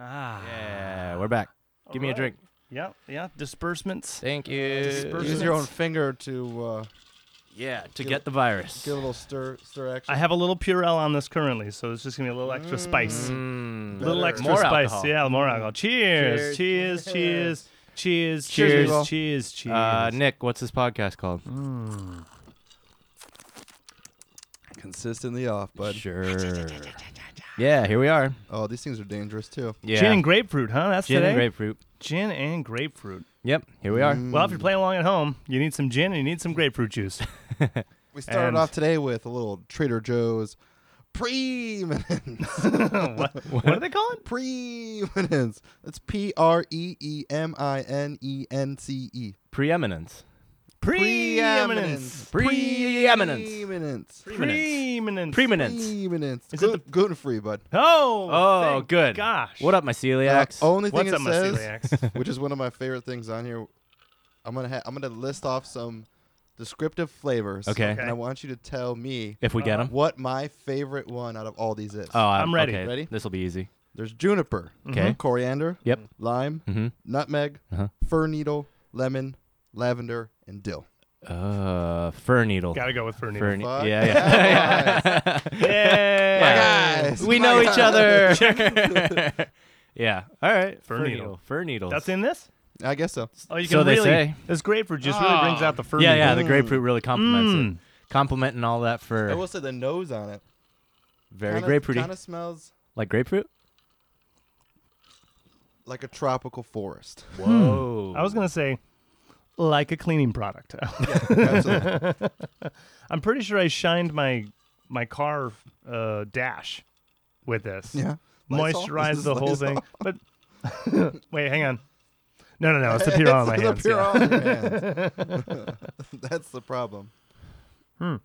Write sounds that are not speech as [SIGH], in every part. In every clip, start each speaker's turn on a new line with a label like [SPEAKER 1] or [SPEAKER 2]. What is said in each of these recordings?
[SPEAKER 1] Ah.
[SPEAKER 2] Yeah, we're back. Give me a
[SPEAKER 1] Alright.
[SPEAKER 2] drink.
[SPEAKER 1] Yep. Yeah. Disbursements.
[SPEAKER 3] Thank you.
[SPEAKER 2] Disperse
[SPEAKER 3] Use
[SPEAKER 2] it.
[SPEAKER 3] your own finger to uh,
[SPEAKER 2] Yeah, to
[SPEAKER 3] Give-
[SPEAKER 2] get the virus.
[SPEAKER 3] get a little stir stir action.
[SPEAKER 1] I have a little Purell on this currently, so it's just gonna be a little extra spice.
[SPEAKER 2] Mm.
[SPEAKER 1] little
[SPEAKER 3] Better.
[SPEAKER 1] extra
[SPEAKER 2] More
[SPEAKER 1] spice.
[SPEAKER 2] alcohol.
[SPEAKER 1] Yeah, more alcohol. Cheers.
[SPEAKER 3] Cheers.
[SPEAKER 1] Cheers. Cheers. Cheers. Cheers.
[SPEAKER 2] Cheers.
[SPEAKER 1] Cheers. Cheers. cheers.
[SPEAKER 2] Uh, Nick, what's this podcast called?
[SPEAKER 3] [LAUGHS]
[SPEAKER 1] Mm.
[SPEAKER 3] consistently off, bud.
[SPEAKER 2] Sure. yeah, here we are.
[SPEAKER 3] Oh, these things are dangerous too.
[SPEAKER 2] Yeah.
[SPEAKER 1] Gin and grapefruit, huh? That's
[SPEAKER 2] Gin
[SPEAKER 1] today.
[SPEAKER 2] and grapefruit.
[SPEAKER 1] Gin and grapefruit.
[SPEAKER 2] Yep, here we are. [LAUGHS]
[SPEAKER 1] Well, if you're playing along at home, you need some gin and you need some grapefruit juice.
[SPEAKER 3] We started
[SPEAKER 1] and-
[SPEAKER 3] off today with a little Trader Joe's preeminence. [LAUGHS]
[SPEAKER 1] what, what do they call it?
[SPEAKER 3] preeminence. That's P R E E M I N E N C E.
[SPEAKER 2] Preeminence.
[SPEAKER 1] Preeminence.
[SPEAKER 2] Preeminence.
[SPEAKER 3] Preeminence.
[SPEAKER 1] Preeminence.
[SPEAKER 2] Preeminence.
[SPEAKER 3] Preeminence.
[SPEAKER 1] Is it
[SPEAKER 3] Gluten, gluten free, bud.
[SPEAKER 1] Oh.
[SPEAKER 2] Oh,
[SPEAKER 1] thank
[SPEAKER 2] good.
[SPEAKER 1] Gosh. Uh, oh,
[SPEAKER 2] What up, my celiacs?
[SPEAKER 3] The only thing
[SPEAKER 1] What's
[SPEAKER 3] it
[SPEAKER 1] up, my
[SPEAKER 3] says,
[SPEAKER 1] celiacs?
[SPEAKER 3] which is one of my favorite things on here, I'm gonna ha- I'm gonna list off some descriptive flavors.
[SPEAKER 2] Okay.
[SPEAKER 3] And I want you to tell me
[SPEAKER 2] If we get 'em. get them.
[SPEAKER 3] what my favorite one out of all these is.
[SPEAKER 2] Oh, I-
[SPEAKER 1] uh, I'm ready.
[SPEAKER 2] Okay.
[SPEAKER 3] Ready?
[SPEAKER 2] This will be easy.
[SPEAKER 3] There's juniper. Mhm.
[SPEAKER 2] Okay.
[SPEAKER 3] Coriander.
[SPEAKER 2] Yep.
[SPEAKER 3] Lime.
[SPEAKER 2] Mm-hmm.
[SPEAKER 1] Mm.
[SPEAKER 3] Nutmeg.
[SPEAKER 2] Uh-huh.
[SPEAKER 3] Fir needle. Lemon. Lavender and dill.
[SPEAKER 2] Uh, fur needle.
[SPEAKER 1] Gotta go with Fernie.
[SPEAKER 2] Fur ne-
[SPEAKER 3] Fuck [LAUGHS]
[SPEAKER 2] yeah, [LAUGHS] yeah.
[SPEAKER 1] Yeah.
[SPEAKER 3] Guys,
[SPEAKER 2] we
[SPEAKER 3] my
[SPEAKER 2] know each
[SPEAKER 3] God. [LAUGHS]
[SPEAKER 2] other. [LAUGHS] yeah. All right.
[SPEAKER 1] Fur needle.
[SPEAKER 2] Fur needles.
[SPEAKER 1] That's in this?
[SPEAKER 3] I guess so.
[SPEAKER 1] Oh, you can
[SPEAKER 2] So they
[SPEAKER 1] really,
[SPEAKER 2] say.
[SPEAKER 1] This grapefruit juice really brings out the fur.
[SPEAKER 2] Yeah, yeah.
[SPEAKER 1] needle.
[SPEAKER 2] The grapefruit really complements
[SPEAKER 1] Mm.
[SPEAKER 2] it. Complimenting all that
[SPEAKER 3] I
[SPEAKER 2] fur.
[SPEAKER 3] will say the nose on it.
[SPEAKER 2] Very
[SPEAKER 3] kinda,
[SPEAKER 2] grapefruity.
[SPEAKER 3] Kind of smells
[SPEAKER 2] Like grapefruit?
[SPEAKER 3] like a tropical forest.
[SPEAKER 2] Whoa.
[SPEAKER 1] Hmm. I was gonna say, like a cleaning product.
[SPEAKER 3] Absolutely.
[SPEAKER 1] [LAUGHS] I'm pretty sure I shined my my car uh, dash with this.
[SPEAKER 3] yeah. Lysol?
[SPEAKER 1] Moisturized
[SPEAKER 3] Is
[SPEAKER 1] the
[SPEAKER 3] this
[SPEAKER 1] whole
[SPEAKER 3] Lysol?
[SPEAKER 1] thing. But wait, hang on. No, no, no.
[SPEAKER 3] [LAUGHS]
[SPEAKER 1] It's the pure on my
[SPEAKER 3] It's
[SPEAKER 1] hands.
[SPEAKER 3] the
[SPEAKER 1] yeah.
[SPEAKER 3] Purell in
[SPEAKER 1] [LAUGHS]
[SPEAKER 3] your hands. [LAUGHS] That's the problem.
[SPEAKER 2] Yeah.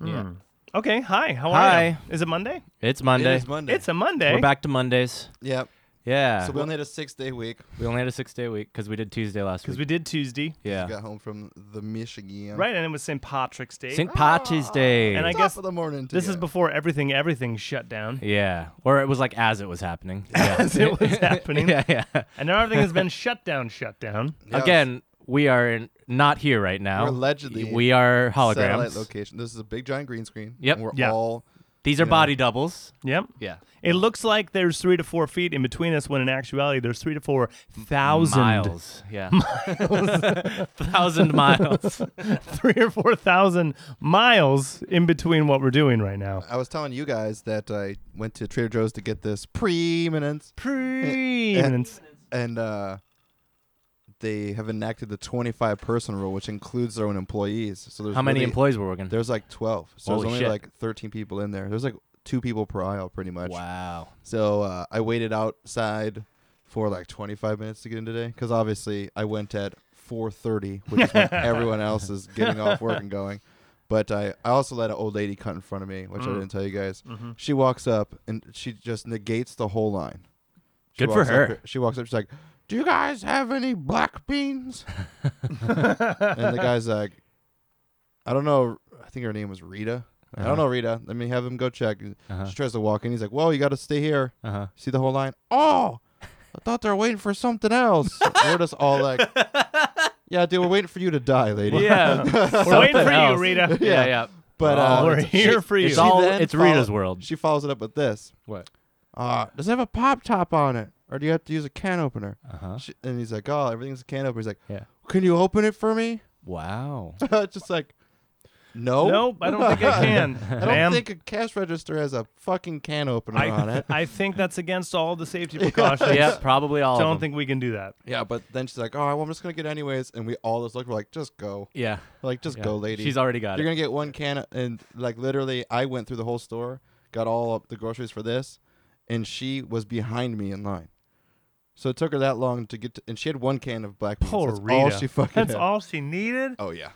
[SPEAKER 3] Mm.
[SPEAKER 1] Okay. Hi. How are you?
[SPEAKER 2] Hi.
[SPEAKER 1] Is it Monday?
[SPEAKER 2] It's Monday.
[SPEAKER 3] It is Monday.
[SPEAKER 1] It's a Monday.
[SPEAKER 2] We're back to Mondays.
[SPEAKER 3] Yep.
[SPEAKER 2] Yeah.
[SPEAKER 1] Uh-huh.
[SPEAKER 3] So we only had a six day week.
[SPEAKER 2] we only had a six day week because we did Tuesday last
[SPEAKER 1] because
[SPEAKER 2] week.
[SPEAKER 1] we did Tuesday,
[SPEAKER 2] yeah.
[SPEAKER 3] Got home from the Michigan.
[SPEAKER 1] Uh-huh. right? And it was St. Patrick's Day.
[SPEAKER 2] St.
[SPEAKER 3] Ah.
[SPEAKER 2] Patrick's Day.
[SPEAKER 1] And I
[SPEAKER 3] Top
[SPEAKER 1] guess
[SPEAKER 3] of the morning. To
[SPEAKER 1] this is
[SPEAKER 3] you.
[SPEAKER 1] before everything everything shut
[SPEAKER 2] [LAUGHS]
[SPEAKER 1] down,
[SPEAKER 2] yeah. Or it was like as it was
[SPEAKER 3] [LAUGHS]
[SPEAKER 2] happening. Yeah.
[SPEAKER 1] [LAUGHS] As it
[SPEAKER 2] [LAUGHS]
[SPEAKER 1] was happening.
[SPEAKER 2] yeah, yeah.
[SPEAKER 1] and now everything has been [LAUGHS] shut down, shut down.
[SPEAKER 3] Yes.
[SPEAKER 2] Again, we are in, not here right now.
[SPEAKER 3] We're allegedly
[SPEAKER 2] we are
[SPEAKER 3] satellite
[SPEAKER 2] holograms.
[SPEAKER 3] location. This is a big giant green screen.
[SPEAKER 2] Yep.
[SPEAKER 3] and we're
[SPEAKER 1] Yeah.
[SPEAKER 3] all
[SPEAKER 2] These are
[SPEAKER 3] Yeah.
[SPEAKER 2] body doubles.
[SPEAKER 1] Yep.
[SPEAKER 2] Yeah.
[SPEAKER 1] It looks like there's three to four feet in between us, when in actuality there's three to four [LAUGHS] thousand
[SPEAKER 2] Miles. [LAUGHS] Yeah. [LAUGHS] Thousand miles.
[SPEAKER 1] three or four thousand miles in between what we're doing right now.
[SPEAKER 3] I was telling you guys that I went to Trader Joe's to get this preeminence,
[SPEAKER 1] Preeminence.
[SPEAKER 3] and uh, they have enacted the 25 person rule, which includes their own employees. So there's
[SPEAKER 2] How many
[SPEAKER 3] really-
[SPEAKER 2] employees were working?
[SPEAKER 3] There's like 12. So
[SPEAKER 2] Holy
[SPEAKER 3] there's only
[SPEAKER 2] shit.
[SPEAKER 3] like 13 people in there. There's like two people per aisle, pretty much.
[SPEAKER 2] Wow.
[SPEAKER 3] So uh, I waited outside for like 25 minutes to get in today because obviously I went at 4:30, which is when
[SPEAKER 2] [LAUGHS]
[SPEAKER 3] everyone else is getting off work and going. But I, I also let an old lady cut in front of me,
[SPEAKER 2] Mm.
[SPEAKER 3] which I didn't tell you guys.
[SPEAKER 2] Mm-hmm.
[SPEAKER 3] She walks up and she just negates the whole line. She
[SPEAKER 2] Good for
[SPEAKER 3] walks up
[SPEAKER 2] her.
[SPEAKER 3] here- she walks up. She's like, "Do you guys have any
[SPEAKER 2] [LAUGHS]
[SPEAKER 3] black beans?" and the guy's like, "I don't know. I think her name was Rita. I
[SPEAKER 2] Uh-huh.
[SPEAKER 3] don't know Rita. Let me have him go check." And
[SPEAKER 2] Uh-huh.
[SPEAKER 3] She tries to walk in. He's like, "Well, you got to stay here."
[SPEAKER 2] Uh huh.
[SPEAKER 3] See the whole line. Oh, I thought they were waiting for something else.
[SPEAKER 2] [LAUGHS]
[SPEAKER 3] we're just all like, yeah, dude, we're waiting for you to die, lady.
[SPEAKER 2] [LAUGHS]
[SPEAKER 1] We're
[SPEAKER 2] Yeah.
[SPEAKER 1] waiting
[SPEAKER 2] Something
[SPEAKER 1] for you,
[SPEAKER 2] else.
[SPEAKER 1] Rita.
[SPEAKER 2] Yeah.
[SPEAKER 3] Yeah.
[SPEAKER 2] Yeah.
[SPEAKER 3] But uh,
[SPEAKER 2] Oh,
[SPEAKER 1] We're
[SPEAKER 3] she-
[SPEAKER 1] here for you.
[SPEAKER 2] It's
[SPEAKER 3] she
[SPEAKER 2] all.
[SPEAKER 3] then
[SPEAKER 2] It's
[SPEAKER 3] follow-
[SPEAKER 2] Rita's world.
[SPEAKER 3] She follows it up with this.
[SPEAKER 2] What?
[SPEAKER 3] Uh, does it have a pop top on it, or do you have to use a can opener?
[SPEAKER 2] Uh huh.
[SPEAKER 3] She, and he's like, oh, everything's a can opener. He's like,
[SPEAKER 2] Yeah.
[SPEAKER 3] can you open it for me? [LAUGHS]
[SPEAKER 2] Wow.
[SPEAKER 3] just like, no.
[SPEAKER 1] Nope, I don't think
[SPEAKER 3] [LAUGHS]
[SPEAKER 1] I can,
[SPEAKER 3] oh. I don't
[SPEAKER 1] ma'am.
[SPEAKER 3] think a cash register has a fucking can opener on
[SPEAKER 1] I,
[SPEAKER 3] it.
[SPEAKER 1] [LAUGHS] I think that's against all the
[SPEAKER 3] [LAUGHS]
[SPEAKER 1] safety precautions.
[SPEAKER 2] yeah. Probably all.
[SPEAKER 1] I
[SPEAKER 2] of
[SPEAKER 1] don't
[SPEAKER 2] them.
[SPEAKER 1] think we can do that.
[SPEAKER 3] Yeah, but then she's like, oh, well, I'm just gonna get it anyways, and we all just look we're like, just go,
[SPEAKER 2] Yeah.
[SPEAKER 3] like just
[SPEAKER 2] yeah.
[SPEAKER 3] go, lady.
[SPEAKER 2] She's already got
[SPEAKER 3] You're
[SPEAKER 2] it.
[SPEAKER 3] gonna get one can, of- and like literally, I went through the whole store, got all up the groceries for this, and she was behind me in line. So it took her that long to get, to, and she had one can of black beans.
[SPEAKER 1] Poor
[SPEAKER 3] That's
[SPEAKER 1] Rita.
[SPEAKER 3] all she fucking.
[SPEAKER 1] That's
[SPEAKER 3] had.
[SPEAKER 1] all she needed.
[SPEAKER 3] Oh yeah.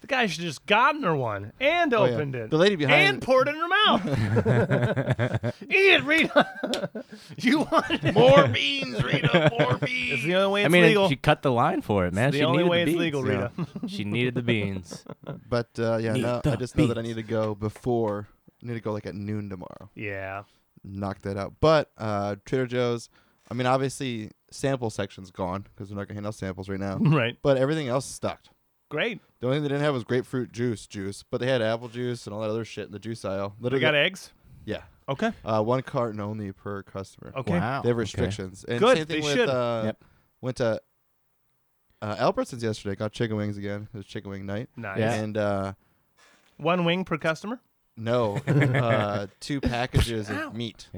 [SPEAKER 1] The guy should just gotten her one and
[SPEAKER 3] Oh, yeah.
[SPEAKER 1] opened it.
[SPEAKER 3] The lady behind.
[SPEAKER 1] and poured it in her mouth.
[SPEAKER 2] [LAUGHS]
[SPEAKER 1] Eat it, Rita. you want it?
[SPEAKER 3] more beans, Rita.
[SPEAKER 1] [LAUGHS]
[SPEAKER 3] More
[SPEAKER 1] It's
[SPEAKER 3] beans.
[SPEAKER 1] the only way it's
[SPEAKER 2] I mean, and
[SPEAKER 1] legal.
[SPEAKER 2] she cut the line for it, man.
[SPEAKER 1] the
[SPEAKER 2] she
[SPEAKER 1] only
[SPEAKER 2] needed
[SPEAKER 1] way
[SPEAKER 2] the
[SPEAKER 1] it's
[SPEAKER 2] beans.
[SPEAKER 1] legal, Rita.
[SPEAKER 2] [LAUGHS]
[SPEAKER 1] [LAUGHS]
[SPEAKER 2] She needed the beans.
[SPEAKER 3] But uh, yeah,
[SPEAKER 2] Need
[SPEAKER 3] no,
[SPEAKER 2] the
[SPEAKER 3] I just know that I
[SPEAKER 2] beans.
[SPEAKER 3] need to go before. I need to go like at noon tomorrow.
[SPEAKER 1] Yeah.
[SPEAKER 3] Knock that out. But uh, Trader Joe's. I mean, obviously, sample section's gone because they're not gonna hand out samples
[SPEAKER 1] [LAUGHS]
[SPEAKER 3] right now.
[SPEAKER 1] right.
[SPEAKER 3] But everything else is stocked.
[SPEAKER 1] Great.
[SPEAKER 3] The only thing they didn't have was grapefruit juice, juice. But they had apple juice and all that other shit in the juice aisle.
[SPEAKER 1] We
[SPEAKER 3] Literally,
[SPEAKER 1] got eggs.
[SPEAKER 3] yeah,
[SPEAKER 1] Okay.
[SPEAKER 3] uh, one carton only per customer.
[SPEAKER 1] Oh, Okay.
[SPEAKER 2] Wow.
[SPEAKER 3] They
[SPEAKER 2] [LAUGHS]
[SPEAKER 3] have
[SPEAKER 2] okay.
[SPEAKER 3] restrictions. And
[SPEAKER 1] Good,
[SPEAKER 3] Same thing
[SPEAKER 1] they
[SPEAKER 3] with,
[SPEAKER 1] should.
[SPEAKER 3] Uh,
[SPEAKER 2] Yep.
[SPEAKER 3] Went to uh, Albertsons yesterday. Got chicken wings again. It was chicken wing night.
[SPEAKER 1] Nice.
[SPEAKER 2] Yeah.
[SPEAKER 3] And uh,
[SPEAKER 1] One wing per customer.
[SPEAKER 3] no,
[SPEAKER 1] [LAUGHS]
[SPEAKER 3] uh, two packages of meat.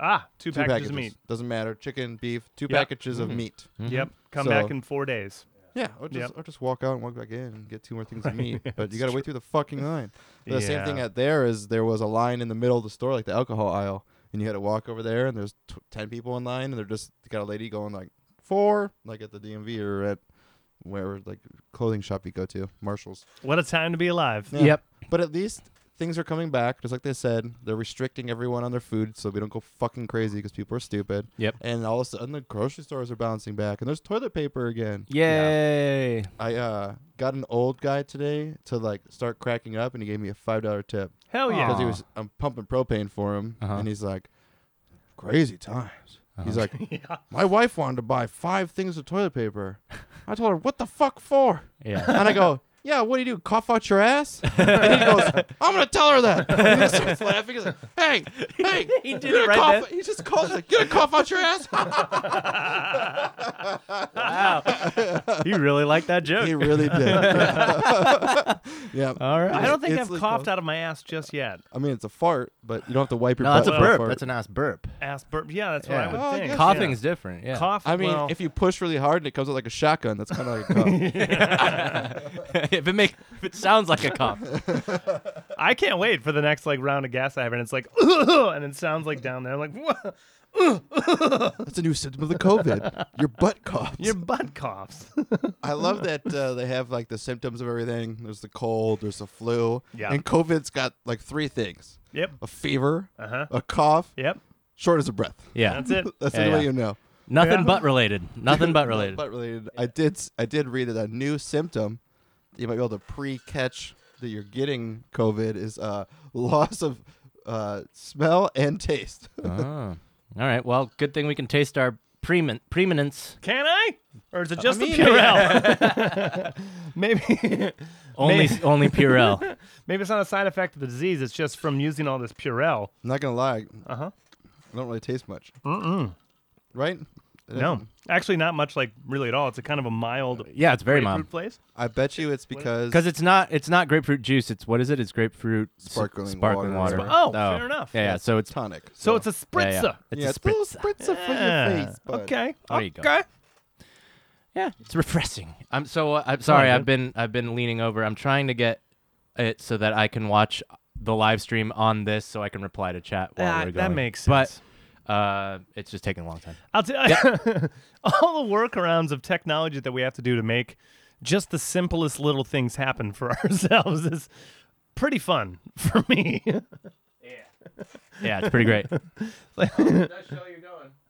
[SPEAKER 1] Ah, two
[SPEAKER 3] Two
[SPEAKER 1] packages, of meat. Mm-hmm.
[SPEAKER 3] Doesn't matter. Chicken, beef. Two
[SPEAKER 1] Yeah.
[SPEAKER 3] packages of
[SPEAKER 2] Mm.
[SPEAKER 3] meat.
[SPEAKER 2] Mhm.
[SPEAKER 1] Yep. Come back
[SPEAKER 3] So-
[SPEAKER 1] in four days.
[SPEAKER 3] Yeah, or just
[SPEAKER 1] Yep.
[SPEAKER 3] or just walk out and walk back in and get two
[SPEAKER 1] [LAUGHS]
[SPEAKER 3] more things to meat. But
[SPEAKER 1] That's
[SPEAKER 3] you got to wait through the fucking line. The same thing
[SPEAKER 1] Yeah.
[SPEAKER 3] at there is there was a line in the middle of the store, like the alcohol aisle, and you had to walk over there, and there's t- ten people in line, and they're just they got a lady going like four, like at the DMV or at wherever like clothing shop you go to, Marshalls.
[SPEAKER 1] What a time to be alive.
[SPEAKER 3] Yeah.
[SPEAKER 2] Yep.
[SPEAKER 3] But at least things are coming back, just like they said. They're restricting everyone on their food, so we don't go fucking crazy because people are stupid.
[SPEAKER 2] Yep.
[SPEAKER 3] And all of a sudden, the grocery stores are bouncing back, and there's toilet paper again.
[SPEAKER 2] Yay.
[SPEAKER 3] I uh, got an old guy today to like start cracking up, and he gave me a five dollar tip
[SPEAKER 1] Hell yeah.
[SPEAKER 3] because he
[SPEAKER 2] Aw.
[SPEAKER 3] was I'm pumping propane for him,
[SPEAKER 2] Uh-huh.
[SPEAKER 3] and he's like, crazy times. He's
[SPEAKER 2] Uh-huh.
[SPEAKER 3] like,
[SPEAKER 2] [LAUGHS]
[SPEAKER 1] Yeah.
[SPEAKER 3] my wife wanted to buy five things of toilet paper. I told her, what the fuck for?
[SPEAKER 2] [LAUGHS] Yeah.
[SPEAKER 3] And I go, yeah, what do you do? Cough out your ass? And he goes, I'm gonna tell her that. And he starts laughing. He's like, hey, hey,
[SPEAKER 2] [LAUGHS] He did
[SPEAKER 3] you're
[SPEAKER 2] it
[SPEAKER 3] gonna
[SPEAKER 2] right
[SPEAKER 3] cough. He just calls like, you're gonna cough out your
[SPEAKER 2] [LAUGHS]
[SPEAKER 3] ass.
[SPEAKER 2] Wow. he really liked that joke.
[SPEAKER 3] he really
[SPEAKER 2] [LAUGHS]
[SPEAKER 3] did. [LAUGHS] yeah.
[SPEAKER 2] All right.
[SPEAKER 1] I don't think I've
[SPEAKER 3] Instantly
[SPEAKER 1] coughed
[SPEAKER 3] close.
[SPEAKER 1] out of my ass just yet.
[SPEAKER 3] I mean, it's a fart, but you don't have to wipe your
[SPEAKER 2] no,
[SPEAKER 3] butt.
[SPEAKER 2] that's a
[SPEAKER 3] with
[SPEAKER 2] burp.
[SPEAKER 3] fart.
[SPEAKER 2] That's a nice burp.
[SPEAKER 1] Ass burp. Yeah, that's
[SPEAKER 2] Yeah.
[SPEAKER 1] what
[SPEAKER 3] Well,
[SPEAKER 1] I
[SPEAKER 3] I
[SPEAKER 1] would think.
[SPEAKER 3] guess,
[SPEAKER 2] Oh, Coughing's different. Yeah.
[SPEAKER 1] Cough.
[SPEAKER 3] I mean,
[SPEAKER 1] well,
[SPEAKER 3] if you push really hard and it comes out like a shotgun, that's kind of like uh, a
[SPEAKER 2] [LAUGHS]
[SPEAKER 3] cough.
[SPEAKER 2] [LAUGHS] if it make if it sounds like a
[SPEAKER 1] [LAUGHS]
[SPEAKER 2] cough.
[SPEAKER 1] I can't wait for the next like round of gas I have, and it's like, [LAUGHS] and it sounds like down there, like "Whoa,
[SPEAKER 3] that's a new symptom of the COVID. Your butt coughs.
[SPEAKER 1] your butt coughs.
[SPEAKER 3] I love that uh, they have like the symptoms of everything. There's the cold. There's the flu.
[SPEAKER 1] Yeah.
[SPEAKER 3] And COVID's got like three things:
[SPEAKER 1] [LAUGHS] yep.
[SPEAKER 3] a fever,
[SPEAKER 1] Uh huh.
[SPEAKER 3] a cough,
[SPEAKER 1] Yep.
[SPEAKER 3] shortness of breath. [LAUGHS]
[SPEAKER 2] Yeah.
[SPEAKER 1] [LAUGHS] That's it.
[SPEAKER 3] That's
[SPEAKER 2] Uh-huh.
[SPEAKER 3] the
[SPEAKER 2] Yeah,
[SPEAKER 3] only way
[SPEAKER 2] yeah.
[SPEAKER 3] you know.
[SPEAKER 2] Nothing
[SPEAKER 1] Yeah.
[SPEAKER 2] but related. Nothing
[SPEAKER 1] [LAUGHS]
[SPEAKER 2] but
[SPEAKER 3] Not
[SPEAKER 2] related.
[SPEAKER 3] Butt related. I did. s- I did read that a new symptom that you might be able to pre-catch that you're getting COVID is uh, loss of uh, smell and taste.
[SPEAKER 2] oh. All right. Well, good thing we can taste our premen- preeminence.
[SPEAKER 1] Can I? Or is it just
[SPEAKER 3] mean-
[SPEAKER 1] the Purell? [LAUGHS] maybe, [LAUGHS]
[SPEAKER 2] Only
[SPEAKER 1] Maybe. [LAUGHS]
[SPEAKER 2] only Purell.
[SPEAKER 1] maybe it's not a side effect of the disease. It's just from using all this Purell.
[SPEAKER 3] I'm not gonna lie.
[SPEAKER 1] Uh
[SPEAKER 2] Uh-huh.
[SPEAKER 1] huh.
[SPEAKER 3] I don't really taste much.
[SPEAKER 1] Mm-mm.
[SPEAKER 3] Right?
[SPEAKER 1] No, actually, not much like really at all. It's a kind of a mild
[SPEAKER 2] Yeah, it's very mild.
[SPEAKER 1] grapefruit place.
[SPEAKER 3] I bet you it's because
[SPEAKER 2] Because it's not it's not grapefruit juice. It's what is it? It's grapefruit s-
[SPEAKER 3] Sparkling
[SPEAKER 2] sparkling
[SPEAKER 3] water.
[SPEAKER 2] water.
[SPEAKER 3] Sp-
[SPEAKER 1] oh, fair enough.
[SPEAKER 2] Yeah, yeah. So it's
[SPEAKER 3] tonic.
[SPEAKER 1] So it's a spritzer.
[SPEAKER 2] yeah, yeah. It's
[SPEAKER 3] yeah,
[SPEAKER 2] a
[SPEAKER 3] it's a little
[SPEAKER 2] spritz.
[SPEAKER 3] spritzer for
[SPEAKER 1] Yeah.
[SPEAKER 3] your face. Bud.
[SPEAKER 1] Okay.
[SPEAKER 2] There you go.
[SPEAKER 1] okay.
[SPEAKER 2] Yeah, it's refreshing. I'm so uh, I'm sorry.
[SPEAKER 1] Oh,
[SPEAKER 2] I've been I've been leaning over. I'm trying to get it so that I can watch the live stream on this, so I can reply to chat while
[SPEAKER 1] Ah,
[SPEAKER 2] we're going.
[SPEAKER 1] that makes sense.
[SPEAKER 2] But uh, it's just taking a long time.
[SPEAKER 1] I'll tell [LAUGHS] all the workarounds of technology that we have to do to make just the simplest little things happen for [LAUGHS] ourselves is pretty fun [LAUGHS] for me.
[SPEAKER 2] Oh, Yeah, it's pretty
[SPEAKER 1] [LAUGHS]
[SPEAKER 2] great.
[SPEAKER 1] oh,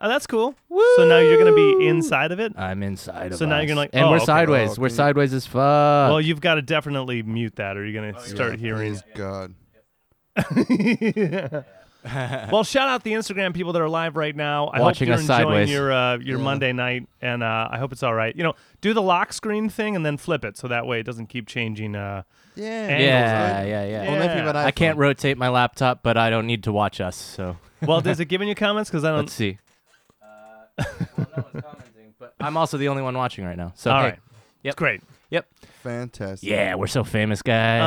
[SPEAKER 1] that's cool. So now you're gonna be inside of it.
[SPEAKER 2] I'm inside of
[SPEAKER 1] So now you're
[SPEAKER 2] us.
[SPEAKER 1] gonna like,
[SPEAKER 2] and
[SPEAKER 1] oh,
[SPEAKER 2] we're
[SPEAKER 1] okay.
[SPEAKER 2] sideways.
[SPEAKER 3] Oh,
[SPEAKER 2] we're
[SPEAKER 3] can you-
[SPEAKER 2] sideways as fuck.
[SPEAKER 1] well, you've got to definitely mute that, or you're gonna start hearing.
[SPEAKER 3] Please, God.
[SPEAKER 1] [LAUGHS] Well, shout out the Instagram people that are live right now. I
[SPEAKER 2] Watching
[SPEAKER 1] hope you're
[SPEAKER 2] us
[SPEAKER 1] enjoying
[SPEAKER 2] sideways.
[SPEAKER 1] your uh, your
[SPEAKER 3] Yeah.
[SPEAKER 1] Monday night, and uh, I hope it's all right. You know, do the lock screen thing and then flip it, so that way it doesn't keep changing. Uh,
[SPEAKER 3] Yeah.
[SPEAKER 1] Angles,
[SPEAKER 2] yeah,
[SPEAKER 3] right?
[SPEAKER 2] yeah, yeah,
[SPEAKER 1] Yeah.
[SPEAKER 3] Only if you have an
[SPEAKER 2] I can't
[SPEAKER 3] iPhone.
[SPEAKER 2] rotate my laptop, but I don't need to watch us. So
[SPEAKER 1] well, does it give any comments? Because I don't.
[SPEAKER 2] let's
[SPEAKER 1] [LAUGHS]
[SPEAKER 2] see. I'm also the only one watching right now. So
[SPEAKER 1] All
[SPEAKER 2] hey.
[SPEAKER 1] right,
[SPEAKER 2] Yep.
[SPEAKER 1] great.
[SPEAKER 2] Yep.
[SPEAKER 3] Fantastic.
[SPEAKER 2] Yeah, we're so famous, guys.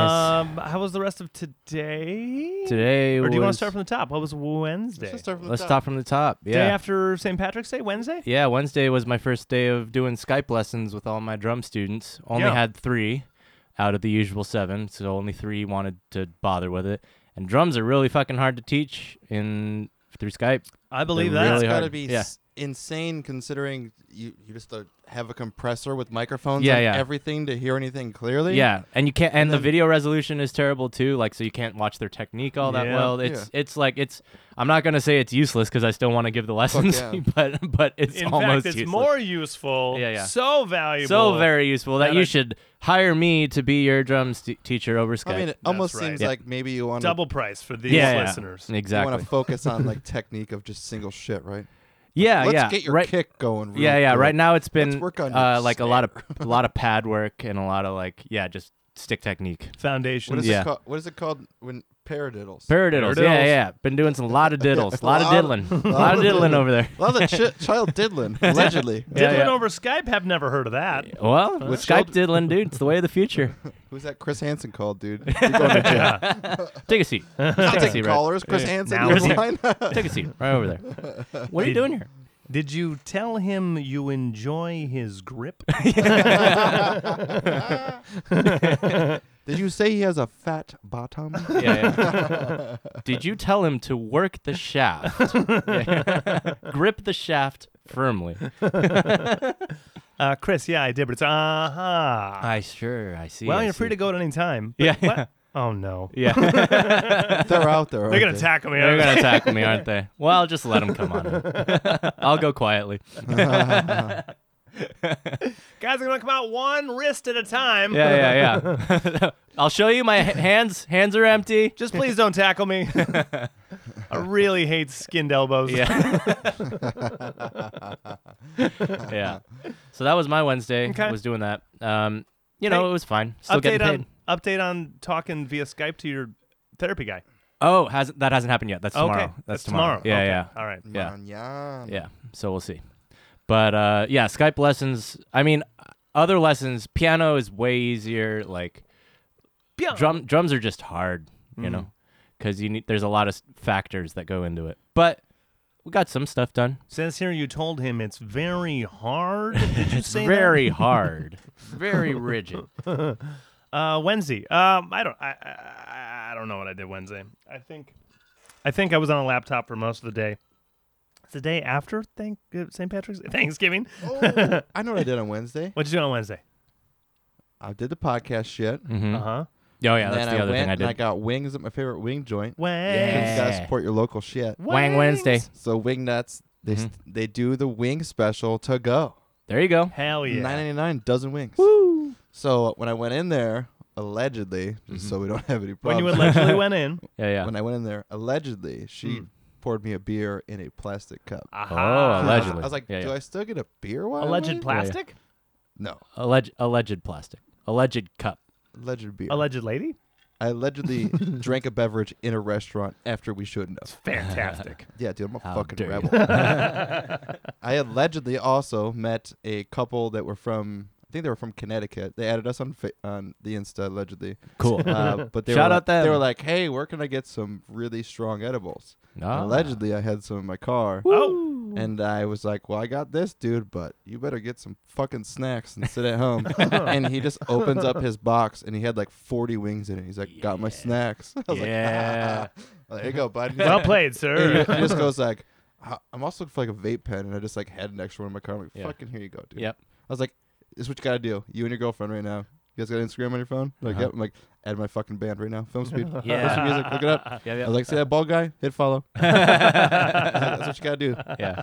[SPEAKER 1] Um, how was the rest of today?
[SPEAKER 2] Today
[SPEAKER 1] Or do you want
[SPEAKER 2] was-
[SPEAKER 1] to start from the top? What was Wednesday?
[SPEAKER 3] Let's just start from the
[SPEAKER 2] Let's
[SPEAKER 3] top.
[SPEAKER 2] start from the top. Yeah.
[SPEAKER 1] Day after St. Patrick's Day, Wednesday.
[SPEAKER 2] yeah, Wednesday was my first day of doing Skype lessons with all my drum students. Only
[SPEAKER 1] Yeah.
[SPEAKER 2] had three out of the usual seven, so only three wanted to bother with it. And drums are really fucking hard to teach in through Skype.
[SPEAKER 1] I believe
[SPEAKER 2] They're
[SPEAKER 1] that.
[SPEAKER 2] really
[SPEAKER 3] That's gotta
[SPEAKER 2] hard.
[SPEAKER 3] be
[SPEAKER 2] Yeah.
[SPEAKER 3] s- insane considering you, you just uh, have a compressor with microphones
[SPEAKER 2] Yeah,
[SPEAKER 3] on
[SPEAKER 2] yeah.
[SPEAKER 3] everything to hear anything clearly.
[SPEAKER 2] Yeah, and you can't, and, the
[SPEAKER 3] then-
[SPEAKER 2] video resolution is terrible too. Like, so you can't watch their technique all that
[SPEAKER 1] Yeah.
[SPEAKER 2] well. It's it's like it's. I'm not gonna say it's useless because I still want to give the lessons,
[SPEAKER 3] yeah.
[SPEAKER 2] [LAUGHS] but but it's
[SPEAKER 1] In
[SPEAKER 2] almost
[SPEAKER 1] fact, it's
[SPEAKER 2] useless.
[SPEAKER 1] more useful.
[SPEAKER 2] Yeah, yeah.
[SPEAKER 1] So valuable.
[SPEAKER 2] so very useful that
[SPEAKER 1] that
[SPEAKER 2] you
[SPEAKER 1] I-
[SPEAKER 2] should hire me to be your drums t- teacher over Skype.
[SPEAKER 3] I mean, it almost
[SPEAKER 1] right.
[SPEAKER 3] seems
[SPEAKER 1] Yeah.
[SPEAKER 3] like maybe you want to
[SPEAKER 1] double price for these
[SPEAKER 2] yeah, yeah.
[SPEAKER 1] listeners.
[SPEAKER 3] you want
[SPEAKER 2] exactly. [LAUGHS]
[SPEAKER 3] to focus on like technique of just single shit, right?
[SPEAKER 2] Yeah,
[SPEAKER 3] Let's
[SPEAKER 2] yeah.
[SPEAKER 3] get your
[SPEAKER 2] right,
[SPEAKER 3] kick going. real
[SPEAKER 2] yeah, yeah.
[SPEAKER 3] quick.
[SPEAKER 2] Right now it's been
[SPEAKER 3] work on your
[SPEAKER 2] uh, like a lot of
[SPEAKER 3] [LAUGHS]
[SPEAKER 2] a lot of pad work and a lot of like yeah, just stick technique.
[SPEAKER 1] Foundation.
[SPEAKER 3] What is
[SPEAKER 2] Yeah.
[SPEAKER 3] it called? What is it called when paradiddles?
[SPEAKER 2] Paradiddles.
[SPEAKER 1] Paradiddles.
[SPEAKER 2] Yeah, yeah. Been doing some lot of
[SPEAKER 3] [LAUGHS]
[SPEAKER 2] diddles, lot of
[SPEAKER 3] Lot of-
[SPEAKER 2] diddling, lot of diddling over there.
[SPEAKER 3] well, the ch- child diddling allegedly.
[SPEAKER 2] [LAUGHS] Yeah,
[SPEAKER 1] Diddling
[SPEAKER 2] yeah.
[SPEAKER 1] over Skype. Have never heard of that.
[SPEAKER 2] Well,
[SPEAKER 3] With
[SPEAKER 2] Skype
[SPEAKER 3] children.
[SPEAKER 2] diddling, dude. It's the way of the
[SPEAKER 3] [LAUGHS]
[SPEAKER 2] future.
[SPEAKER 3] Who's that? Chris Hansen
[SPEAKER 2] [LAUGHS]
[SPEAKER 3] called, dude. You're going to jail.
[SPEAKER 2] Take a seat. Take
[SPEAKER 3] I'll
[SPEAKER 2] a
[SPEAKER 3] take
[SPEAKER 2] seat. Right.
[SPEAKER 3] callers. Chris Hansen.
[SPEAKER 1] Now
[SPEAKER 3] you're
[SPEAKER 1] is he-
[SPEAKER 3] line.
[SPEAKER 2] Take a seat right over there.
[SPEAKER 3] [LAUGHS]
[SPEAKER 2] What are you
[SPEAKER 1] Did-
[SPEAKER 2] doing here?
[SPEAKER 1] [LAUGHS] Did you tell him you enjoy his grip?
[SPEAKER 2] [LAUGHS]
[SPEAKER 3] [LAUGHS] Did you say he has a fat bottom?
[SPEAKER 2] Yeah, yeah. Did you tell him to work
[SPEAKER 1] [LAUGHS]
[SPEAKER 2] the shaft? Yeah. Grip the shaft firmly.
[SPEAKER 1] Uh, Chris, yeah, I did, but it's aha.
[SPEAKER 2] I sure. I see.
[SPEAKER 1] well,
[SPEAKER 2] I
[SPEAKER 1] you're
[SPEAKER 2] see.
[SPEAKER 1] free to go at any time. But
[SPEAKER 2] Yeah,
[SPEAKER 1] what-
[SPEAKER 2] yeah.
[SPEAKER 1] Oh no. [LAUGHS]
[SPEAKER 2] Yeah.
[SPEAKER 3] They're out there.
[SPEAKER 1] They're
[SPEAKER 3] aren't
[SPEAKER 1] gonna
[SPEAKER 3] they?
[SPEAKER 1] tackle me.
[SPEAKER 2] They're
[SPEAKER 1] aren't
[SPEAKER 2] gonna tackle me, aren't they? Well, just let them come on.
[SPEAKER 1] [LAUGHS]
[SPEAKER 2] in. I'll go quietly.
[SPEAKER 1] they? Guys are gonna come out one wrist at a time.
[SPEAKER 2] Yeah, yeah, yeah. [LAUGHS] I'll show you my h- hands. Hands are empty.
[SPEAKER 1] [LAUGHS] Just please don't tackle
[SPEAKER 2] [LAUGHS]
[SPEAKER 1] me. I really hate skinned elbows.
[SPEAKER 2] Yeah. yeah. So that was my Wednesday.
[SPEAKER 1] Okay.
[SPEAKER 2] Was doing that. Um, you know,
[SPEAKER 1] Hey,
[SPEAKER 2] it was fine. Still
[SPEAKER 1] update
[SPEAKER 2] getting paid.
[SPEAKER 1] on update on talking via Skype to your therapy guy.
[SPEAKER 2] Oh, hasn't that hasn't happened yet? That's tomorrow.
[SPEAKER 1] Okay,
[SPEAKER 2] That's, tomorrow. Yeah,
[SPEAKER 1] Okay.
[SPEAKER 2] yeah.
[SPEAKER 1] All right.
[SPEAKER 2] Yeah.
[SPEAKER 3] Manana.
[SPEAKER 2] Yeah. So we'll see. But uh, yeah, Skype lessons. I mean, other lessons. Piano is way easier. Like
[SPEAKER 1] Yeah.
[SPEAKER 2] drum drums are just hard, you
[SPEAKER 3] Mm.
[SPEAKER 2] know, because you need. There's a lot of s- factors that go into it. But we got some stuff
[SPEAKER 3] [LAUGHS]
[SPEAKER 2] done.
[SPEAKER 1] Says here you told him it's very
[SPEAKER 2] [LAUGHS]
[SPEAKER 1] hard. Did you
[SPEAKER 2] It's
[SPEAKER 1] say
[SPEAKER 3] [LAUGHS]
[SPEAKER 2] very hard, very rigid.
[SPEAKER 1] that? Uh, Wednesday. Um, I don't. I, I I don't know what I did Wednesday. I think, I think I was on a laptop for most of the day. It's the day after thank St. Patrick's [LAUGHS] Thanksgiving.
[SPEAKER 2] [LAUGHS]
[SPEAKER 3] Oh, I know what I did on Wednesday.
[SPEAKER 1] What'd you do on Wednesday?
[SPEAKER 3] I did the podcast shit.
[SPEAKER 2] Mhm.
[SPEAKER 1] Uh huh.
[SPEAKER 2] Oh yeah,
[SPEAKER 3] and
[SPEAKER 2] that's
[SPEAKER 3] then
[SPEAKER 2] the
[SPEAKER 3] I
[SPEAKER 2] other
[SPEAKER 3] went
[SPEAKER 2] thing I
[SPEAKER 3] and I
[SPEAKER 2] did.
[SPEAKER 3] got wings at my favorite wing joint.
[SPEAKER 1] Wednesday.
[SPEAKER 3] You gotta
[SPEAKER 2] Yeah.
[SPEAKER 3] support your local shit.
[SPEAKER 2] Wang Wednesday.
[SPEAKER 3] So wing nuts, they s they do the wing special to go.
[SPEAKER 2] There you go.
[SPEAKER 1] Hell Oh, yeah.
[SPEAKER 3] Nine ninety nine dozen wings. So when I went in there, allegedly, just so we don't [LAUGHS] have any
[SPEAKER 1] when
[SPEAKER 3] problems.
[SPEAKER 1] you allegedly went in.
[SPEAKER 2] Yeah, yeah.
[SPEAKER 3] when I went in there, allegedly, she poured me a beer in a plastic cup.
[SPEAKER 1] Aha.
[SPEAKER 2] Oh, allegedly.
[SPEAKER 3] I was like,
[SPEAKER 2] Yeah,
[SPEAKER 3] do
[SPEAKER 2] yeah.
[SPEAKER 3] I still get a beer? While I
[SPEAKER 1] Alleged
[SPEAKER 3] wait?"
[SPEAKER 1] plastic.
[SPEAKER 3] No,
[SPEAKER 2] Alleged, alleged plastic. Alleged cup.
[SPEAKER 3] alleged beer.
[SPEAKER 1] Alleged lady.
[SPEAKER 3] I allegedly drank a beverage in a restaurant after we shouldn't have.
[SPEAKER 1] Fantastic.
[SPEAKER 3] Yeah, dude, I'm a
[SPEAKER 2] How
[SPEAKER 3] fucking
[SPEAKER 2] dare you.
[SPEAKER 3] rebel. [LAUGHS] I allegedly also met a couple that were from, I think they were from Connecticut. They added us on fa- on the Insta
[SPEAKER 2] [LAUGHS]
[SPEAKER 3] allegedly.
[SPEAKER 2] Cool.
[SPEAKER 3] Uh, but they
[SPEAKER 2] Shout
[SPEAKER 3] were
[SPEAKER 2] out
[SPEAKER 3] like, they
[SPEAKER 2] them.
[SPEAKER 3] were like, "Hey, where can I get some really strong edibles?" And
[SPEAKER 2] Ah.
[SPEAKER 3] Allegedly, I had some in my car,
[SPEAKER 1] oh.
[SPEAKER 3] and I was like, "Well, I got this, dude, but you better get some fucking snacks and sit at
[SPEAKER 2] [LAUGHS]
[SPEAKER 3] home." and he just opens up his box, and he had like 40 wings in it. He's like, "Got my snacks." [LAUGHS] I was [LAUGHS]
[SPEAKER 2] Yeah.
[SPEAKER 3] like, "Ah, "There you go, bud."
[SPEAKER 1] Well played,
[SPEAKER 3] And
[SPEAKER 1] sir.
[SPEAKER 3] he just
[SPEAKER 2] [LAUGHS]
[SPEAKER 3] goes like, "Ah, "I'm also looking for like a vape pen," and I just like had an extra one in my car. I'm like,
[SPEAKER 2] Yeah.
[SPEAKER 3] "Fucking here you go, dude."
[SPEAKER 2] Yep.
[SPEAKER 3] I was like, "This is what you gotta do. You and your girlfriend right now. You guys got Instagram on your phone?" Like,
[SPEAKER 2] Uh-huh.
[SPEAKER 3] yep. I'm like, "Add my fucking band right now.
[SPEAKER 2] [LAUGHS]
[SPEAKER 3] Film speed.
[SPEAKER 2] Yeah.
[SPEAKER 3] Listen to music. Look it up."
[SPEAKER 2] Yeah, yeah.
[SPEAKER 3] I was like, "See that bald guy?
[SPEAKER 2] [LAUGHS]
[SPEAKER 3] Hit follow." [LAUGHS] That's what you gotta do.
[SPEAKER 2] yeah.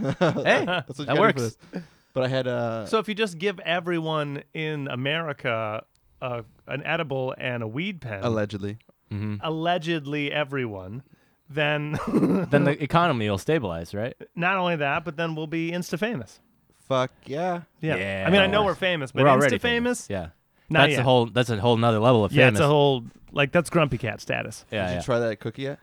[SPEAKER 3] hey, [LAUGHS] that's what you
[SPEAKER 2] that
[SPEAKER 3] gotta
[SPEAKER 2] works.
[SPEAKER 3] Do for this. But I had
[SPEAKER 1] [LAUGHS]
[SPEAKER 3] uh,
[SPEAKER 1] So if you just give everyone in America uh, an edible and a weed pen,
[SPEAKER 3] allegedly.
[SPEAKER 2] Mm-hmm.
[SPEAKER 1] allegedly everyone, then [LAUGHS]
[SPEAKER 2] Then the economy will stabilize, right?
[SPEAKER 1] not only that, but then we'll be insta famous.
[SPEAKER 3] Fuck yeah.
[SPEAKER 1] Yeah.
[SPEAKER 2] Yeah.
[SPEAKER 1] I mean, I know we're famous, but
[SPEAKER 2] We're already
[SPEAKER 1] insta famous,
[SPEAKER 2] Yeah.
[SPEAKER 1] Not
[SPEAKER 2] that's
[SPEAKER 1] yet.
[SPEAKER 2] a whole. That's a whole nother level of
[SPEAKER 1] yeah,
[SPEAKER 2] famous.
[SPEAKER 1] it's a whole like that's grumpy cat status.
[SPEAKER 2] yeah.
[SPEAKER 3] Did
[SPEAKER 2] Oh, yeah.
[SPEAKER 3] you try that cookie yet?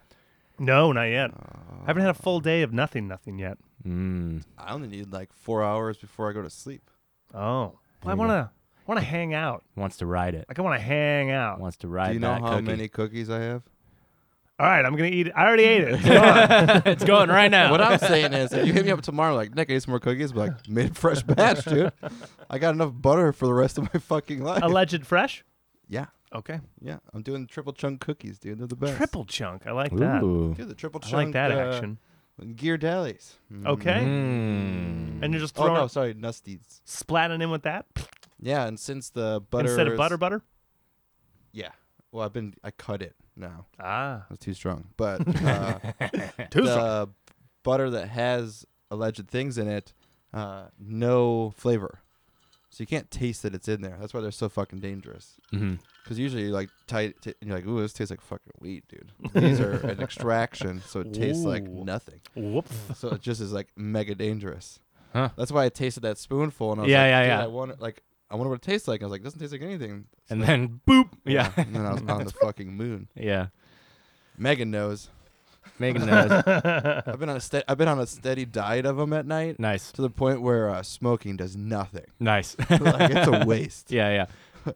[SPEAKER 1] No, not yet. I haven't had a full day of nothing, nothing yet.
[SPEAKER 2] Mm.
[SPEAKER 3] I only need like four hours before I go to sleep.
[SPEAKER 1] Oh, I want to, want to hang out.
[SPEAKER 2] Wants to ride it.
[SPEAKER 1] Like I want to hang out.
[SPEAKER 2] Wants to ride
[SPEAKER 3] do you know
[SPEAKER 2] that
[SPEAKER 3] how
[SPEAKER 2] cookie.
[SPEAKER 3] many cookies I have?
[SPEAKER 1] All right, I'm gonna eat. it. I already ate it.
[SPEAKER 2] [LAUGHS] [LAUGHS] it's going right now.
[SPEAKER 3] [LAUGHS] What I'm saying is, if you hit me
[SPEAKER 1] [LAUGHS]
[SPEAKER 3] up tomorrow, like Nick, I need some more cookies. But like mid fresh batch, dude. I got enough butter for the rest of my
[SPEAKER 1] [LAUGHS]
[SPEAKER 3] fucking life.
[SPEAKER 1] Alleged fresh.
[SPEAKER 3] yeah,
[SPEAKER 1] Okay.
[SPEAKER 3] yeah. I'm doing triple chunk cookies, dude. They're the best.
[SPEAKER 1] Triple chunk. I like that.
[SPEAKER 2] Ooh.
[SPEAKER 3] Dude, the triple
[SPEAKER 1] I
[SPEAKER 3] chunk.
[SPEAKER 1] like that
[SPEAKER 3] uh,
[SPEAKER 1] action.
[SPEAKER 3] Gear delis. Mm.
[SPEAKER 1] Okay.
[SPEAKER 2] Mm.
[SPEAKER 1] And you're just
[SPEAKER 3] Oh
[SPEAKER 1] throwing,
[SPEAKER 3] no, sorry, nusties.
[SPEAKER 1] splatting in with that
[SPEAKER 3] Yeah, and since the butter
[SPEAKER 1] instead of
[SPEAKER 3] is-
[SPEAKER 1] butter butter.
[SPEAKER 3] Yeah. Well, I've been I cut it now.
[SPEAKER 1] Ah,
[SPEAKER 3] That's too strong.
[SPEAKER 1] [LAUGHS]
[SPEAKER 3] But uh,
[SPEAKER 1] too
[SPEAKER 3] the
[SPEAKER 1] strong.
[SPEAKER 3] butter that has alleged things in it, uh, no flavor. so you can't taste that it's in there. That's why they're so fucking dangerous.
[SPEAKER 2] Mm-hmm.
[SPEAKER 3] Because usually you're like tight, t- and you're like, ooh, this tastes like fucking weed, dude. These are an extraction, so it tastes like
[SPEAKER 1] Ooh.
[SPEAKER 3] nothing.
[SPEAKER 1] Whoops.
[SPEAKER 3] So it just is like mega dangerous.
[SPEAKER 2] Huh.
[SPEAKER 3] That's why I tasted that spoonful, and I was
[SPEAKER 2] Yeah,
[SPEAKER 3] like,
[SPEAKER 2] yeah,
[SPEAKER 3] dude,
[SPEAKER 2] yeah.
[SPEAKER 3] I wonder, like, I wonder what it tastes like. I was like, it doesn't taste like anything. So
[SPEAKER 2] And
[SPEAKER 3] like,
[SPEAKER 2] then boop. Yeah.
[SPEAKER 3] and then I was on the fucking moon.
[SPEAKER 2] Yeah.
[SPEAKER 3] Megan knows.
[SPEAKER 2] Megan
[SPEAKER 3] [LAUGHS]
[SPEAKER 2] knows.
[SPEAKER 3] I've been on a ste- I've been on a steady diet of them at night
[SPEAKER 2] nice.
[SPEAKER 3] to the point where uh, smoking does nothing. [LAUGHS]
[SPEAKER 2] Nice.
[SPEAKER 3] like it's
[SPEAKER 2] [LAUGHS]
[SPEAKER 3] a waste.
[SPEAKER 2] yeah, yeah.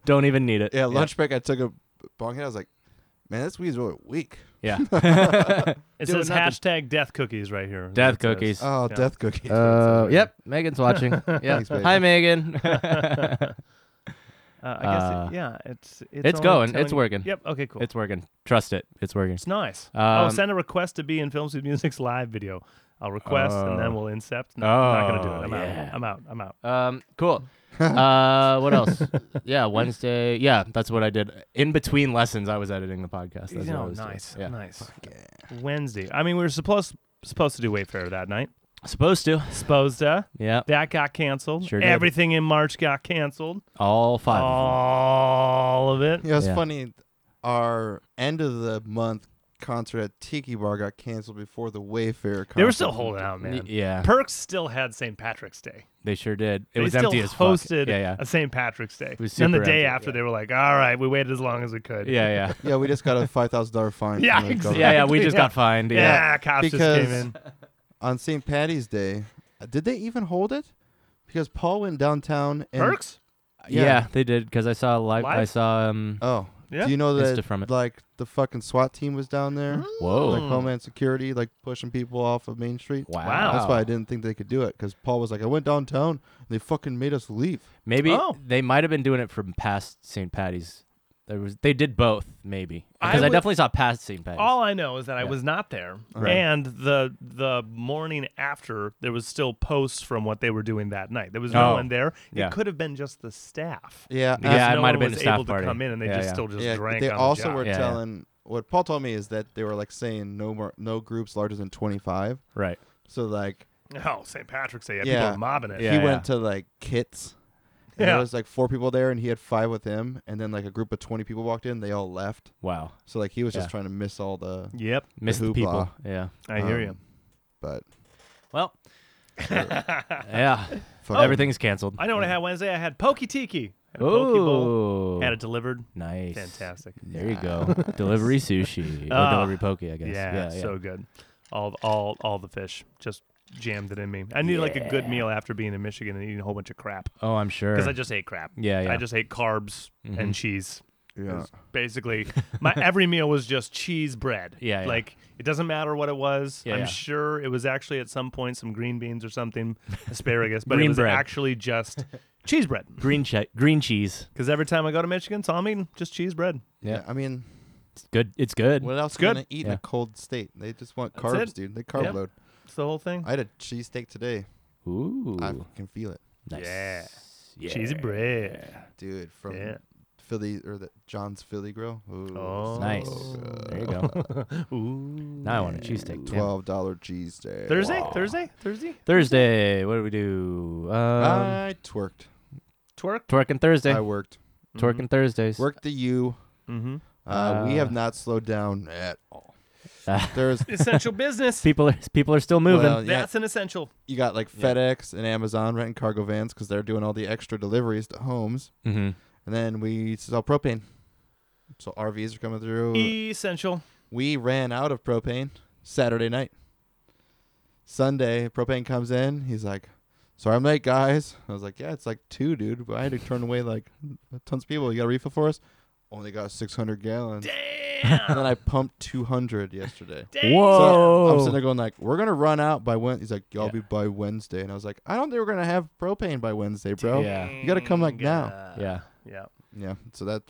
[SPEAKER 2] Don't even need it.
[SPEAKER 3] Yeah, lunch break I took a bong hit. I was like, man, this weed's really
[SPEAKER 2] [LAUGHS]
[SPEAKER 3] weak. [LAUGHS]
[SPEAKER 2] Yeah.
[SPEAKER 1] It
[SPEAKER 3] Doing
[SPEAKER 1] says
[SPEAKER 3] nothing.
[SPEAKER 1] hashtag death cookies right here.
[SPEAKER 2] Death
[SPEAKER 1] That's what it
[SPEAKER 2] cookies.
[SPEAKER 1] says.
[SPEAKER 3] Oh,
[SPEAKER 1] Yeah.
[SPEAKER 3] death cookie.
[SPEAKER 2] Uh, yep. Megan's
[SPEAKER 3] [LAUGHS]
[SPEAKER 2] watching. Yeah.
[SPEAKER 3] Thanks, baby.
[SPEAKER 1] [LAUGHS]
[SPEAKER 2] Hi, Megan.
[SPEAKER 1] Uh, I guess.
[SPEAKER 2] Uh,
[SPEAKER 1] it, yeah, it's it's,
[SPEAKER 2] it's
[SPEAKER 1] only
[SPEAKER 2] going. It's
[SPEAKER 1] telling-
[SPEAKER 2] working.
[SPEAKER 1] Yep. Okay. Cool. It's,
[SPEAKER 2] it's working. Trust it. It's working.
[SPEAKER 1] nice. oh,
[SPEAKER 2] Um,
[SPEAKER 1] send a request to be in Films with Music's live video. I'll request and then
[SPEAKER 2] Oh.
[SPEAKER 1] we'll incept. No, I'm not gonna do
[SPEAKER 2] Oh,
[SPEAKER 1] it. I'm
[SPEAKER 2] yeah.
[SPEAKER 1] out. I'm out. I'm out.
[SPEAKER 2] Um,
[SPEAKER 3] [LAUGHS]
[SPEAKER 2] cool. uh, what else? yeah, Wednesday. Yeah, that's what I did. In between lessons, I was editing the podcast. That's
[SPEAKER 1] You
[SPEAKER 2] what I
[SPEAKER 1] know,
[SPEAKER 2] was doing.
[SPEAKER 1] Oh, nice,
[SPEAKER 2] Yeah.
[SPEAKER 1] nice.
[SPEAKER 3] yeah.
[SPEAKER 1] Wednesday. I mean, we were supposed supposed to do Wayfair that night.
[SPEAKER 2] Supposed to.
[SPEAKER 1] Supposed to.
[SPEAKER 2] Yeah.
[SPEAKER 1] That got canceled.
[SPEAKER 2] Sure did.
[SPEAKER 1] Everything in March got canceled.
[SPEAKER 2] All five. of them.
[SPEAKER 1] All of it.
[SPEAKER 3] Yeah, it's
[SPEAKER 2] Yeah.
[SPEAKER 3] funny. Our end of the month concert at Tiki Bar got canceled before the Wayfair concert.
[SPEAKER 1] They were still holding out, man.
[SPEAKER 2] Yeah,
[SPEAKER 1] Perks still had St. Patrick's Day.
[SPEAKER 2] they sure did. It
[SPEAKER 1] they
[SPEAKER 2] was
[SPEAKER 1] still
[SPEAKER 2] empty as fuck.
[SPEAKER 1] hosted [LAUGHS]
[SPEAKER 2] Yeah, yeah,
[SPEAKER 1] a St. Patrick's Day.
[SPEAKER 2] was
[SPEAKER 1] and the
[SPEAKER 2] super
[SPEAKER 1] day
[SPEAKER 2] empty,
[SPEAKER 1] after,
[SPEAKER 2] yeah.
[SPEAKER 1] they were like, "All right, we waited as long as we could." [LAUGHS]
[SPEAKER 2] yeah,
[SPEAKER 3] Yeah, we just got a five thousand dollar fine.
[SPEAKER 1] Yeah,
[SPEAKER 3] from the
[SPEAKER 1] exactly.
[SPEAKER 2] yeah,
[SPEAKER 3] government.
[SPEAKER 2] yeah, yeah. We just
[SPEAKER 1] Yeah.
[SPEAKER 2] got fined.
[SPEAKER 1] yeah.
[SPEAKER 2] Yeah,
[SPEAKER 1] cops
[SPEAKER 3] Because-
[SPEAKER 1] just came in.
[SPEAKER 3] On St. Patty's Day, uh, did they even hold it? Because Paul went downtown and
[SPEAKER 1] Perks.
[SPEAKER 2] yeah,
[SPEAKER 3] Yeah.
[SPEAKER 2] they did because I saw live. I
[SPEAKER 1] Live?
[SPEAKER 2] saw um.
[SPEAKER 3] Oh,
[SPEAKER 1] Yeah. Mm.
[SPEAKER 3] do you know
[SPEAKER 2] Insta
[SPEAKER 3] that
[SPEAKER 2] from it.
[SPEAKER 3] like the fucking SWAT team was down there,
[SPEAKER 2] Whoa.
[SPEAKER 3] like Homeland Security, like pushing people off of Main Street?
[SPEAKER 2] Wow.
[SPEAKER 1] Wow.
[SPEAKER 3] That's why I didn't think they could do it because Paul was like, I went downtown and they fucking made us leave.
[SPEAKER 2] Maybe
[SPEAKER 1] Oh.
[SPEAKER 2] they might have been doing it from past St. Patty's. There was they did both maybe
[SPEAKER 1] I
[SPEAKER 2] because I,
[SPEAKER 1] would-
[SPEAKER 2] definitely saw past St. Patty's.
[SPEAKER 1] All I know is that I
[SPEAKER 2] Yeah.
[SPEAKER 1] was not there,
[SPEAKER 3] Right.
[SPEAKER 1] and the the morning after there was still posts from what they were doing that night. There was
[SPEAKER 2] Oh.
[SPEAKER 1] no one there.
[SPEAKER 2] Yeah.
[SPEAKER 1] It could have been just the staff.
[SPEAKER 3] Yeah,
[SPEAKER 2] Yeah,
[SPEAKER 1] Just
[SPEAKER 2] it
[SPEAKER 1] no
[SPEAKER 2] might
[SPEAKER 1] one
[SPEAKER 2] have been
[SPEAKER 1] was
[SPEAKER 2] a staff
[SPEAKER 1] able
[SPEAKER 2] party.
[SPEAKER 1] to come in, and they
[SPEAKER 2] Yeah,
[SPEAKER 1] just
[SPEAKER 2] yeah.
[SPEAKER 1] still just
[SPEAKER 3] yeah,
[SPEAKER 1] drank.
[SPEAKER 3] they
[SPEAKER 1] on
[SPEAKER 3] also
[SPEAKER 1] the job.
[SPEAKER 3] were
[SPEAKER 2] Yeah, yeah.
[SPEAKER 3] telling what Paul told me is that they were like saying no more, no groups larger than twenty five.
[SPEAKER 2] right.
[SPEAKER 3] So like
[SPEAKER 1] Oh, St. Patrick's Day. Yeah,
[SPEAKER 3] Yeah.
[SPEAKER 1] People are mobbing it.
[SPEAKER 2] Yeah,
[SPEAKER 3] he
[SPEAKER 2] yeah.
[SPEAKER 3] went to like Kits. And There
[SPEAKER 1] Yeah.
[SPEAKER 3] was like four people there, and he had five with him, and then like a group of twenty people walked in. They all left.
[SPEAKER 2] Wow.
[SPEAKER 3] So like he was
[SPEAKER 2] Yeah.
[SPEAKER 3] just trying to miss all the.
[SPEAKER 1] Yep,
[SPEAKER 2] Missed the,
[SPEAKER 3] hoopla.
[SPEAKER 2] people. Yeah.
[SPEAKER 1] I hear Oh,
[SPEAKER 3] um,
[SPEAKER 1] you.
[SPEAKER 3] But
[SPEAKER 2] [LAUGHS] Well. yeah.
[SPEAKER 3] fucking-
[SPEAKER 2] Oh. Everything's canceled.
[SPEAKER 1] I know what I had Wednesday. I had Pokey Tiki. Had a poke bowl.
[SPEAKER 2] Oh.
[SPEAKER 1] Had it delivered.
[SPEAKER 2] nice.
[SPEAKER 1] Fantastic.
[SPEAKER 2] There you go.
[SPEAKER 1] [LAUGHS]
[SPEAKER 2] delivery sushi or
[SPEAKER 1] Ah.
[SPEAKER 2] delivery poke, I guess.
[SPEAKER 1] Yeah,
[SPEAKER 2] Yeah.
[SPEAKER 1] so good. All all all the fish just jammed it in me. I need like a good meal after being in Michigan and eating a whole bunch of crap
[SPEAKER 2] oh, I'm sure.
[SPEAKER 1] because I just ate crap.
[SPEAKER 2] yeah. Yeah.
[SPEAKER 1] I just ate carbs
[SPEAKER 2] Mhm.
[SPEAKER 1] and cheese. It
[SPEAKER 3] Yeah.
[SPEAKER 1] was
[SPEAKER 2] [LAUGHS]
[SPEAKER 1] Basically, my every meal was just cheese bread.
[SPEAKER 2] Yeah, yeah.
[SPEAKER 1] Like it doesn't matter what it was.
[SPEAKER 2] Yeah,
[SPEAKER 1] I'm
[SPEAKER 2] yeah.
[SPEAKER 1] sure it was actually at some point some green beans or
[SPEAKER 2] [LAUGHS]
[SPEAKER 1] something, asparagus, but
[SPEAKER 2] Green
[SPEAKER 1] it was
[SPEAKER 2] bread.
[SPEAKER 1] actually just cheese bread.
[SPEAKER 2] green che- green cheese.
[SPEAKER 1] Because every time I go to Michigan, so I'm eating just cheese bread.
[SPEAKER 3] Yeah. I mean,
[SPEAKER 2] It's good. It's good.
[SPEAKER 3] what else
[SPEAKER 1] good.
[SPEAKER 3] can I eat in
[SPEAKER 2] Yeah.
[SPEAKER 3] a cold state? They just want
[SPEAKER 1] That's
[SPEAKER 3] carbs,
[SPEAKER 1] it.
[SPEAKER 3] dude. They carb
[SPEAKER 1] Yep.
[SPEAKER 3] load.
[SPEAKER 1] It's the whole thing.
[SPEAKER 3] I had a cheesesteak today.
[SPEAKER 2] Ooh.
[SPEAKER 3] I can feel it,
[SPEAKER 2] nice.
[SPEAKER 1] Yeah.
[SPEAKER 2] Yeah.
[SPEAKER 1] Cheesy bread.
[SPEAKER 3] dude. From
[SPEAKER 1] Yeah.
[SPEAKER 3] Philly or the John's Philly Grill. Ooh,
[SPEAKER 1] Oh.
[SPEAKER 2] Nice.
[SPEAKER 1] Oh.
[SPEAKER 2] There you go.
[SPEAKER 1] Ooh.
[SPEAKER 2] Now I want a cheesesteak. damn.
[SPEAKER 3] Twelve dollar cheesesteak.
[SPEAKER 1] Thursday, Thursday, Thursday.
[SPEAKER 2] Thursday. What do we do? Um,
[SPEAKER 3] I twerked.
[SPEAKER 1] Twerk.
[SPEAKER 2] twerking Thursday.
[SPEAKER 3] I worked.
[SPEAKER 2] twerking Thursdays.
[SPEAKER 3] Worked the U.
[SPEAKER 1] Mm-hmm.
[SPEAKER 3] Uh, we
[SPEAKER 2] Uh,
[SPEAKER 3] have not slowed down at
[SPEAKER 2] [LAUGHS]
[SPEAKER 3] all.
[SPEAKER 2] Ah.
[SPEAKER 3] There's
[SPEAKER 1] Essential
[SPEAKER 2] [LAUGHS]
[SPEAKER 1] business.
[SPEAKER 2] People are people are still moving.
[SPEAKER 3] well, yeah,
[SPEAKER 1] That's an essential.
[SPEAKER 3] you got like
[SPEAKER 2] Yeah.
[SPEAKER 3] FedEx and Amazon renting cargo vans because they're doing all the extra deliveries to homes,
[SPEAKER 2] mm-hmm.
[SPEAKER 3] and then we sell propane. So RVs are coming
[SPEAKER 2] [LAUGHS]
[SPEAKER 3] through.
[SPEAKER 1] Essential.
[SPEAKER 3] we ran out of propane Saturday night. Sunday, propane comes in. He's like, "Sorry, I'm late, guys." I was like, "Yeah, it's like two, dude." But I had to turn away like tons of people. You got a refill for us? Only got 600 gallons. And
[SPEAKER 1] Damn.
[SPEAKER 3] then I pumped 200 yesterday.
[SPEAKER 1] Damn.
[SPEAKER 3] So I'm
[SPEAKER 2] Whoa.
[SPEAKER 3] sitting there going like, "We're gonna run out by when?" He's like, "Y'all
[SPEAKER 2] Yeah.
[SPEAKER 3] be by Wednesday." And I was like, "I don't think we're gonna have propane by Wednesday, bro."
[SPEAKER 2] Yeah.
[SPEAKER 3] You gotta come, like, now.
[SPEAKER 1] Dang.
[SPEAKER 2] yeah.
[SPEAKER 1] Yeah.
[SPEAKER 3] Yeah. So that.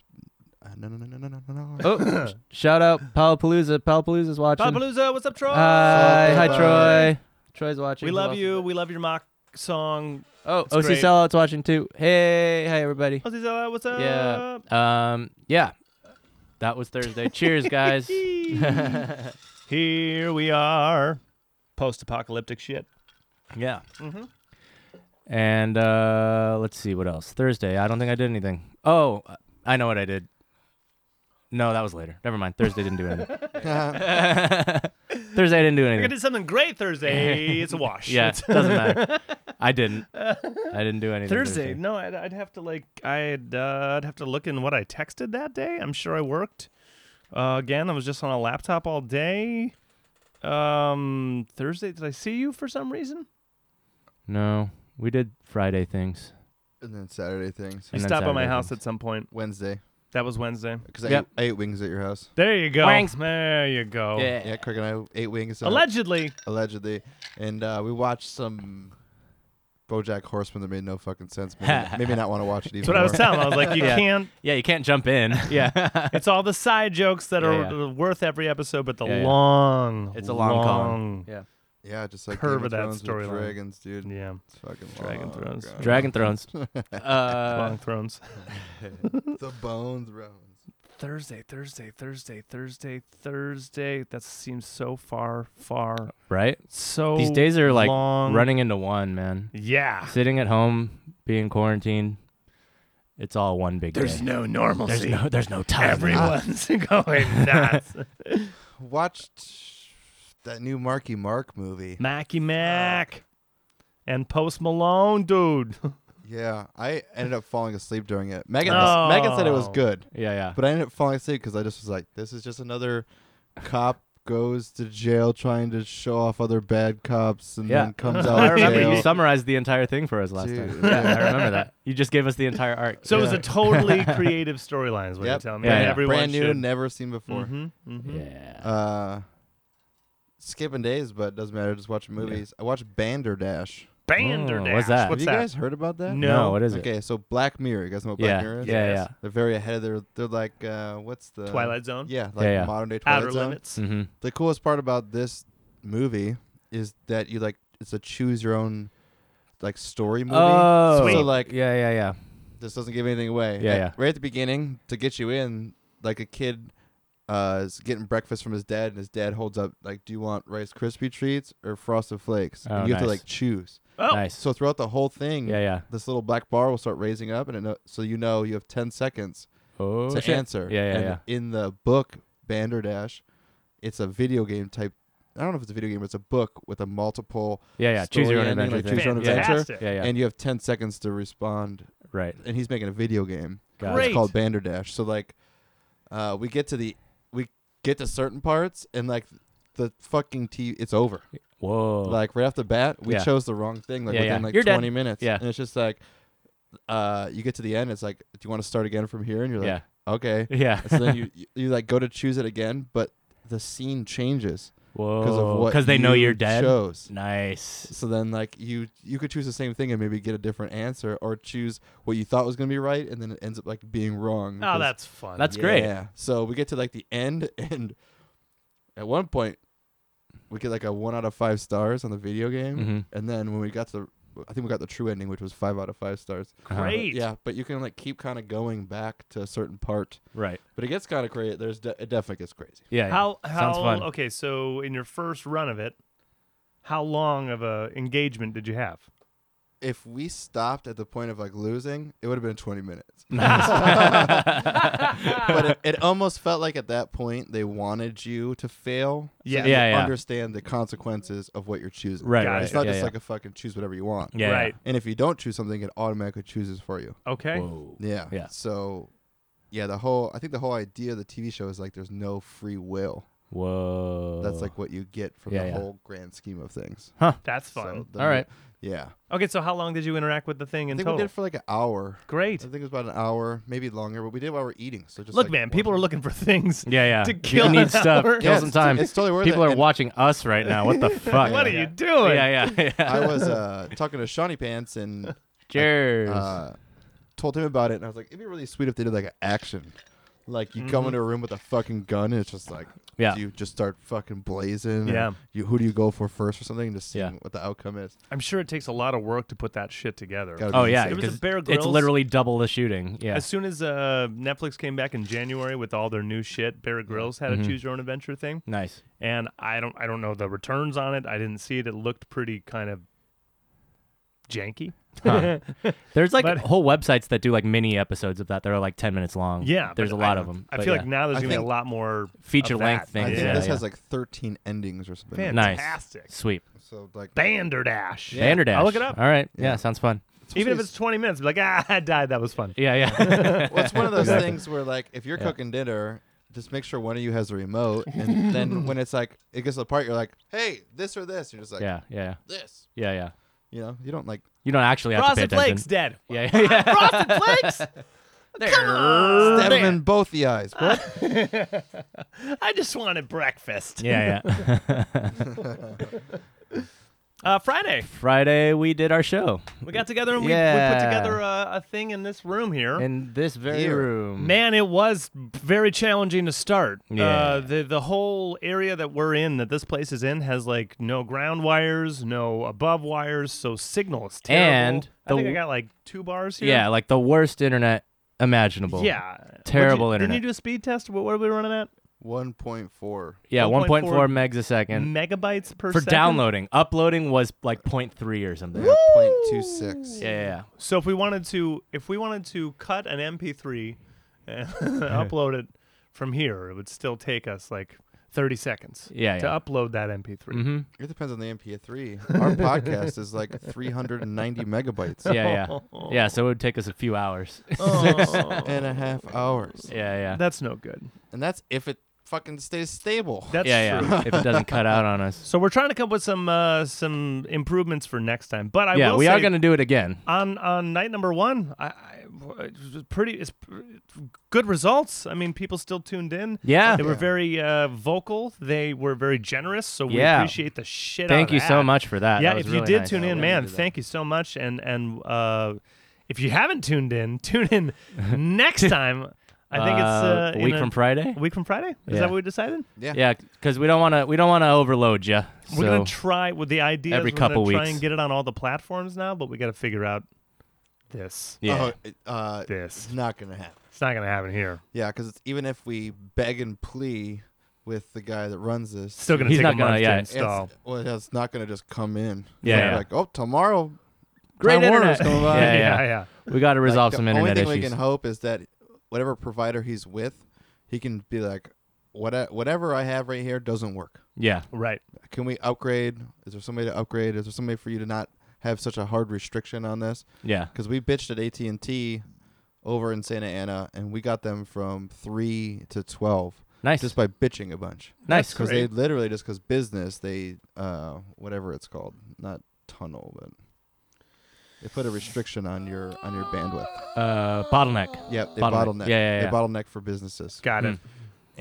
[SPEAKER 3] Uh, no, no, no, no, no, no, no.
[SPEAKER 2] [LAUGHS]
[SPEAKER 3] no. [COUGHS]
[SPEAKER 2] Oh, shout out Palapalooza. Palapalooza's watching.
[SPEAKER 1] Palapalooza, uh, what's up, Troy?
[SPEAKER 2] Hi, hi,
[SPEAKER 3] Bye.
[SPEAKER 2] Troy. Troy's watching.
[SPEAKER 1] we
[SPEAKER 2] Who
[SPEAKER 1] love
[SPEAKER 2] else?
[SPEAKER 1] you. We love your mock song.
[SPEAKER 2] Oh,
[SPEAKER 1] It's
[SPEAKER 2] OC
[SPEAKER 1] great.
[SPEAKER 2] Sellout's watching too. Hey, hi everybody.
[SPEAKER 1] Ozzy's, uh, What's up?
[SPEAKER 2] Yeah. Um, yeah. That was Thursday. Cheers,
[SPEAKER 1] [LAUGHS]
[SPEAKER 2] guys.
[SPEAKER 1] Here we are. Post-apocalyptic shit.
[SPEAKER 2] Yeah.
[SPEAKER 1] Mhm.
[SPEAKER 2] And uh, let's see what else. Thursday, I don't think I did anything. Oh, I know what I did. No, that was later. Never mind. Thursday didn't
[SPEAKER 1] [LAUGHS]
[SPEAKER 2] do anything. Thursday I didn't do
[SPEAKER 1] We're gonna
[SPEAKER 2] anything.
[SPEAKER 1] do something great
[SPEAKER 2] [LAUGHS]
[SPEAKER 1] Thursday. it's a wash.
[SPEAKER 2] Yeah,
[SPEAKER 1] It's-
[SPEAKER 2] doesn't matter. I didn't. I
[SPEAKER 1] [LAUGHS]
[SPEAKER 2] didn't do anything.
[SPEAKER 1] Thursday. No, I'd, I'd have to like I'd uh, I'd have to look in what I texted that day. I'm sure I worked. Uh, again, I was just on a laptop all day. Um, Thursday, did I see you for some reason?
[SPEAKER 2] No, we did Friday things.
[SPEAKER 3] and then Saturday things.
[SPEAKER 1] You
[SPEAKER 2] And then
[SPEAKER 1] stopped by my
[SPEAKER 2] Saturday
[SPEAKER 1] house
[SPEAKER 2] things.
[SPEAKER 1] at some point.
[SPEAKER 3] Wednesday,
[SPEAKER 1] That was Wednesday.
[SPEAKER 3] because I,
[SPEAKER 2] Yep.
[SPEAKER 3] ate- I ate wings at your house.
[SPEAKER 1] There you go.
[SPEAKER 2] Wanks.
[SPEAKER 1] There you go.
[SPEAKER 3] Oh, Yeah, Craig and I ate wings. uh,
[SPEAKER 1] Allegedly,
[SPEAKER 3] allegedly, and uh, we watched some BoJack Horseman that made no fucking sense.
[SPEAKER 1] [LAUGHS]
[SPEAKER 3] Maybe, maybe not want to watch it even.
[SPEAKER 1] that's what I was
[SPEAKER 3] more.
[SPEAKER 1] telling. him. I was like, you
[SPEAKER 2] [LAUGHS] Yeah.
[SPEAKER 1] can't.
[SPEAKER 2] Yeah, you can't jump
[SPEAKER 3] [LAUGHS]
[SPEAKER 2] in. Yeah.
[SPEAKER 1] It's all the side jokes that
[SPEAKER 2] Yeah,
[SPEAKER 1] are
[SPEAKER 2] yeah.
[SPEAKER 1] uh, worth every episode, but the
[SPEAKER 2] Yeah, yeah.
[SPEAKER 1] long.
[SPEAKER 2] It's a long con. Yeah.
[SPEAKER 3] Yeah, just like
[SPEAKER 1] Curve
[SPEAKER 3] Game
[SPEAKER 1] of
[SPEAKER 3] of
[SPEAKER 1] that
[SPEAKER 3] Thrones with
[SPEAKER 1] storyline.
[SPEAKER 3] Dragons, dude.
[SPEAKER 1] Yeah.
[SPEAKER 3] It's fucking
[SPEAKER 1] Dragon
[SPEAKER 3] long,
[SPEAKER 1] Thrones.
[SPEAKER 3] God.
[SPEAKER 2] Dragon Thrones.
[SPEAKER 1] long
[SPEAKER 2] Uh,
[SPEAKER 1] Thrones.
[SPEAKER 3] [LAUGHS] the Bone Thrones.
[SPEAKER 1] Thursday, Thursday, Thursday, Thursday, Thursday. That seems so far, far,
[SPEAKER 2] right?
[SPEAKER 1] so.
[SPEAKER 2] These days are like
[SPEAKER 1] long.
[SPEAKER 2] running into one, man.
[SPEAKER 1] Yeah.
[SPEAKER 2] Sitting at home, being quarantined, it's all one big day.
[SPEAKER 1] no normalcy.
[SPEAKER 2] there's no there's no time.
[SPEAKER 1] Everyone's [LAUGHS] going nuts.
[SPEAKER 3] Watched that new Marky Mark movie.
[SPEAKER 1] Mackie Mac. And Post Malone, dude.
[SPEAKER 3] Yeah, I ended up falling asleep during it. Megan,
[SPEAKER 1] Oh.
[SPEAKER 3] Megan said it was good,
[SPEAKER 2] Yeah, yeah.
[SPEAKER 3] but I ended up falling asleep because I just was like, this is just another cop goes to jail trying to show off other bad cops and
[SPEAKER 2] Yeah.
[SPEAKER 3] then comes
[SPEAKER 1] [LAUGHS]
[SPEAKER 3] out.
[SPEAKER 2] I
[SPEAKER 3] of
[SPEAKER 2] remember
[SPEAKER 3] jail.
[SPEAKER 2] you summarized the entire thing for us last
[SPEAKER 3] Dude,
[SPEAKER 2] time. Yeah, I remember that. You just gave us the entire arc.
[SPEAKER 1] So it was
[SPEAKER 3] Yeah.
[SPEAKER 1] a totally creative storyline, is what
[SPEAKER 3] Yep.
[SPEAKER 1] you're telling me.
[SPEAKER 2] Yeah,
[SPEAKER 1] and
[SPEAKER 2] yeah.
[SPEAKER 1] Everyone
[SPEAKER 3] brand new,
[SPEAKER 1] should.
[SPEAKER 3] never seen before.
[SPEAKER 1] Mm-hmm, mm-hmm.
[SPEAKER 2] yeah.
[SPEAKER 3] Uh, skipping days, but it doesn't matter. Just watching movies. I watched Banderdash.
[SPEAKER 1] Banderdash.
[SPEAKER 2] Oh, what's that?
[SPEAKER 1] What's
[SPEAKER 3] Have you
[SPEAKER 1] that?
[SPEAKER 3] guys heard about that?
[SPEAKER 1] No.
[SPEAKER 2] no. what is it?
[SPEAKER 3] Okay, so Black Mirror. You guys know what
[SPEAKER 2] yeah.
[SPEAKER 3] Black Mirror
[SPEAKER 2] Yeah,
[SPEAKER 3] is?
[SPEAKER 2] yeah.
[SPEAKER 1] Yes.
[SPEAKER 3] They're very ahead of their. They're like, uh, what's the
[SPEAKER 1] Twilight Zone.
[SPEAKER 3] Yeah, like
[SPEAKER 2] Yeah, yeah.
[SPEAKER 3] modern day Twilight
[SPEAKER 1] Outer
[SPEAKER 3] Zone.
[SPEAKER 1] Limits.
[SPEAKER 2] Mm-hmm.
[SPEAKER 3] The coolest part about this movie is that you like it's a choose your own like story movie.
[SPEAKER 2] Oh,
[SPEAKER 1] Sweet.
[SPEAKER 3] So like
[SPEAKER 2] yeah, yeah, yeah.
[SPEAKER 3] this doesn't give anything away.
[SPEAKER 2] Yeah,
[SPEAKER 3] At-
[SPEAKER 2] yeah.
[SPEAKER 3] Right at the beginning, to get you in, like a kid uh, is getting breakfast from his dad, and his dad holds up like, "Do you want Rice Krispie treats or Frosted Flakes?"
[SPEAKER 2] Oh,
[SPEAKER 3] and you have to
[SPEAKER 2] nice.
[SPEAKER 3] like choose.
[SPEAKER 1] Oh,
[SPEAKER 2] Nice.
[SPEAKER 3] So mm, throughout the whole thing,
[SPEAKER 2] yeah, yeah.
[SPEAKER 3] this little black bar will start raising up, and it kno- so you know you have ten seconds
[SPEAKER 2] Oh,
[SPEAKER 3] to
[SPEAKER 2] shit.
[SPEAKER 3] answer.
[SPEAKER 2] Yeah, yeah,
[SPEAKER 3] and
[SPEAKER 2] yeah.
[SPEAKER 3] In the book Banderdash, it's a video game type. I don't know if it's a video game, but it's a book with a multiple,
[SPEAKER 2] Yeah, yeah. Choose your
[SPEAKER 3] story
[SPEAKER 2] own
[SPEAKER 3] ending,
[SPEAKER 2] adventure.
[SPEAKER 3] like,
[SPEAKER 2] thing.
[SPEAKER 3] choose your own adventure.
[SPEAKER 1] fantastic.
[SPEAKER 2] Yeah, yeah.
[SPEAKER 3] and you have ten seconds to respond.
[SPEAKER 2] right.
[SPEAKER 3] And he's making a video game.
[SPEAKER 2] Got it.
[SPEAKER 1] Great.
[SPEAKER 3] It's called Banderdash. So like, uh, we get to the we get to certain parts, and like the fucking t it's over.
[SPEAKER 2] Whoa.
[SPEAKER 3] Like right off the bat, we
[SPEAKER 2] Yeah.
[SPEAKER 3] chose the wrong thing. Like
[SPEAKER 2] Yeah,
[SPEAKER 3] within
[SPEAKER 2] yeah.
[SPEAKER 3] like
[SPEAKER 2] You're dead.
[SPEAKER 3] twenty minutes.
[SPEAKER 2] Yeah.
[SPEAKER 3] and it's just like, uh, you get to the end. It's like, do you want to start again from here? And you're
[SPEAKER 2] yeah.
[SPEAKER 3] like, okay.
[SPEAKER 2] Yeah.
[SPEAKER 3] And so
[SPEAKER 2] [LAUGHS]
[SPEAKER 3] then you, you you like go to choose it again, but the scene changes
[SPEAKER 2] Whoa.
[SPEAKER 3] because of what
[SPEAKER 2] Oh, they know
[SPEAKER 3] you
[SPEAKER 2] you're dead.
[SPEAKER 3] Chose.
[SPEAKER 2] Nice.
[SPEAKER 3] So then, like you, you could choose the same thing and maybe get a different answer, or choose what you thought was gonna be right, and then it ends up like being wrong.
[SPEAKER 1] Oh,
[SPEAKER 3] because-
[SPEAKER 1] that's fun.
[SPEAKER 2] That's great.
[SPEAKER 3] yeah. So we get to like the end, [LAUGHS] and at one point, we get like a one out of five stars on the video game,
[SPEAKER 2] Mhm.
[SPEAKER 3] and then when we got to, the, I think we got the true ending, which was five out of five stars.
[SPEAKER 2] Uh-huh.
[SPEAKER 3] But
[SPEAKER 1] great.
[SPEAKER 3] yeah, but you can like keep kind of going back to a certain part,
[SPEAKER 2] Right.
[SPEAKER 3] but it gets kind of crazy. There's de- it definitely gets crazy.
[SPEAKER 2] Yeah. yeah.
[SPEAKER 1] How how
[SPEAKER 2] Sounds fun.
[SPEAKER 1] okay? So in your first run of it, how long of a engagement did you have?
[SPEAKER 3] If we stopped at the point of like losing, it would have been
[SPEAKER 2] [LAUGHS]
[SPEAKER 3] 20 minutes. but it, it almost felt like at that point they wanted you to fail. so
[SPEAKER 1] Yeah.
[SPEAKER 3] you
[SPEAKER 2] Yeah, yeah.
[SPEAKER 3] Understand the consequences of what you're choosing.
[SPEAKER 2] Right.
[SPEAKER 1] Got
[SPEAKER 2] right.
[SPEAKER 1] it.
[SPEAKER 3] It's not
[SPEAKER 2] yeah,
[SPEAKER 3] just
[SPEAKER 2] yeah.
[SPEAKER 3] like a fucking choose whatever you want.
[SPEAKER 2] yeah,
[SPEAKER 1] right.
[SPEAKER 3] And if you don't choose something, it automatically chooses for you.
[SPEAKER 1] Okay.
[SPEAKER 2] Yeah. Whoa.
[SPEAKER 3] Yeah.
[SPEAKER 2] Yeah.
[SPEAKER 3] So, yeah, the whole I think the whole idea of the TV show is like there's no free will.
[SPEAKER 2] Whoa.
[SPEAKER 3] That's like what you get from
[SPEAKER 2] Yeah,
[SPEAKER 3] the
[SPEAKER 2] yeah.
[SPEAKER 3] whole grand scheme of things.
[SPEAKER 1] That's
[SPEAKER 3] So
[SPEAKER 1] fun.
[SPEAKER 3] the
[SPEAKER 2] All
[SPEAKER 3] mo-
[SPEAKER 2] right.
[SPEAKER 3] Yeah.
[SPEAKER 1] okay, so how long did you interact with the thing
[SPEAKER 3] I
[SPEAKER 1] in
[SPEAKER 3] think
[SPEAKER 1] total?
[SPEAKER 3] we did for like an hour. I
[SPEAKER 1] great.
[SPEAKER 3] think it was about an hour, maybe longer, but we did while we are eating. So just
[SPEAKER 1] Look,
[SPEAKER 3] like,
[SPEAKER 1] man, people are
[SPEAKER 3] watching.
[SPEAKER 1] looking for [LAUGHS]
[SPEAKER 2] [LAUGHS]
[SPEAKER 1] things.
[SPEAKER 2] Yeah, yeah.
[SPEAKER 1] To kill
[SPEAKER 2] you
[SPEAKER 1] an
[SPEAKER 2] need stuff.
[SPEAKER 1] hour.
[SPEAKER 2] Kill
[SPEAKER 3] Yeah,
[SPEAKER 2] some
[SPEAKER 3] it's-
[SPEAKER 2] time.
[SPEAKER 3] It's totally worth
[SPEAKER 2] People
[SPEAKER 3] it.
[SPEAKER 2] are
[SPEAKER 3] And-
[SPEAKER 2] watching us right now.
[SPEAKER 1] [LAUGHS]
[SPEAKER 2] What the fuck?
[SPEAKER 1] What are you doing?
[SPEAKER 2] Oh, Yeah, yeah,
[SPEAKER 1] [LAUGHS]
[SPEAKER 2] yeah.
[SPEAKER 3] I was uh, talking to Shawnee Pants and
[SPEAKER 2] [LAUGHS] Cheers.
[SPEAKER 3] uh, told him about it, and I was like, it'd be really sweet if they did like an action. Like you
[SPEAKER 1] Mm-hmm.
[SPEAKER 3] come into a room with a fucking gun, and it's just like,
[SPEAKER 2] Yeah.
[SPEAKER 3] do you just start fucking blazing? or
[SPEAKER 1] Yeah.
[SPEAKER 3] You, who do you go for first or something? Just seeing
[SPEAKER 2] Yeah.
[SPEAKER 3] what the outcome is.
[SPEAKER 1] I'm sure it takes a lot of work to put that shit together.
[SPEAKER 3] Gotta
[SPEAKER 2] oh
[SPEAKER 3] be
[SPEAKER 2] yeah,
[SPEAKER 3] insane.
[SPEAKER 1] It was a
[SPEAKER 2] because
[SPEAKER 1] Bear
[SPEAKER 2] it's
[SPEAKER 1] Grylls-
[SPEAKER 2] literally double the shooting. Yeah.
[SPEAKER 1] As soon as uh, Netflix came back in January with all their new shit, Bear Grylls had
[SPEAKER 2] Mhm.
[SPEAKER 1] a choose your own adventure thing, [LAUGHS]
[SPEAKER 2] Nice.
[SPEAKER 1] and I don't I don't know the returns on it. I didn't see it. It looked pretty kind of janky.
[SPEAKER 2] Huh. There's like
[SPEAKER 1] But-
[SPEAKER 2] whole websites that do like mini episodes of that. They're like 10 minutes long.
[SPEAKER 1] Yeah,
[SPEAKER 2] There's a
[SPEAKER 1] but
[SPEAKER 2] lot
[SPEAKER 1] I-
[SPEAKER 2] of them.
[SPEAKER 1] I
[SPEAKER 2] But
[SPEAKER 1] feel
[SPEAKER 2] yeah.
[SPEAKER 1] like now there's
[SPEAKER 3] I
[SPEAKER 1] gonna be a
[SPEAKER 3] think-
[SPEAKER 1] lot more
[SPEAKER 2] Feature
[SPEAKER 1] of
[SPEAKER 2] length
[SPEAKER 1] that.
[SPEAKER 3] I
[SPEAKER 2] things.
[SPEAKER 3] think
[SPEAKER 2] yeah,
[SPEAKER 3] this
[SPEAKER 2] yeah.
[SPEAKER 3] has like 13 endings or something.
[SPEAKER 1] Man,
[SPEAKER 2] Nice.
[SPEAKER 1] fantastic.
[SPEAKER 2] Sweep.
[SPEAKER 3] So like
[SPEAKER 1] Banderdash.
[SPEAKER 3] Yeah.
[SPEAKER 2] Banderdash.
[SPEAKER 1] I'll look it up.
[SPEAKER 2] All right.
[SPEAKER 3] Yeah.
[SPEAKER 2] Yeah, sounds fun.
[SPEAKER 1] Even if
[SPEAKER 3] it's.
[SPEAKER 1] it's 20 minutes, be like, ah, I died. That was fun. [LAUGHS]
[SPEAKER 2] Yeah, [LAUGHS] yeah.
[SPEAKER 3] Well, it's one of those
[SPEAKER 2] Exactly.
[SPEAKER 3] things where, like, if you're
[SPEAKER 2] Yeah.
[SPEAKER 3] cooking dinner, just make sure one of you has a remote,
[SPEAKER 2] [LAUGHS]
[SPEAKER 3] and then when it's like it gets to the part, you're like, "Hey, this or this," you're just like,
[SPEAKER 2] yeah, yeah,
[SPEAKER 3] "This,"
[SPEAKER 2] yeah, yeah.
[SPEAKER 3] you know. You don't like.
[SPEAKER 2] You don't actually have
[SPEAKER 1] Frosted
[SPEAKER 2] to pay
[SPEAKER 1] Flakes
[SPEAKER 2] attention.
[SPEAKER 1] dead.
[SPEAKER 2] Yeah, yeah,
[SPEAKER 1] [LAUGHS]
[SPEAKER 2] [LAUGHS] yeah.
[SPEAKER 1] Frosted Flakes? Come on.
[SPEAKER 3] Stab him in both the eyes. What?
[SPEAKER 1] I just wanted breakfast.
[SPEAKER 2] yeah, yeah. [LAUGHS]
[SPEAKER 1] Uh, Friday,
[SPEAKER 2] Friday we did our show
[SPEAKER 1] we got together and we, we put
[SPEAKER 2] Yeah.
[SPEAKER 1] together a, a thing in this room here.
[SPEAKER 2] in this very
[SPEAKER 3] Here.
[SPEAKER 2] room.
[SPEAKER 1] Man, it was very challenging to start.
[SPEAKER 2] Yeah.
[SPEAKER 1] Uh, the the whole area that we're in, that this place is in, has like no ground wires, no above wires, so signal is terrible.
[SPEAKER 2] And
[SPEAKER 1] I think
[SPEAKER 2] the-
[SPEAKER 1] I got like two bars here.
[SPEAKER 2] yeah, like the worst internet imaginable.
[SPEAKER 1] yeah,
[SPEAKER 2] Terrible
[SPEAKER 1] What'd you- Didn't you
[SPEAKER 2] internet.
[SPEAKER 1] do a speed test? What, what are we running at?
[SPEAKER 3] One point four.
[SPEAKER 2] yeah,
[SPEAKER 1] 1.4
[SPEAKER 2] 1.4 megs a second
[SPEAKER 1] Megabytes per
[SPEAKER 2] for
[SPEAKER 1] second?
[SPEAKER 2] downloading. Uploading was like 0.3 or something. Yeah,
[SPEAKER 3] Point two six.
[SPEAKER 2] yeah, yeah.
[SPEAKER 1] So if we wanted to, if we wanted to cut an MP3 [LAUGHS]
[SPEAKER 2] [LAUGHS]
[SPEAKER 1] and upload it from here, it would still take us like 30 seconds
[SPEAKER 2] Yeah,
[SPEAKER 1] to
[SPEAKER 2] yeah.
[SPEAKER 1] upload that MP3.
[SPEAKER 2] Mm-hmm.
[SPEAKER 3] It depends on the MP3. Our podcast is like 390 megabytes
[SPEAKER 2] Yeah, yeah.
[SPEAKER 1] [LAUGHS]
[SPEAKER 2] Yeah, so it would take us a few hours.
[SPEAKER 3] and a half hours,
[SPEAKER 2] yeah, Mm-hmm. [LAUGHS] yeah.
[SPEAKER 1] That's no good.
[SPEAKER 3] and that's if it fucking stays stable.
[SPEAKER 1] That's
[SPEAKER 2] yeah,
[SPEAKER 1] true.
[SPEAKER 2] yeah. if it doesn't cut out on us.
[SPEAKER 1] So we're trying to come up with some uh, some improvements for next time. But [LAUGHS] I
[SPEAKER 2] yeah,
[SPEAKER 1] will
[SPEAKER 2] we
[SPEAKER 1] say
[SPEAKER 2] are going to do it again.
[SPEAKER 1] on on night number one. I, I it was pretty it's pr- good results. I mean, people still tuned in.
[SPEAKER 2] Yeah.
[SPEAKER 1] They were
[SPEAKER 3] Yeah.
[SPEAKER 1] very uh, vocal. They were very generous. So we
[SPEAKER 2] Yeah.
[SPEAKER 1] appreciate the shit. out
[SPEAKER 2] Thank
[SPEAKER 1] of
[SPEAKER 2] you so
[SPEAKER 1] that.
[SPEAKER 2] much for that.
[SPEAKER 1] yeah,
[SPEAKER 2] That was
[SPEAKER 1] if you
[SPEAKER 2] really
[SPEAKER 1] did
[SPEAKER 2] nice.
[SPEAKER 1] tune
[SPEAKER 3] Yeah,
[SPEAKER 1] in,
[SPEAKER 3] we
[SPEAKER 1] man,
[SPEAKER 3] needed that.
[SPEAKER 1] thank you so much. And and uh, if you haven't tuned in, [LAUGHS] tune
[SPEAKER 2] [LAUGHS]
[SPEAKER 1] in next time. I think it's uh,
[SPEAKER 2] a
[SPEAKER 1] in
[SPEAKER 2] week from Friday.
[SPEAKER 1] a week from Friday. Is
[SPEAKER 2] Yeah.
[SPEAKER 1] that what we decided?
[SPEAKER 2] Yeah, because we don't want to we don't want to overload you.
[SPEAKER 1] We're
[SPEAKER 2] so
[SPEAKER 1] gonna try with the idea.
[SPEAKER 2] every
[SPEAKER 1] is we're gonna
[SPEAKER 2] couple
[SPEAKER 1] try
[SPEAKER 2] weeks.
[SPEAKER 1] and get it on all the platforms now, but we got to figure out this.
[SPEAKER 2] yeah,
[SPEAKER 3] Oh, it- uh,
[SPEAKER 1] This.
[SPEAKER 3] it's not gonna happen.
[SPEAKER 1] It's not gonna happen here.
[SPEAKER 3] Yeah, because even if we beg and plea with the guy that runs this,
[SPEAKER 1] Still gonna
[SPEAKER 2] He's
[SPEAKER 1] take
[SPEAKER 2] not
[SPEAKER 1] a
[SPEAKER 2] gonna-
[SPEAKER 1] month
[SPEAKER 2] yeah.
[SPEAKER 1] to
[SPEAKER 2] It's-
[SPEAKER 1] install.
[SPEAKER 3] it's, well, it's not gonna just come in.
[SPEAKER 2] Yeah,
[SPEAKER 3] It's
[SPEAKER 2] yeah.
[SPEAKER 3] Like, oh, tomorrow,
[SPEAKER 2] Great
[SPEAKER 3] Time
[SPEAKER 2] internet.
[SPEAKER 3] Warner's coming by.
[SPEAKER 1] [LAUGHS]
[SPEAKER 2] Yeah,
[SPEAKER 1] yeah,
[SPEAKER 2] yeah.
[SPEAKER 1] yeah.
[SPEAKER 2] we got to
[SPEAKER 3] Like,
[SPEAKER 2] resolve
[SPEAKER 3] the
[SPEAKER 2] some
[SPEAKER 3] only
[SPEAKER 2] internet
[SPEAKER 3] thing
[SPEAKER 2] issues.
[SPEAKER 3] we can hope is that whatever provider he's with, he can be like, what whatever I have right here doesn't work.
[SPEAKER 2] yeah,
[SPEAKER 1] Right.
[SPEAKER 3] Can we upgrade? Is there somebody to upgrade? Is there somebody for you to not have such a hard restriction on this?
[SPEAKER 2] yeah,
[SPEAKER 3] Because we bitched at AT and T over in Santa Ana, and we got them from three to twelve
[SPEAKER 2] nice,
[SPEAKER 3] just by bitching a bunch.
[SPEAKER 2] nice.
[SPEAKER 1] That's
[SPEAKER 3] because they literally just because business they uh whatever it's called not tunnel but they put a restriction on your on your bandwidth
[SPEAKER 2] Uh, bottleneck.
[SPEAKER 3] yep they
[SPEAKER 2] Bottleneck.
[SPEAKER 3] bottleneck
[SPEAKER 2] Yeah, yeah,
[SPEAKER 3] they
[SPEAKER 2] yeah.
[SPEAKER 3] bottleneck for businesses
[SPEAKER 1] Got it.
[SPEAKER 2] Hmm.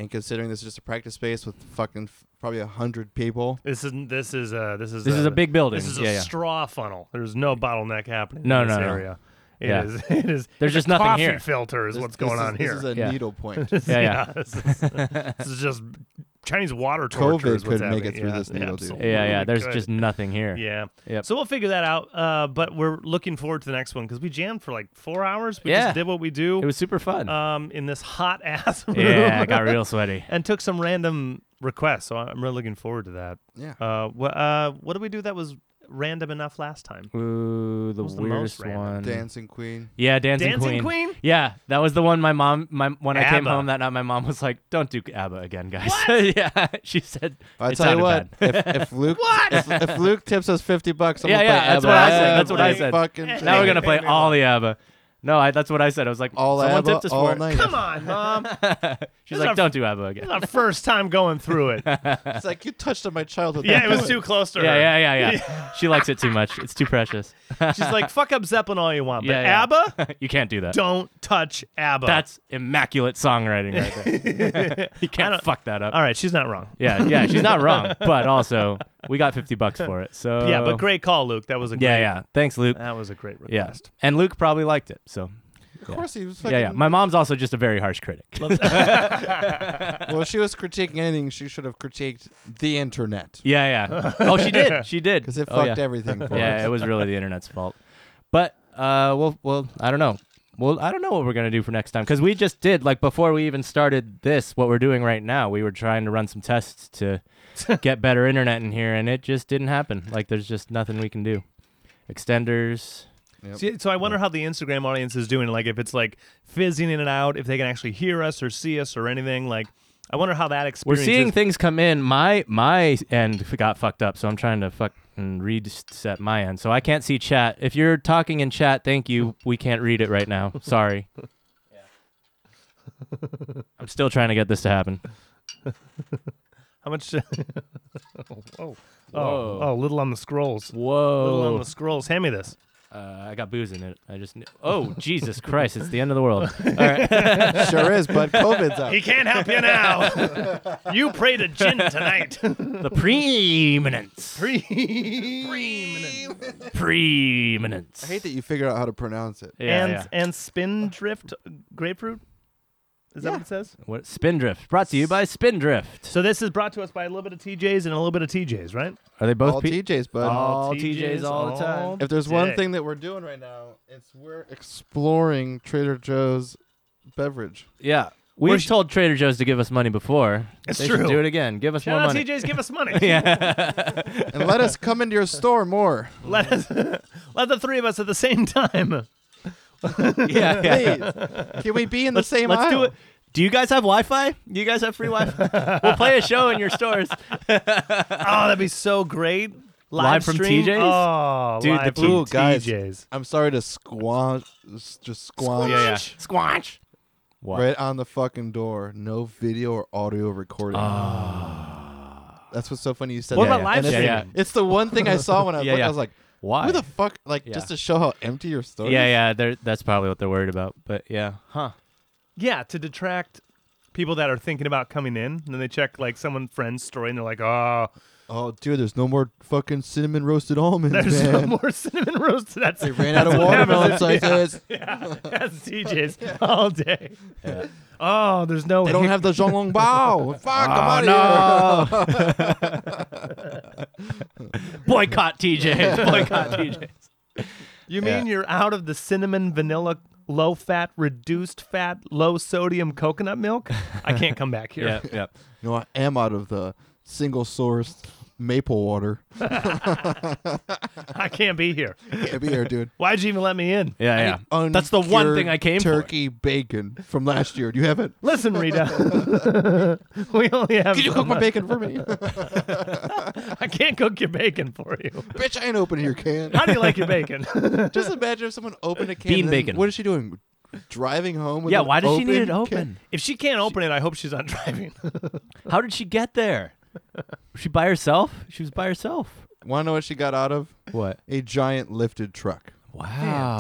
[SPEAKER 3] and considering this is just a practice space with fucking f- probably a hundred people
[SPEAKER 1] This isn't. This is a. This is.
[SPEAKER 2] This
[SPEAKER 1] a,
[SPEAKER 2] is a big building.
[SPEAKER 1] This is
[SPEAKER 2] yeah,
[SPEAKER 1] a
[SPEAKER 2] yeah.
[SPEAKER 1] straw funnel. There's no bottleneck happening
[SPEAKER 2] No,
[SPEAKER 1] in this
[SPEAKER 2] no, no.
[SPEAKER 1] area. It
[SPEAKER 2] Yeah.
[SPEAKER 1] is. [LAUGHS] It is.
[SPEAKER 2] There's
[SPEAKER 1] it's
[SPEAKER 2] just
[SPEAKER 1] a
[SPEAKER 2] nothing
[SPEAKER 1] coffee
[SPEAKER 2] here.
[SPEAKER 1] Filter is
[SPEAKER 3] This-
[SPEAKER 1] what's
[SPEAKER 3] this
[SPEAKER 1] going
[SPEAKER 3] is-
[SPEAKER 1] on here.
[SPEAKER 3] this is a
[SPEAKER 2] Yeah. [LAUGHS]
[SPEAKER 3] needle point
[SPEAKER 1] [LAUGHS]
[SPEAKER 2] Yeah, yeah.
[SPEAKER 1] this, is, this
[SPEAKER 2] [LAUGHS]
[SPEAKER 1] is just Chinese water torture.
[SPEAKER 3] COVID
[SPEAKER 1] is what's
[SPEAKER 3] couldn't make
[SPEAKER 1] happening.
[SPEAKER 3] it through
[SPEAKER 1] Yeah,
[SPEAKER 3] this needle, dude.
[SPEAKER 1] absolutely
[SPEAKER 2] yeah, yeah. There's
[SPEAKER 1] could.
[SPEAKER 2] just nothing here.
[SPEAKER 1] Yeah.
[SPEAKER 2] Yep.
[SPEAKER 1] So we'll figure that out. Uh, but we're looking forward to the next one because we jammed for like four hours. We
[SPEAKER 2] Yeah.
[SPEAKER 1] just did what we do
[SPEAKER 2] It was super fun.
[SPEAKER 1] um, in this hot [LAUGHS] ass room
[SPEAKER 2] yeah, I got real sweaty.
[SPEAKER 1] [LAUGHS] and took some random requests. So I'm really looking forward to that.
[SPEAKER 3] yeah
[SPEAKER 2] Um,
[SPEAKER 1] Uh, wh- uh, what did we do that was random enough last time?
[SPEAKER 2] Ooh, the
[SPEAKER 1] was the most
[SPEAKER 2] weirdest
[SPEAKER 1] random?
[SPEAKER 2] one.
[SPEAKER 3] dancing queen
[SPEAKER 2] Yeah, dancing,
[SPEAKER 1] Dancing
[SPEAKER 2] queen.
[SPEAKER 1] Queen?
[SPEAKER 2] [LAUGHS] Yeah, that was the one. My mom, my when I came
[SPEAKER 1] ABBA.
[SPEAKER 2] home that night, my mom was like, "Don't do ABBA again, guys." [LAUGHS] yeah, she said.
[SPEAKER 3] I
[SPEAKER 2] it
[SPEAKER 3] tell you
[SPEAKER 2] sounded
[SPEAKER 3] what,
[SPEAKER 2] bad.
[SPEAKER 3] if, if Luke if, if Luke tips us fifty bucks, I'm
[SPEAKER 2] Yeah,
[SPEAKER 3] gonna
[SPEAKER 2] yeah,
[SPEAKER 3] play
[SPEAKER 2] that's what I said, that's what I
[SPEAKER 3] every
[SPEAKER 2] said.
[SPEAKER 3] Fucking
[SPEAKER 1] Now
[SPEAKER 2] [LAUGHS] Now
[SPEAKER 3] thing.
[SPEAKER 2] we're
[SPEAKER 3] [LAUGHS]
[SPEAKER 2] gonna play all the ABBA. No, I, that's what I said. I was like,
[SPEAKER 3] all
[SPEAKER 2] someone
[SPEAKER 3] ABBA
[SPEAKER 2] tipped us
[SPEAKER 3] all
[SPEAKER 2] for it.
[SPEAKER 3] night.
[SPEAKER 1] Come on, mom.
[SPEAKER 2] She's
[SPEAKER 1] This is our-
[SPEAKER 2] like, don't do ABBA
[SPEAKER 1] This
[SPEAKER 2] again.
[SPEAKER 1] is our first time going through
[SPEAKER 2] [LAUGHS]
[SPEAKER 1] it.
[SPEAKER 3] It's like you touched on my childhood.
[SPEAKER 1] Yeah, it
[SPEAKER 3] Don't
[SPEAKER 1] was
[SPEAKER 3] do
[SPEAKER 1] too close to
[SPEAKER 2] Yeah,
[SPEAKER 1] her.
[SPEAKER 2] yeah, yeah,
[SPEAKER 1] [LAUGHS]
[SPEAKER 2] yeah. she likes it too much. It's too precious. [LAUGHS]
[SPEAKER 1] She's like, fuck up Zeppelin all you want, but
[SPEAKER 2] Yeah, yeah.
[SPEAKER 1] ABBA,
[SPEAKER 2] you can't do that.
[SPEAKER 1] don't touch ABBA.
[SPEAKER 2] That's immaculate
[SPEAKER 1] [LAUGHS]
[SPEAKER 2] songwriting right there. you can't fuck that up.
[SPEAKER 1] all right. She's not wrong.
[SPEAKER 2] Yeah, yeah, she's not
[SPEAKER 1] [LAUGHS]
[SPEAKER 2] wrong, but also we got 50 bucks for it. So
[SPEAKER 1] yeah, but great call, Luke. That was a great.
[SPEAKER 2] Oh. Yeah, yeah. Thanks, Luke.
[SPEAKER 1] That was a great
[SPEAKER 2] Yeah.
[SPEAKER 1] request.
[SPEAKER 2] And Luke probably liked it. So,
[SPEAKER 3] Of course, he was.
[SPEAKER 2] yeah, yeah.
[SPEAKER 3] fucking-
[SPEAKER 2] My mom's also just a very harsh critic.
[SPEAKER 3] well, if she was critiquing anything, she should have critiqued the internet
[SPEAKER 2] yeah, yeah. Oh, she
[SPEAKER 3] [LAUGHS]
[SPEAKER 2] did. She did.
[SPEAKER 3] because it
[SPEAKER 2] oh,
[SPEAKER 3] fucked
[SPEAKER 2] yeah.
[SPEAKER 3] everything for
[SPEAKER 2] yeah,
[SPEAKER 3] us.
[SPEAKER 2] it was really the internet's fault. But uh, well, well, I don't know. Well, I don't know what we're gonna do for next time because we just did like before we even started this. What we're doing right now, we were trying to run some tests
[SPEAKER 3] [LAUGHS]
[SPEAKER 2] to get better internet in here, and it just didn't happen. Like, there's just nothing we can do. extenders. [LAUGHS]
[SPEAKER 3] Yep.
[SPEAKER 1] See, so I wonder how the Instagram audience is doing. Like, if it's like fizzing in and out, if they can actually hear us or see us or anything. Like, I wonder how that
[SPEAKER 2] We're
[SPEAKER 1] experience.
[SPEAKER 2] seeing
[SPEAKER 1] is.
[SPEAKER 2] things come in. My my end f- got fucked up, so I'm trying to fuck and reset my end. So I can't see chat. If you're talking in chat, thank you. We can't read it right now. [LAUGHS] Sorry. I'm still trying to get this to happen.
[SPEAKER 1] how much. [LAUGHS] oh, oh,
[SPEAKER 2] Whoa.
[SPEAKER 1] oh, little on the scrolls. Little on
[SPEAKER 2] Whoa.
[SPEAKER 1] the scrolls. Hand me this.
[SPEAKER 2] Uh, I got booze in it. I just knew. Oh, Jesus Christ. It's the end of the [LAUGHS] world. All right.
[SPEAKER 3] sure is, but COVID's
[SPEAKER 2] [LAUGHS]
[SPEAKER 3] out.
[SPEAKER 1] He can't help you now. you prayed a gin
[SPEAKER 2] [LAUGHS]
[SPEAKER 1] tonight.
[SPEAKER 2] the preeminence. preeminence.
[SPEAKER 3] I hate that you figured out how to pronounce it.
[SPEAKER 2] Yeah,
[SPEAKER 1] and
[SPEAKER 2] yeah.
[SPEAKER 1] and spindrift grapefruit. Is that what it says?
[SPEAKER 2] What Spindrift. Brought to you by Spindrift.
[SPEAKER 1] So this is brought to us by a little bit of TJs and a little bit of TJs, right?
[SPEAKER 2] Are they both
[SPEAKER 3] All
[SPEAKER 2] pe- Oh,
[SPEAKER 3] TJ's, bud.
[SPEAKER 2] All TJs all the time.
[SPEAKER 3] if there's one
[SPEAKER 1] day.
[SPEAKER 3] thing that we're doing right now, it's we're exploring Trader Joe's beverage.
[SPEAKER 2] Yeah. We've
[SPEAKER 1] We're sh-
[SPEAKER 2] told Trader Joe's to give us money before.
[SPEAKER 1] It's
[SPEAKER 2] they
[SPEAKER 1] true.
[SPEAKER 2] Should do it again. Give us
[SPEAKER 1] Shout
[SPEAKER 2] more
[SPEAKER 1] out
[SPEAKER 2] money.
[SPEAKER 1] TJs, give us
[SPEAKER 2] [LAUGHS]
[SPEAKER 1] money.
[SPEAKER 3] And let us come into your store more.
[SPEAKER 1] Let us, let the three of us at the same
[SPEAKER 2] [LAUGHS]
[SPEAKER 1] time. Oh,
[SPEAKER 2] yeah, [LAUGHS] yeah.
[SPEAKER 3] Please. Can we be in the same
[SPEAKER 2] Let's do
[SPEAKER 3] aisle?
[SPEAKER 2] it. [LAUGHS] Do you guys have Wi-Fi? You guys have free Wi-Fi? we'll play a show in your stores.
[SPEAKER 1] Oh, that'd be so great. Live,
[SPEAKER 2] Live from
[SPEAKER 1] stream.
[SPEAKER 2] TJ's?
[SPEAKER 1] Oh,
[SPEAKER 2] Dude,
[SPEAKER 1] live
[SPEAKER 2] the
[SPEAKER 1] from
[SPEAKER 3] Ooh, guys.
[SPEAKER 1] TJ's.
[SPEAKER 3] I'm sorry to squash, just squash
[SPEAKER 2] Yeah, yeah. Squanch. What?
[SPEAKER 3] right on the fucking door. No video or audio recording. That's what's so funny. You said
[SPEAKER 1] What
[SPEAKER 3] that.
[SPEAKER 1] about live
[SPEAKER 3] And it's-
[SPEAKER 2] streaming? Ah. Yeah,
[SPEAKER 3] It's the one thing I saw when I
[SPEAKER 2] [LAUGHS]
[SPEAKER 3] was,
[SPEAKER 2] Yeah,
[SPEAKER 3] looking,
[SPEAKER 2] yeah.
[SPEAKER 3] I was like,
[SPEAKER 2] Why?
[SPEAKER 3] who the fuck? Like,
[SPEAKER 2] Yeah.
[SPEAKER 3] just to show how empty your store
[SPEAKER 2] yeah,
[SPEAKER 3] is.
[SPEAKER 2] yeah. They're, that's probably what they're worried about. But yeah, huh?
[SPEAKER 1] Yeah, to detract people that are thinking about coming in, and then they check like someone friend's story, and they're like, "Oh, [LAUGHS]
[SPEAKER 3] Oh, dude, there's no more fucking cinnamon roasted almonds,
[SPEAKER 1] there's
[SPEAKER 3] man.
[SPEAKER 1] no more cinnamon roast." That's
[SPEAKER 2] [LAUGHS]
[SPEAKER 3] [LAUGHS] They ran out of
[SPEAKER 1] what happens
[SPEAKER 3] watermelon
[SPEAKER 1] if-
[SPEAKER 3] slices.
[SPEAKER 1] that's TJ's all day. Oh, there's no.
[SPEAKER 3] They don't have the
[SPEAKER 2] [LAUGHS]
[SPEAKER 3] Zhonglong Bao. Fuck, I'm out
[SPEAKER 2] Ah, no. [LAUGHS] Boycott TJ's. Boycott TJ's.
[SPEAKER 1] You
[SPEAKER 2] Yeah.
[SPEAKER 1] mean you're out of the cinnamon vanilla low fat reduced fat low sodium coconut milk? I can't come back here.
[SPEAKER 2] Yeah, yeah.
[SPEAKER 3] No, I am out of the single sourced maple water.
[SPEAKER 1] I can't be here.
[SPEAKER 3] Can't be here, dude.
[SPEAKER 1] Why'd you even let me in?
[SPEAKER 2] [LAUGHS] Yeah, yeah. That's the one
[SPEAKER 3] Uncured
[SPEAKER 2] thing I came for.
[SPEAKER 3] Turkey bacon from last year. Do you have it?
[SPEAKER 1] Listen, Rita. we only have
[SPEAKER 3] Can [LAUGHS] you
[SPEAKER 1] so
[SPEAKER 3] cook my
[SPEAKER 1] much.
[SPEAKER 3] bacon for me?
[SPEAKER 1] I can't cook your bacon for you.
[SPEAKER 3] Bitch, I ain't opening your can.
[SPEAKER 1] How do you like your bacon?
[SPEAKER 3] [LAUGHS] Just imagine if someone opened a can.
[SPEAKER 2] Bean
[SPEAKER 3] and then-
[SPEAKER 2] bacon.
[SPEAKER 3] What is she doing? Driving home? With
[SPEAKER 2] Yeah,
[SPEAKER 3] an
[SPEAKER 2] why does she need it
[SPEAKER 3] can?
[SPEAKER 2] open?
[SPEAKER 1] if she can't open it, I hope she's not [LAUGHS] driving.
[SPEAKER 2] How did she get there? Was she by herself? She was by herself.
[SPEAKER 3] Want to know what she got out of?
[SPEAKER 2] What?
[SPEAKER 3] A giant lifted truck.
[SPEAKER 2] Wow.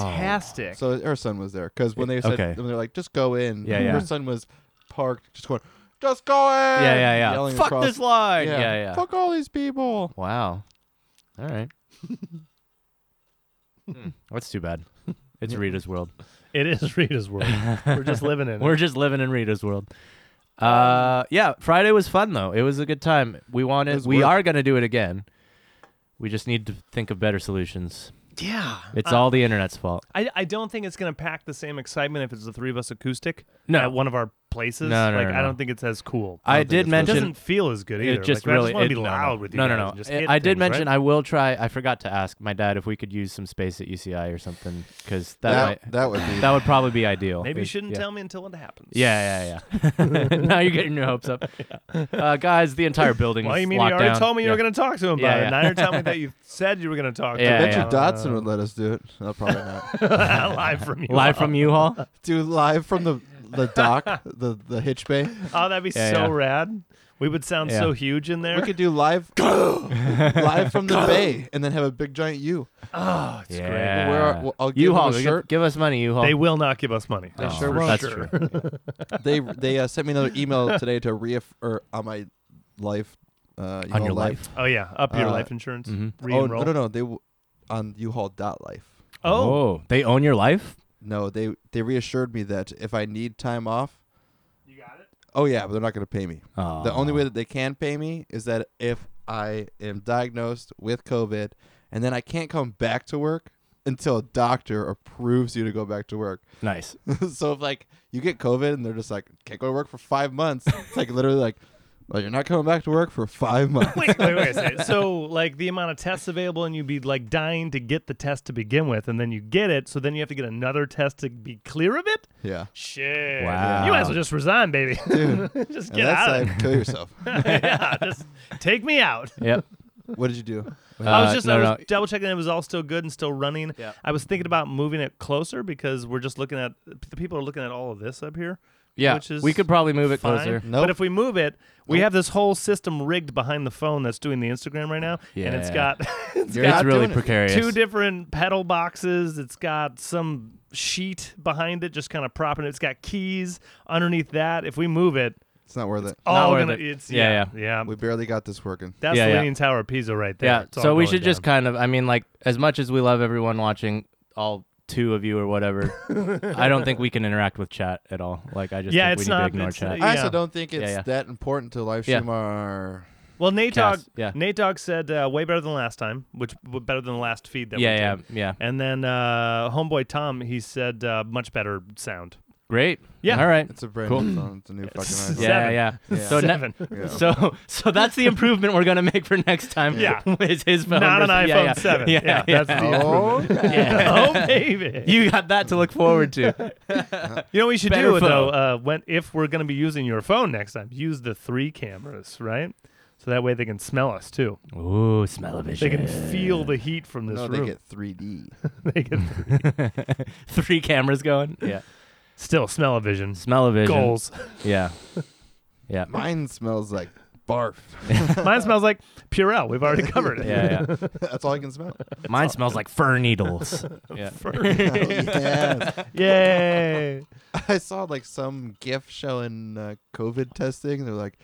[SPEAKER 1] Fantastic.
[SPEAKER 3] So her son was there because when they said
[SPEAKER 2] Okay.
[SPEAKER 3] when they're like, just go in.
[SPEAKER 2] Yeah, yeah.
[SPEAKER 3] Her son was parked, just going, just go in.
[SPEAKER 2] Yeah, yeah, yeah.
[SPEAKER 3] Yelling
[SPEAKER 2] Fuck
[SPEAKER 3] across-
[SPEAKER 2] this line. Yeah, yeah.
[SPEAKER 3] Fuck all these people.
[SPEAKER 2] Wow. All
[SPEAKER 1] [LAUGHS]
[SPEAKER 2] right. Hmm. That's too bad. [LAUGHS] It's Rita's world.
[SPEAKER 1] It is Rita's world. We're just living in it.
[SPEAKER 2] We're just living in Rita's world.
[SPEAKER 1] Um,
[SPEAKER 2] Uh, yeah. Friday was fun though. It was a good time. We wanted.
[SPEAKER 3] was
[SPEAKER 2] We
[SPEAKER 3] worth
[SPEAKER 2] are gonna do it again. We just need to think of better solutions.
[SPEAKER 1] Yeah.
[SPEAKER 2] It's
[SPEAKER 1] Uh,
[SPEAKER 2] all the internet's fault.
[SPEAKER 1] I, I don't think it's going to pack the same excitement if it's the three of us acoustic
[SPEAKER 2] No.
[SPEAKER 1] at one of our places.
[SPEAKER 2] No, no,
[SPEAKER 1] like
[SPEAKER 2] no,
[SPEAKER 1] I
[SPEAKER 2] no.
[SPEAKER 1] don't think it's as cool.
[SPEAKER 2] I,
[SPEAKER 3] don't think
[SPEAKER 2] did
[SPEAKER 3] it's worth it.
[SPEAKER 1] It
[SPEAKER 2] mention
[SPEAKER 1] doesn't feel as good either.
[SPEAKER 2] It just
[SPEAKER 1] Like,
[SPEAKER 2] really.
[SPEAKER 1] I just want
[SPEAKER 2] it-
[SPEAKER 1] to be
[SPEAKER 2] no,
[SPEAKER 1] loud
[SPEAKER 2] no.
[SPEAKER 1] with you.
[SPEAKER 2] No, no,
[SPEAKER 1] guys
[SPEAKER 2] no.
[SPEAKER 1] and just
[SPEAKER 2] I-
[SPEAKER 1] hit
[SPEAKER 2] I did
[SPEAKER 1] things,
[SPEAKER 2] mention
[SPEAKER 1] right?
[SPEAKER 2] I will try. I forgot to ask my dad if we could use some space at UCI or something because that
[SPEAKER 3] That,
[SPEAKER 2] might,
[SPEAKER 3] that would be.
[SPEAKER 2] that would probably be ideal.
[SPEAKER 1] Maybe you
[SPEAKER 2] Is-
[SPEAKER 1] shouldn't
[SPEAKER 2] yeah.
[SPEAKER 1] tell me until it happens.
[SPEAKER 2] Yeah, yeah,
[SPEAKER 1] [LAUGHS]
[SPEAKER 2] [LAUGHS] yeah. now you're getting your hopes up, uh, guys. The entire building.
[SPEAKER 1] Well,
[SPEAKER 2] is
[SPEAKER 1] you mean
[SPEAKER 2] locked
[SPEAKER 1] you already
[SPEAKER 2] down.
[SPEAKER 1] told me you
[SPEAKER 2] yeah.
[SPEAKER 1] were going to talk to him about
[SPEAKER 2] Yeah,
[SPEAKER 1] it.
[SPEAKER 2] yeah.
[SPEAKER 1] Now you're telling me
[SPEAKER 2] [LAUGHS]
[SPEAKER 1] that you said you were going to talk
[SPEAKER 2] Yeah,
[SPEAKER 1] to
[SPEAKER 3] I
[SPEAKER 1] him.
[SPEAKER 3] bet
[SPEAKER 2] yeah.
[SPEAKER 3] you
[SPEAKER 1] [LAUGHS]
[SPEAKER 3] Dodson would let us do it. That'll probably
[SPEAKER 2] [LAUGHS]
[SPEAKER 3] not.
[SPEAKER 1] live from you.
[SPEAKER 2] live from U-Haul.
[SPEAKER 3] [LAUGHS] do live from the the
[SPEAKER 2] [LAUGHS]
[SPEAKER 3] dock, the the hitch bay.
[SPEAKER 1] Oh, that'd be
[SPEAKER 2] Yeah,
[SPEAKER 1] so
[SPEAKER 2] yeah.
[SPEAKER 1] rad. We would sound
[SPEAKER 2] Yeah.
[SPEAKER 1] so huge in there.
[SPEAKER 3] We could do live live from the bay, and then have a big giant U.
[SPEAKER 1] oh, it's great.
[SPEAKER 2] Yeah.
[SPEAKER 3] We'll wear our- we'll- I'll give them
[SPEAKER 2] U-Haul.
[SPEAKER 3] a
[SPEAKER 2] give-
[SPEAKER 3] shirt.
[SPEAKER 2] Give us money,
[SPEAKER 1] [LAUGHS]
[SPEAKER 2] U-Haul.
[SPEAKER 1] They will not give us money.
[SPEAKER 3] [LAUGHS] They
[SPEAKER 1] That's
[SPEAKER 3] sure
[SPEAKER 1] for
[SPEAKER 3] won't.
[SPEAKER 2] That's
[SPEAKER 1] sure.
[SPEAKER 2] true.
[SPEAKER 3] They they uh, sent me another email today to reaff or on my life. Uh,
[SPEAKER 2] On
[SPEAKER 3] U-Haul
[SPEAKER 2] your life.
[SPEAKER 1] [LAUGHS] Oh yeah, up your
[SPEAKER 3] Uh,
[SPEAKER 1] life insurance.
[SPEAKER 2] Mhm.
[SPEAKER 3] Oh
[SPEAKER 1] Re-enroll.
[SPEAKER 3] no no no! They w- on U-Haul dot life.
[SPEAKER 1] [LAUGHS] Oh,
[SPEAKER 2] they own your life.
[SPEAKER 3] No, they they reassured me that if I need time off,
[SPEAKER 1] you got it.
[SPEAKER 3] oh yeah, but they're not going to pay me.
[SPEAKER 2] Oh.
[SPEAKER 3] The only way that they can pay me is that if I am diagnosed with COVID and then I can't come back to work until a doctor approves you to go back to work.
[SPEAKER 2] nice.
[SPEAKER 3] [LAUGHS] so if like you get COVID and they're just like can't go to work for 5 months, it's like literally like Like you're not coming back to work for five
[SPEAKER 1] [LAUGHS]
[SPEAKER 3] months.
[SPEAKER 1] wait, wait, wait a
[SPEAKER 2] [LAUGHS]
[SPEAKER 1] second. So, like, the amount of tests available, and you'd be like dying to get the test to begin with, and then you get it, so then you have to get another test to be clear of it.
[SPEAKER 3] yeah.
[SPEAKER 1] Shit!
[SPEAKER 2] Wow.
[SPEAKER 1] You might as well just resign, baby. [LAUGHS] just
[SPEAKER 3] And
[SPEAKER 1] get
[SPEAKER 3] that's
[SPEAKER 1] out. of
[SPEAKER 3] like kill
[SPEAKER 1] [LAUGHS]
[SPEAKER 3] yourself.
[SPEAKER 1] it. yeah, just take me out.
[SPEAKER 2] Yep.
[SPEAKER 3] what did you do?
[SPEAKER 1] I
[SPEAKER 2] Uh,
[SPEAKER 1] was just
[SPEAKER 2] no,
[SPEAKER 1] I was
[SPEAKER 2] no.
[SPEAKER 1] double checking it was all still good and still running.
[SPEAKER 2] Yeah.
[SPEAKER 1] I was thinking about moving it closer because we're just looking at the people are looking at all of this up here.
[SPEAKER 2] Yeah,
[SPEAKER 1] which is
[SPEAKER 2] we could probably move it
[SPEAKER 1] fine.
[SPEAKER 2] closer.
[SPEAKER 3] Nope.
[SPEAKER 1] But if we move it, we
[SPEAKER 3] Nope.
[SPEAKER 1] have this whole system rigged behind the phone that's doing the Instagram right now, and it's
[SPEAKER 2] Yeah.
[SPEAKER 1] got [LAUGHS] it's
[SPEAKER 2] It's
[SPEAKER 3] You're
[SPEAKER 1] got
[SPEAKER 3] not
[SPEAKER 2] really
[SPEAKER 3] doing it.
[SPEAKER 2] precarious.
[SPEAKER 1] two different pedal boxes. It's got some sheet behind it, just kind of propping it. It's got keys underneath that. If we move it,
[SPEAKER 3] It's not worth it.
[SPEAKER 2] Not
[SPEAKER 1] all
[SPEAKER 2] worth
[SPEAKER 1] gonna
[SPEAKER 2] it.
[SPEAKER 1] it's yeah
[SPEAKER 2] Yeah,
[SPEAKER 1] yeah.
[SPEAKER 3] We barely got this working.
[SPEAKER 1] That's
[SPEAKER 2] Yeah,
[SPEAKER 1] the
[SPEAKER 2] yeah.
[SPEAKER 1] Leaning Tower of Pisa right there.
[SPEAKER 2] yeah.
[SPEAKER 1] It's all
[SPEAKER 2] So we
[SPEAKER 1] going
[SPEAKER 2] should just
[SPEAKER 1] down.
[SPEAKER 2] kind of, I mean, like as much as we love everyone watching, all two of you or
[SPEAKER 1] [LAUGHS]
[SPEAKER 2] whatever, I don't think we can interact with chat at all. Like I just
[SPEAKER 1] Yeah,
[SPEAKER 2] think
[SPEAKER 1] it's
[SPEAKER 2] we need
[SPEAKER 1] not-
[SPEAKER 2] to ignore
[SPEAKER 1] it's-
[SPEAKER 2] chat.
[SPEAKER 1] uh,
[SPEAKER 3] I
[SPEAKER 1] Yeah.
[SPEAKER 3] also don't think it's
[SPEAKER 2] yeah.
[SPEAKER 3] that important to live
[SPEAKER 2] Yeah.
[SPEAKER 3] stream our.
[SPEAKER 1] well Nate Dogg
[SPEAKER 2] Cast,
[SPEAKER 1] [LAUGHS]
[SPEAKER 2] yeah.
[SPEAKER 1] Nate Dogg said uh, way better than last time, which w- better than the last feed that we
[SPEAKER 2] Yeah, yeah,
[SPEAKER 1] did.
[SPEAKER 2] yeah.
[SPEAKER 1] And then uh, homeboy Tom, he said uh, much better sound.
[SPEAKER 2] Great.
[SPEAKER 1] Yeah.
[SPEAKER 2] All right.
[SPEAKER 3] It's a brand
[SPEAKER 2] Cool.
[SPEAKER 3] new phone. It's a new fucking iPhone.
[SPEAKER 1] Yeah.
[SPEAKER 2] Yeah, yeah,
[SPEAKER 1] [LAUGHS]
[SPEAKER 3] Yeah.
[SPEAKER 2] So ne- [LAUGHS]
[SPEAKER 1] Seven.
[SPEAKER 3] Yeah.
[SPEAKER 2] So so that's the improvement we're gonna make for next time.
[SPEAKER 1] Yeah.
[SPEAKER 2] [LAUGHS] is his phone
[SPEAKER 1] Not an iPhone
[SPEAKER 2] versus- yeah, yeah.
[SPEAKER 1] seven.
[SPEAKER 2] Yeah,
[SPEAKER 1] Yeah,
[SPEAKER 2] yeah.
[SPEAKER 1] that's the [LAUGHS]
[SPEAKER 3] Oh,
[SPEAKER 1] oh baby.
[SPEAKER 2] [LAUGHS] you got that to look forward
[SPEAKER 1] [LAUGHS]
[SPEAKER 2] to.
[SPEAKER 1] You know what we should
[SPEAKER 2] Better
[SPEAKER 1] do though,
[SPEAKER 2] phone.
[SPEAKER 1] uh, when if we're gonna be using your phone next time, use the three cameras, right? So that way they can smell us too.
[SPEAKER 2] Ooh, smell of
[SPEAKER 1] They can feel
[SPEAKER 2] [LAUGHS]
[SPEAKER 1] the heat from this
[SPEAKER 3] no, they
[SPEAKER 1] room.
[SPEAKER 3] get 3D.
[SPEAKER 1] [LAUGHS] they can
[SPEAKER 2] Three cameras going. Yeah.
[SPEAKER 1] still smell a vision.
[SPEAKER 2] Smell of vision.
[SPEAKER 1] Goals.
[SPEAKER 2] Yeah. Yeah.
[SPEAKER 3] Mine smells like barf. [LAUGHS]
[SPEAKER 1] Mine smells like Purell. We've
[SPEAKER 2] [LAUGHS]
[SPEAKER 1] already covered it.
[SPEAKER 2] Yeah, yeah.
[SPEAKER 3] That's all I
[SPEAKER 1] [LAUGHS]
[SPEAKER 3] can smell. [LAUGHS]
[SPEAKER 2] Mine smells like fir needles. [LAUGHS] Yeah.
[SPEAKER 3] Oh, yes.
[SPEAKER 1] [LAUGHS] Yay.
[SPEAKER 3] [LAUGHS] I saw like some GIF showing uh, COVID testing. They're like,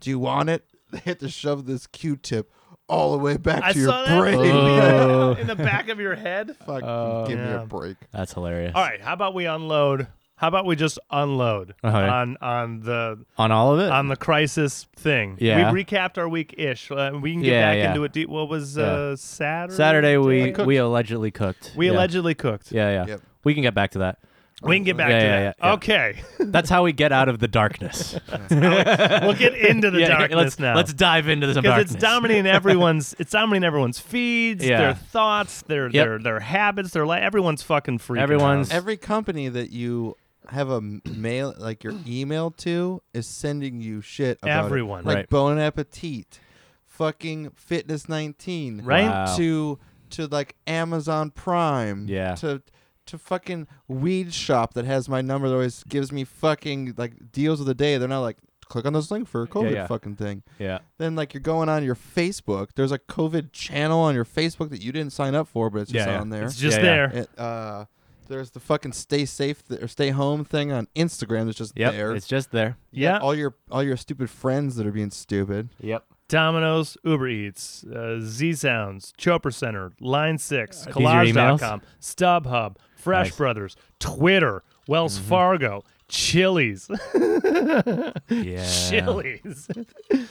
[SPEAKER 3] "Do you want it?" [LAUGHS] They had to shove this Q-tip all the way back
[SPEAKER 1] I
[SPEAKER 3] to your
[SPEAKER 1] saw that
[SPEAKER 3] brain. [LAUGHS]
[SPEAKER 2] [LAUGHS] Oh.
[SPEAKER 1] in the [LAUGHS] back of your head.
[SPEAKER 2] [LAUGHS]
[SPEAKER 3] Fuck,
[SPEAKER 2] Oh.
[SPEAKER 3] give me
[SPEAKER 1] Yeah.
[SPEAKER 3] a break.
[SPEAKER 2] That's hilarious.
[SPEAKER 1] All right, how about we unload? How about we just unload
[SPEAKER 2] Okay.
[SPEAKER 1] on on the
[SPEAKER 2] On all of it?
[SPEAKER 1] on the crisis thing?
[SPEAKER 2] Yeah.
[SPEAKER 1] we recapped our week ish. Uh, we can get
[SPEAKER 2] Yeah,
[SPEAKER 1] back
[SPEAKER 2] yeah.
[SPEAKER 1] into it. Do- What was
[SPEAKER 2] Yeah.
[SPEAKER 1] uh, Saturday?
[SPEAKER 2] Saturday
[SPEAKER 3] I
[SPEAKER 2] we
[SPEAKER 3] cooked.
[SPEAKER 2] we allegedly cooked.
[SPEAKER 1] we
[SPEAKER 2] yeah.
[SPEAKER 1] allegedly cooked.
[SPEAKER 2] Yeah, yeah.
[SPEAKER 3] Yep.
[SPEAKER 2] We can get back to that.
[SPEAKER 1] We can get back
[SPEAKER 2] Yeah,
[SPEAKER 1] to
[SPEAKER 2] yeah,
[SPEAKER 1] that.
[SPEAKER 2] yeah, yeah.
[SPEAKER 1] Okay, [LAUGHS]
[SPEAKER 2] That's how we get out of the darkness.
[SPEAKER 1] we'll get into [LAUGHS] the
[SPEAKER 2] [LAUGHS] Yeah,
[SPEAKER 1] darkness
[SPEAKER 2] let's,
[SPEAKER 1] now.
[SPEAKER 2] Let's dive into the
[SPEAKER 1] because
[SPEAKER 2] darkness.
[SPEAKER 1] it's
[SPEAKER 2] [LAUGHS]
[SPEAKER 1] dominating everyone's it's dominating everyone's feeds,
[SPEAKER 2] Yeah.
[SPEAKER 1] their thoughts, their
[SPEAKER 2] Yep.
[SPEAKER 1] their their habits, their life. Everyone's fucking freaking. out.
[SPEAKER 2] Everyone's-
[SPEAKER 3] Every company that you have a m- mail, like your email to, is sending you shit. About it.
[SPEAKER 1] Everyone.
[SPEAKER 3] like
[SPEAKER 2] Right.
[SPEAKER 3] Bon Appetit, fucking Fitness 19,
[SPEAKER 1] Right?
[SPEAKER 2] Wow.
[SPEAKER 3] to to like Amazon Prime.
[SPEAKER 2] Oh. Yeah.
[SPEAKER 3] To to fucking weed shop that has my number that always gives me fucking like deals of the day. They're not like click on this link for a COVID
[SPEAKER 2] yeah.
[SPEAKER 3] fucking thing.
[SPEAKER 2] Yeah.
[SPEAKER 3] Then like you're going on your Facebook. There's a COVID channel on your Facebook that you didn't sign up for, but it's just
[SPEAKER 2] Yeah, yeah.
[SPEAKER 3] on there.
[SPEAKER 1] it's just
[SPEAKER 2] Yeah, yeah.
[SPEAKER 1] there.
[SPEAKER 3] It, uh, there's the fucking stay safe th- or stay home thing on Instagram that's just
[SPEAKER 2] Yep.
[SPEAKER 3] there.
[SPEAKER 2] It's just there.
[SPEAKER 1] Yeah,
[SPEAKER 3] all your all your stupid friends that are being stupid.
[SPEAKER 2] Yep.
[SPEAKER 1] Domino's, Uber Eats, uh, Z Sounds, Chopper Center, Line 6,
[SPEAKER 2] Uh, these are emails?
[SPEAKER 1] Collage.com, StubHub, Fresh
[SPEAKER 2] Nice. Mm-hmm.
[SPEAKER 1] Brothers, Twitter, Wells Fargo, Chili's,
[SPEAKER 2] [LAUGHS]
[SPEAKER 1] [LAUGHS]
[SPEAKER 2] Yeah.
[SPEAKER 1] Chili's.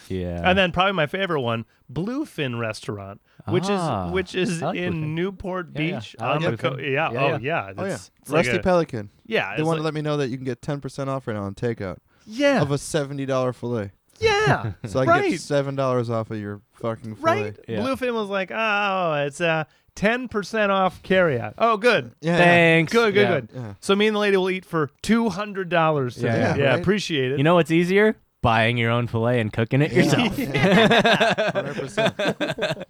[SPEAKER 2] Yeah.
[SPEAKER 1] And then probably my favorite one, Bluefin Restaurant, which
[SPEAKER 2] Ah,
[SPEAKER 1] is which is
[SPEAKER 2] I like
[SPEAKER 1] in
[SPEAKER 2] Bluefin.
[SPEAKER 1] Newport
[SPEAKER 2] Yeah, yeah.
[SPEAKER 1] Beach.
[SPEAKER 2] I like
[SPEAKER 1] on the co-
[SPEAKER 2] Bluefin.
[SPEAKER 1] yeah,
[SPEAKER 2] Yeah,
[SPEAKER 1] oh
[SPEAKER 2] yeah.
[SPEAKER 1] yeah.
[SPEAKER 3] Oh yeah,
[SPEAKER 1] it's- it's like
[SPEAKER 3] Rusty
[SPEAKER 1] a-
[SPEAKER 3] Pelican.
[SPEAKER 1] yeah,
[SPEAKER 3] They
[SPEAKER 1] it's
[SPEAKER 3] want to
[SPEAKER 1] like-
[SPEAKER 3] let me know that you can get ten percent off right now on takeout
[SPEAKER 1] yeah,
[SPEAKER 3] of a seventy dollar fillet.
[SPEAKER 1] [LAUGHS]
[SPEAKER 2] [LAUGHS]
[SPEAKER 1] yeah,
[SPEAKER 3] So I
[SPEAKER 1] right,
[SPEAKER 3] get seven dollars off of your fucking fillet.
[SPEAKER 1] right.
[SPEAKER 2] Yeah.
[SPEAKER 1] Bluefin was like, oh, it's uh, ten percent off carryout. Oh, good.
[SPEAKER 3] Yeah.
[SPEAKER 2] Thanks.
[SPEAKER 1] Good, good,
[SPEAKER 2] Yeah.
[SPEAKER 1] good.
[SPEAKER 3] Yeah.
[SPEAKER 1] So me and the lady will eat for two hundred dollars today. Yeah,
[SPEAKER 3] Yeah, right?
[SPEAKER 1] appreciate it. [LAUGHS]
[SPEAKER 2] You know what's easier? Buying your own fillet and cooking it yourself.
[SPEAKER 3] Hundred percent.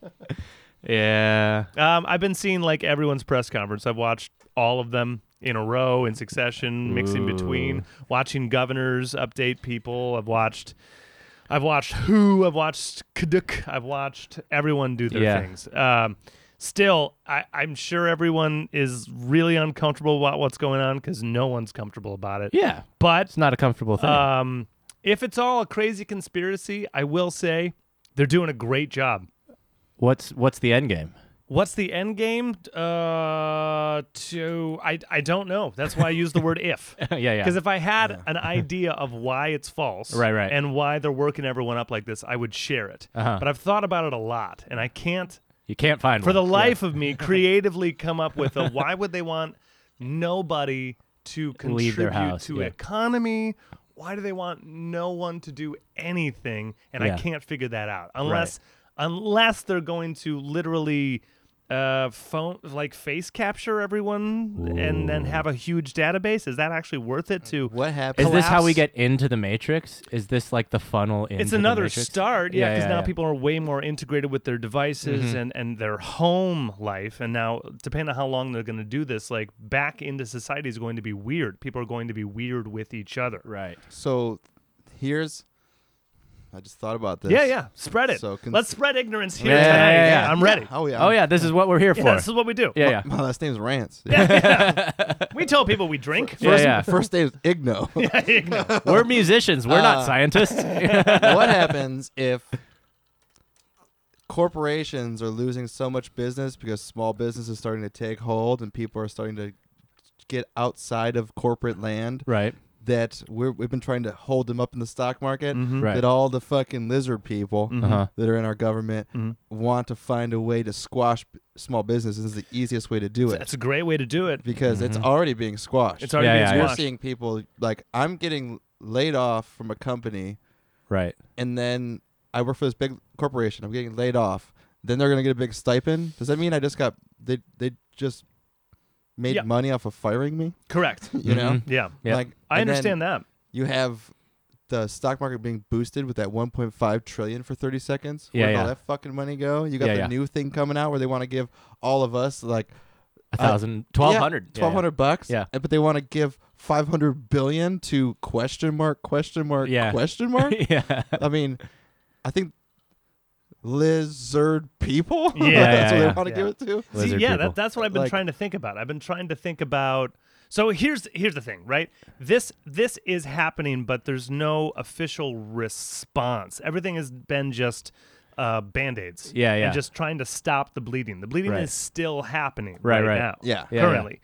[SPEAKER 2] yeah.
[SPEAKER 1] um, I've been seeing like everyone's press conference. I've watched all of them in a row in succession, mixing between watching governors update people. I've watched. I've watched Who. I've watched Kaduk. I've watched everyone do their
[SPEAKER 2] Yeah.
[SPEAKER 1] things. Um, still, I, I'm sure everyone is really uncomfortable about what's going on because no one's comfortable about it.
[SPEAKER 2] Yeah.
[SPEAKER 1] But
[SPEAKER 2] It's not a comfortable thing.
[SPEAKER 1] Um, if it's all a crazy conspiracy, I will say they're doing a great job.
[SPEAKER 2] what's what's the end game? [LAUGHS]
[SPEAKER 1] What's the end game? Uh, to I I don't know. That's why I use the word if.
[SPEAKER 2] [LAUGHS] yeah, yeah.
[SPEAKER 1] Because if I had an idea of why it's false,
[SPEAKER 2] Right, right.
[SPEAKER 1] and why they're working everyone up like this, I would share it.
[SPEAKER 2] Uh-huh.
[SPEAKER 1] But I've thought about it a lot, and I can't,
[SPEAKER 2] you can't find
[SPEAKER 1] for the
[SPEAKER 2] one.
[SPEAKER 1] life of me, creatively come up with a why would they want nobody to contribute
[SPEAKER 2] [LAUGHS] Leave their house,
[SPEAKER 1] to
[SPEAKER 2] yeah.
[SPEAKER 1] economy why do they want no one to do anything? And I
[SPEAKER 2] Yeah.
[SPEAKER 1] can't figure that out unless unless they're going to literally uh phone like face capture everyone and then have a huge database is that actually worth it to [LAUGHS]
[SPEAKER 3] What happened?
[SPEAKER 2] Is this how we
[SPEAKER 1] collapse.
[SPEAKER 2] get into the matrix? Is this like the funnel into
[SPEAKER 1] it's
[SPEAKER 2] the
[SPEAKER 1] another
[SPEAKER 2] Matrix?
[SPEAKER 1] start yeah
[SPEAKER 2] Yeah,
[SPEAKER 1] because
[SPEAKER 2] yeah, Mm-hmm.
[SPEAKER 1] now
[SPEAKER 2] yeah.
[SPEAKER 1] people are way more integrated with their devices and and their home life and now depending on how long they're going to do this like back into society is going to be weird people are going to be weird with each other
[SPEAKER 2] Right.
[SPEAKER 3] So here's. I just thought about this.
[SPEAKER 1] yeah yeah spread it
[SPEAKER 3] So cons-
[SPEAKER 1] let's spread ignorance here
[SPEAKER 2] Yeah, yeah,
[SPEAKER 1] tonight.
[SPEAKER 2] yeah, yeah.
[SPEAKER 1] i'm ready
[SPEAKER 3] Oh yeah.
[SPEAKER 2] Oh yeah, this is what we're here
[SPEAKER 1] Yeah,
[SPEAKER 2] for.
[SPEAKER 1] this is what we do [LAUGHS]
[SPEAKER 2] yeah, yeah.
[SPEAKER 3] My last name's Rance.
[SPEAKER 2] [LAUGHS]
[SPEAKER 1] we tell people we drink
[SPEAKER 2] Yeah,
[SPEAKER 3] [LAUGHS] First,
[SPEAKER 2] yeah.
[SPEAKER 3] first name's Igno.
[SPEAKER 1] [LAUGHS]
[SPEAKER 3] [LAUGHS]
[SPEAKER 1] Igno.
[SPEAKER 2] We're musicians. We're
[SPEAKER 3] Uh,
[SPEAKER 2] not scientists.
[SPEAKER 3] what happens if corporations are losing so much business because small business is starting to take hold and people are starting to get outside of corporate land
[SPEAKER 2] [LAUGHS] right.
[SPEAKER 3] that we're, we've been trying to hold them up in the stock market
[SPEAKER 1] Mm-hmm.
[SPEAKER 2] Right.
[SPEAKER 3] that all the fucking lizard people
[SPEAKER 2] Uh-huh.
[SPEAKER 3] that are in our government
[SPEAKER 1] Mm-hmm.
[SPEAKER 3] want to find a way to squash b- small businesses is the easiest way to do it
[SPEAKER 1] that's a great way to do it
[SPEAKER 3] because it's already being squashed
[SPEAKER 1] it's already
[SPEAKER 2] Yeah,
[SPEAKER 1] being
[SPEAKER 2] yeah, yeah.
[SPEAKER 3] we're
[SPEAKER 1] squashed.
[SPEAKER 3] seeing people like i'm getting laid off from a company
[SPEAKER 2] Right.
[SPEAKER 3] and then I work for this big corporation. I'm getting laid off. Then they're gonna get a big stipend. Does that mean I just got they they just made
[SPEAKER 1] Yeah.
[SPEAKER 3] money off of firing me?
[SPEAKER 2] [LAUGHS]
[SPEAKER 1] correct
[SPEAKER 3] You know,
[SPEAKER 2] Mhm.
[SPEAKER 1] yeah
[SPEAKER 2] Yeah.
[SPEAKER 3] like
[SPEAKER 1] i understand that
[SPEAKER 3] You have the stock market being boosted with that 1.5 trillion for 30 seconds.
[SPEAKER 2] Yeah,
[SPEAKER 3] Where'd all
[SPEAKER 2] yeah.
[SPEAKER 3] that fucking money go? You got
[SPEAKER 2] Yeah,
[SPEAKER 3] the
[SPEAKER 2] yeah.
[SPEAKER 3] new thing coming out where they want to give all of us like
[SPEAKER 2] A
[SPEAKER 3] Uh,
[SPEAKER 2] thousand, twelve hundred.
[SPEAKER 3] yeah,
[SPEAKER 2] [LAUGHS]
[SPEAKER 3] 1200 bucks.
[SPEAKER 2] Yeah.
[SPEAKER 3] and- but they want to give 500 billion to question mark question mark
[SPEAKER 2] Yeah. [LAUGHS]
[SPEAKER 3] question mark.
[SPEAKER 2] Yeah. yeah.
[SPEAKER 3] I mean, I think lizard people.
[SPEAKER 1] Yeah,
[SPEAKER 3] [LAUGHS] that's
[SPEAKER 2] yeah,
[SPEAKER 3] what
[SPEAKER 2] yeah.
[SPEAKER 3] they want to give it to.
[SPEAKER 1] See,
[SPEAKER 2] Lizard
[SPEAKER 1] yeah,
[SPEAKER 2] people.
[SPEAKER 1] that, that's what I've been
[SPEAKER 3] Like-
[SPEAKER 1] trying to think about. I've been trying to think about. So here's here's the thing, right? This this is happening, but there's no official response. Everything has been just uh, band aids.
[SPEAKER 2] Yeah, yeah.
[SPEAKER 1] And just trying to stop the bleeding. The bleeding
[SPEAKER 2] Right.
[SPEAKER 1] is still happening right,
[SPEAKER 2] Right, right.
[SPEAKER 1] now.
[SPEAKER 3] Yeah.
[SPEAKER 2] Yeah, yeah.
[SPEAKER 1] currently.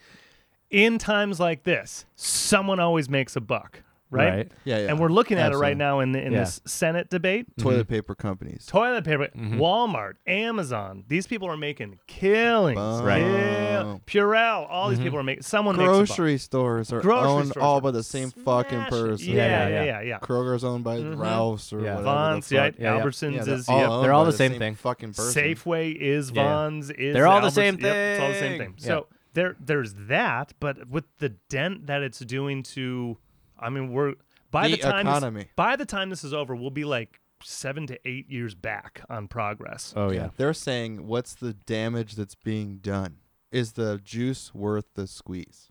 [SPEAKER 1] In times like this, someone always makes a buck, right?
[SPEAKER 2] Right.
[SPEAKER 3] Yeah, yeah.
[SPEAKER 1] And we're looking at it
[SPEAKER 3] Absolutely.
[SPEAKER 1] right now in the, in
[SPEAKER 2] Yeah.
[SPEAKER 1] this Senate debate
[SPEAKER 3] Toilet paper companies.
[SPEAKER 1] toilet paper,
[SPEAKER 2] Mm-hmm.
[SPEAKER 1] Walmart, Amazon. These people are making killings.
[SPEAKER 3] Right.
[SPEAKER 1] Kill- Purell. All
[SPEAKER 2] Mm-hmm.
[SPEAKER 1] these people are making. Someone makes
[SPEAKER 3] Grocery stores are
[SPEAKER 1] a buck. Grocery
[SPEAKER 3] owned
[SPEAKER 1] stores
[SPEAKER 3] all
[SPEAKER 1] are
[SPEAKER 3] by the same fucking
[SPEAKER 1] smashing-
[SPEAKER 3] person.
[SPEAKER 1] Yeah,
[SPEAKER 2] Yeah,
[SPEAKER 1] yeah,
[SPEAKER 2] yeah,
[SPEAKER 1] yeah, yeah.
[SPEAKER 3] Kroger's owned by
[SPEAKER 1] Mm-hmm.
[SPEAKER 3] Ralph's or
[SPEAKER 2] Yeah.
[SPEAKER 3] whatever. the
[SPEAKER 1] Vaughn's, yeah,
[SPEAKER 3] fuck.
[SPEAKER 2] yeah, yeah.
[SPEAKER 1] Albertsons
[SPEAKER 3] Yeah, they're
[SPEAKER 1] is.
[SPEAKER 3] all
[SPEAKER 1] yep.
[SPEAKER 3] owned
[SPEAKER 2] They're all
[SPEAKER 3] by
[SPEAKER 2] the same thing.
[SPEAKER 3] Fucking person.
[SPEAKER 1] Safeway is
[SPEAKER 2] Yeah, yeah.
[SPEAKER 1] Vaughn's is.
[SPEAKER 2] They're all the
[SPEAKER 1] Alberts-
[SPEAKER 2] same
[SPEAKER 1] yep, it's all the same thing.
[SPEAKER 2] thing.
[SPEAKER 1] So there, there's that, but with the dent that it's doing to, I mean, we're by the,
[SPEAKER 3] The
[SPEAKER 1] time this-
[SPEAKER 3] economy.
[SPEAKER 1] by the time this is over, we'll be like seven to eight years back on progress.
[SPEAKER 2] Oh
[SPEAKER 1] [LAUGHS]
[SPEAKER 2] yeah.
[SPEAKER 3] They're saying, what's the damage that's being done? Is the juice worth the squeeze?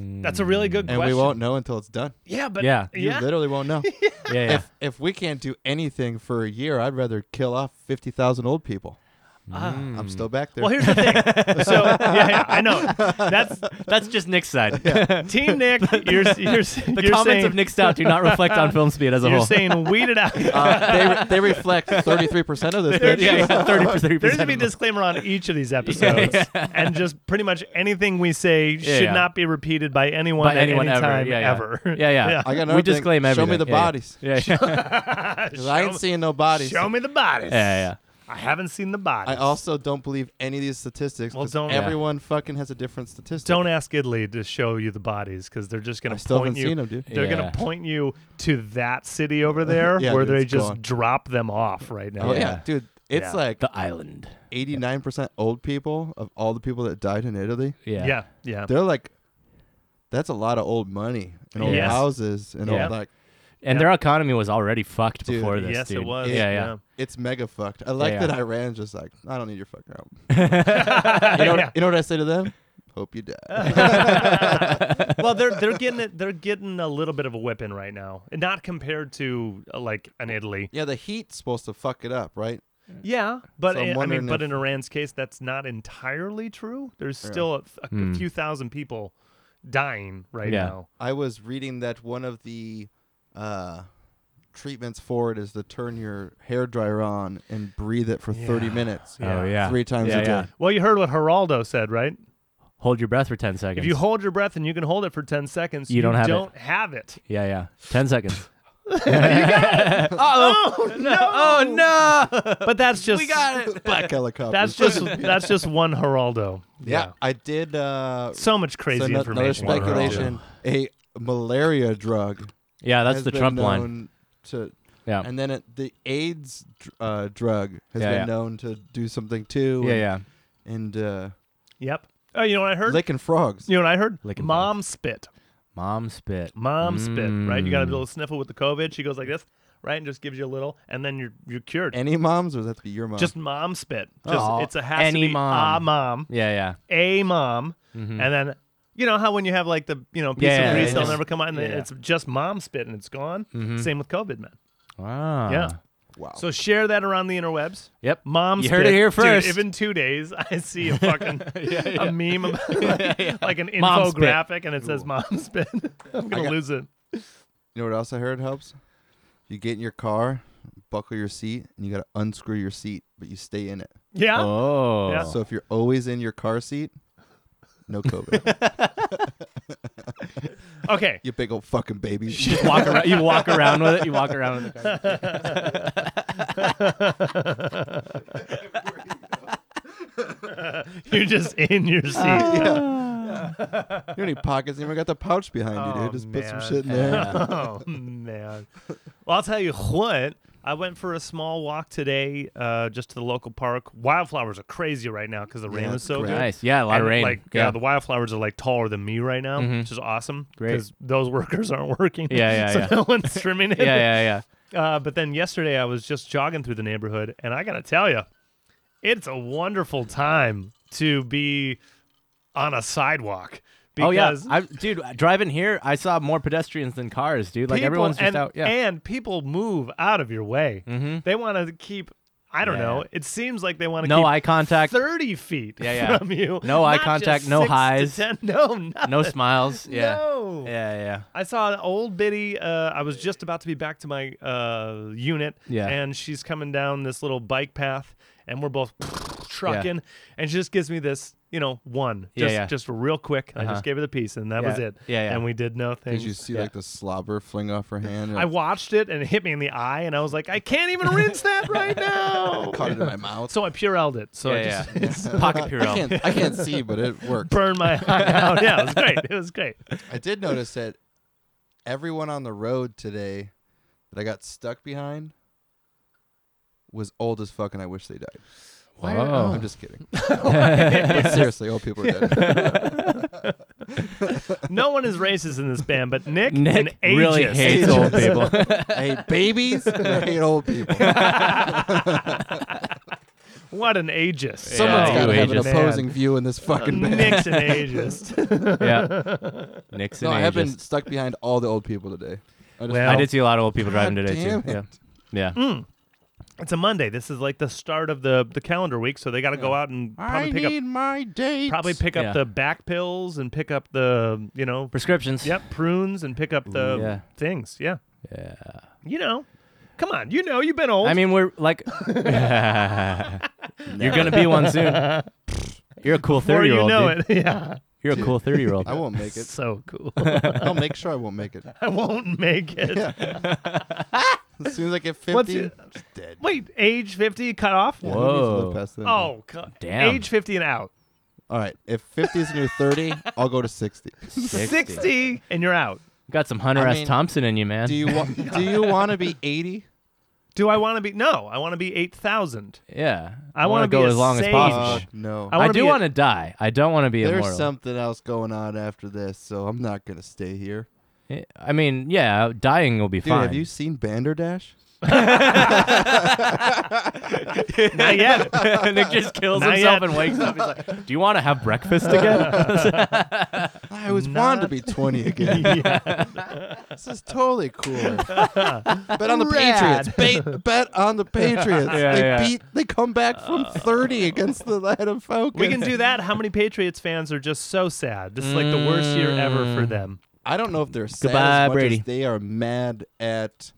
[SPEAKER 1] That's a really good
[SPEAKER 3] And
[SPEAKER 1] question.
[SPEAKER 3] we won't know until it's done.
[SPEAKER 1] Yeah, but
[SPEAKER 2] Yeah.
[SPEAKER 3] You
[SPEAKER 1] [LAUGHS] yeah.
[SPEAKER 3] literally won't know.
[SPEAKER 2] Yeah. yeah.
[SPEAKER 3] If if we can't do anything for a year, I'd rather kill off fifty thousand old people.
[SPEAKER 1] Ah.
[SPEAKER 2] Hmm.
[SPEAKER 3] I'm still back there.
[SPEAKER 2] Mm.
[SPEAKER 1] Well, here's the
[SPEAKER 2] [LAUGHS]
[SPEAKER 1] thing. so yeah, yeah, I know that's
[SPEAKER 2] That's just Nick's side.
[SPEAKER 1] [LAUGHS] Team Nick. You're you're, you're
[SPEAKER 2] The comments
[SPEAKER 1] saying,
[SPEAKER 2] of Nick Stout do not reflect
[SPEAKER 1] [LAUGHS]
[SPEAKER 2] on film speed as a
[SPEAKER 1] You're
[SPEAKER 2] whole.
[SPEAKER 1] saying weed it out. [LAUGHS]
[SPEAKER 3] Uh, they, re- they reflect 33% of this. bitch.
[SPEAKER 2] yeah, thirty percent.
[SPEAKER 1] There's gonna be a disclaimer on each of
[SPEAKER 2] [LAUGHS]
[SPEAKER 1] these episodes, and just pretty much anything we say should
[SPEAKER 2] yeah.
[SPEAKER 1] not be repeated by anyone
[SPEAKER 2] By
[SPEAKER 1] at
[SPEAKER 2] anyone
[SPEAKER 1] any
[SPEAKER 2] ever.
[SPEAKER 1] time
[SPEAKER 2] Yeah, yeah.
[SPEAKER 1] ever. [LAUGHS]
[SPEAKER 2] Yeah, yeah.
[SPEAKER 3] I got
[SPEAKER 2] We
[SPEAKER 3] another thing.
[SPEAKER 2] disclaim
[SPEAKER 3] Show me
[SPEAKER 2] everything.
[SPEAKER 3] the
[SPEAKER 2] Yeah, yeah.
[SPEAKER 3] bodies.
[SPEAKER 2] [LAUGHS] Yeah. Yeah. Yeah.
[SPEAKER 3] 'Cause I ain't seeing no bodies.
[SPEAKER 1] Show me the bodies.
[SPEAKER 2] yeah.
[SPEAKER 1] I haven't seen the
[SPEAKER 3] I
[SPEAKER 1] bodies.
[SPEAKER 3] also don't believe any of these statistics.
[SPEAKER 1] Well,
[SPEAKER 3] 'cause
[SPEAKER 1] don't-
[SPEAKER 3] everyone fucking has a different statistic.
[SPEAKER 1] don't ask Idley to show you the bodies because they're just gonna
[SPEAKER 3] I still
[SPEAKER 1] point
[SPEAKER 3] haven't
[SPEAKER 1] you.
[SPEAKER 3] seen them, dude.
[SPEAKER 1] They're gonna
[SPEAKER 2] Yeah.
[SPEAKER 1] point you to that city over there
[SPEAKER 3] [LAUGHS] Yeah,
[SPEAKER 1] where
[SPEAKER 3] dude,
[SPEAKER 1] they
[SPEAKER 3] it's
[SPEAKER 1] just
[SPEAKER 3] gone.
[SPEAKER 1] drop them off right now.
[SPEAKER 3] Oh, yeah.
[SPEAKER 2] Yeah.
[SPEAKER 3] Dude, it's
[SPEAKER 1] Yeah.
[SPEAKER 3] like
[SPEAKER 2] The island.
[SPEAKER 3] 89% old people of all the people that died in Italy.
[SPEAKER 2] Yeah.
[SPEAKER 1] Yeah, yeah.
[SPEAKER 3] They're like, that's a lot of old money and old
[SPEAKER 1] Yes.
[SPEAKER 3] houses and
[SPEAKER 1] Yeah.
[SPEAKER 3] old, like,
[SPEAKER 2] And
[SPEAKER 1] Yeah.
[SPEAKER 2] their economy was already fucked
[SPEAKER 3] Dude,
[SPEAKER 2] before this.
[SPEAKER 1] yes, it
[SPEAKER 2] dude.
[SPEAKER 1] was.
[SPEAKER 2] Yeah, yeah.
[SPEAKER 3] it's mega fucked. I like
[SPEAKER 2] Yeah.
[SPEAKER 3] that Iran's just like, I don't need your
[SPEAKER 1] [LAUGHS]
[SPEAKER 3] fucking help. you, know
[SPEAKER 1] Yeah.
[SPEAKER 3] [LAUGHS] what, you know what I say to them? Hope you die.
[SPEAKER 1] [LAUGHS] well, they're they're getting it. They're getting a little bit of a whip in right now, and not compared to uh, like an Italy.
[SPEAKER 3] yeah, the heat's supposed to fuck it up, right?
[SPEAKER 1] Yeah, but
[SPEAKER 3] So I'm
[SPEAKER 1] i I mean,
[SPEAKER 3] wondering
[SPEAKER 1] but
[SPEAKER 3] if-
[SPEAKER 1] in Iran's case, that's not entirely true. There's still a, a few thousand people dying right
[SPEAKER 2] Yeah.
[SPEAKER 1] now.
[SPEAKER 3] I was reading that one of the uh, treatments for it is to turn your hair dryer on and breathe it for 30 minutes.
[SPEAKER 2] Oh yeah.
[SPEAKER 3] Three times
[SPEAKER 2] Yeah,
[SPEAKER 3] a day.
[SPEAKER 2] yeah.
[SPEAKER 1] Well, you heard what Geraldo said, right?
[SPEAKER 2] Hold your breath for ten
[SPEAKER 1] If
[SPEAKER 2] seconds.
[SPEAKER 1] you hold your breath and you can hold it for ten seconds,
[SPEAKER 2] You don't have it.
[SPEAKER 1] don't have it.
[SPEAKER 2] yeah, yeah. Ten
[SPEAKER 3] [LAUGHS]
[SPEAKER 2] seconds. [LAUGHS]
[SPEAKER 1] Oh no!
[SPEAKER 2] Oh no!
[SPEAKER 1] But that's just
[SPEAKER 2] [LAUGHS]
[SPEAKER 3] Black helicopter.
[SPEAKER 1] that's just that's just one Geraldo.
[SPEAKER 3] [LAUGHS] yeah, I did. Uh,
[SPEAKER 1] So much crazy
[SPEAKER 3] so no- another
[SPEAKER 1] information.
[SPEAKER 2] Wow.
[SPEAKER 3] speculation. A malaria drug
[SPEAKER 2] Yeah, that's
[SPEAKER 3] has
[SPEAKER 2] the
[SPEAKER 3] been
[SPEAKER 2] Trump line.
[SPEAKER 3] known To
[SPEAKER 2] Yeah.
[SPEAKER 3] and then it, the AIDS dr- uh, drug has
[SPEAKER 2] Yeah,
[SPEAKER 3] been
[SPEAKER 2] yeah.
[SPEAKER 3] known to do something too.
[SPEAKER 2] Yeah, yeah.
[SPEAKER 3] And, and
[SPEAKER 1] Yep. Oh, you know what I
[SPEAKER 3] uh,
[SPEAKER 1] heard?
[SPEAKER 3] licking frogs.
[SPEAKER 1] you know what I heard?
[SPEAKER 2] Licking
[SPEAKER 1] Mom spit.
[SPEAKER 2] Mom spit.
[SPEAKER 1] Mom spit. Right. You got to be
[SPEAKER 2] Mm.
[SPEAKER 1] able to sniffle with the COVID. She goes like this, right, and just gives you a little, and then you're you're cured.
[SPEAKER 3] Any moms, or would that have to be your mom?
[SPEAKER 1] just mom spit. Just
[SPEAKER 2] Aw,
[SPEAKER 1] it's a has to
[SPEAKER 2] any
[SPEAKER 1] be
[SPEAKER 2] mom.
[SPEAKER 1] a mom,
[SPEAKER 2] Yeah, yeah.
[SPEAKER 1] a mom,
[SPEAKER 2] Mhm.
[SPEAKER 1] and then you know how when you have like the you know piece
[SPEAKER 2] Yeah,
[SPEAKER 1] of grease
[SPEAKER 2] it's
[SPEAKER 1] that'll
[SPEAKER 2] just-
[SPEAKER 1] never come out, and then
[SPEAKER 2] yeah.
[SPEAKER 1] it's just mom spit and it's gone.
[SPEAKER 2] Mhm.
[SPEAKER 1] Same with COVID, man.
[SPEAKER 2] Wow.
[SPEAKER 1] Yeah.
[SPEAKER 3] wow.
[SPEAKER 1] So share that around the interwebs.
[SPEAKER 2] Ah. Yep.
[SPEAKER 1] Mom,
[SPEAKER 2] You heard it
[SPEAKER 1] spit.
[SPEAKER 2] here
[SPEAKER 1] Dude,
[SPEAKER 2] first.
[SPEAKER 1] if in two days [LAUGHS] I see a
[SPEAKER 2] [LAUGHS]
[SPEAKER 1] fucking a meme about like an
[SPEAKER 2] Mom spit.
[SPEAKER 1] infographic and it says mom spit, [LAUGHS] I'm gonna
[SPEAKER 3] I got-
[SPEAKER 1] lose it.
[SPEAKER 3] You know what else I heard helps? You get in your car, buckle your seat, and you got to unscrew your seat, but you stay in it.
[SPEAKER 1] Yeah.
[SPEAKER 2] Oh.
[SPEAKER 1] Yeah.
[SPEAKER 3] So if you're always in your car seat, no
[SPEAKER 1] [LAUGHS]
[SPEAKER 3] COVID.
[SPEAKER 1] Okay.
[SPEAKER 3] you big old fucking baby.
[SPEAKER 2] You just walk around. You walk around with it. You walk around
[SPEAKER 1] [LAUGHS]
[SPEAKER 2] with it.
[SPEAKER 1] [LAUGHS] You're just in
[SPEAKER 2] [LAUGHS]
[SPEAKER 1] your seat.
[SPEAKER 3] you don't need pockets. You even got the pouch behind you,
[SPEAKER 1] Oh,
[SPEAKER 3] dude. Just put some
[SPEAKER 1] man.
[SPEAKER 3] shit in there.
[SPEAKER 1] [LAUGHS] oh man. Well, I'll tell you what. I went for a small walk today, uh, just to the local park. Wildflowers are crazy right now because the rain
[SPEAKER 3] Yeah,
[SPEAKER 1] was so
[SPEAKER 3] great.
[SPEAKER 1] good.
[SPEAKER 2] Nice. Yeah, a lot
[SPEAKER 1] And,
[SPEAKER 2] of rain.
[SPEAKER 1] Like yeah.
[SPEAKER 2] yeah.
[SPEAKER 1] the wildflowers are like taller than me right now,
[SPEAKER 2] Mhm.
[SPEAKER 1] which is awesome.
[SPEAKER 2] Great.
[SPEAKER 1] Because those [LAUGHS] workers aren't working.
[SPEAKER 2] Yeah,
[SPEAKER 1] [LAUGHS]
[SPEAKER 2] yeah,
[SPEAKER 1] so
[SPEAKER 2] yeah.
[SPEAKER 1] no one's trimming it.
[SPEAKER 2] yeah, yeah,
[SPEAKER 1] [LAUGHS]
[SPEAKER 2] yeah.
[SPEAKER 1] Uh, but then yesterday I was just jogging through the neighborhood, and I gotta tell you, it's a wonderful time to be on a sidewalk.
[SPEAKER 2] Oh yeah,
[SPEAKER 1] Because
[SPEAKER 2] I, dude. Driving here, I saw more pedestrians than cars, dude. Like
[SPEAKER 1] people-
[SPEAKER 2] everyone's just
[SPEAKER 1] and,
[SPEAKER 2] out. Yeah. Mm-hmm.
[SPEAKER 1] and people move out of your way. They want to keep. I don't
[SPEAKER 2] Yeah.
[SPEAKER 1] know. It seems like they want to
[SPEAKER 2] no
[SPEAKER 1] keep
[SPEAKER 2] eye contact,
[SPEAKER 1] thirty feet
[SPEAKER 2] Yeah, yeah.
[SPEAKER 1] from you.
[SPEAKER 2] No eye
[SPEAKER 1] not just
[SPEAKER 2] contact, no
[SPEAKER 1] six to
[SPEAKER 2] highs.
[SPEAKER 1] 10 [LAUGHS] no, nothing.
[SPEAKER 2] no smiles. Yeah.
[SPEAKER 1] No.
[SPEAKER 2] Yeah, yeah.
[SPEAKER 1] I saw an old biddy. Uh, I was just about to be back to my uh, unit,
[SPEAKER 2] Yeah.
[SPEAKER 1] and she's coming down this little bike path, and we're both [LAUGHS] trucking, and she just gives me this, you know, one,
[SPEAKER 2] Yeah,
[SPEAKER 1] just,
[SPEAKER 2] yeah.
[SPEAKER 1] just real quick. I
[SPEAKER 2] Uh-huh.
[SPEAKER 1] just gave her the piece, and that
[SPEAKER 2] Yeah.
[SPEAKER 1] was it.
[SPEAKER 2] Yeah, yeah.
[SPEAKER 1] And we did no things.
[SPEAKER 3] Did you see
[SPEAKER 2] Yeah.
[SPEAKER 3] like the slobber fling off her hand?
[SPEAKER 1] I watched it, and it hit me in the eye, and I was like, I can't even rinse
[SPEAKER 2] [LAUGHS]
[SPEAKER 1] that right now.
[SPEAKER 3] caught it in
[SPEAKER 1] [LAUGHS]
[SPEAKER 3] my mouth.
[SPEAKER 1] So I purelled it. So I
[SPEAKER 2] Yeah,
[SPEAKER 1] just
[SPEAKER 2] yeah. [LAUGHS]
[SPEAKER 1] it's
[SPEAKER 2] Pocket
[SPEAKER 3] [LAUGHS] I
[SPEAKER 2] Purell.
[SPEAKER 3] can't, I can't see, but it
[SPEAKER 1] [LAUGHS]
[SPEAKER 3] worked.
[SPEAKER 1] burned my [LAUGHS] eye out. Yeah, it was great. It was great.
[SPEAKER 3] I did notice that everyone on the road today that I got stuck behind was old as fuck, and I wish they died.
[SPEAKER 2] Why are-
[SPEAKER 1] Oh.
[SPEAKER 2] Whoa.
[SPEAKER 3] I'm just
[SPEAKER 1] [LAUGHS]
[SPEAKER 3] kidding. [LAUGHS] but seriously, old people are [LAUGHS] dead.
[SPEAKER 1] No one is racist in this band, but Nick,
[SPEAKER 2] Nick
[SPEAKER 1] and ageist.
[SPEAKER 2] really hates
[SPEAKER 1] [LAUGHS]
[SPEAKER 3] Ages.
[SPEAKER 2] old people.
[SPEAKER 3] I hate [LAUGHS] babies. and I hate old people.
[SPEAKER 1] What an ageist.
[SPEAKER 3] [LAUGHS] Someone's
[SPEAKER 2] Yeah,
[SPEAKER 3] got to
[SPEAKER 2] you
[SPEAKER 3] have an
[SPEAKER 2] ageist.
[SPEAKER 3] opposing view in this fucking band.
[SPEAKER 1] Nick's an
[SPEAKER 2] [LAUGHS]
[SPEAKER 1] ageist. [LAUGHS]
[SPEAKER 2] yeah. Nixon.
[SPEAKER 3] [LAUGHS] no, I have been
[SPEAKER 2] ageist.
[SPEAKER 3] stuck behind all the old people today. I just
[SPEAKER 1] Well,
[SPEAKER 2] I did see a lot of old people driving
[SPEAKER 3] God
[SPEAKER 2] today too.
[SPEAKER 3] damn
[SPEAKER 2] Yeah.
[SPEAKER 3] it.
[SPEAKER 2] Yeah.
[SPEAKER 1] Mm. It's a Monday. This is like the start of the, the calendar week, so they got to go out and probably pick up
[SPEAKER 3] my date.
[SPEAKER 1] probably pick up
[SPEAKER 2] Yeah.
[SPEAKER 1] the back pills and pick up the you know
[SPEAKER 2] Prescriptions.
[SPEAKER 1] yep prunes and pick up the
[SPEAKER 2] Ooh, yeah.
[SPEAKER 1] things. Yeah,
[SPEAKER 2] Yeah.
[SPEAKER 1] you know, come on, you know, you've been old.
[SPEAKER 2] I mean, we're
[SPEAKER 3] [LAUGHS]
[SPEAKER 2] like, [LAUGHS] you're gonna be one
[SPEAKER 3] [LAUGHS]
[SPEAKER 2] soon. You're a cool
[SPEAKER 1] or
[SPEAKER 2] thirty year
[SPEAKER 1] you
[SPEAKER 2] old.
[SPEAKER 1] know
[SPEAKER 2] dude.
[SPEAKER 1] it. [LAUGHS]
[SPEAKER 2] [LAUGHS]
[SPEAKER 1] Yeah,
[SPEAKER 2] You're a cool thirty year old.
[SPEAKER 3] I won't
[SPEAKER 1] [LAUGHS]
[SPEAKER 3] make it.
[SPEAKER 1] so
[SPEAKER 2] [LAUGHS]
[SPEAKER 1] cool.
[SPEAKER 3] I'll make sure I won't make it.
[SPEAKER 1] I won't make it.
[SPEAKER 3] As soon as I get 50,
[SPEAKER 1] What's
[SPEAKER 3] I'm
[SPEAKER 1] it-
[SPEAKER 3] just dead.
[SPEAKER 1] Wait, age fifty cut off?
[SPEAKER 3] Yeah, who needs to live
[SPEAKER 2] Whoa.
[SPEAKER 3] past then?
[SPEAKER 1] Oh, co-
[SPEAKER 2] Damn.
[SPEAKER 1] age fifty and out.
[SPEAKER 3] All right. If 50 is the new 30, I'll go
[SPEAKER 1] [LAUGHS]
[SPEAKER 3] to 60.
[SPEAKER 1] 60 and you're out.
[SPEAKER 2] Got some Hunter
[SPEAKER 3] I
[SPEAKER 2] S.
[SPEAKER 3] mean,
[SPEAKER 2] Thompson in you, man.
[SPEAKER 3] Do you want do you want to be 80?
[SPEAKER 1] Do I want to be? No, I want to be 8,000.
[SPEAKER 2] yeah.
[SPEAKER 1] I
[SPEAKER 2] wanna
[SPEAKER 1] wanna be
[SPEAKER 2] go
[SPEAKER 1] a
[SPEAKER 2] as long
[SPEAKER 1] sage.
[SPEAKER 2] as possible.
[SPEAKER 3] Uh, no.
[SPEAKER 1] I
[SPEAKER 2] I,
[SPEAKER 1] wanna
[SPEAKER 2] do
[SPEAKER 1] be a-
[SPEAKER 2] want to die. I don't want to be
[SPEAKER 3] There's
[SPEAKER 2] immortal.
[SPEAKER 3] something else going on after this, so I'm not going to stay here.
[SPEAKER 2] Yeah, I mean, yeah, dying will be
[SPEAKER 3] Dude,
[SPEAKER 2] fine. [LAUGHS]
[SPEAKER 3] have you seen Banderdash?
[SPEAKER 1] [LAUGHS] Not
[SPEAKER 2] [LAUGHS]
[SPEAKER 1] yet.
[SPEAKER 2] Nick just kills
[SPEAKER 1] Not
[SPEAKER 2] himself
[SPEAKER 1] yet.
[SPEAKER 2] and wakes up. He's like, "Do you want to have
[SPEAKER 3] [LAUGHS]
[SPEAKER 2] breakfast
[SPEAKER 1] [LAUGHS]
[SPEAKER 2] again?"
[SPEAKER 3] I was wanting
[SPEAKER 1] Not-
[SPEAKER 3] to be
[SPEAKER 1] [LAUGHS]
[SPEAKER 3] 20 again. This is totally cool. bet on the
[SPEAKER 1] Rad.
[SPEAKER 3] Patriots. Bet, bet on the Patriots.
[SPEAKER 2] Yeah,
[SPEAKER 3] they
[SPEAKER 2] yeah.
[SPEAKER 3] beat. They come back from 30 against the Atlanta Falcons.
[SPEAKER 1] [LAUGHS] Uh. We can
[SPEAKER 2] [LAUGHS]
[SPEAKER 1] do that. How many Patriots fans are just so sad? This is like the worst year ever
[SPEAKER 2] Mm.
[SPEAKER 1] for them.
[SPEAKER 3] I don't know if they're sad
[SPEAKER 2] Goodbye,
[SPEAKER 3] as much
[SPEAKER 2] Brady.
[SPEAKER 3] as they are mad at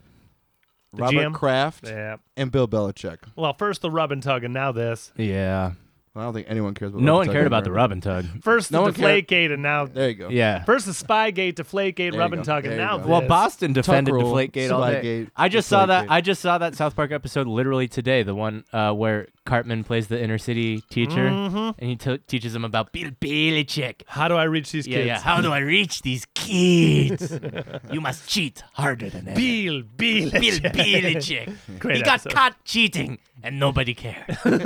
[SPEAKER 3] Robert
[SPEAKER 1] GM?
[SPEAKER 3] Kraft
[SPEAKER 1] Yeah.
[SPEAKER 3] and Bill Belichick.
[SPEAKER 1] Well, first the rub and tug, and now this.
[SPEAKER 2] yeah.
[SPEAKER 3] I don't think anyone cares about
[SPEAKER 2] No
[SPEAKER 3] Bill
[SPEAKER 2] one
[SPEAKER 3] Belichick
[SPEAKER 2] cared about the
[SPEAKER 3] anymore.
[SPEAKER 2] rub and tug.
[SPEAKER 1] First
[SPEAKER 3] No
[SPEAKER 1] the
[SPEAKER 3] one cared.
[SPEAKER 1] deflate gate, and now.
[SPEAKER 3] There you go.
[SPEAKER 2] Yeah.
[SPEAKER 1] First the spy gate, deflate gate,
[SPEAKER 3] There
[SPEAKER 1] rub
[SPEAKER 3] you
[SPEAKER 1] and
[SPEAKER 3] go.
[SPEAKER 1] tug, and
[SPEAKER 3] There you
[SPEAKER 1] now
[SPEAKER 3] go.
[SPEAKER 1] this.
[SPEAKER 2] Well, Boston defended
[SPEAKER 3] rule,
[SPEAKER 2] Deflategate all day.
[SPEAKER 3] Slidegate,
[SPEAKER 2] I just saw that.
[SPEAKER 3] Deflategate.
[SPEAKER 2] I just saw that South Park episode literally today. The one uh, where Cartman plays the inner city teacher,
[SPEAKER 1] Mhm.
[SPEAKER 2] and he to teaches them about Bill Belichick.
[SPEAKER 1] How do I reach these
[SPEAKER 2] Yeah,
[SPEAKER 1] kids?
[SPEAKER 2] yeah. How do I reach these kids? you must cheat harder than ever.
[SPEAKER 1] Bill, Bill,
[SPEAKER 2] [LAUGHS] Bill Belichick.
[SPEAKER 1] [LAUGHS] Great
[SPEAKER 2] he got
[SPEAKER 1] episode.
[SPEAKER 2] caught cheating, and nobody cared.
[SPEAKER 1] You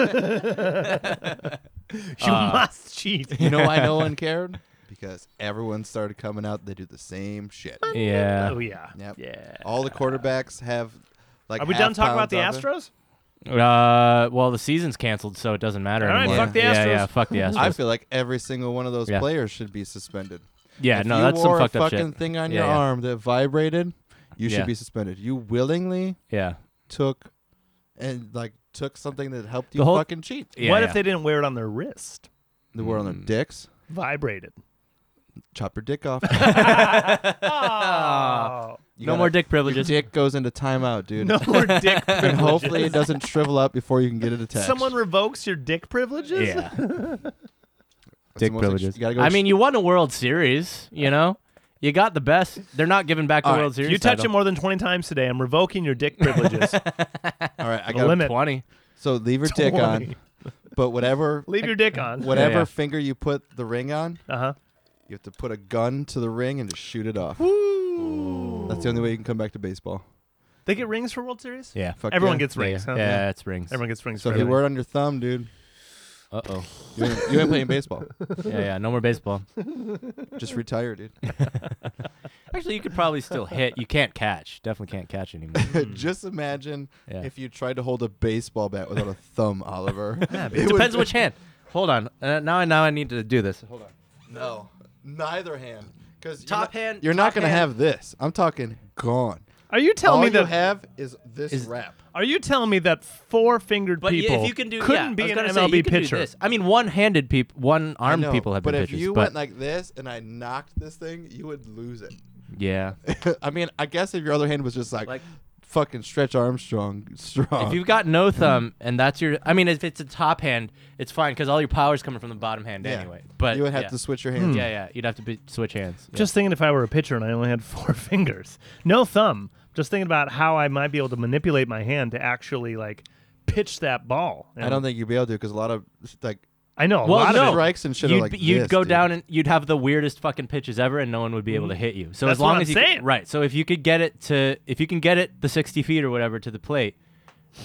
[SPEAKER 2] Uh-huh.
[SPEAKER 1] must cheat.
[SPEAKER 2] [LAUGHS]
[SPEAKER 3] You know why no [LAUGHS] one cared? Because everyone started coming out. They do the same shit.
[SPEAKER 2] yeah.
[SPEAKER 1] Oh yeah.
[SPEAKER 3] Yep.
[SPEAKER 1] Yeah.
[SPEAKER 3] All the quarterbacks have like.
[SPEAKER 1] Are we done
[SPEAKER 3] half
[SPEAKER 1] talking about the
[SPEAKER 3] pounds off it.
[SPEAKER 1] Astros?
[SPEAKER 2] Uh, well, the season's canceled, so it doesn't matter
[SPEAKER 1] All right,
[SPEAKER 2] anymore.
[SPEAKER 1] fuck the
[SPEAKER 2] Yeah,
[SPEAKER 1] Astros.
[SPEAKER 2] yeah, fuck the Astros.
[SPEAKER 3] I feel like every single one of those
[SPEAKER 2] Yeah.
[SPEAKER 3] players should be suspended.
[SPEAKER 2] yeah,
[SPEAKER 3] if
[SPEAKER 2] no,
[SPEAKER 3] you
[SPEAKER 2] that's some
[SPEAKER 3] wore
[SPEAKER 2] fucked
[SPEAKER 3] a
[SPEAKER 2] up
[SPEAKER 3] fucking
[SPEAKER 2] shit.
[SPEAKER 3] thing on
[SPEAKER 2] Yeah,
[SPEAKER 3] your
[SPEAKER 2] yeah.
[SPEAKER 3] arm that vibrated, you
[SPEAKER 2] Yeah.
[SPEAKER 3] should be suspended. You willingly
[SPEAKER 2] Yeah.
[SPEAKER 3] took and like took something that helped
[SPEAKER 2] The
[SPEAKER 3] you
[SPEAKER 2] whole-
[SPEAKER 3] fucking cheat.
[SPEAKER 2] yeah
[SPEAKER 1] what
[SPEAKER 2] yeah.
[SPEAKER 1] if they didn't wear it on their wrist?
[SPEAKER 3] They were on their
[SPEAKER 2] Mm.
[SPEAKER 3] dicks.
[SPEAKER 2] [LAUGHS]
[SPEAKER 1] Vibrated.
[SPEAKER 3] Chop your dick off.
[SPEAKER 1] Oh.
[SPEAKER 3] You
[SPEAKER 2] no
[SPEAKER 3] gotta-
[SPEAKER 2] more dick
[SPEAKER 3] Your
[SPEAKER 2] privileges?
[SPEAKER 3] dick goes into timeout, dude.
[SPEAKER 1] No
[SPEAKER 2] [LAUGHS]
[SPEAKER 1] more dick privileges.
[SPEAKER 3] And hopefully it doesn't shrivel up before you can get it attached.
[SPEAKER 1] Someone revokes your dick privileges? [LAUGHS]
[SPEAKER 2] yeah.
[SPEAKER 3] That's the
[SPEAKER 2] dick
[SPEAKER 3] most
[SPEAKER 2] privileges.
[SPEAKER 3] ex- you gotta go
[SPEAKER 2] I
[SPEAKER 3] with
[SPEAKER 2] mean, you won a World Series, you know? You got the best. They're not giving back the
[SPEAKER 3] All right,
[SPEAKER 2] World
[SPEAKER 1] If
[SPEAKER 2] Series.
[SPEAKER 1] you touch
[SPEAKER 2] title.
[SPEAKER 1] it more than 20 times today, I'm revoking your
[SPEAKER 3] [LAUGHS]
[SPEAKER 1] dick privileges.
[SPEAKER 3] sh- [LAUGHS] all right,
[SPEAKER 2] [LAUGHS]
[SPEAKER 3] I
[SPEAKER 1] the
[SPEAKER 3] got
[SPEAKER 1] limit.
[SPEAKER 2] 20.
[SPEAKER 3] So
[SPEAKER 2] [LAUGHS]
[SPEAKER 3] leave your dick on, but whatever
[SPEAKER 1] Leave your dick on.
[SPEAKER 3] whatever
[SPEAKER 2] yeah.
[SPEAKER 3] finger you put the ring on,
[SPEAKER 1] Uh-huh.
[SPEAKER 3] you have to put a gun to the ring and just shoot it off. That's the only way you can come back to baseball.
[SPEAKER 1] They get rings for World Series?
[SPEAKER 2] Yeah.
[SPEAKER 3] Fuck
[SPEAKER 1] Everyone
[SPEAKER 3] yeah.
[SPEAKER 1] gets
[SPEAKER 2] Yeah,
[SPEAKER 1] rings. huh?
[SPEAKER 2] yeah, it's rings.
[SPEAKER 1] Everyone gets rings
[SPEAKER 3] So
[SPEAKER 1] for
[SPEAKER 3] if you
[SPEAKER 1] everything.
[SPEAKER 3] wear it on your thumb, dude,
[SPEAKER 2] Uh
[SPEAKER 3] [LAUGHS]
[SPEAKER 2] oh.
[SPEAKER 3] you ain't, you ain't playing
[SPEAKER 2] [LAUGHS]
[SPEAKER 3] baseball.
[SPEAKER 2] Yeah, yeah. No more baseball.
[SPEAKER 3] Just retire,
[SPEAKER 2] [LAUGHS]
[SPEAKER 3] dude.
[SPEAKER 2] Actually, you could probably
[SPEAKER 3] [LAUGHS]
[SPEAKER 2] still hit. You can't catch. Definitely can't catch anymore.
[SPEAKER 3] just imagine
[SPEAKER 2] Hmm. Yeah.
[SPEAKER 3] if you tried to hold a baseball bat without a
[SPEAKER 2] [LAUGHS]
[SPEAKER 3] thumb, Oliver.
[SPEAKER 2] It depends which hand. Hold on. Uh, now, I now I need to do this. Hold on.
[SPEAKER 3] No, neither hand. Because
[SPEAKER 2] Top hand-
[SPEAKER 3] You're not
[SPEAKER 2] top
[SPEAKER 3] gonna
[SPEAKER 2] hand.
[SPEAKER 3] have this. I'm talking gone.
[SPEAKER 1] Are you telling
[SPEAKER 3] All
[SPEAKER 1] me
[SPEAKER 3] you
[SPEAKER 1] that
[SPEAKER 3] have is this
[SPEAKER 2] Is-
[SPEAKER 3] wrap.
[SPEAKER 1] Are you telling me that four-fingered
[SPEAKER 2] But yeah,
[SPEAKER 1] people
[SPEAKER 2] if you can do,
[SPEAKER 1] couldn't
[SPEAKER 2] yeah,
[SPEAKER 1] be
[SPEAKER 2] I was
[SPEAKER 1] an
[SPEAKER 2] gonna
[SPEAKER 1] MLB
[SPEAKER 2] say, you can do
[SPEAKER 1] pitcher?
[SPEAKER 2] this. I mean, one-handed people, one-armed
[SPEAKER 3] I know,
[SPEAKER 2] people have
[SPEAKER 3] but
[SPEAKER 2] been
[SPEAKER 3] if
[SPEAKER 2] pitchers.
[SPEAKER 3] you
[SPEAKER 2] but
[SPEAKER 3] went like this and I knocked this thing, you would
[SPEAKER 1] [LAUGHS]
[SPEAKER 3] lose it.
[SPEAKER 2] yeah,
[SPEAKER 3] I mean, I guess if your other hand was just like,
[SPEAKER 2] Like-
[SPEAKER 3] fucking Stretch Armstrong strong.
[SPEAKER 2] if you've got no thumb and that's your, I mean, if it's a top hand, it's fine because all your power's coming from the bottom hand
[SPEAKER 3] [LAUGHS] Yeah.
[SPEAKER 2] anyway. But
[SPEAKER 3] you would have
[SPEAKER 2] yeah.
[SPEAKER 3] to hmm. switch your
[SPEAKER 1] Hmm.
[SPEAKER 3] hands.
[SPEAKER 2] Yeah, yeah, you'd have to be, switch hands. Yeah.
[SPEAKER 1] Just thinking if I were a pitcher and I only had [LAUGHS] four fingers, no thumb. Just thinking about how I might be able to manipulate my hand to actually like pitch that ball.
[SPEAKER 3] I don't think you'd be able to because a lot of like
[SPEAKER 1] I know a
[SPEAKER 2] Well,
[SPEAKER 1] lot
[SPEAKER 2] no.
[SPEAKER 1] of it.
[SPEAKER 3] strikes and shit
[SPEAKER 2] you'd,
[SPEAKER 3] are like
[SPEAKER 2] be- you'd
[SPEAKER 3] this,
[SPEAKER 2] go
[SPEAKER 3] dude. Mm.
[SPEAKER 2] down and you'd have the weirdest fucking pitches ever, and no one would be able to hit you. So
[SPEAKER 1] That's
[SPEAKER 2] as long
[SPEAKER 1] what
[SPEAKER 2] as
[SPEAKER 1] I'm
[SPEAKER 2] you could-
[SPEAKER 1] saying.
[SPEAKER 2] right, so if you could get it to, if you can get it the sixty feet or whatever to the plate,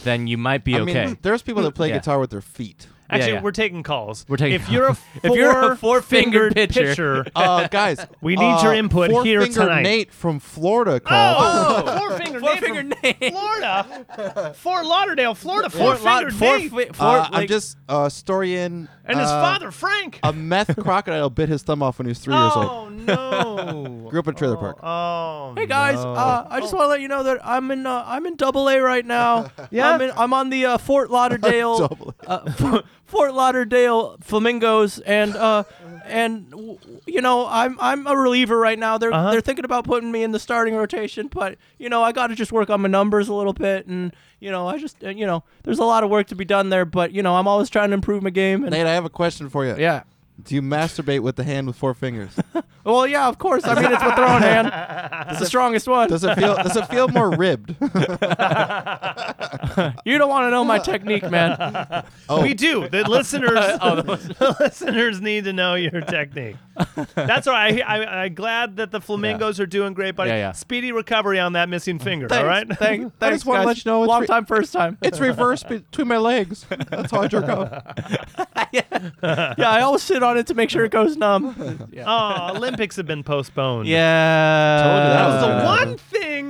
[SPEAKER 2] then you might be
[SPEAKER 3] I
[SPEAKER 2] okay.
[SPEAKER 3] mean, there's people that play
[SPEAKER 2] Yeah.
[SPEAKER 3] guitar with
[SPEAKER 1] [LAUGHS]
[SPEAKER 3] their feet.
[SPEAKER 1] Actually,
[SPEAKER 2] yeah.
[SPEAKER 1] we're taking calls.
[SPEAKER 2] We're taking
[SPEAKER 1] If you're a
[SPEAKER 2] [LAUGHS] If you're a
[SPEAKER 1] four-fingered [LAUGHS]
[SPEAKER 2] four-fingered pitcher- oh.
[SPEAKER 3] Uh, guys,
[SPEAKER 1] We need
[SPEAKER 3] uh,
[SPEAKER 1] your input
[SPEAKER 3] four
[SPEAKER 1] here
[SPEAKER 3] finger
[SPEAKER 1] tonight.
[SPEAKER 3] Nate from Florida called. Uh,
[SPEAKER 1] oh, four finger
[SPEAKER 2] Four
[SPEAKER 1] Nate
[SPEAKER 2] finger
[SPEAKER 1] from
[SPEAKER 2] name.
[SPEAKER 1] [LAUGHS] Florida, Fort Lauderdale, Florida, four
[SPEAKER 2] Fort Laud-
[SPEAKER 1] finger
[SPEAKER 2] four
[SPEAKER 1] Nate,
[SPEAKER 2] fi- four,
[SPEAKER 3] Uh, I'm
[SPEAKER 2] like-
[SPEAKER 3] just a uh, historian.
[SPEAKER 1] and his
[SPEAKER 3] uh,
[SPEAKER 1] father Frank.
[SPEAKER 3] A meth crocodile bit his thumb off when he was three years
[SPEAKER 1] [LAUGHS]
[SPEAKER 3] old.
[SPEAKER 1] oh no!
[SPEAKER 3] Grew up in a trailer park.
[SPEAKER 1] [LAUGHS] Oh,
[SPEAKER 2] Hey guys,
[SPEAKER 1] no.
[SPEAKER 2] uh, I just want to let you know that I'm in uh, I'm in Double A right now.
[SPEAKER 1] Yeah?
[SPEAKER 2] I'm, in, I'm on the uh, Fort
[SPEAKER 1] Oh.
[SPEAKER 2] Lauderdale
[SPEAKER 3] [LAUGHS] Double A.
[SPEAKER 2] uh, Fort Lauderdale Flamingos, and uh, and w- w- you know I'm I'm a reliever right now. They're
[SPEAKER 1] Uh-huh.
[SPEAKER 2] they're thinking about putting me in the starting rotation, but you know I got to just work on my numbers a little bit, and you know I just uh, you know there's a lot of work to be done there, but you know I'm always trying to improve my game. And
[SPEAKER 3] Nate, I have a question for you.
[SPEAKER 2] yeah,
[SPEAKER 3] Do you masturbate with the hand with four fingers?
[SPEAKER 2] well yeah, of course. I mean it's my throwing hand. It's the strongest one.
[SPEAKER 3] Does it feel does it feel more ribbed?
[SPEAKER 2] You don't want to know my technique, man. Oh.
[SPEAKER 1] We do. The
[SPEAKER 2] [LAUGHS]
[SPEAKER 1] listeners, [LAUGHS] the listeners need to know your technique. That's all right. I, I, I'm glad that the flamingos are doing great, buddy.
[SPEAKER 2] Yeah, yeah.
[SPEAKER 1] Speedy recovery on that missing finger. all right.
[SPEAKER 2] Thanks, [LAUGHS] thank-
[SPEAKER 3] I
[SPEAKER 2] thanks,
[SPEAKER 3] just wanna
[SPEAKER 2] guys.
[SPEAKER 3] let you know it's
[SPEAKER 2] Long
[SPEAKER 3] re-
[SPEAKER 2] time, first time.
[SPEAKER 3] it's reversed between my legs. That's how I jerk off.
[SPEAKER 2] yeah, I always sit on it to make sure it goes [LAUGHS] numb. Yeah.
[SPEAKER 1] Oh, Olympics have been postponed.
[SPEAKER 2] yeah. Uh,
[SPEAKER 3] Told you that
[SPEAKER 1] That
[SPEAKER 3] was
[SPEAKER 1] was
[SPEAKER 3] gonna
[SPEAKER 1] the
[SPEAKER 3] happen.
[SPEAKER 1] one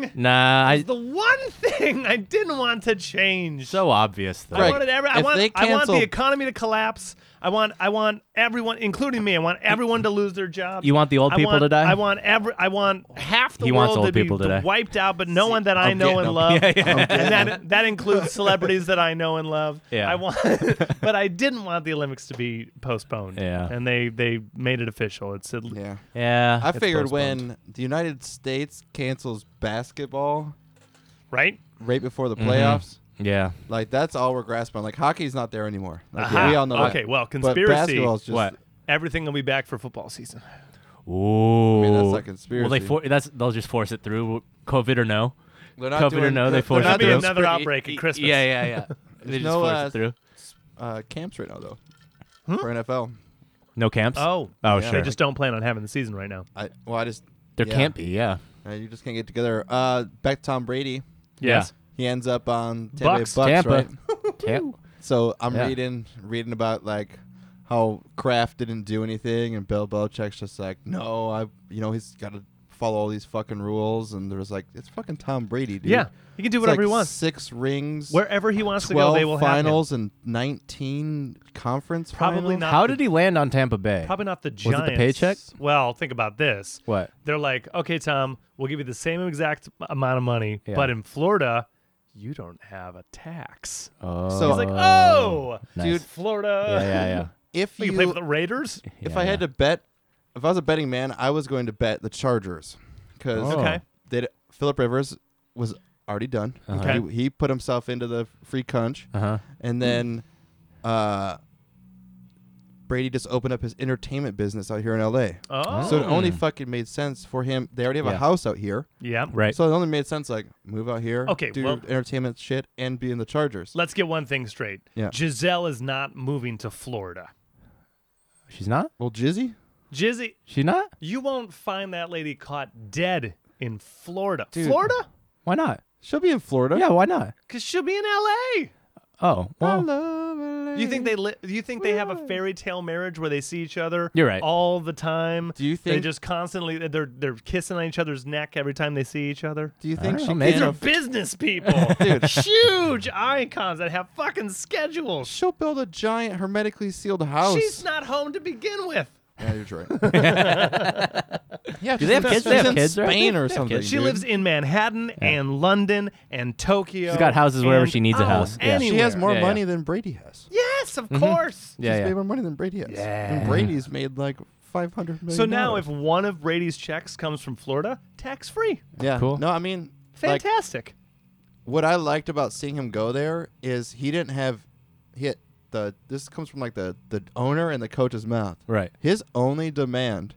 [SPEAKER 1] thing.
[SPEAKER 2] Nah, I,
[SPEAKER 1] The one thing I didn't want to change.
[SPEAKER 2] so obvious though.
[SPEAKER 1] I
[SPEAKER 3] Greg,
[SPEAKER 1] wanted every, I
[SPEAKER 3] if
[SPEAKER 1] want
[SPEAKER 3] they
[SPEAKER 1] I want the
[SPEAKER 3] cancel-
[SPEAKER 1] economy to collapse. I want I want everyone, including me. I want everyone to lose their jobs.
[SPEAKER 2] You want the old
[SPEAKER 1] I
[SPEAKER 2] people
[SPEAKER 1] want-
[SPEAKER 2] to die?
[SPEAKER 1] I want every I want half the
[SPEAKER 2] He
[SPEAKER 1] world
[SPEAKER 2] wants old
[SPEAKER 1] to be
[SPEAKER 2] people to
[SPEAKER 1] d-
[SPEAKER 2] die.
[SPEAKER 1] wiped out, but no one that I
[SPEAKER 3] I'm
[SPEAKER 1] know
[SPEAKER 3] getting
[SPEAKER 1] and
[SPEAKER 3] them.
[SPEAKER 1] love.
[SPEAKER 2] [LAUGHS] Yeah, yeah. I'm
[SPEAKER 1] And that that includes celebrities that I know and love.
[SPEAKER 2] Yeah.
[SPEAKER 1] I want, [LAUGHS] but I didn't want the Olympics to be postponed.
[SPEAKER 2] Yeah.
[SPEAKER 1] and they they made it official. It's a,
[SPEAKER 3] Yeah.
[SPEAKER 2] Yeah.
[SPEAKER 3] I
[SPEAKER 2] it's
[SPEAKER 3] figured
[SPEAKER 2] postponed.
[SPEAKER 3] when the United States cancels basketball
[SPEAKER 1] right.
[SPEAKER 3] right before the playoffs,
[SPEAKER 2] Yeah.
[SPEAKER 3] like that's all we're grasping. Like hockey's not there anymore. Like
[SPEAKER 1] Aha.
[SPEAKER 3] we all know that.
[SPEAKER 1] Okay, well,
[SPEAKER 3] But
[SPEAKER 1] conspiracy-
[SPEAKER 3] basketball's just
[SPEAKER 2] What?
[SPEAKER 1] Everything will be back for football season.
[SPEAKER 2] Ooh.
[SPEAKER 3] mean, that's not conspiracy.
[SPEAKER 2] Well, they for- that's they'll just force it through, COVID or no.
[SPEAKER 3] They're not
[SPEAKER 2] COVID or
[SPEAKER 3] doing-
[SPEAKER 2] no, they
[SPEAKER 3] they're
[SPEAKER 2] force
[SPEAKER 3] not
[SPEAKER 2] it
[SPEAKER 1] There'll be
[SPEAKER 2] through.
[SPEAKER 3] doing uh,
[SPEAKER 1] another
[SPEAKER 3] spri-
[SPEAKER 1] outbreak at Christmas.
[SPEAKER 2] Yeah, yeah, yeah. they
[SPEAKER 3] [LAUGHS] There's
[SPEAKER 2] just
[SPEAKER 3] no,
[SPEAKER 2] force
[SPEAKER 3] uh,
[SPEAKER 2] it through.
[SPEAKER 3] uh, camps right now though for NFL.
[SPEAKER 2] No camps?
[SPEAKER 1] Oh,
[SPEAKER 2] Oh,
[SPEAKER 3] Yeah.
[SPEAKER 2] sure.
[SPEAKER 1] they just don't plan on having the season right now.
[SPEAKER 3] I well, I just
[SPEAKER 2] there
[SPEAKER 3] yeah.
[SPEAKER 2] can't be, yeah.
[SPEAKER 3] uh, you just can't get together. Uh, back to Tom Brady.
[SPEAKER 2] Yes.
[SPEAKER 3] He ends up on Tampa
[SPEAKER 1] Bucks.
[SPEAKER 3] Bay Bucks,
[SPEAKER 2] Tampa.
[SPEAKER 3] right?
[SPEAKER 2] Tam-
[SPEAKER 3] So I'm
[SPEAKER 2] Yeah.
[SPEAKER 3] reading reading about like how Kraft didn't do anything, and Bill Belichick's just like, no, I, you know, he's got to follow all these fucking rules, and there's like, it's fucking Tom Brady, dude.
[SPEAKER 1] Yeah, he can do
[SPEAKER 3] It's
[SPEAKER 1] whatever
[SPEAKER 3] like
[SPEAKER 1] he wants.
[SPEAKER 3] Six rings,
[SPEAKER 1] Wherever he wants to go,
[SPEAKER 3] twelve
[SPEAKER 1] they will have him.
[SPEAKER 3] finals, and 19 conference.
[SPEAKER 1] Probably
[SPEAKER 3] finals?
[SPEAKER 1] not.
[SPEAKER 2] How
[SPEAKER 1] the-
[SPEAKER 2] did he land on Tampa Bay?
[SPEAKER 1] Probably not the
[SPEAKER 2] it the
[SPEAKER 1] Giants.
[SPEAKER 2] paycheck?
[SPEAKER 1] Well, think about this.
[SPEAKER 2] What?
[SPEAKER 1] They're like, okay, Tom, we'll give you the same exact m- amount of money,
[SPEAKER 2] Yeah.
[SPEAKER 1] but in Florida, you don't have a tax.
[SPEAKER 2] Oh,
[SPEAKER 3] So-
[SPEAKER 1] He's like, oh,
[SPEAKER 2] nice.
[SPEAKER 1] dude, Florida. Oh,
[SPEAKER 2] Yeah, yeah,
[SPEAKER 1] [LAUGHS]
[SPEAKER 2] [LAUGHS] yeah.
[SPEAKER 3] If
[SPEAKER 1] You,
[SPEAKER 3] you,
[SPEAKER 1] can play for the Raiders.
[SPEAKER 3] if
[SPEAKER 2] Yeah,
[SPEAKER 3] I
[SPEAKER 2] yeah.
[SPEAKER 3] had to bet, if I was a betting man, I was going to bet the Chargers because
[SPEAKER 2] Oh.
[SPEAKER 1] Okay.
[SPEAKER 3] they Philip Rivers was already done.
[SPEAKER 1] Okay.
[SPEAKER 3] He, he put himself into the free cunch,
[SPEAKER 2] Uh-huh.
[SPEAKER 3] and then uh, Brady just opened up his entertainment business out here in L.A.
[SPEAKER 1] Oh,
[SPEAKER 3] So it only fucking made sense for him. They already have
[SPEAKER 2] Hmm. Yeah.
[SPEAKER 3] a house out here,
[SPEAKER 1] yeah.
[SPEAKER 2] Right.
[SPEAKER 3] so it only made sense like move out here,
[SPEAKER 1] Okay,
[SPEAKER 3] do
[SPEAKER 1] well-
[SPEAKER 3] entertainment shit, and be in the Chargers.
[SPEAKER 1] Let's get one thing straight.
[SPEAKER 3] Yeah.
[SPEAKER 1] Giselle is not moving to Florida.
[SPEAKER 2] She's not?
[SPEAKER 3] Well, Jizzy,
[SPEAKER 1] Jizzy,
[SPEAKER 2] She not?
[SPEAKER 1] you won't find that lady caught dead in Florida. Florida?
[SPEAKER 2] Why not?
[SPEAKER 3] she'll be in Florida.
[SPEAKER 2] Yeah, why not?
[SPEAKER 1] Because she'll be in LA.
[SPEAKER 2] Oh,
[SPEAKER 3] I
[SPEAKER 2] well,
[SPEAKER 3] love LA.
[SPEAKER 1] You think they li- you think they have a fairy tale marriage where they see each other
[SPEAKER 2] You're right.
[SPEAKER 1] all the time?
[SPEAKER 3] Do you
[SPEAKER 1] they
[SPEAKER 3] think-
[SPEAKER 1] just constantly they're they're kissing on each other's neck every time they see each other?
[SPEAKER 3] Do you think
[SPEAKER 2] don't
[SPEAKER 3] she
[SPEAKER 2] know, maybe.
[SPEAKER 3] can't
[SPEAKER 2] These are
[SPEAKER 3] aff-
[SPEAKER 1] Business
[SPEAKER 2] [LAUGHS]
[SPEAKER 1] people. Huge icons that have fucking schedules.
[SPEAKER 3] She'll build a giant hermetically sealed
[SPEAKER 2] Oh,
[SPEAKER 3] house.
[SPEAKER 1] She's not home to begin with.
[SPEAKER 3] yeah, you're
[SPEAKER 2] [LAUGHS]
[SPEAKER 3] right. [LAUGHS] yeah, do
[SPEAKER 2] they have kids? They have kids, right?
[SPEAKER 3] Spain
[SPEAKER 2] They
[SPEAKER 3] or
[SPEAKER 2] have
[SPEAKER 3] something.
[SPEAKER 1] She
[SPEAKER 3] dude.
[SPEAKER 1] lives in Manhattan and London and Tokyo.
[SPEAKER 2] She's got houses wherever
[SPEAKER 1] and-
[SPEAKER 2] she needs a
[SPEAKER 1] oh,
[SPEAKER 2] house. Yeah.
[SPEAKER 1] Anywhere.
[SPEAKER 3] She has more
[SPEAKER 2] Yeah, yeah.
[SPEAKER 3] money than Brady has.
[SPEAKER 1] Yes, of course.
[SPEAKER 2] yeah,
[SPEAKER 3] She's
[SPEAKER 2] yeah.
[SPEAKER 3] made more money than Brady has.
[SPEAKER 2] Yeah.
[SPEAKER 3] And Brady's made like five hundred million.
[SPEAKER 1] So now,
[SPEAKER 3] dollars.
[SPEAKER 1] if one of Brady's checks comes from Florida, tax free.
[SPEAKER 3] yeah,
[SPEAKER 2] Cool.
[SPEAKER 3] No, I mean, like,
[SPEAKER 1] Fantastic.
[SPEAKER 3] what I liked about seeing him go there is he didn't have hit the. This comes from like the the owner and the coach's mouth.
[SPEAKER 2] Right.
[SPEAKER 3] His only demand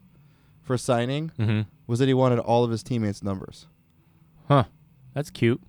[SPEAKER 3] for signing
[SPEAKER 2] Mhm.
[SPEAKER 3] was that he wanted all of his teammates' numbers.
[SPEAKER 2] Huh. That's cute.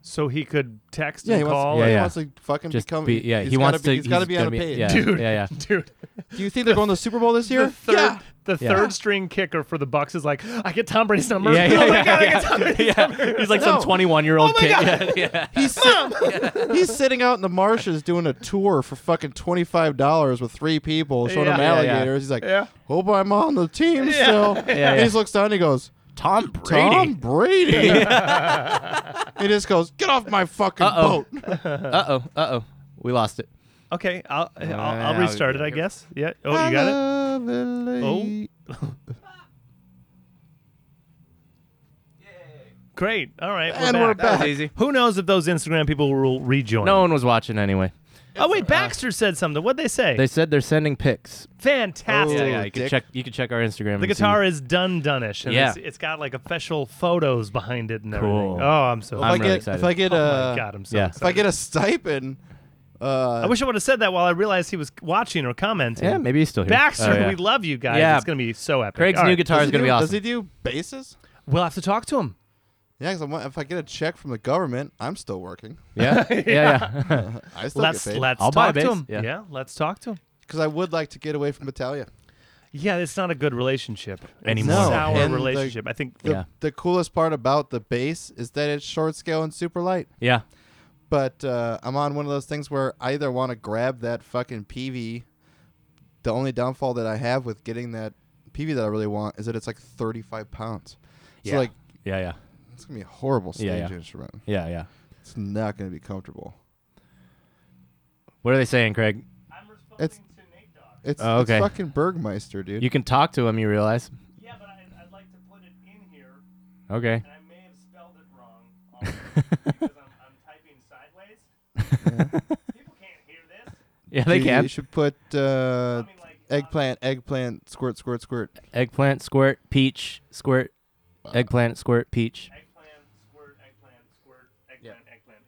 [SPEAKER 1] so he could text
[SPEAKER 3] Yeah, he
[SPEAKER 1] and
[SPEAKER 3] wants,
[SPEAKER 1] call.
[SPEAKER 2] yeah,
[SPEAKER 3] he
[SPEAKER 2] yeah.
[SPEAKER 3] wants to fucking
[SPEAKER 2] Just
[SPEAKER 3] become.
[SPEAKER 2] be, yeah,
[SPEAKER 3] he's
[SPEAKER 2] he wants
[SPEAKER 3] gotta
[SPEAKER 2] to.
[SPEAKER 3] be, He's got to be on
[SPEAKER 2] gonna
[SPEAKER 3] a page.
[SPEAKER 2] Yeah,
[SPEAKER 1] Dude.
[SPEAKER 2] yeah, yeah.
[SPEAKER 1] [LAUGHS] Dude,
[SPEAKER 3] Do you think they're going to the Super Bowl this year?
[SPEAKER 1] the third,
[SPEAKER 3] Yeah.
[SPEAKER 1] the
[SPEAKER 2] Yeah.
[SPEAKER 1] third string kicker for the Bucks is like, I get Tom Brady's number.
[SPEAKER 2] Yeah,
[SPEAKER 1] [LAUGHS]
[SPEAKER 2] yeah,
[SPEAKER 1] oh my
[SPEAKER 2] yeah,
[SPEAKER 1] god, I
[SPEAKER 2] yeah.
[SPEAKER 1] get Tom Brady's
[SPEAKER 2] Yeah.
[SPEAKER 1] number.
[SPEAKER 2] [LAUGHS] He's like some
[SPEAKER 3] No.
[SPEAKER 2] 21 year old
[SPEAKER 1] Oh my
[SPEAKER 2] kid.
[SPEAKER 1] God.
[SPEAKER 2] [LAUGHS] Yeah, yeah.
[SPEAKER 3] He's, sit- [LAUGHS] he's sitting out in the marshes doing a tour for fucking twenty five dollars with three people showing
[SPEAKER 1] Yeah.
[SPEAKER 3] him
[SPEAKER 1] Yeah,
[SPEAKER 2] yeah.
[SPEAKER 3] alligators. He's like,
[SPEAKER 1] Yeah.
[SPEAKER 3] hope I'm on the team still.
[SPEAKER 2] Yeah,
[SPEAKER 3] He
[SPEAKER 2] yeah.
[SPEAKER 3] just looks down. and He goes,
[SPEAKER 2] Tom
[SPEAKER 1] [LAUGHS]
[SPEAKER 3] Tom Brady. [LAUGHS] he just goes, get off my
[SPEAKER 2] [LAUGHS]
[SPEAKER 3] fucking
[SPEAKER 2] Uh-oh.
[SPEAKER 3] boat.
[SPEAKER 2] Uh oh. Uh oh. We lost it.
[SPEAKER 1] Okay, I'll, I'll,
[SPEAKER 2] I'll
[SPEAKER 1] I'll restart it, I guess. Yeah. Oh, you
[SPEAKER 3] I
[SPEAKER 1] got it? Oh.
[SPEAKER 3] love
[SPEAKER 1] [LAUGHS]
[SPEAKER 3] LA.
[SPEAKER 1] Great. All right.
[SPEAKER 3] And
[SPEAKER 1] we're
[SPEAKER 3] we're
[SPEAKER 1] back.
[SPEAKER 3] back.
[SPEAKER 2] easy.
[SPEAKER 1] Who knows if those Instagram people will rejoin?
[SPEAKER 2] No one was watching anyway.
[SPEAKER 1] Oh, wait. Baxter said something. What'd they say?
[SPEAKER 2] They said they're sending pics.
[SPEAKER 1] Fantastic.
[SPEAKER 3] Oh,
[SPEAKER 2] Yeah, yeah. You can
[SPEAKER 3] dick.
[SPEAKER 2] check. You can check our Instagram.
[SPEAKER 1] The
[SPEAKER 2] and see-
[SPEAKER 1] guitar is done done-ish. And
[SPEAKER 2] Yeah.
[SPEAKER 1] it's, it's got like official photos behind it and
[SPEAKER 2] Cool.
[SPEAKER 1] everything. Oh, I'm so
[SPEAKER 3] If
[SPEAKER 2] I'm
[SPEAKER 3] I
[SPEAKER 1] happy.
[SPEAKER 3] get,
[SPEAKER 2] really
[SPEAKER 3] if
[SPEAKER 2] excited.
[SPEAKER 3] I get,
[SPEAKER 1] oh, my
[SPEAKER 3] uh,
[SPEAKER 1] God, I'm so
[SPEAKER 2] yeah.
[SPEAKER 3] if I get a stipend, uh,
[SPEAKER 1] I wish I would have said that while I realized he was watching or commenting.
[SPEAKER 2] Yeah, maybe he's still here.
[SPEAKER 1] Baxter,
[SPEAKER 2] Oh, yeah.
[SPEAKER 1] we love you guys.
[SPEAKER 2] Yeah.
[SPEAKER 1] It's going to be so epic.
[SPEAKER 2] Craig's
[SPEAKER 1] All
[SPEAKER 2] new
[SPEAKER 1] right.
[SPEAKER 2] guitar
[SPEAKER 3] does
[SPEAKER 2] is
[SPEAKER 3] he
[SPEAKER 2] going to be
[SPEAKER 3] do-
[SPEAKER 2] awesome.
[SPEAKER 3] Does he do bases?
[SPEAKER 1] We'll have to talk to him.
[SPEAKER 3] Yeah, because if I get a check from the government, I'm still working.
[SPEAKER 2] Yeah, yeah, yeah.
[SPEAKER 3] I still
[SPEAKER 1] Let's
[SPEAKER 3] get paid.
[SPEAKER 1] let's
[SPEAKER 2] I'll buy
[SPEAKER 1] talk
[SPEAKER 2] a
[SPEAKER 1] to
[SPEAKER 2] bass,
[SPEAKER 1] him.
[SPEAKER 2] yeah.
[SPEAKER 1] Yeah. let's talk to him.
[SPEAKER 3] Because I would like to get away from Italia.
[SPEAKER 1] Yeah, it's not a good relationship anymore. It's
[SPEAKER 2] anymore.
[SPEAKER 1] a
[SPEAKER 2] No,
[SPEAKER 1] sour
[SPEAKER 3] and, like,
[SPEAKER 1] relationship. I think.
[SPEAKER 3] The,
[SPEAKER 2] Yeah.
[SPEAKER 3] the coolest part about the bass is that it's short scale and super light.
[SPEAKER 2] [LAUGHS] yeah.
[SPEAKER 3] But uh, I'm on one of those things where I either want to grab that fucking PV. The only downfall that I have with getting that PV that I really want is that it's like 35 pounds. So
[SPEAKER 2] Yeah.
[SPEAKER 3] like
[SPEAKER 2] Yeah, yeah,
[SPEAKER 3] it's gonna be a horrible stage
[SPEAKER 2] Yeah, yeah.
[SPEAKER 3] instrument.
[SPEAKER 2] yeah, yeah.
[SPEAKER 3] It's not gonna be comfortable.
[SPEAKER 2] What are they saying, Craig?
[SPEAKER 1] I'm
[SPEAKER 3] It's-
[SPEAKER 1] to Nate Dogg.
[SPEAKER 3] It's,
[SPEAKER 2] Oh, okay.
[SPEAKER 3] it's fucking Bergmeister, dude.
[SPEAKER 2] You can talk to him. You realize?
[SPEAKER 1] Yeah, but I, I'd like to put it in here,
[SPEAKER 2] Okay.
[SPEAKER 1] and I may have spelled it
[SPEAKER 2] [LAUGHS]
[SPEAKER 1] wrong because I'm, I'm typing sideways. People can't hear this.
[SPEAKER 2] Yeah, they
[SPEAKER 3] you, You
[SPEAKER 2] can.
[SPEAKER 3] should put uh,
[SPEAKER 1] like,
[SPEAKER 3] eggplant, eggplant, squirt, squirt, squirt.
[SPEAKER 2] Eggplant, squirt, peach, squirt. Eggplant, squirt, peach.
[SPEAKER 1] Eggplant, squirt, eggplant, squirt,
[SPEAKER 3] eggplant,
[SPEAKER 1] eggplant,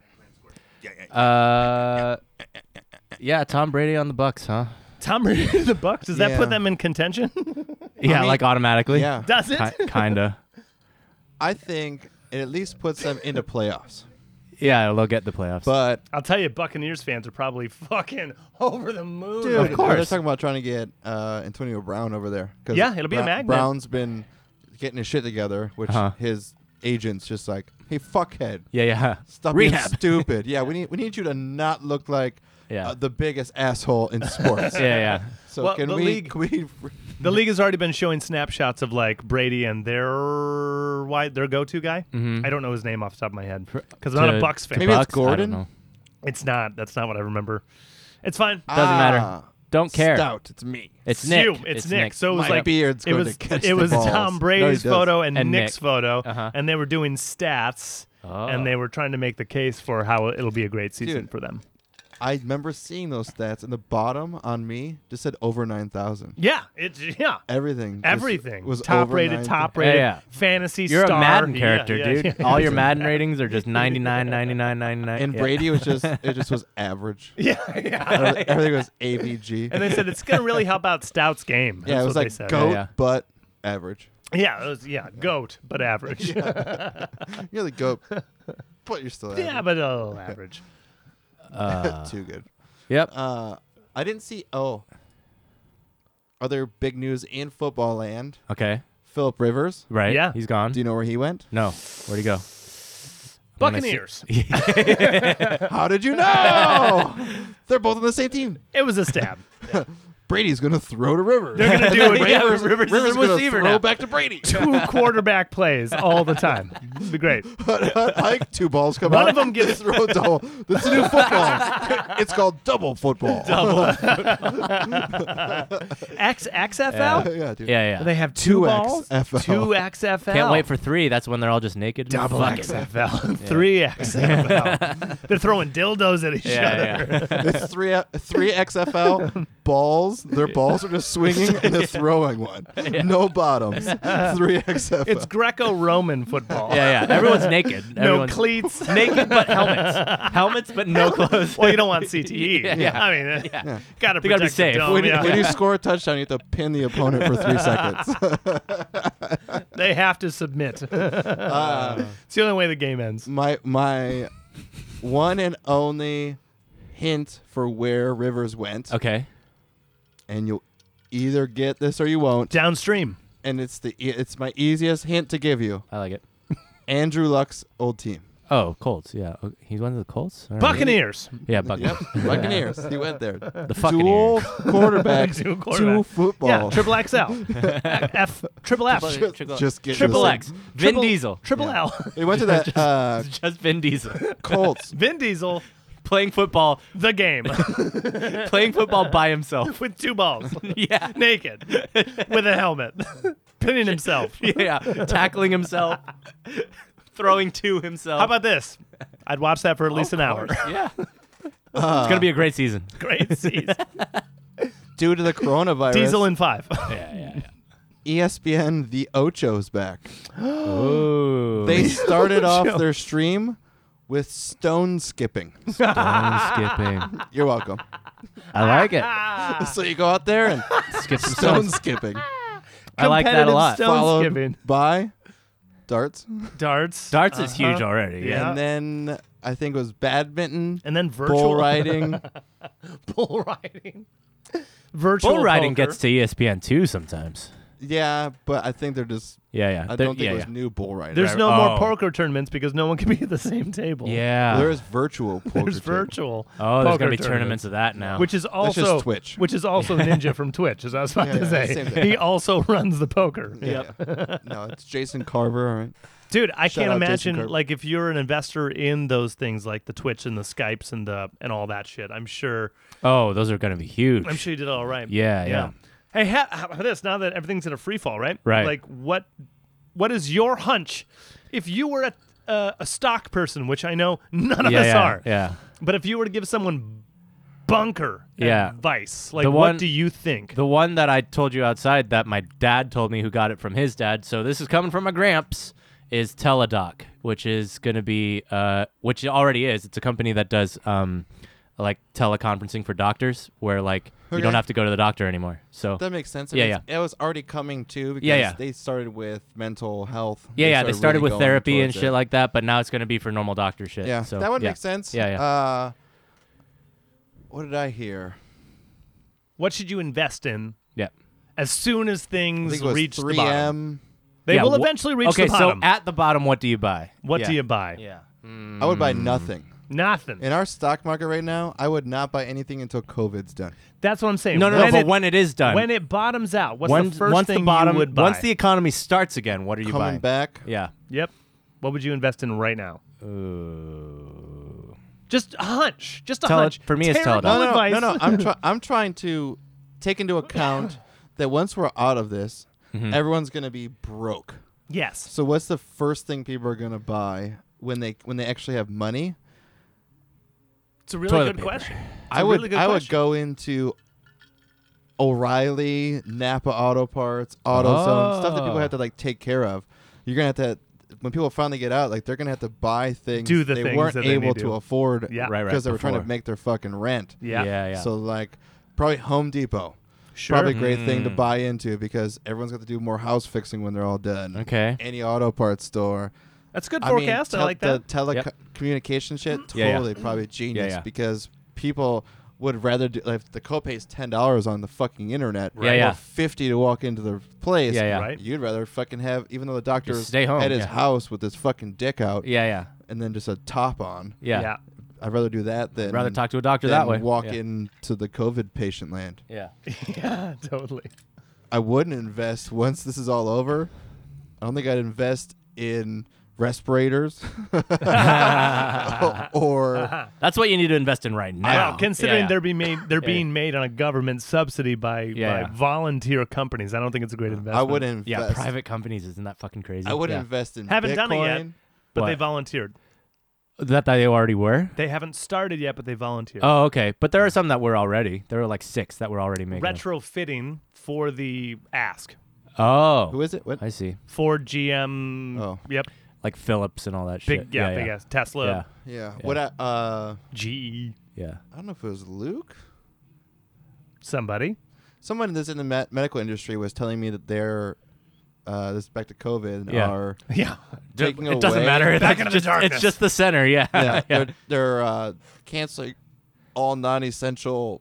[SPEAKER 1] eggplant, squirt.
[SPEAKER 2] Uh, yeah, Tom Brady on the Bucks, huh?
[SPEAKER 1] Tom Brady to the Bucks. Does that
[SPEAKER 3] Yeah.
[SPEAKER 1] put them in contention? [LAUGHS]
[SPEAKER 2] Yeah,
[SPEAKER 3] mean-
[SPEAKER 2] like automatically.
[SPEAKER 3] Yeah, [LAUGHS]
[SPEAKER 1] Does it?
[SPEAKER 2] Ki- kinda.
[SPEAKER 3] I think it at least puts them into playoffs.
[SPEAKER 2] yeah, they'll get the playoffs.
[SPEAKER 3] But
[SPEAKER 1] I'll tell you, Buccaneers fans are probably fucking [LAUGHS] over the moon.
[SPEAKER 3] dude,
[SPEAKER 1] right
[SPEAKER 2] of
[SPEAKER 1] now.
[SPEAKER 3] they're
[SPEAKER 2] course.
[SPEAKER 3] talking about trying to get uh, Antonio Brown over there. 'Cause
[SPEAKER 1] Yeah, it'll be a magnet.
[SPEAKER 3] Brown's been getting his shit together, which
[SPEAKER 2] Uh-huh.
[SPEAKER 3] his agents just like, hey, fuckhead,
[SPEAKER 2] yeah, yeah.
[SPEAKER 3] stop
[SPEAKER 2] Rehab. [LAUGHS]
[SPEAKER 3] being stupid. Yeah, we need we need you to not look like
[SPEAKER 2] Yeah.
[SPEAKER 3] uh, the biggest asshole in
[SPEAKER 2] [LAUGHS]
[SPEAKER 3] sports.
[SPEAKER 2] yeah, yeah.
[SPEAKER 3] So
[SPEAKER 1] Well,
[SPEAKER 3] can
[SPEAKER 1] the
[SPEAKER 3] we?
[SPEAKER 1] league-
[SPEAKER 3] Can we
[SPEAKER 1] The league has already been showing snapshots of like Brady and their why their go-to guy. I don't know his name off the top of my head because I'm not a
[SPEAKER 2] Mm-hmm. To-
[SPEAKER 1] Bucks
[SPEAKER 2] to
[SPEAKER 1] fan.
[SPEAKER 3] Maybe it's
[SPEAKER 2] Bucks? I don't
[SPEAKER 3] Gordon?
[SPEAKER 2] know.
[SPEAKER 1] It's not. That's not what I remember. It's fine.
[SPEAKER 2] Doesn't matter.
[SPEAKER 3] Ah,
[SPEAKER 2] Don't [LAUGHS] care.
[SPEAKER 3] Stout. It's me.
[SPEAKER 2] It's
[SPEAKER 1] It's
[SPEAKER 2] Nick.
[SPEAKER 1] you. It's, Nick. So it was
[SPEAKER 3] My
[SPEAKER 1] like
[SPEAKER 3] beard's
[SPEAKER 1] it
[SPEAKER 3] going
[SPEAKER 1] was
[SPEAKER 3] to catch
[SPEAKER 1] it
[SPEAKER 3] the
[SPEAKER 1] was
[SPEAKER 3] balls.
[SPEAKER 1] Tom
[SPEAKER 3] No,
[SPEAKER 1] Brady's
[SPEAKER 3] he doesn't.
[SPEAKER 1] photo and,
[SPEAKER 2] And
[SPEAKER 1] Nick's
[SPEAKER 2] Nick.
[SPEAKER 1] photo,
[SPEAKER 2] Uh-huh.
[SPEAKER 1] and they were doing stats,
[SPEAKER 2] Oh.
[SPEAKER 1] and they were trying to make the case for how it'll be a great season
[SPEAKER 3] Dude.
[SPEAKER 1] for them.
[SPEAKER 3] I remember seeing those stats, and the bottom on me just said over nine thousand.
[SPEAKER 1] Yeah, it's yeah.
[SPEAKER 3] Everything. just
[SPEAKER 1] Everything
[SPEAKER 3] was
[SPEAKER 1] top
[SPEAKER 3] over
[SPEAKER 1] rated,
[SPEAKER 3] 9,000.
[SPEAKER 1] top rated
[SPEAKER 2] Yeah, yeah.
[SPEAKER 1] fantasy
[SPEAKER 2] You're
[SPEAKER 1] star.
[SPEAKER 2] a Madden
[SPEAKER 1] Yeah,
[SPEAKER 2] character,
[SPEAKER 1] yeah,
[SPEAKER 2] dude.
[SPEAKER 1] yeah, [LAUGHS] yeah.
[SPEAKER 2] All your Madden ratings
[SPEAKER 1] [LAUGHS]
[SPEAKER 2] are just 99, 99, 99.
[SPEAKER 3] And
[SPEAKER 2] Yeah.
[SPEAKER 3] Brady was just it
[SPEAKER 2] [LAUGHS]
[SPEAKER 3] just was average.
[SPEAKER 1] Yeah,
[SPEAKER 3] [LAUGHS]
[SPEAKER 1] yeah.
[SPEAKER 3] Everything everything was ABG.
[SPEAKER 1] And they said it's gonna really help out Stout's game. That's
[SPEAKER 3] yeah, it
[SPEAKER 1] what
[SPEAKER 3] was like
[SPEAKER 1] they said.
[SPEAKER 3] goat,
[SPEAKER 2] Yeah, yeah.
[SPEAKER 3] but average.
[SPEAKER 1] Yeah, it was yeah, goat, but average. yeah.
[SPEAKER 3] You're
[SPEAKER 2] [LAUGHS]
[SPEAKER 3] the goat, but
[SPEAKER 1] [LAUGHS]
[SPEAKER 3] you're still average.
[SPEAKER 1] but a little average.
[SPEAKER 3] [LAUGHS]
[SPEAKER 2] Uh,
[SPEAKER 3] too good.
[SPEAKER 2] yep.
[SPEAKER 3] Uh, I didn't see. Oh, other big news in football land.
[SPEAKER 2] Okay.
[SPEAKER 3] Philip Rivers.
[SPEAKER 2] Right.
[SPEAKER 1] Yeah.
[SPEAKER 2] He's gone.
[SPEAKER 3] Do you know where
[SPEAKER 2] [LAUGHS]
[SPEAKER 3] he went?
[SPEAKER 2] No.
[SPEAKER 1] [LAUGHS]
[SPEAKER 2] Where'd he go? When I see-
[SPEAKER 1] Buccaneers.
[SPEAKER 3] How did you know? [LAUGHS] They're both on the same team.
[SPEAKER 1] It was a stab.
[SPEAKER 3] Brady's gonna throw to Rivers.
[SPEAKER 1] They're gonna
[SPEAKER 3] [LAUGHS]
[SPEAKER 1] do it. Yeah, Rivers,
[SPEAKER 2] Rivers- Rivers
[SPEAKER 1] is
[SPEAKER 3] Rivers
[SPEAKER 1] a
[SPEAKER 3] gonna
[SPEAKER 2] receiver
[SPEAKER 3] throw
[SPEAKER 2] now.
[SPEAKER 3] back to Brady.
[SPEAKER 2] [LAUGHS]
[SPEAKER 1] two quarterback plays all the time. It'd be great.
[SPEAKER 2] uh,
[SPEAKER 3] like uh, two balls come
[SPEAKER 1] One
[SPEAKER 3] out.
[SPEAKER 1] of 'em gets-
[SPEAKER 3] Just [LAUGHS] throw double.
[SPEAKER 1] [LAUGHS]
[SPEAKER 3] That's a new football. it's called double football.
[SPEAKER 1] X XFL.
[SPEAKER 3] [LAUGHS] yeah, dude.
[SPEAKER 2] Yeah, yeah.
[SPEAKER 1] They have two,
[SPEAKER 3] Two
[SPEAKER 1] balls.
[SPEAKER 3] XFL.
[SPEAKER 1] Two XFL.
[SPEAKER 2] Can't wait for three. That's when they're all just naked. and
[SPEAKER 1] double
[SPEAKER 2] fucking-
[SPEAKER 1] XFL. Three XFL. They're throwing dildos at each other.
[SPEAKER 2] [LAUGHS] Yeah, yeah.
[SPEAKER 3] It's three uh,
[SPEAKER 2] [LAUGHS]
[SPEAKER 3] three XFL balls. Their balls are just swinging and they're throwing one. No
[SPEAKER 2] [LAUGHS]
[SPEAKER 3] bottoms. Three XFL.
[SPEAKER 1] It's Greco-Roman football.
[SPEAKER 2] Yeah, yeah. Everyone's naked.
[SPEAKER 1] No
[SPEAKER 2] Everyone's
[SPEAKER 1] cleats.
[SPEAKER 2] [LAUGHS] naked, but
[SPEAKER 1] [LAUGHS]
[SPEAKER 2] helmets. Helmets, but no clothes.
[SPEAKER 1] well, you don't want CTE.
[SPEAKER 2] [LAUGHS] Yeah, yeah.
[SPEAKER 1] I mean, uh,
[SPEAKER 2] Yeah.
[SPEAKER 1] gotta
[SPEAKER 2] They
[SPEAKER 1] protect
[SPEAKER 2] gotta be safe.
[SPEAKER 1] The dome.
[SPEAKER 3] when, you,
[SPEAKER 1] yeah.
[SPEAKER 3] when
[SPEAKER 2] [LAUGHS]
[SPEAKER 3] you score a touchdown, you have to pin the opponent for three seconds.
[SPEAKER 1] They have to submit.
[SPEAKER 3] [LAUGHS] Uh,
[SPEAKER 1] it's the only way the game ends.
[SPEAKER 3] my my one and only hint for where Rivers went,
[SPEAKER 2] Okay.
[SPEAKER 3] and you'll either get this or you won't.
[SPEAKER 1] Downstream.
[SPEAKER 3] And it's the e- it's my easiest hint to give you.
[SPEAKER 2] I like it.
[SPEAKER 3] Andrew Luck's old team.
[SPEAKER 2] Oh, Colts. Yeah. Oh, He's one of the Colts? All right.
[SPEAKER 1] Buccaneers.
[SPEAKER 2] [LAUGHS] Yeah, Buccaneers.
[SPEAKER 3] Yep, Buccaneers. he went there.
[SPEAKER 2] The fucking
[SPEAKER 1] [LAUGHS]
[SPEAKER 2] [LAUGHS]
[SPEAKER 3] Dual quarterbacks,
[SPEAKER 1] Dual
[SPEAKER 3] two
[SPEAKER 1] quarterback. Yeah,
[SPEAKER 3] football.
[SPEAKER 1] triple
[SPEAKER 3] [LAUGHS]
[SPEAKER 1] XL. F, triple F.
[SPEAKER 2] Triple-
[SPEAKER 3] just, just get
[SPEAKER 2] Triple
[SPEAKER 3] this.
[SPEAKER 2] X. Vin
[SPEAKER 1] Triple-
[SPEAKER 2] Diesel.
[SPEAKER 1] Triple
[SPEAKER 3] Yeah.
[SPEAKER 1] L.
[SPEAKER 3] They went
[SPEAKER 1] [LAUGHS]
[SPEAKER 3] to that uh,
[SPEAKER 2] Just Vin Diesel. [LAUGHS]
[SPEAKER 3] Colts.
[SPEAKER 1] Vin Diesel,
[SPEAKER 2] playing football.
[SPEAKER 1] the game, [LAUGHS]
[SPEAKER 2] Playing football by himself. [LAUGHS]
[SPEAKER 1] with two balls,
[SPEAKER 2] Yeah.
[SPEAKER 1] naked, with a helmet, [LAUGHS] pinning himself.
[SPEAKER 2] Yeah. Tackling himself. [LAUGHS] Throwing to himself.
[SPEAKER 1] How about this? I'd watch that for at least an hour.
[SPEAKER 2] Yeah. it's
[SPEAKER 3] Uh.
[SPEAKER 2] going to be a great season.
[SPEAKER 1] [LAUGHS] Great
[SPEAKER 2] [LAUGHS]
[SPEAKER 1] season.
[SPEAKER 3] Due to the coronavirus, E
[SPEAKER 1] Diesel in five.
[SPEAKER 2] Yeah, yeah,
[SPEAKER 3] ESPN The Ocho's back.
[SPEAKER 2] yeah.
[SPEAKER 1] [LAUGHS]
[SPEAKER 2] Ooh.
[SPEAKER 3] They started off their stream with stone
[SPEAKER 1] [LAUGHS]
[SPEAKER 3] skipping.
[SPEAKER 2] skipping.
[SPEAKER 3] You're welcome.
[SPEAKER 2] I like it.
[SPEAKER 3] so you go out there
[SPEAKER 1] [LAUGHS]
[SPEAKER 3] and
[SPEAKER 2] Skip some
[SPEAKER 3] stone
[SPEAKER 2] stones.
[SPEAKER 3] skipping,
[SPEAKER 2] I like that a
[SPEAKER 1] Competitive
[SPEAKER 2] lot.
[SPEAKER 1] stone-
[SPEAKER 3] followed
[SPEAKER 1] skipping.
[SPEAKER 3] by darts,
[SPEAKER 1] [LAUGHS] Darts.
[SPEAKER 2] Darts is
[SPEAKER 1] Uh-huh.
[SPEAKER 2] huge already.
[SPEAKER 1] Yeah.
[SPEAKER 3] and then I think it was badminton,
[SPEAKER 1] And then virtual
[SPEAKER 3] bull riding.
[SPEAKER 1] [LAUGHS] bull riding. Virtual
[SPEAKER 2] Bull riding
[SPEAKER 1] poker.
[SPEAKER 2] gets to E ESPN too sometimes.
[SPEAKER 3] yeah, but I think they're just.
[SPEAKER 2] Yeah, yeah.
[SPEAKER 3] I
[SPEAKER 2] They're-
[SPEAKER 3] don't think
[SPEAKER 2] yeah,
[SPEAKER 3] it was
[SPEAKER 2] yeah.
[SPEAKER 3] new bull riding.
[SPEAKER 1] There's no
[SPEAKER 2] Oh.
[SPEAKER 1] more poker tournaments because no one can be at the same table.
[SPEAKER 2] Yeah.
[SPEAKER 1] [LAUGHS]
[SPEAKER 3] there is virtual poker.
[SPEAKER 1] There's
[SPEAKER 3] too.
[SPEAKER 1] virtual.
[SPEAKER 2] oh, there's
[SPEAKER 1] poker
[SPEAKER 2] gonna be tournaments of that now.
[SPEAKER 1] Which is also
[SPEAKER 3] just Twitch.
[SPEAKER 1] Which is also Ninja from Twitch, as I was about
[SPEAKER 3] Yeah,
[SPEAKER 1] to
[SPEAKER 3] yeah,
[SPEAKER 1] say.
[SPEAKER 3] same thing.
[SPEAKER 1] He also [LAUGHS] runs the poker.
[SPEAKER 3] Yeah.
[SPEAKER 2] [LAUGHS]
[SPEAKER 3] no, it's Jason Carver. All right.
[SPEAKER 1] Dude, I
[SPEAKER 3] Shout
[SPEAKER 1] can't
[SPEAKER 3] out Jason
[SPEAKER 1] imagine
[SPEAKER 3] Kirby.
[SPEAKER 1] like if you're an investor in those things like the Twitch and the Skypes and the and all that shit. I'm sure
[SPEAKER 2] oh, those are gonna be huge.
[SPEAKER 1] I'm sure you did all right.
[SPEAKER 2] Yeah, yeah.
[SPEAKER 1] Hey, ha- how about this? Now that everything's in a free fall, right?
[SPEAKER 2] Right.
[SPEAKER 1] Like, what, what is your hunch? If you were a uh, a stock person, which I know none of [LAUGHS]
[SPEAKER 2] yeah,
[SPEAKER 1] us
[SPEAKER 2] yeah,
[SPEAKER 1] are,
[SPEAKER 2] Yeah.
[SPEAKER 1] but if you were to give someone bunker
[SPEAKER 2] Yeah.
[SPEAKER 1] advice, like
[SPEAKER 2] The
[SPEAKER 1] what
[SPEAKER 2] one-
[SPEAKER 1] do you think?
[SPEAKER 2] The one that I told you outside that my dad told me who got it from his dad. So this is coming from my gramps. Is Teladoc, which is gonna be, uh, which it already is. It's a company that does um, like teleconferencing for doctors, where like You
[SPEAKER 3] Okay.
[SPEAKER 2] don't have to go to the doctor anymore. So
[SPEAKER 3] That makes sense.
[SPEAKER 2] Yeah,
[SPEAKER 3] yeah. It was already coming too because
[SPEAKER 2] Yeah, yeah.
[SPEAKER 3] they started with mental health.
[SPEAKER 2] yeah, yeah, they started
[SPEAKER 3] really
[SPEAKER 2] with
[SPEAKER 3] going
[SPEAKER 2] therapy and
[SPEAKER 3] towards
[SPEAKER 2] shit
[SPEAKER 3] it.
[SPEAKER 2] like that, but now it's gonna be for normal doctor shit.
[SPEAKER 3] yeah,
[SPEAKER 2] so,
[SPEAKER 3] that would
[SPEAKER 2] yeah.
[SPEAKER 3] make sense.
[SPEAKER 2] Yeah, yeah.
[SPEAKER 3] Uh, what did I hear?
[SPEAKER 1] What should you invest in
[SPEAKER 2] Yeah.
[SPEAKER 1] as soon as
[SPEAKER 3] I
[SPEAKER 1] things
[SPEAKER 3] think it was
[SPEAKER 1] reach the bottom?
[SPEAKER 3] 3M.
[SPEAKER 1] They
[SPEAKER 2] Yeah,
[SPEAKER 1] will
[SPEAKER 2] wh-
[SPEAKER 1] eventually reach
[SPEAKER 2] okay,
[SPEAKER 1] the bottom.
[SPEAKER 2] so at the bottom, what do you buy?
[SPEAKER 1] what
[SPEAKER 2] yeah.
[SPEAKER 1] do you buy?
[SPEAKER 2] Yeah.
[SPEAKER 3] I would
[SPEAKER 2] Mm.
[SPEAKER 3] buy nothing.
[SPEAKER 1] Nothing.
[SPEAKER 3] In our stock market right now, I would not buy anything until COVID's done.
[SPEAKER 1] That's what I'm saying.
[SPEAKER 2] No, no,
[SPEAKER 1] when
[SPEAKER 2] no. But
[SPEAKER 1] it,
[SPEAKER 2] when it is done,
[SPEAKER 1] when it bottoms out, what's
[SPEAKER 2] once,
[SPEAKER 1] the first
[SPEAKER 2] once
[SPEAKER 1] thing
[SPEAKER 2] the bottom,
[SPEAKER 1] you would buy?
[SPEAKER 2] once the economy starts again, what are you
[SPEAKER 3] Coming
[SPEAKER 2] buying?
[SPEAKER 3] back,
[SPEAKER 2] Yeah.
[SPEAKER 1] yep. What would you invest in right now?
[SPEAKER 2] Ooh.
[SPEAKER 1] Just a hunch. Just a
[SPEAKER 2] Tele-
[SPEAKER 1] hunch.
[SPEAKER 2] for me, it's
[SPEAKER 1] Terrible
[SPEAKER 2] Teledoc.
[SPEAKER 3] no,
[SPEAKER 1] advice.
[SPEAKER 3] no, no, no.
[SPEAKER 2] [LAUGHS]
[SPEAKER 3] I'm try- I'm trying to take into account that once we're out of this,
[SPEAKER 2] Mm-hmm.
[SPEAKER 3] everyone's gonna be broke.
[SPEAKER 1] yes.
[SPEAKER 3] So what's the first thing people are gonna buy when they when they actually have money?
[SPEAKER 1] It's a really
[SPEAKER 2] Toilet
[SPEAKER 1] good
[SPEAKER 2] paper.
[SPEAKER 1] question. It's
[SPEAKER 3] I
[SPEAKER 1] a
[SPEAKER 3] would
[SPEAKER 1] really good
[SPEAKER 3] I would
[SPEAKER 1] question.
[SPEAKER 3] go into O'Reilly, Napa Auto Parts, AutoZone, stuff that people
[SPEAKER 2] Oh.
[SPEAKER 1] Ah.
[SPEAKER 3] have to like take care of. You're gonna have to when people finally get out, like they're gonna have to buy things
[SPEAKER 1] Do the
[SPEAKER 3] they
[SPEAKER 1] things
[SPEAKER 3] weren't
[SPEAKER 1] that they
[SPEAKER 3] able
[SPEAKER 1] need
[SPEAKER 3] to.
[SPEAKER 1] to.
[SPEAKER 3] afford
[SPEAKER 1] Yeah.
[SPEAKER 2] Right, right.
[SPEAKER 3] because they were trying to
[SPEAKER 2] before.
[SPEAKER 3] make their fucking rent.
[SPEAKER 1] Yeah.
[SPEAKER 2] Yeah. yeah.
[SPEAKER 3] So like probably Home Depot.
[SPEAKER 1] Sure.
[SPEAKER 3] Probably a great thing to
[SPEAKER 2] Mm.
[SPEAKER 3] buy into because everyone's got to do more house fixing when they're all done.
[SPEAKER 2] okay.
[SPEAKER 3] Any auto parts store.
[SPEAKER 1] That's a good
[SPEAKER 3] I mean,
[SPEAKER 1] forecast. I
[SPEAKER 3] tel-
[SPEAKER 1] like that.
[SPEAKER 3] The
[SPEAKER 2] Yep.
[SPEAKER 3] telecommunication shit,
[SPEAKER 2] Yeah, yeah.
[SPEAKER 3] totally probably genius
[SPEAKER 2] yeah.
[SPEAKER 3] because people would rather do like if the copay is ten dollars on the fucking internet,
[SPEAKER 2] Yeah, yeah.
[SPEAKER 3] or fifty to walk into the place.
[SPEAKER 2] Yeah, yeah.
[SPEAKER 1] Right.
[SPEAKER 3] You'd rather fucking have even though the doctor
[SPEAKER 2] Just
[SPEAKER 3] is
[SPEAKER 2] stay home,
[SPEAKER 3] at his
[SPEAKER 2] yeah.
[SPEAKER 3] house with his fucking dick out
[SPEAKER 2] Yeah. Yeah.
[SPEAKER 3] and then just a top on.
[SPEAKER 2] Yeah.
[SPEAKER 3] I'd rather do that than
[SPEAKER 2] Rather talk to a doctor
[SPEAKER 3] than
[SPEAKER 2] that way.
[SPEAKER 3] Walk
[SPEAKER 2] yeah.
[SPEAKER 3] into the COVID patient land.
[SPEAKER 2] Yeah.
[SPEAKER 1] Yeah. [LAUGHS] yeah. Totally.
[SPEAKER 3] I wouldn't invest once this is all over. I don't think I'd invest in respirators [LAUGHS] or
[SPEAKER 2] That's what you need to invest in right now.
[SPEAKER 1] Well, considering
[SPEAKER 2] Yeah, yeah.
[SPEAKER 1] they're being made, they're
[SPEAKER 2] Yeah, yeah.
[SPEAKER 1] being made on a government subsidy by,
[SPEAKER 2] Yeah,
[SPEAKER 1] by
[SPEAKER 2] yeah.
[SPEAKER 1] volunteer companies, I don't think it's a great investment.
[SPEAKER 3] I wouldn't invest.
[SPEAKER 2] yeah, private companies, isn't that fucking crazy?
[SPEAKER 3] I wouldn't
[SPEAKER 2] Yeah.
[SPEAKER 3] invest in
[SPEAKER 1] Haven't
[SPEAKER 3] Bitcoin.
[SPEAKER 1] done it yet. but they
[SPEAKER 2] What?
[SPEAKER 1] volunteered.
[SPEAKER 2] That they already were.
[SPEAKER 1] They haven't started yet, but they volunteered.
[SPEAKER 2] Oh, okay. But there are some that were already. There were like six that were already making. it.
[SPEAKER 1] Retrofitting for the ask
[SPEAKER 2] Oh,
[SPEAKER 3] Who is it? What?
[SPEAKER 2] I see.
[SPEAKER 1] Ford, GM.
[SPEAKER 3] Oh.
[SPEAKER 1] yep.
[SPEAKER 2] Like Phillips and all that
[SPEAKER 1] Big
[SPEAKER 2] shit.
[SPEAKER 1] yeah,
[SPEAKER 2] yeah,
[SPEAKER 1] big ass Tesla, E,
[SPEAKER 2] Yeah,
[SPEAKER 3] yeah. What? I, uh,
[SPEAKER 1] GE,
[SPEAKER 2] yeah.
[SPEAKER 3] I don't know if it was Luke.
[SPEAKER 1] somebody. [LAUGHS]
[SPEAKER 3] Someone that's in the me- medical industry was telling me that they're. Uh, this is back to COVID.
[SPEAKER 2] Yeah.
[SPEAKER 3] Are
[SPEAKER 1] Yeah.
[SPEAKER 3] Taking
[SPEAKER 2] it doesn't
[SPEAKER 3] away-
[SPEAKER 2] matter.
[SPEAKER 1] Back
[SPEAKER 2] That's
[SPEAKER 1] into the
[SPEAKER 2] just,
[SPEAKER 1] darkness.
[SPEAKER 2] it's just the center. [LAUGHS] Yeah.
[SPEAKER 3] yeah, they're, they're uh, canceling all non-essential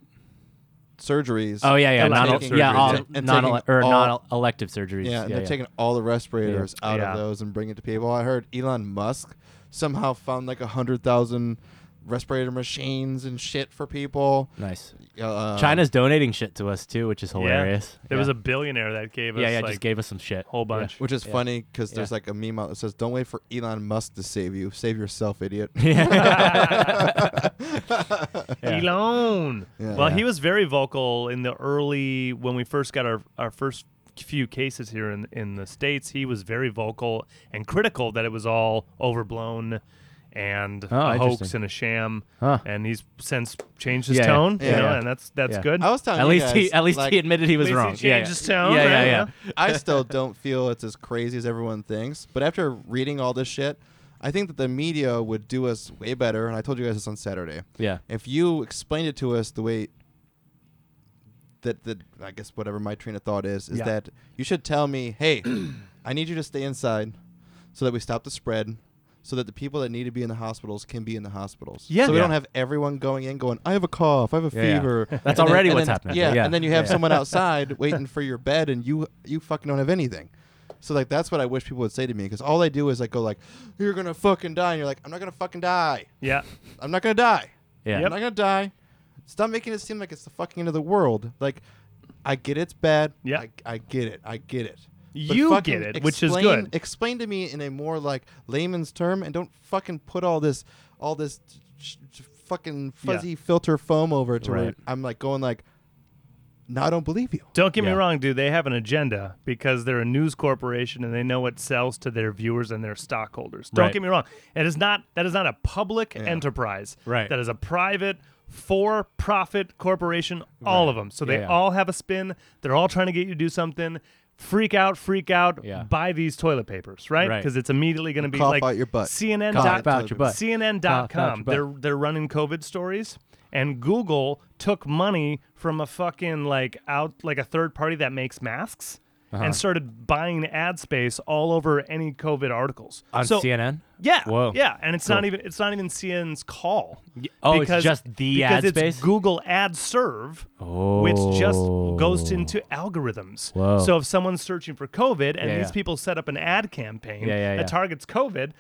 [SPEAKER 3] surgeries.
[SPEAKER 2] Oh yeah, yeah,
[SPEAKER 1] And
[SPEAKER 2] non,
[SPEAKER 1] taking-
[SPEAKER 2] yeah, all,
[SPEAKER 3] and- and
[SPEAKER 2] non,
[SPEAKER 3] taking
[SPEAKER 2] or
[SPEAKER 3] all-
[SPEAKER 2] non-elective surgeries.
[SPEAKER 3] Yeah, and
[SPEAKER 2] yeah,
[SPEAKER 3] they're taking all the respirators out
[SPEAKER 1] Yeah.
[SPEAKER 3] of those and bringing it to people. I heard Elon Musk somehow found like a hundred thousand respirator machines and shit for people.
[SPEAKER 2] nice.
[SPEAKER 3] Uh,
[SPEAKER 2] China's donating shit to us too, which is hilarious.
[SPEAKER 1] Um, There
[SPEAKER 2] yeah.
[SPEAKER 1] was a billionaire that gave us
[SPEAKER 2] yeah, yeah,
[SPEAKER 1] like
[SPEAKER 2] just gave us some shit.
[SPEAKER 1] whole bunch.
[SPEAKER 3] which is funny 'cause funny because
[SPEAKER 2] Yeah.
[SPEAKER 3] there's like a meme out that says, "Don't wait for Elon Musk to save you. Save
[SPEAKER 2] [LAUGHS]
[SPEAKER 3] yourself, idiot."
[SPEAKER 2] Yeah.
[SPEAKER 1] Elon.
[SPEAKER 3] Yeah.
[SPEAKER 1] Well,
[SPEAKER 2] Yeah.
[SPEAKER 1] he was very vocal in the early when we first got our our first few cases here in in the states. He was very vocal and critical that it was all overblown and
[SPEAKER 2] Oh,
[SPEAKER 1] a hoax
[SPEAKER 2] interesting.
[SPEAKER 1] and a sham.
[SPEAKER 2] Huh.
[SPEAKER 1] And he's since changed his
[SPEAKER 2] Yeah, yeah.
[SPEAKER 1] tone, you
[SPEAKER 3] Yeah,
[SPEAKER 1] know,
[SPEAKER 2] yeah.
[SPEAKER 1] and that's that's
[SPEAKER 2] Yeah.
[SPEAKER 1] good.
[SPEAKER 3] I was telling
[SPEAKER 2] At
[SPEAKER 3] you
[SPEAKER 2] least
[SPEAKER 3] guys,
[SPEAKER 2] he, at least
[SPEAKER 3] like,
[SPEAKER 2] he admitted he was
[SPEAKER 1] At least
[SPEAKER 2] wrong.
[SPEAKER 1] He
[SPEAKER 2] yeah,
[SPEAKER 1] changed
[SPEAKER 2] yeah.
[SPEAKER 1] his tone.
[SPEAKER 2] Yeah,
[SPEAKER 1] right?
[SPEAKER 2] yeah, yeah.
[SPEAKER 3] [LAUGHS] I still don't feel it's as crazy as everyone thinks. But after reading all this shit, I think that the media would do us way better. And I told you guys this on Saturday.
[SPEAKER 2] Yeah.
[SPEAKER 3] if you explained it to us the way that that I guess whatever my train of thought is is
[SPEAKER 1] Yeah.
[SPEAKER 3] that you should tell me, hey, [CLEARS THROAT] I need you to stay inside so that we stop the spread, so that the people that need to be in the hospitals can be in the hospitals.
[SPEAKER 2] Yeah.
[SPEAKER 3] So we
[SPEAKER 2] Yeah.
[SPEAKER 3] don't have everyone going in going, I have a cough, I have a
[SPEAKER 2] Yeah, yeah.
[SPEAKER 3] fever.
[SPEAKER 2] [LAUGHS] That's
[SPEAKER 3] And then-
[SPEAKER 2] already
[SPEAKER 3] and
[SPEAKER 2] what's
[SPEAKER 3] then-
[SPEAKER 2] happening.
[SPEAKER 3] Yeah,
[SPEAKER 2] Yeah.
[SPEAKER 3] And then you have
[SPEAKER 2] Yeah. [LAUGHS]
[SPEAKER 3] someone outside waiting for your bed, and you you fucking don't have anything. So like that's what I wish people would say to me because all they do is like go like, you're gonna fucking die, and you're like, I'm not gonna fucking die.
[SPEAKER 1] Yeah.
[SPEAKER 3] I'm not gonna die.
[SPEAKER 2] Yeah.
[SPEAKER 1] Yep.
[SPEAKER 3] I'm not gonna die. Stop making it seem like it's the fucking end of the world. Like, I get it's bad.
[SPEAKER 1] Yeah.
[SPEAKER 3] I, I get it. I get it.
[SPEAKER 1] You
[SPEAKER 3] fucking
[SPEAKER 1] get it, which is
[SPEAKER 3] explain-
[SPEAKER 1] good.
[SPEAKER 3] Explain to me in a more like layman's term, and don't fucking put all this, all this, sh- sh- fucking
[SPEAKER 1] Yeah.
[SPEAKER 3] fuzzy filter foam over it to where
[SPEAKER 2] Right.
[SPEAKER 3] I'm like going like, no, I don't believe you.
[SPEAKER 1] Don't get me
[SPEAKER 2] Yeah.
[SPEAKER 1] wrong, dude. They have an agenda because they're a news corporation and they know what sells to their viewers and their stockholders. Don't
[SPEAKER 2] Right.
[SPEAKER 1] get me wrong. It is not that is not a public enterprise.
[SPEAKER 2] Right.
[SPEAKER 1] That is a private for-profit corporation. All of them. So they
[SPEAKER 2] Yeah, yeah.
[SPEAKER 1] all have a spin. They're all trying to get you to do something. Freak out, freak out.
[SPEAKER 2] Yeah.
[SPEAKER 1] Buy these toilet papers, right?
[SPEAKER 2] Right.
[SPEAKER 1] Because it's immediately going to be
[SPEAKER 3] Cough
[SPEAKER 1] like
[SPEAKER 3] out your butt.
[SPEAKER 1] CNN.
[SPEAKER 3] Cough
[SPEAKER 1] dot-
[SPEAKER 2] out your butt. Cough out
[SPEAKER 1] CNN.com.
[SPEAKER 2] your butt.
[SPEAKER 1] They're they're running COVID stories and Google took money from a fucking like out like a third party that makes masks
[SPEAKER 2] Uh-huh.
[SPEAKER 1] and started buying ad space all over any COVID articles
[SPEAKER 2] on
[SPEAKER 1] so,
[SPEAKER 2] CNN.
[SPEAKER 1] Yeah,
[SPEAKER 2] Whoa.
[SPEAKER 1] yeah, and it's not
[SPEAKER 2] Cool.
[SPEAKER 1] even it's not even CNN's call.
[SPEAKER 2] oh, it's just the
[SPEAKER 1] because
[SPEAKER 2] ad
[SPEAKER 1] it's
[SPEAKER 2] space?
[SPEAKER 1] Google Ad Serve, which just goes into algorithms.
[SPEAKER 2] Oh. Whoa.
[SPEAKER 1] So if someone's searching for COVID and
[SPEAKER 2] Yeah,
[SPEAKER 1] these
[SPEAKER 2] yeah.
[SPEAKER 1] people set up an ad campaign
[SPEAKER 2] Yeah, yeah,
[SPEAKER 1] that
[SPEAKER 2] yeah.
[SPEAKER 1] targets COVID,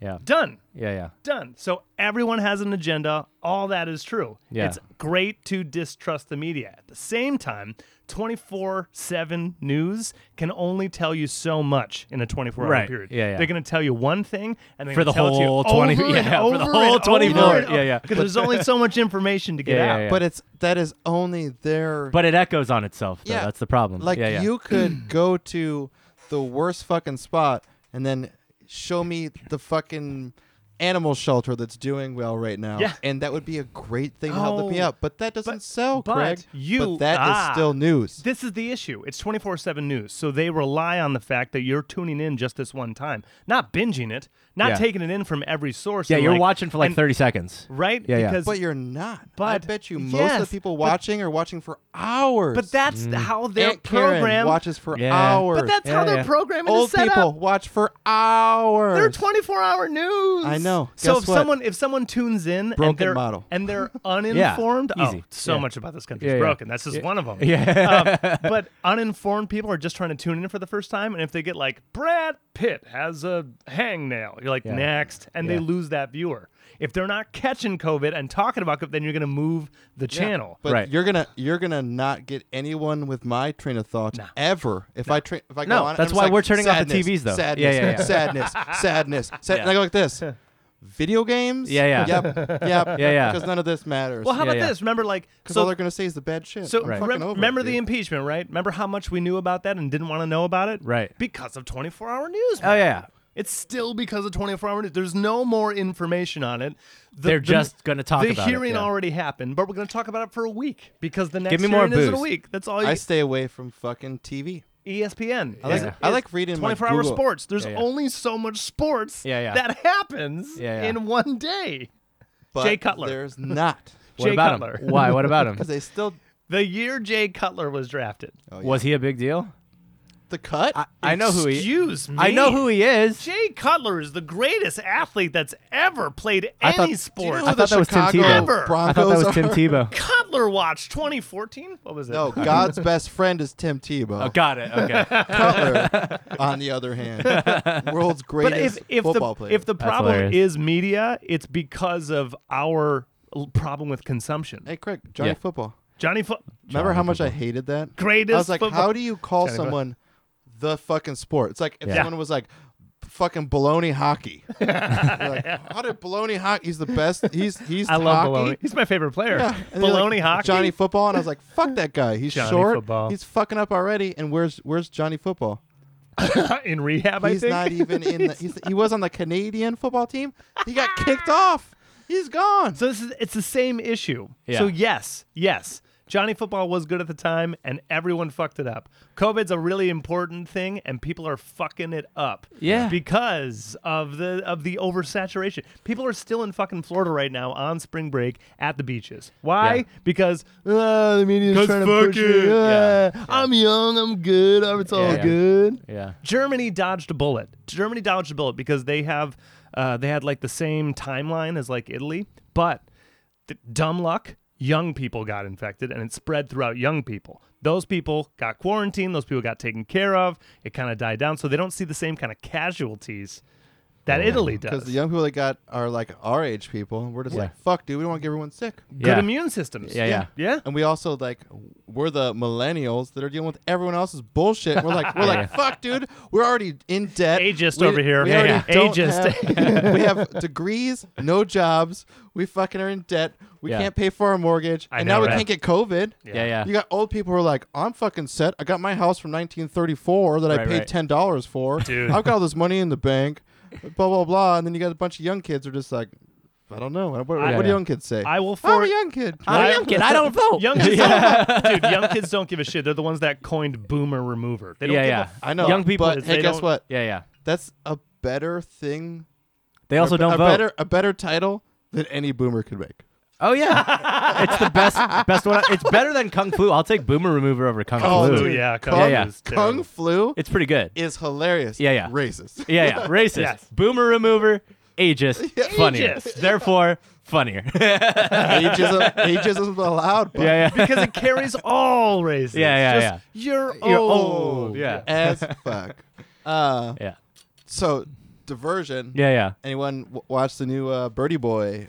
[SPEAKER 2] Yeah,
[SPEAKER 1] done
[SPEAKER 2] yeah, yeah.
[SPEAKER 1] done. So everyone has an agenda. All that is true.
[SPEAKER 2] Yeah.
[SPEAKER 1] It's great to distrust the media. At the same time, 24 7 news can only tell you so much in a 24 hour
[SPEAKER 2] Right.
[SPEAKER 1] period.
[SPEAKER 2] Yeah, yeah.
[SPEAKER 1] They're going to tell you one thing and they're
[SPEAKER 2] For
[SPEAKER 1] gonna
[SPEAKER 2] the
[SPEAKER 1] tell it to you
[SPEAKER 2] whole 20
[SPEAKER 1] over and
[SPEAKER 2] yeah, for the
[SPEAKER 1] over
[SPEAKER 2] whole
[SPEAKER 1] and
[SPEAKER 2] 24.
[SPEAKER 1] over and
[SPEAKER 2] Yeah, yeah.
[SPEAKER 1] Because there's only so much information to get
[SPEAKER 2] Yeah, yeah,
[SPEAKER 1] out.
[SPEAKER 2] yeah.
[SPEAKER 3] But it's that is only their
[SPEAKER 2] But it echoes on itself. Though.
[SPEAKER 3] Yeah.
[SPEAKER 2] that's the problem.
[SPEAKER 3] Like
[SPEAKER 2] yeah, yeah.
[SPEAKER 3] you
[SPEAKER 1] [CLEARS THROAT]
[SPEAKER 3] could go to the worst fucking spot and then show me the fucking animal shelter that's doing well right now.
[SPEAKER 1] Yeah.
[SPEAKER 3] And that would be a great thing to help me
[SPEAKER 1] Oh,
[SPEAKER 3] out. But that doesn't
[SPEAKER 1] but-
[SPEAKER 3] sell,
[SPEAKER 1] but
[SPEAKER 3] Craig.
[SPEAKER 1] you-
[SPEAKER 3] but that is
[SPEAKER 1] ah.
[SPEAKER 3] still news.
[SPEAKER 1] This is the issue. It's 24 7 news. So they rely on the fact that you're tuning in just this one time, not binging it, not
[SPEAKER 2] Yeah.
[SPEAKER 1] taking it in from every source.
[SPEAKER 2] yeah,
[SPEAKER 1] and,
[SPEAKER 2] you're
[SPEAKER 1] like-
[SPEAKER 2] watching for like
[SPEAKER 1] and-
[SPEAKER 2] 30 seconds.
[SPEAKER 1] Right?
[SPEAKER 2] Yeah, yeah.
[SPEAKER 1] Because
[SPEAKER 3] but you're not. I
[SPEAKER 1] But-
[SPEAKER 3] bet you most
[SPEAKER 1] yes,
[SPEAKER 3] of the people
[SPEAKER 1] but-
[SPEAKER 3] watching are watching for hours.
[SPEAKER 1] But that's how their
[SPEAKER 3] Aunt Karen
[SPEAKER 1] program.
[SPEAKER 3] watches for
[SPEAKER 2] Yeah.
[SPEAKER 3] hours.
[SPEAKER 1] But that's
[SPEAKER 2] Yeah,
[SPEAKER 1] how their
[SPEAKER 2] yeah.
[SPEAKER 1] programming
[SPEAKER 3] old
[SPEAKER 1] is set
[SPEAKER 3] people
[SPEAKER 1] up.
[SPEAKER 3] watch for hours.
[SPEAKER 1] They're 24-hour news.
[SPEAKER 3] I know.
[SPEAKER 1] So
[SPEAKER 3] Guess
[SPEAKER 1] if
[SPEAKER 3] what?
[SPEAKER 1] someone if someone tunes in
[SPEAKER 3] Broken
[SPEAKER 1] and they're
[SPEAKER 3] model.
[SPEAKER 1] and
[SPEAKER 3] [LAUGHS]
[SPEAKER 1] they're uninformed, oh,
[SPEAKER 2] easy.
[SPEAKER 1] so
[SPEAKER 2] Yeah.
[SPEAKER 1] much about this country's
[SPEAKER 2] Yeah, yeah.
[SPEAKER 1] broken. That's just one of
[SPEAKER 3] [LAUGHS]
[SPEAKER 1] them.
[SPEAKER 2] Yeah.
[SPEAKER 1] Um, but uninformed people are just trying to tune in for the first time, and if they get like Brad Pitt has a hangnail, you're like next, and they
[SPEAKER 2] Yeah.
[SPEAKER 1] lose that viewer. If they're not catching COVID and talking about COVID, then you're going to move the
[SPEAKER 3] Yeah,
[SPEAKER 1] channel.
[SPEAKER 3] But
[SPEAKER 2] Right.
[SPEAKER 3] you're gonna you're gonna not get anyone with my train of thought ever if I train if I
[SPEAKER 2] No,
[SPEAKER 3] go on.
[SPEAKER 2] that's
[SPEAKER 3] I'm just
[SPEAKER 2] why
[SPEAKER 3] like,
[SPEAKER 2] we're turning off the
[SPEAKER 3] "Sadness,
[SPEAKER 2] TVs though."
[SPEAKER 3] Sadness,
[SPEAKER 2] Yeah, yeah, yeah.
[SPEAKER 3] sadness,
[SPEAKER 2] [LAUGHS]
[SPEAKER 3] sadness, sad- And I go like this. Video games.
[SPEAKER 2] Yeah, yeah. [LAUGHS]
[SPEAKER 3] Yep. Yep.
[SPEAKER 2] Yeah, yeah.
[SPEAKER 3] Because none of this matters.
[SPEAKER 1] well, how
[SPEAKER 3] Because
[SPEAKER 2] Yeah,
[SPEAKER 1] about
[SPEAKER 2] yeah.
[SPEAKER 1] this? Remember, like,
[SPEAKER 3] all
[SPEAKER 1] so
[SPEAKER 3] they're gonna say is the bad shit.
[SPEAKER 1] So
[SPEAKER 3] I'm
[SPEAKER 1] rem-
[SPEAKER 3] fucking over
[SPEAKER 1] remember
[SPEAKER 3] it,
[SPEAKER 1] the
[SPEAKER 3] dude.
[SPEAKER 1] impeachment, right? Remember how much we knew about that and didn't want to know about it?
[SPEAKER 2] Right.
[SPEAKER 1] Because of 24 hour news.
[SPEAKER 2] Oh
[SPEAKER 1] man.
[SPEAKER 2] yeah.
[SPEAKER 1] It's still because of 24 hour news. There's no more information on it. The,
[SPEAKER 2] They're just gonna talk
[SPEAKER 1] the
[SPEAKER 2] about it,
[SPEAKER 1] hearing
[SPEAKER 2] yeah.
[SPEAKER 1] already happened, but we're going to talk about it for a week because the next
[SPEAKER 2] me more
[SPEAKER 1] hearing is in a
[SPEAKER 2] booze.
[SPEAKER 1] week. That's all E you
[SPEAKER 3] I stay away from fucking TV.
[SPEAKER 1] ESPN.
[SPEAKER 3] I like
[SPEAKER 1] is-
[SPEAKER 3] I
[SPEAKER 1] is
[SPEAKER 3] like reading my
[SPEAKER 1] 24 hour
[SPEAKER 3] Google.
[SPEAKER 1] sports. There's
[SPEAKER 2] Yeah, yeah.
[SPEAKER 1] only so much sports
[SPEAKER 2] Yeah, yeah.
[SPEAKER 1] that happens
[SPEAKER 2] Yeah, yeah.
[SPEAKER 1] in one day.
[SPEAKER 3] But
[SPEAKER 1] Jay Cutler.
[SPEAKER 2] [LAUGHS]
[SPEAKER 3] There's not
[SPEAKER 2] What
[SPEAKER 1] Jay
[SPEAKER 2] about
[SPEAKER 1] Cutler.
[SPEAKER 2] him? Why? What
[SPEAKER 1] [LAUGHS]
[SPEAKER 2] about him?
[SPEAKER 3] because they still
[SPEAKER 1] The year Jay Cutler was drafted.
[SPEAKER 3] oh, yeah.
[SPEAKER 2] Was he a big deal?
[SPEAKER 3] the cut.
[SPEAKER 2] I, I know who he.
[SPEAKER 1] Excuse me.
[SPEAKER 2] I know who he is.
[SPEAKER 1] Jay Cutler is the greatest athlete that's ever played
[SPEAKER 2] I
[SPEAKER 1] any
[SPEAKER 2] thought-
[SPEAKER 3] Do you
[SPEAKER 1] sport.
[SPEAKER 3] know who
[SPEAKER 2] I
[SPEAKER 3] the
[SPEAKER 2] thought that was Tim
[SPEAKER 3] Chicago
[SPEAKER 2] Tebow.
[SPEAKER 1] Ever.
[SPEAKER 2] I
[SPEAKER 3] Broncos
[SPEAKER 2] thought that
[SPEAKER 1] [LAUGHS]
[SPEAKER 2] was Tim
[SPEAKER 3] are?
[SPEAKER 2] Tebow.
[SPEAKER 1] Cutler Watch 2014. What was it?
[SPEAKER 3] [LAUGHS] No, God's best friend is Tim
[SPEAKER 2] Oh,
[SPEAKER 3] Tebow.
[SPEAKER 2] got it.
[SPEAKER 3] [LAUGHS]
[SPEAKER 2] Okay.
[SPEAKER 1] [LAUGHS]
[SPEAKER 3] Cutler, on the other hand, world's
[SPEAKER 1] but
[SPEAKER 3] greatest
[SPEAKER 1] if if
[SPEAKER 3] football
[SPEAKER 1] the
[SPEAKER 3] player.
[SPEAKER 1] if the problem
[SPEAKER 2] hilarious.
[SPEAKER 1] is media, it's because of our l- problem with consumption.
[SPEAKER 3] hey, Craig, Johnny
[SPEAKER 2] Yeah.
[SPEAKER 3] Football.
[SPEAKER 1] Johnny, Fo-
[SPEAKER 3] Remember how much I hated that?
[SPEAKER 1] Greatest
[SPEAKER 3] I was like,
[SPEAKER 1] football-
[SPEAKER 3] how do you call
[SPEAKER 1] Johnny Fo-
[SPEAKER 3] someone the fucking sport? It's like if
[SPEAKER 2] Yeah.
[SPEAKER 3] someone was like fucking
[SPEAKER 1] [LAUGHS]
[SPEAKER 3] baloney hockey. You're like, how did baloney hockey? He's the best. He's he's
[SPEAKER 1] I love
[SPEAKER 3] hockey.
[SPEAKER 1] Baloney. He's my favorite player.
[SPEAKER 3] Yeah. [LAUGHS] And they're
[SPEAKER 1] Baloney
[SPEAKER 3] like,
[SPEAKER 1] hockey.
[SPEAKER 3] Johnny football, and I was like, "Fuck that guy. He's
[SPEAKER 1] Johnny
[SPEAKER 3] short.
[SPEAKER 1] Football.
[SPEAKER 3] He's fucking up already." And where's where's Johnny football?
[SPEAKER 1] [LAUGHS] in rehab, I
[SPEAKER 3] He's
[SPEAKER 1] think.
[SPEAKER 3] not even in the. He's, he was on the Canadian football team. He got
[SPEAKER 1] Ah.
[SPEAKER 3] kicked off. He's gone.
[SPEAKER 1] So this is it's the same issue.
[SPEAKER 2] Yeah.
[SPEAKER 1] So yes, yes. Johnny football was good at the time and everyone fucked it up. COVID's a really important thing and people are fucking it up.
[SPEAKER 2] Yeah.
[SPEAKER 1] Because of the of the oversaturation. People are still in fucking Florida right now on spring break at the beaches. Why?
[SPEAKER 2] Yeah.
[SPEAKER 1] Because uh, the media's
[SPEAKER 2] 'Cause
[SPEAKER 1] trying to push
[SPEAKER 2] fuck
[SPEAKER 1] it.
[SPEAKER 2] it.
[SPEAKER 1] Uh, I'm young, I'm good, it's all
[SPEAKER 2] Yeah.
[SPEAKER 1] good.
[SPEAKER 2] yeah.
[SPEAKER 1] Germany dodged a bullet. Germany dodged a bullet because they have uh, they had like the same timeline as like Italy, but th- dumb luck, young people got infected and it spread throughout young people. Those people got quarantined. Those people got taken care of. It kind of died down, so they don't see the same kind of casualties that Italy does.
[SPEAKER 3] Because the young people that got are like our age people, and we're just
[SPEAKER 2] Yeah.
[SPEAKER 3] like, "Fuck, dude, we don't want to get everyone sick."
[SPEAKER 1] Good
[SPEAKER 2] Yeah.
[SPEAKER 1] immune systems.
[SPEAKER 2] Yeah, yeah.
[SPEAKER 1] yeah.
[SPEAKER 3] And we also like we're the millennials that are dealing with everyone else's bullshit. We're like we're like fuck, dude. We're already in debt.
[SPEAKER 1] Ageist
[SPEAKER 3] We-
[SPEAKER 1] over here.
[SPEAKER 3] We
[SPEAKER 1] Yeah,
[SPEAKER 3] already
[SPEAKER 1] yeah.
[SPEAKER 3] don't
[SPEAKER 1] Ageist.
[SPEAKER 3] have- [LAUGHS] we have degrees, no jobs. We fucking are in debt. We
[SPEAKER 2] Yeah.
[SPEAKER 3] can't pay for our mortgage,
[SPEAKER 1] I
[SPEAKER 3] and
[SPEAKER 1] know,
[SPEAKER 3] now we
[SPEAKER 1] right?
[SPEAKER 3] can't get COVID.
[SPEAKER 2] Yeah. Yeah.
[SPEAKER 3] You got old people who are like, I'm fucking set. I got my house from 1934 that I
[SPEAKER 2] Right,
[SPEAKER 3] paid
[SPEAKER 2] right.
[SPEAKER 3] ten
[SPEAKER 2] [LAUGHS]
[SPEAKER 3] dollars for.
[SPEAKER 1] Dude.
[SPEAKER 3] I've got all this money in the bank. Blah blah blah. And then you got a bunch of young kids who are just like, I don't know. What, what
[SPEAKER 1] I-
[SPEAKER 3] do
[SPEAKER 2] yeah.
[SPEAKER 3] young kids say?
[SPEAKER 1] I will
[SPEAKER 3] I'm
[SPEAKER 1] for
[SPEAKER 3] a young kid.
[SPEAKER 2] I'm a young kid. I
[SPEAKER 3] [LAUGHS]
[SPEAKER 2] don't vote. [LAUGHS]
[SPEAKER 1] Young kids, don't, dude. Young kids don't give a shit. They're the ones that coined boomer remover. They don't
[SPEAKER 2] Yeah.
[SPEAKER 1] give
[SPEAKER 2] Yeah.
[SPEAKER 1] a
[SPEAKER 3] I know.
[SPEAKER 2] Young people.
[SPEAKER 3] But
[SPEAKER 1] they
[SPEAKER 3] hey, guess
[SPEAKER 1] don't-
[SPEAKER 3] what?
[SPEAKER 2] yeah. Yeah.
[SPEAKER 3] That's a better thing.
[SPEAKER 2] They also
[SPEAKER 3] a, be-
[SPEAKER 2] don't
[SPEAKER 3] a
[SPEAKER 2] vote.
[SPEAKER 3] Better, a better title than any boomer could make.
[SPEAKER 2] Oh
[SPEAKER 3] [LAUGHS]
[SPEAKER 2] yeah, it's the best best one. It's better than Kung Flu. I'll take Boomer Remover over Kung
[SPEAKER 3] Oh,
[SPEAKER 2] Flu.
[SPEAKER 1] Flu,
[SPEAKER 3] dude,
[SPEAKER 1] yeah,
[SPEAKER 3] Kung-
[SPEAKER 2] yeah.
[SPEAKER 1] is terrible.
[SPEAKER 3] Kung Flu
[SPEAKER 2] It's pretty good.
[SPEAKER 3] is hilarious.
[SPEAKER 2] Yeah, yeah.
[SPEAKER 3] Racist.
[SPEAKER 2] Yeah,
[SPEAKER 3] [LAUGHS]
[SPEAKER 2] yeah. Racist.
[SPEAKER 1] Yes.
[SPEAKER 2] Boomer Remover. Ageist. Funnier.
[SPEAKER 1] Ageist.
[SPEAKER 2] Therefore, funnier. [LAUGHS] [LAUGHS] yeah,
[SPEAKER 3] ageism, ageism allowed, but
[SPEAKER 2] yeah.
[SPEAKER 3] [LAUGHS]
[SPEAKER 1] because it
[SPEAKER 2] [LAUGHS]
[SPEAKER 1] carries all races.
[SPEAKER 2] Yeah, yeah,
[SPEAKER 1] Just, You're,
[SPEAKER 2] You're
[SPEAKER 1] old.
[SPEAKER 2] old. Yeah.
[SPEAKER 3] as fuck. Uh,
[SPEAKER 2] Yeah.
[SPEAKER 3] so diversion.
[SPEAKER 2] Yeah, yeah.
[SPEAKER 3] Anyone w- watch the new uh, Birdie Boy,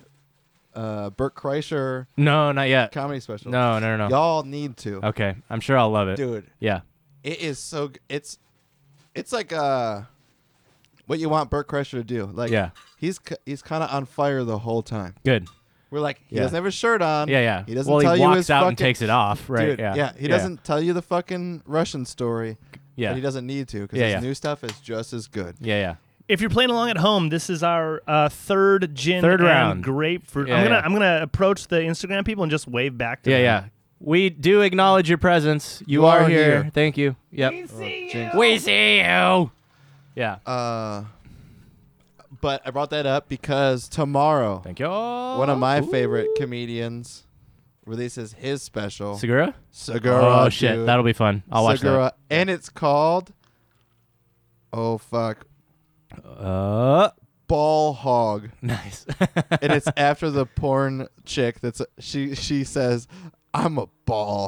[SPEAKER 3] uh, Burt Kreischer
[SPEAKER 2] No, not yet.
[SPEAKER 3] comedy special?
[SPEAKER 2] No, no, no, no.
[SPEAKER 3] Y'all need to,
[SPEAKER 2] Okay. I'm sure I'll love it.
[SPEAKER 3] dude.
[SPEAKER 2] Yeah.
[SPEAKER 3] It is so. g- It's, it's like uh, what you want Burt Kreischer to do. Like,
[SPEAKER 2] Yeah.
[SPEAKER 3] he's k- he's kind of on fire the whole time.
[SPEAKER 2] Good.
[SPEAKER 3] We're like, he
[SPEAKER 2] Yeah.
[SPEAKER 3] doesn't have his shirt on.
[SPEAKER 2] Yeah, yeah.
[SPEAKER 3] He doesn't
[SPEAKER 2] well,
[SPEAKER 3] tell
[SPEAKER 2] he
[SPEAKER 3] you
[SPEAKER 2] walks
[SPEAKER 3] his
[SPEAKER 2] out
[SPEAKER 3] fucking,
[SPEAKER 2] and takes it off, right?
[SPEAKER 3] Dude,
[SPEAKER 2] yeah.
[SPEAKER 3] He doesn't tell you the fucking Russian story.
[SPEAKER 2] Yeah.
[SPEAKER 3] But he doesn't need to because
[SPEAKER 2] Yeah,
[SPEAKER 3] his
[SPEAKER 2] yeah.
[SPEAKER 3] new stuff is just as good.
[SPEAKER 2] Yeah, yeah.
[SPEAKER 1] If you're playing along at home, this is our uh, third gin
[SPEAKER 2] Third
[SPEAKER 1] and
[SPEAKER 2] round.
[SPEAKER 1] grapefruit.
[SPEAKER 2] Yeah,
[SPEAKER 1] I'm gonna
[SPEAKER 2] yeah.
[SPEAKER 1] I'm gonna approach the Instagram people and just wave back to
[SPEAKER 2] Yeah,
[SPEAKER 1] them.
[SPEAKER 2] yeah. We do acknowledge your presence. You, are, here. Thank you. Yep.
[SPEAKER 3] Jinx.
[SPEAKER 2] We see you. Yeah.
[SPEAKER 3] Uh, but I brought that up because tomorrow,
[SPEAKER 2] Thank you.
[SPEAKER 3] one
[SPEAKER 2] One
[SPEAKER 3] of my favorite comedians releases his special.
[SPEAKER 2] Segura?
[SPEAKER 3] Segura.
[SPEAKER 2] oh shit,
[SPEAKER 3] dude.
[SPEAKER 2] that'll be fun. I'll watch
[SPEAKER 3] Segura. And it's called. Oh fuck.
[SPEAKER 2] that. Uh,
[SPEAKER 3] Ball hog.
[SPEAKER 2] nice. [LAUGHS]
[SPEAKER 3] and it's after the porn chick that's she she says i'm a ball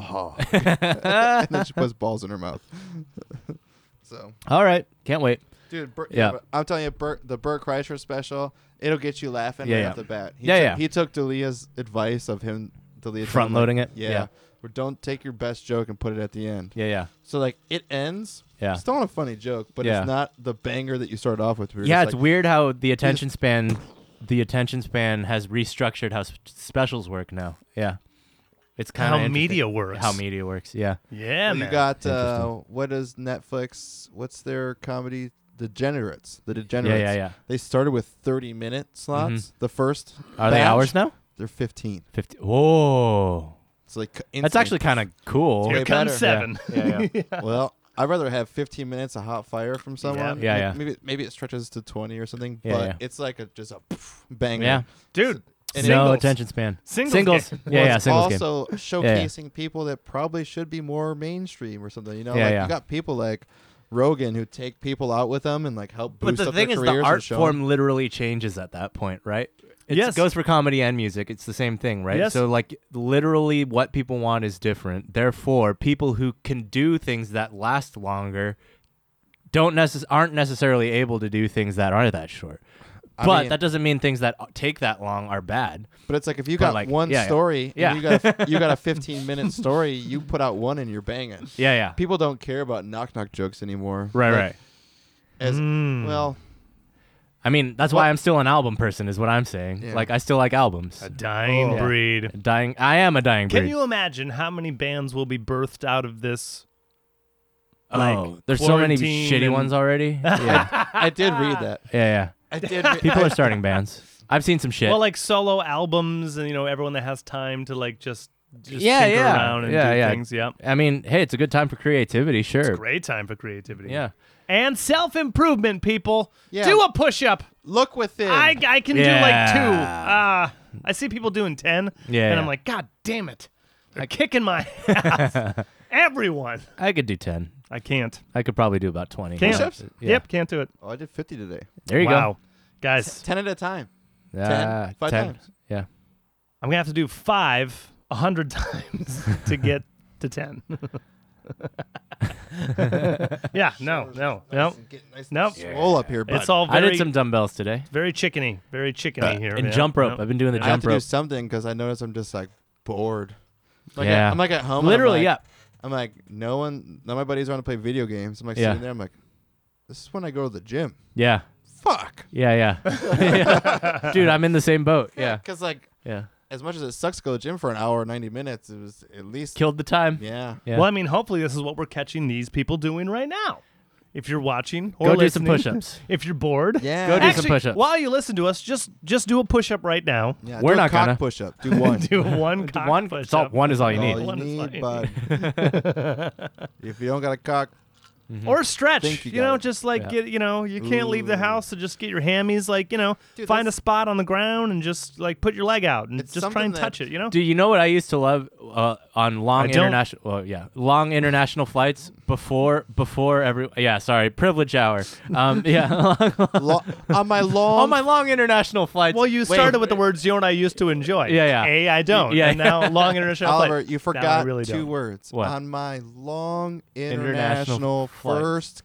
[SPEAKER 2] [LAUGHS]
[SPEAKER 3] hog [LAUGHS] and then she puts balls in her mouth [LAUGHS] so
[SPEAKER 2] All right, can't wait.
[SPEAKER 3] dude Bur-
[SPEAKER 2] Yeah.
[SPEAKER 3] but i'm telling you Bur- the Burt Kreischer special it'll get you laughing
[SPEAKER 2] Yeah,
[SPEAKER 3] right
[SPEAKER 2] yeah.
[SPEAKER 3] off the bat he
[SPEAKER 2] Yeah,
[SPEAKER 3] took,
[SPEAKER 2] yeah.
[SPEAKER 3] he took Delia's advice of him Delia
[SPEAKER 2] Front loading it?
[SPEAKER 3] yeah,
[SPEAKER 2] Yeah.
[SPEAKER 3] Where don't take your best joke and put it at the end
[SPEAKER 2] Yeah, yeah,
[SPEAKER 3] so like it ends
[SPEAKER 2] yeah.
[SPEAKER 3] still on a funny joke but
[SPEAKER 2] Yeah.
[SPEAKER 3] it's not the banger that you started off with where you're
[SPEAKER 2] yeah,
[SPEAKER 3] just
[SPEAKER 2] it's
[SPEAKER 3] like,
[SPEAKER 2] weird how the attention span, the attention span has restructured how sp- specials work now. Yeah, it's kind
[SPEAKER 1] How
[SPEAKER 2] of
[SPEAKER 1] media works.
[SPEAKER 2] How media works. Yeah.
[SPEAKER 1] Yeah,
[SPEAKER 3] Well,
[SPEAKER 1] man.
[SPEAKER 3] you got uh,
[SPEAKER 2] Interesting.
[SPEAKER 3] what is Netflix? What's their comedy? Degenerates. The
[SPEAKER 2] Yeah,
[SPEAKER 3] Degenerates.
[SPEAKER 2] yeah, yeah.
[SPEAKER 3] They started with 30 minute slots.
[SPEAKER 2] Mhm.
[SPEAKER 3] The first.
[SPEAKER 2] Are they
[SPEAKER 3] batch,
[SPEAKER 2] hours now?
[SPEAKER 3] They're 15.
[SPEAKER 2] Fifty. Whoa,
[SPEAKER 3] It's like
[SPEAKER 2] that's actually kind of cool.
[SPEAKER 1] Here
[SPEAKER 3] way
[SPEAKER 1] comes
[SPEAKER 3] better.
[SPEAKER 1] seven.
[SPEAKER 2] [LAUGHS] Yeah, yeah.
[SPEAKER 3] of well. I'd rather have 15 minutes of hot fire from someone.
[SPEAKER 2] Yeah,
[SPEAKER 3] May-
[SPEAKER 2] yeah.
[SPEAKER 3] Maybe maybe it stretches to 20 or something.
[SPEAKER 2] Yeah,
[SPEAKER 3] but
[SPEAKER 2] yeah.
[SPEAKER 3] it's like a, just a banger.
[SPEAKER 2] Yeah.
[SPEAKER 1] [LAUGHS] Dude,
[SPEAKER 3] And
[SPEAKER 2] no
[SPEAKER 1] singles.
[SPEAKER 2] attention span.
[SPEAKER 1] Singles
[SPEAKER 2] Singles.
[SPEAKER 1] game.
[SPEAKER 2] Yeah,
[SPEAKER 3] Well,
[SPEAKER 2] yeah.
[SPEAKER 3] it's
[SPEAKER 2] Singles game.
[SPEAKER 3] also showcasing people that probably should be more mainstream or something. You know,
[SPEAKER 2] Yeah,
[SPEAKER 3] like
[SPEAKER 2] yeah.
[SPEAKER 3] you got people like Rogan who take people out with them and like help
[SPEAKER 2] But
[SPEAKER 3] boost
[SPEAKER 2] the
[SPEAKER 3] up
[SPEAKER 2] thing
[SPEAKER 3] their
[SPEAKER 2] is, the
[SPEAKER 3] careers and
[SPEAKER 2] art
[SPEAKER 3] show 'em.
[SPEAKER 2] form literally changes at that point, right? It's,
[SPEAKER 1] Yes.
[SPEAKER 2] It goes for comedy and music. It's the same thing, right?
[SPEAKER 1] Yes.
[SPEAKER 2] So, like, literally, what people want is different. Therefore, people who can do things that last longer don't necess- aren't necessarily able to do things that are that short.
[SPEAKER 3] I
[SPEAKER 2] but
[SPEAKER 3] mean-
[SPEAKER 2] that doesn't mean things that take that long are bad.
[SPEAKER 3] But it's like if you
[SPEAKER 2] But,
[SPEAKER 3] got
[SPEAKER 2] like,
[SPEAKER 3] one
[SPEAKER 2] yeah, yeah.
[SPEAKER 3] story,
[SPEAKER 2] Yeah.
[SPEAKER 3] and you got a,
[SPEAKER 2] [LAUGHS]
[SPEAKER 3] you got a 15 minute story, you put out one and you're banging.
[SPEAKER 2] Yeah, yeah.
[SPEAKER 3] People don't care about knock knock jokes anymore.
[SPEAKER 2] right,
[SPEAKER 3] Like,
[SPEAKER 2] right.
[SPEAKER 3] As
[SPEAKER 1] Mm.
[SPEAKER 3] well,
[SPEAKER 2] I mean, that's
[SPEAKER 3] What-
[SPEAKER 2] why I'm still an album person, is what I'm saying.
[SPEAKER 3] Yeah.
[SPEAKER 2] Like, I still like albums.
[SPEAKER 1] a dying
[SPEAKER 2] Yeah.
[SPEAKER 1] breed.
[SPEAKER 2] dying. I am a dying
[SPEAKER 1] Can
[SPEAKER 2] breed.
[SPEAKER 1] you imagine how many bands will be birthed out of this?
[SPEAKER 2] oh,
[SPEAKER 1] like,
[SPEAKER 2] there's so many
[SPEAKER 1] quarantine
[SPEAKER 2] shitty
[SPEAKER 1] and-
[SPEAKER 2] ones [LAUGHS] already. yeah.
[SPEAKER 3] I did read that.
[SPEAKER 2] Yeah, yeah.
[SPEAKER 3] [LAUGHS] I did. Re-
[SPEAKER 2] People are starting bands. [LAUGHS] I've seen some shit.
[SPEAKER 1] Well, like solo albums, and you know everyone that has time to like just, just
[SPEAKER 2] Yeah,
[SPEAKER 1] tinker
[SPEAKER 2] yeah.
[SPEAKER 1] around and
[SPEAKER 2] Yeah,
[SPEAKER 1] do
[SPEAKER 2] yeah.
[SPEAKER 1] things. Yeah,
[SPEAKER 2] I mean, hey, it's a good time for creativity, sure.
[SPEAKER 1] great time for creativity.
[SPEAKER 2] Yeah.
[SPEAKER 1] and self improvement, people.
[SPEAKER 3] Yeah.
[SPEAKER 1] Do a push up.
[SPEAKER 3] Look within.
[SPEAKER 1] I, I can
[SPEAKER 2] Yeah.
[SPEAKER 1] do like two. Uh, I see people doing 10,
[SPEAKER 2] Yeah,
[SPEAKER 1] and
[SPEAKER 2] yeah.
[SPEAKER 1] I'm like, God damn it. They're kicking my [LAUGHS] ass. Everyone.
[SPEAKER 2] I could do 10.
[SPEAKER 1] I can't.
[SPEAKER 2] I could probably do about 20.
[SPEAKER 1] Can't.
[SPEAKER 3] Push-ups?
[SPEAKER 2] Yeah.
[SPEAKER 1] Yep, can't do it.
[SPEAKER 3] oh, I did 50 today.
[SPEAKER 2] There you
[SPEAKER 1] wow.
[SPEAKER 2] go.
[SPEAKER 1] Guys,
[SPEAKER 3] 10 at a time.
[SPEAKER 2] Ah,
[SPEAKER 3] 10, five
[SPEAKER 2] 10.
[SPEAKER 3] times.
[SPEAKER 2] Yeah.
[SPEAKER 1] I'm going to have to do five a 100 [LAUGHS] times to get to 10. [LAUGHS] yeah, no, no, no.
[SPEAKER 3] Get nice
[SPEAKER 1] Nope.
[SPEAKER 3] and swole up here, but
[SPEAKER 1] It's all
[SPEAKER 2] I
[SPEAKER 1] very,
[SPEAKER 2] did some dumbbells today.
[SPEAKER 1] very chickeny, very chickeny here.
[SPEAKER 2] and
[SPEAKER 1] man.
[SPEAKER 2] jump rope.
[SPEAKER 1] Nope.
[SPEAKER 2] I've been doing the
[SPEAKER 3] I have
[SPEAKER 2] jump
[SPEAKER 3] to do
[SPEAKER 2] rope.
[SPEAKER 3] something because I notice I'm just like bored. Like
[SPEAKER 2] Yeah.
[SPEAKER 3] I, am like at home. and I'm
[SPEAKER 2] Literally,
[SPEAKER 3] like-
[SPEAKER 2] yeah.
[SPEAKER 3] I'm like, no one, none of my buddies want to play video games. I'm like
[SPEAKER 2] Yeah.
[SPEAKER 3] sitting there. I'm like, this is when I go to the gym.
[SPEAKER 2] Yeah.
[SPEAKER 3] Fuck.
[SPEAKER 2] Yeah, yeah. [LAUGHS] Dude, I'm in the same boat. Yeah.
[SPEAKER 3] Because like,
[SPEAKER 2] Yeah.
[SPEAKER 3] as much as it sucks to go to the gym for an hour and 90 minutes, it was at least.
[SPEAKER 2] Killed the time.
[SPEAKER 3] Yeah.
[SPEAKER 2] Yeah.
[SPEAKER 1] Well, I mean, hopefully this is what we're catching these people doing right now. If you're watching or
[SPEAKER 2] Go do some
[SPEAKER 1] listening,
[SPEAKER 2] push-ups.
[SPEAKER 1] [LAUGHS] If you're bored,
[SPEAKER 3] Yeah.
[SPEAKER 2] Go do
[SPEAKER 1] Actually,
[SPEAKER 2] some push-ups.
[SPEAKER 1] While you listen to us, just just do a push-up right now. [LAUGHS]
[SPEAKER 3] Yeah,
[SPEAKER 2] We're
[SPEAKER 3] do a
[SPEAKER 2] not
[SPEAKER 3] cock
[SPEAKER 2] gonna.
[SPEAKER 3] push up.
[SPEAKER 2] [LAUGHS]
[SPEAKER 3] Do one.
[SPEAKER 1] Do one cock
[SPEAKER 2] one, it's all,
[SPEAKER 1] push-up.
[SPEAKER 2] one is all you
[SPEAKER 3] All
[SPEAKER 2] need.
[SPEAKER 3] you
[SPEAKER 1] One is fine.
[SPEAKER 2] [LAUGHS]
[SPEAKER 3] need, bud. if you don't got a cock,
[SPEAKER 1] or stretch.
[SPEAKER 3] Mm-hmm. Think you
[SPEAKER 1] you know,
[SPEAKER 3] got it.
[SPEAKER 1] just like
[SPEAKER 2] Yeah.
[SPEAKER 1] get you know, you can't leave the
[SPEAKER 3] Ooh.
[SPEAKER 1] house, so just get your hammies like you know,
[SPEAKER 3] Dude,
[SPEAKER 1] find a
[SPEAKER 3] that's-
[SPEAKER 1] spot on the ground and just like put your leg out and
[SPEAKER 3] It's
[SPEAKER 1] just try
[SPEAKER 3] something
[SPEAKER 1] and
[SPEAKER 3] that-
[SPEAKER 1] touch it. You know,
[SPEAKER 2] Do you know what I used to love uh, on long
[SPEAKER 1] I don't.
[SPEAKER 2] international? Well, yeah, long international flights before before every. Yeah, sorry, privilege hour. Um,
[SPEAKER 1] [LAUGHS]
[SPEAKER 2] [LAUGHS] yeah,
[SPEAKER 3] Lo- on my long
[SPEAKER 2] [LAUGHS] on my long international flights.
[SPEAKER 1] well, you started with the words you and I used to enjoy.
[SPEAKER 2] Yeah, yeah.
[SPEAKER 1] A, I don't.
[SPEAKER 2] Yeah.
[SPEAKER 1] and now long
[SPEAKER 3] [LAUGHS]
[SPEAKER 1] international. flight.
[SPEAKER 3] Oliver, you
[SPEAKER 1] Now I
[SPEAKER 3] forgot
[SPEAKER 1] really
[SPEAKER 3] 2
[SPEAKER 1] don't.
[SPEAKER 3] words.
[SPEAKER 2] What?
[SPEAKER 3] On my long
[SPEAKER 2] International
[SPEAKER 3] international,
[SPEAKER 2] flight.
[SPEAKER 3] first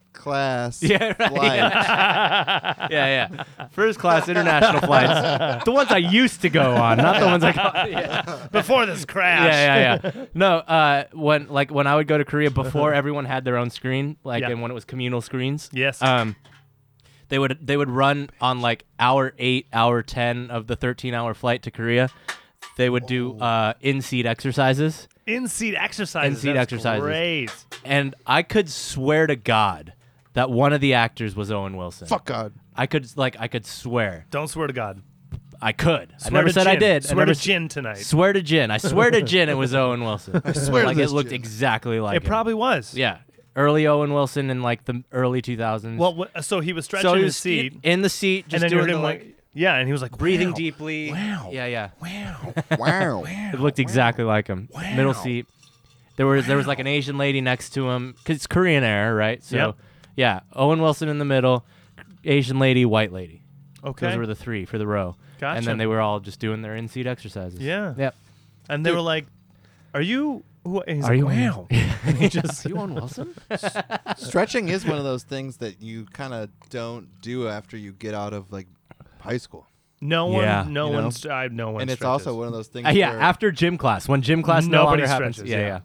[SPEAKER 2] [LAUGHS]
[SPEAKER 3] class
[SPEAKER 2] Yeah, right.
[SPEAKER 3] flight.
[SPEAKER 2] [LAUGHS] yeah, yeah. First class international flights. The ones I used to go on, not the ones I
[SPEAKER 1] [LAUGHS]
[SPEAKER 2] got. Yeah,
[SPEAKER 1] before this crash.
[SPEAKER 2] [LAUGHS] yeah, yeah.
[SPEAKER 1] [LAUGHS]
[SPEAKER 2] yeah. No, uh, when like when I would go to Korea before everyone had their own screen, like
[SPEAKER 1] Yeah.
[SPEAKER 2] and when it was communal screens.
[SPEAKER 1] Yes.
[SPEAKER 2] Um, they would they would run on like hour eight, hour ten of the thirteen hour flight to Korea. They would do uh, in seat exercises,
[SPEAKER 1] In seat exercises.
[SPEAKER 2] In-seat
[SPEAKER 1] that's
[SPEAKER 2] exercises.
[SPEAKER 1] Great.
[SPEAKER 2] and I could swear to God that one of the actors was Owen Wilson.
[SPEAKER 3] Fuck God.
[SPEAKER 2] I could like I could swear.
[SPEAKER 1] Don't swear to God.
[SPEAKER 2] I could. I
[SPEAKER 1] Swear
[SPEAKER 2] never
[SPEAKER 1] to
[SPEAKER 2] said I
[SPEAKER 1] gin.
[SPEAKER 2] did.
[SPEAKER 1] Swear
[SPEAKER 2] I never
[SPEAKER 1] to gin tonight.
[SPEAKER 2] Swear to gin. I swear to gin. It was
[SPEAKER 1] [LAUGHS]
[SPEAKER 2] Owen Wilson. I
[SPEAKER 3] swear to
[SPEAKER 2] Like
[SPEAKER 3] this
[SPEAKER 2] it looked
[SPEAKER 3] gin.
[SPEAKER 2] exactly like
[SPEAKER 1] it
[SPEAKER 2] him.
[SPEAKER 1] probably was.
[SPEAKER 2] yeah. Early Owen Wilson in like the early 2000s.
[SPEAKER 1] Well, wh- so he was stretching
[SPEAKER 2] so he
[SPEAKER 1] his
[SPEAKER 2] was
[SPEAKER 1] seat,
[SPEAKER 2] in the seat,
[SPEAKER 1] and
[SPEAKER 2] just
[SPEAKER 1] then you
[SPEAKER 2] doing
[SPEAKER 1] heard him
[SPEAKER 2] the,
[SPEAKER 1] like, yeah, and he was like
[SPEAKER 2] breathing
[SPEAKER 1] wow,
[SPEAKER 2] deeply.
[SPEAKER 1] Wow.
[SPEAKER 2] Yeah, yeah. [LAUGHS]
[SPEAKER 1] Wow.
[SPEAKER 3] Wow.
[SPEAKER 2] It looked exactly like him. Middle seat. There was there was like an Asian lady next to him because it's Korean Air, right? So
[SPEAKER 1] Yep.
[SPEAKER 2] yeah, Owen Wilson in the middle, Asian lady, white lady.
[SPEAKER 1] Okay.
[SPEAKER 2] Those were the three for the row. And
[SPEAKER 1] Gotcha.
[SPEAKER 2] then they were all just doing their in seat exercises.
[SPEAKER 1] Yeah.
[SPEAKER 2] Yep.
[SPEAKER 1] and they were like, "Are you?" Who? And he's like,
[SPEAKER 2] Are you on- [LAUGHS]
[SPEAKER 1] Wow. And he just
[SPEAKER 2] [LAUGHS] you Owen Wilson?
[SPEAKER 3] Stretching is one of those things that you kind of don't do after you get out of like high school.
[SPEAKER 1] no one,
[SPEAKER 2] Yeah.
[SPEAKER 1] no
[SPEAKER 3] You know?
[SPEAKER 1] one's, I no one.
[SPEAKER 3] and it's
[SPEAKER 1] stretches.
[SPEAKER 3] also one of those things
[SPEAKER 2] Uh, [LAUGHS] yeah,
[SPEAKER 3] where
[SPEAKER 2] after gym class. When gym class no
[SPEAKER 1] Nobody
[SPEAKER 2] longer happens.
[SPEAKER 1] stretches,
[SPEAKER 2] yeah,
[SPEAKER 1] yeah.
[SPEAKER 2] yeah.